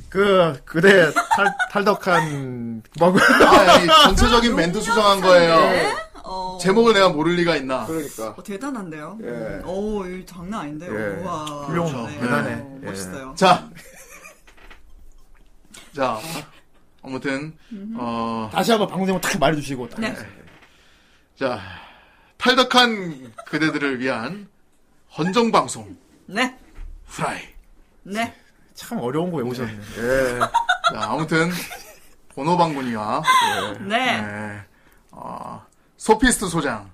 S9: 그 그대 탈, 탈덕한 뭐
S11: 아니, 아니, 아, 네? 전체적인 멘트 수정한 거예요.
S12: 어,
S11: 제목을 내가 모를 리가 있나.
S9: 그러니까.
S12: 어, 대단한데요.
S9: 예.
S12: 오, 이거 장난 아닌데요.
S9: 예.
S12: 와, 네.
S9: 훌륭하죠. 대단해. 예.
S12: 멋있어요.
S11: 자. 자. 아무튼, 어,
S9: 다시 한번 방송 제목 딱 말해주시고. 딱.
S12: 네.
S11: 자. 탈덕한 그대들을 위한 헌정방송
S12: 네,
S11: 후라이.
S12: 네.
S9: 참 어려운 거 외우셨네.
S11: 예. 자, 아무튼 번호방군이와
S12: 네.
S11: 예. 어, 소피스트 소장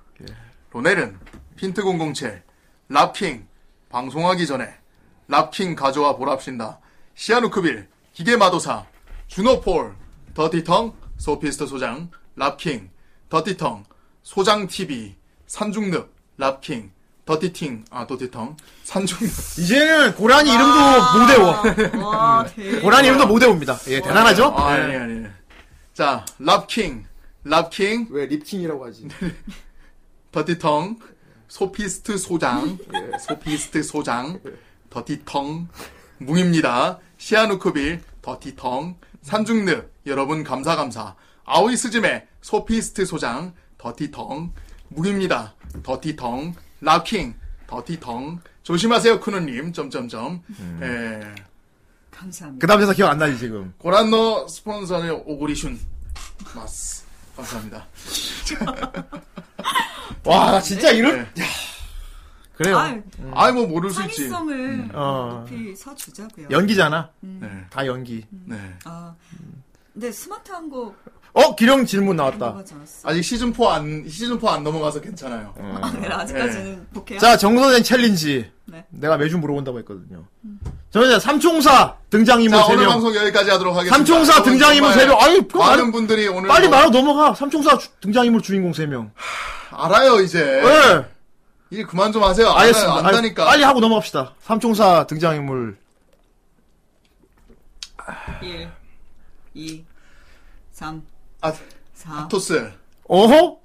S11: 로넬은 핀트 007 랍킹 방송하기 전에 랍킹 가져와 보랍신다 시아누크빌 기계마도사 주노폴 더티텅 소피스트 소장 랍킹 더티텅 소장 TV 산중늪 랍킹 더티팅 아 더티텅 산중늪
S9: 이제는 고라니 이름도 못 외워.
S12: 아. 와, 대박.
S9: 고라니 이름도 못 외웁니다. 예, 대단하죠?
S11: 아, 아니 아니 자 랍킹 랍킹
S9: 왜 립킹이라고 하지?
S11: 더티텅 소피스트 소장 예, 소피스트 소장 더티텅 뭉입니다 시아누크빌 더티텅 산중늪 여러분 감사 감사 아오이스즘의 소피스트 소장 더티텅 뭉입니다 더티텅 락킹 더티텅 조심하세요 크누님 점점점 예
S12: 감사합니다.
S9: 그 다음 대사 기억 안 나지 지금.
S11: 고란노 스폰서의 오고리슌 마스 감사합니다
S9: 와, 나 진짜 이런.
S11: 네.
S9: 그래요.
S12: 아유,
S11: 아이 뭐 모를 수 있지
S12: 창의성을 음,
S9: 어.
S12: 높이 서주자고요.
S9: 연기잖아.
S11: 네.
S9: 다 연기.
S11: 네.
S12: 아, 근데 스마트한 거
S9: 어, 기령 질문 나왔다.
S12: 물어보지 않았어.
S11: 아직 시즌 4안 시즌 4안 넘어가서 괜찮아요.
S9: 음.
S12: 아, 네, 아직까지는 복해요.
S9: 예. 자, 정선생 챌린지.
S12: 네.
S9: 내가 매주 물어본다고 했거든요. 저는 삼총사 등장인물
S11: 자
S9: 세
S11: 오늘
S9: 명.
S11: 방송 여기까지 하도록 하겠습니다.
S9: 삼총사
S11: 오늘
S9: 등장인물
S11: 정말
S9: 세 명. 아니, 그거
S11: 많은
S9: 아니-
S11: 분들이 오늘
S9: 빨리
S11: 뭐-
S9: 말하고 넘어가. 삼총사 주- 등장인물 주인공 세명
S11: 알아요 이제
S9: 예.
S11: 일 그만 좀 하세요. 알아요.
S9: 알겠습니다. 아니,
S11: 안다니까.
S9: 빨리 하고 넘어갑시다. 삼총사 등장인물.
S12: 1, 2, 3,
S11: 아,
S12: 4.
S11: 아토스
S9: 어허?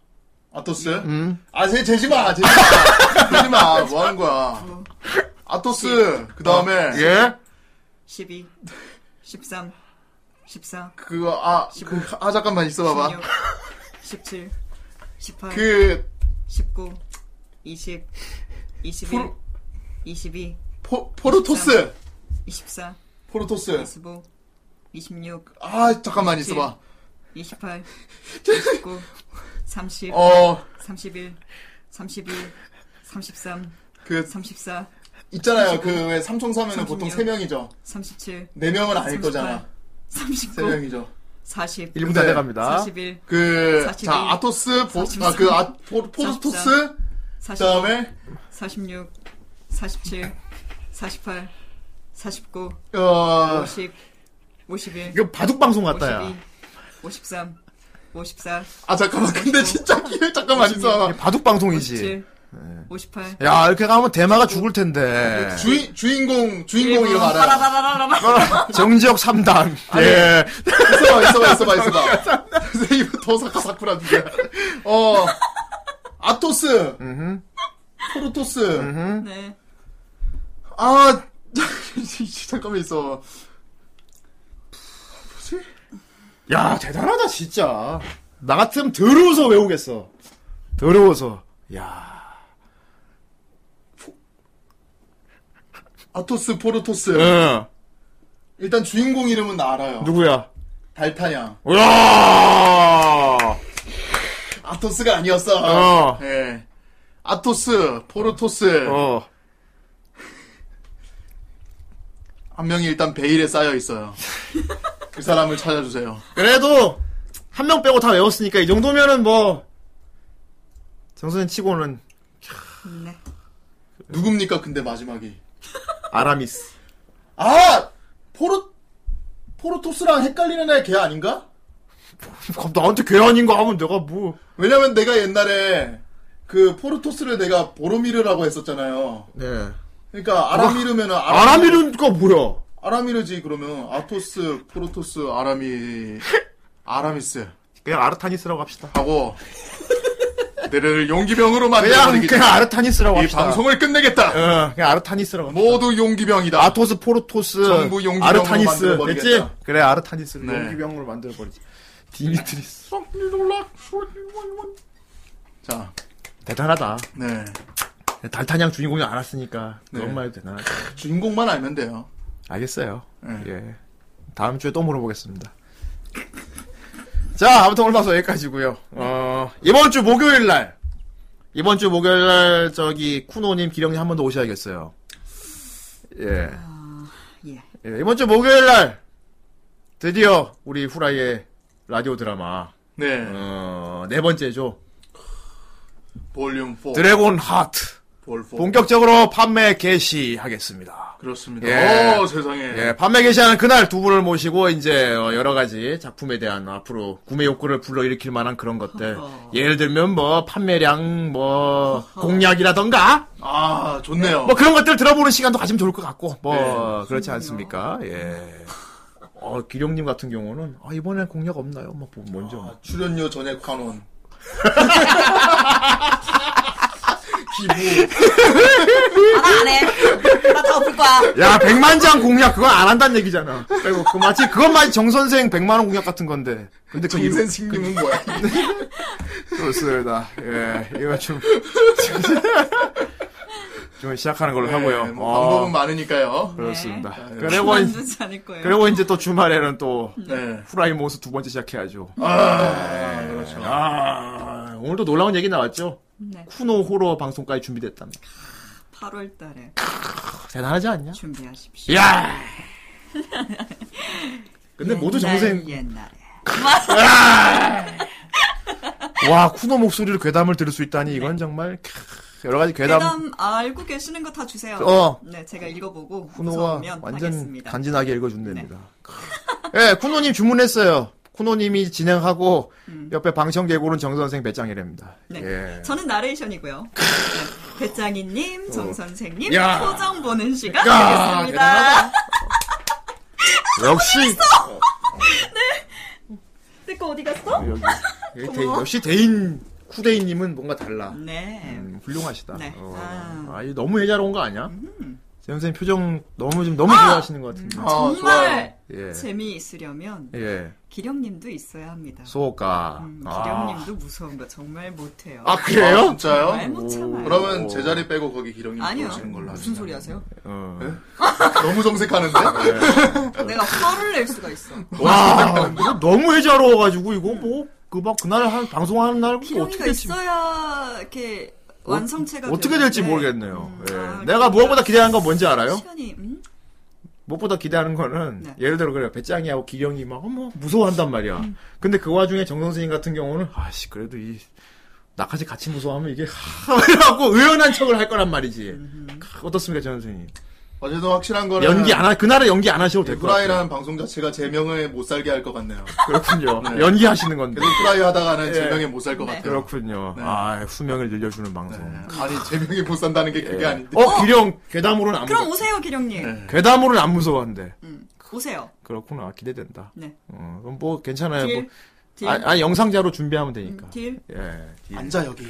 S11: 아토스
S9: 음.
S11: 아제 재지마 재지마 재지마 뭐 하는 거야. 아토스 그 다음에
S9: 예?
S12: 12, 13, 14,
S11: 그아그아 잠깐만 있어봐봐.
S12: 16, 17, 18,
S11: 그
S12: 19, 20, 21,
S11: 프로-
S12: 22,
S11: 포, 포르토스
S12: 24,
S11: 포르토스
S12: 25, 26,
S11: 아 잠깐만 있어봐.
S12: 28, 29, 30,
S11: 어
S12: 31, 32, 33,
S11: 그
S12: 34.
S11: 있잖아요. 그 왜 삼총 사면은 보통 3명이죠.
S12: 37.
S11: 4명은 아닐 거잖아.
S12: 39.
S11: 3명이죠.
S12: 40.
S9: 1분
S11: 네.
S9: 다 돼갑니다.
S12: 41.
S11: 그,
S12: 41,
S11: 자, 아토스, 보, 아, 그, 아, 포, 포스토스,
S12: 45,
S11: 그 다음에,
S12: 46, 47, 48, 49,
S11: 어,
S12: 50, 51.
S9: 이거 바둑방송 같다,
S12: 52, 53, 54.
S11: 아, 잠깐만, 근데 진짜, 기회 잠깐만, 있어.
S9: 야. 아, 바둑방송이지.
S12: 57,
S11: 네.
S12: 58.
S9: 야, 이렇게 가면 대마가 죽을 텐데.
S11: 주인, 주인공, 주인공
S12: 어,
S11: 이름 알아요.
S9: 정지혁 3단. 예.
S11: 있어봐, 있어봐, 있어봐, 있어봐. 이거 더사카 사쿠라 주제. 어, 아토스,
S9: 음흠.
S11: 포르토스,
S9: 음흠.
S12: 네.
S11: 아, 잠깐만 있어. 뭐지?
S9: 야, 대단하다, 진짜. 나 같으면 더러워서 외우겠어. 더러워서. 야.
S11: 아토스, 포르토스.
S9: 응.
S11: 일단 주인공 이름은 나 알아요.
S9: 네. 예. 누구야?
S11: 달타냥.
S9: 와!
S11: 아토스가 아니었어.
S9: 어.
S11: 예. 아토스, 포르토스.
S9: 어.
S11: 한 명이 일단 베일에 쌓여 있어요. 그 사람을 찾아주세요.
S9: 그래도, 한 명 빼고 다 외웠으니까, 이 정도면은 뭐, 정선생 치고는,
S12: 네.
S11: 누굽니까? 근데 마지막이.
S9: 아라미스.
S11: 아! 포르 포르토스랑 헷갈리는 애 걔 아닌가?
S9: 그럼 나한테 괴한인 거 하면 내가 뭐,
S11: 왜냐면 내가 옛날에 그 포르토스를 내가 보로미르라고 했었잖아요.
S9: 네.
S11: 그러니까 아라미르면은
S9: 아라미르가 뭐야?
S11: 아라미르지 그러면 아토스, 포르토스, 아라미 아라미스
S9: 그냥 아르타니스라고 합시다.
S11: 하고 너를 용기병으로
S9: 아, 그냥,
S11: 만들어버리겠다.
S9: 그냥 아르타니스라고
S11: 이
S9: 합시다.
S11: 방송을 끝내겠다.
S9: 어, 그냥 아르타니스라고. 합시다.
S11: 모두 용기병이다.
S9: 아토스, 포르토스,
S11: 전부 용기병으로
S9: 아르타니스. 됐지?
S11: 만들어버리겠다.
S9: 그래, 아르타니스를
S11: 네.
S9: 용기병으로 만들어버리지. 디미트리스.
S11: 자,
S9: 대단하다.
S11: 네.
S9: 달타냥 주인공이 알았으니까.
S11: 네.
S9: 그런 말도 대단하다.
S11: 주인공만 알면 돼요.
S9: 알겠어요.
S11: 네.
S9: 예. 다음 주에 또 물어보겠습니다. 자, 아무튼 오늘 방송 여기까지고요 어, 이번 주 목요일 날. 이번 주 목요일 날, 저기, 쿠노님, 기령님 한 번 더 오셔야겠어요. 예.
S12: 예.
S9: 예, 이번 주 목요일 날, 드디어 우리 후라이의 라디오 드라마,
S11: 네.
S9: 어, 네 번째죠.
S11: 볼륨 4.
S9: 드래곤 하트.
S11: 볼 4.
S9: 본격적으로 판매 개시하겠습니다.
S11: 그렇습니다.
S9: 예.
S11: 오, 세상에.
S9: 예, 판매 개시하는 그날 두 분을 모시고 이제 어, 여러 가지 작품에 대한 앞으로 구매 욕구를 불러일으킬 만한 그런 것들. 예를 들면 뭐 판매량 뭐 공략이라던가
S11: 아, 좋네요.
S9: 뭐 그런 것들 들어보는 시간도 가지면 좋을 것 같고 뭐
S11: 네.
S9: 그렇지 않습니까? 예. 어, 기룡님 같은 경우는 아, 이번엔 공략 없나요? 뭐 뭐, 먼저.
S11: 아, 출연료 전액 환원. 기부.
S12: 나안 해. 나 다 엎을 거야.
S9: 야, 100만 장 공략 그건 안 한다는 얘기잖아. 그리고 그 마치 그건 마치 정 선생 100만 원 공략 같은 건데. 근데 그 이름-
S11: 인생식님은 뭐야?
S9: 좋습니다. 예, 이거 좀. 좀 시작하는 걸로 하고요. 음.
S11: 네,
S9: 어,
S11: 뭐 방법은 많으니까요.
S9: 그렇습니다.
S11: 네.
S9: 그리고,
S12: 안
S9: 이-
S12: 두지 않을 거예요.
S9: 그리고 이제 또 주말에는 또
S11: 네.
S9: 후라이 모스 두 번째 시작해야죠. 네.
S11: 아, 그렇죠.
S9: 아, 오늘도 놀라운 얘기 나왔죠?
S12: 네.
S9: 쿠노 호러 방송까지 준비됐다며.
S12: 8월 달에
S9: 대단하지 않냐?
S12: 준비하십시오.
S9: 이야!
S12: 예,
S9: 근데 모두
S12: 옛날,
S9: 정생,
S12: 옛날에.
S9: 와, 쿠노 목소리로 괴담을 들을 수 있다니, 이건 정말, 캬, 여러 가지 괴담.
S12: 대담 알고 계시는 거 다 주세요.
S9: 어.
S12: 네, 제가 읽어보고
S9: 쿠노가
S12: 무서우면
S9: 완전
S12: 하겠습니다. 네.
S9: 간지나게 읽어준답니다. 예, 쿠노님 주문했어요. 쿠노님이 진행하고 옆에 방청객으로는 정 선생 배짱이랍니다.
S12: 음. 네.
S9: 예.
S12: 저는 나레이션이고요. 네. 배짱이님, 정 선생님,
S9: 어. 야.
S12: 표정 보는 시간
S9: 야,
S12: 아, 되겠습니다.
S9: 역시
S12: 내거 어디 갔어?
S9: 여기, 여기 예, 대, 역시 대인 쿠데이님은 뭔가 달라.
S12: 네.
S9: 음, 훌륭하시다.
S12: 네.
S9: 어.
S12: 아. 음.
S9: 아, 이거 너무 예자로운 거 아니야? 정 선생 표정 너무 좀 너무 좋아하시는 것 같은데.
S11: 아, 좋아요.
S12: 정말
S9: 예.
S12: 재미있으려면
S9: 예.
S12: 기령님도 있어야 합니다.
S9: 소가.
S12: 음,
S9: 아.
S12: 기령님도 어. 무서운 거 정말 못해요.
S9: 아 그래요?
S11: 아, 진짜요?
S12: 정말 못 참아요.
S11: 그러면 제자리 빼고 거기 기령님
S12: 음. 아니요.
S11: 오시는 걸로
S12: 무슨
S11: 하겠습니다.
S12: 소리 하세요?
S9: 어.
S11: 너무 정색하는데?
S9: 네.
S12: 내가 화를 낼 수가 있어.
S9: 와, 이거 너무 해자로워가지고, 이거 뭐, 그, 막, 그날 한, 방송하는 날,
S12: 기령이가
S9: 어떻게 했지?
S12: 있어야 이렇게 완성체가 음.
S9: 어떻게 될지 모르겠네요. 예. 내가 무엇보다 기대한 건 뭔지 알아요?
S12: 아, 시간이 음?
S9: 무엇보다 기대하는 거는 예를 들어 그래 배짱이하고 기령이 막 어머 무서워한단 말이야. 근데 그 와중에 정 선생님 같은 경우는 아씨 그래도 이 나까지 같이 무서워하면 이게 하고 의연한 척을 할 거란 말이지. 어떻습니까 정 선생님?
S11: 어제도 확실한 거는 네,
S9: 연기 안 하, 그날은 연기 안 하셔도 될것 같아요.
S11: 프라이라는 방송 자체가 제명을 못 살게 할 것 같네요.
S9: 그렇군요. 네. 연기하시는 건데.
S11: 계속 프라이 하다가는 제명에 못 살 것 같아요.
S9: 그렇군요.
S11: 네.
S9: 아, 수명을 늘려주는 방송.
S11: 아니, 제명이 못 산다는 게 그게 아닌데.
S9: 어, 기령, 괴담으로는 안
S12: 그럼
S9: 무서
S12: 오세요, 기령님.
S9: 네. 괴담으로는 안 무서워한대.
S12: 음, 오세요.
S9: 그렇구나. 기대된다.
S12: 네.
S9: 어, 그럼 뭐, 괜찮아요.
S12: 딜.
S9: 뭐,
S12: 딜.
S9: 아, 아, 영상자로 준비하면 되니까.
S12: 음, 딜.
S9: 예. 딜.
S11: 앉아, 여기.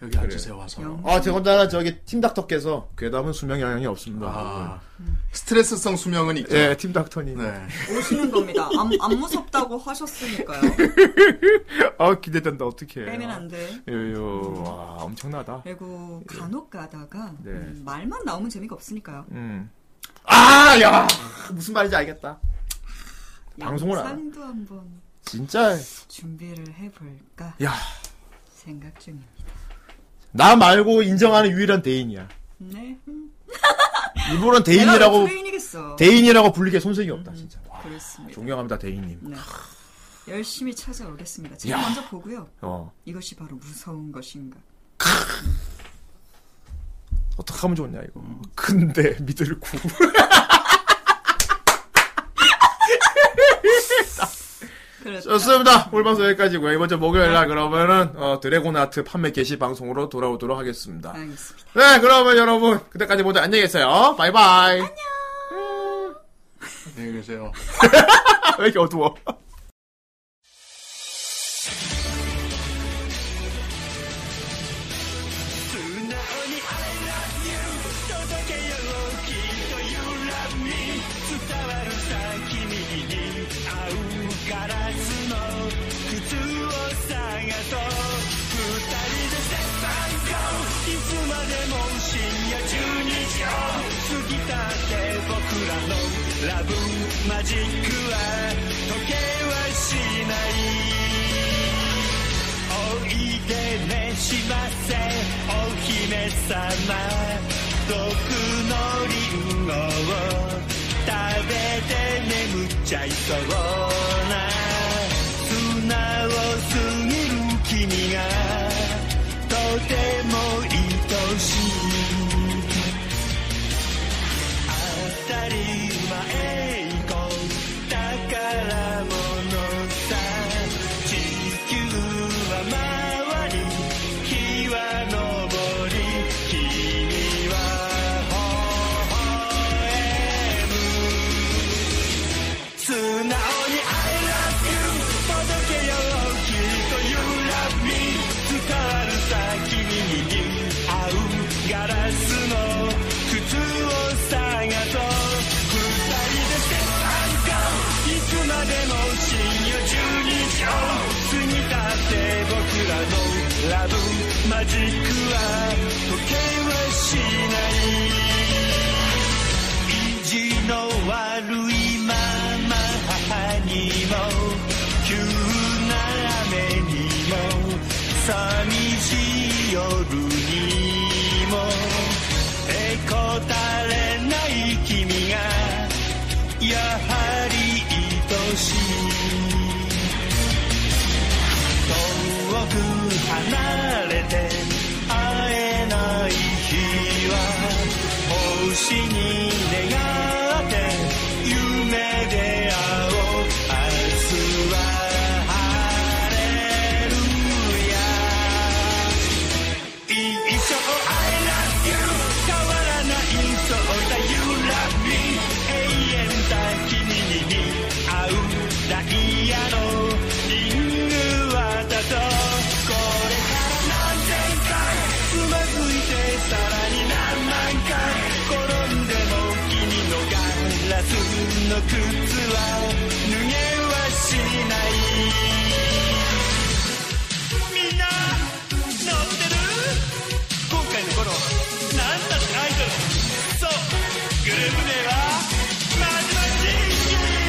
S11: 여기 앉으세요, 와서.
S12: 영-
S9: 아, 제가 오늘 저기 팀닥터께서 괴담은 수명 영향이 없습니다.
S11: 아, 스트레스성 수명은 있죠.
S9: 예, 팀닥터님.
S11: 네.
S12: 오시는 겁니다. 안, 안 무섭다고 하셨으니까요.
S9: 네. 아, 기대된다. 어떻게
S12: 빼면 안 돼. 네.
S9: 요요. 와, 엄청나다.
S12: 그리고 간혹 가다가
S9: 네.
S12: 음, 말만 나오면 재미가 없으니까요.
S9: 음. 아, 야! 무슨 말인지 알겠다. 방송을 안 해.
S12: 상도 한번
S9: 진짜,
S12: 준비를 해볼까
S9: 야.
S12: 생각 중입니다.
S9: 나 말고 인정하는 유일한 대인이야.
S12: 네.
S9: 일본은
S12: 내가
S9: 대인이라고,
S12: 왜 음. 트레인이겠어.
S9: 대인이라고 불리게 손색이 없다, 진짜. 와,
S12: 그렇습니다.
S9: 존경합니다, 대인님.
S12: 네. 열심히 찾아오겠습니다. 제가
S9: 야.
S12: 먼저 보고요.
S9: 어,
S12: 이것이 바로 무서운 것인가.
S9: 어떻게 하면 좋냐, 이거. 근데, 미들 구.
S12: 그렇다.
S9: 좋습니다. 오늘 방송 여기까지고요. 이번 주 목요일날 그러면은, 어, 드래곤 아트 판매 게시 방송으로 돌아오도록 하겠습니다.
S12: 알겠습니다.
S9: 네, 그러면 여러분, 그때까지 모두 안녕히 계세요. 바이바이.
S11: 안녕히 계세요.
S9: 왜 이렇게 어두워?
S19: 「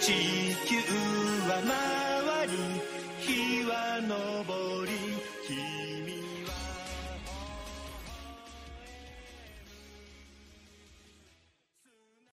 S19: 球は回り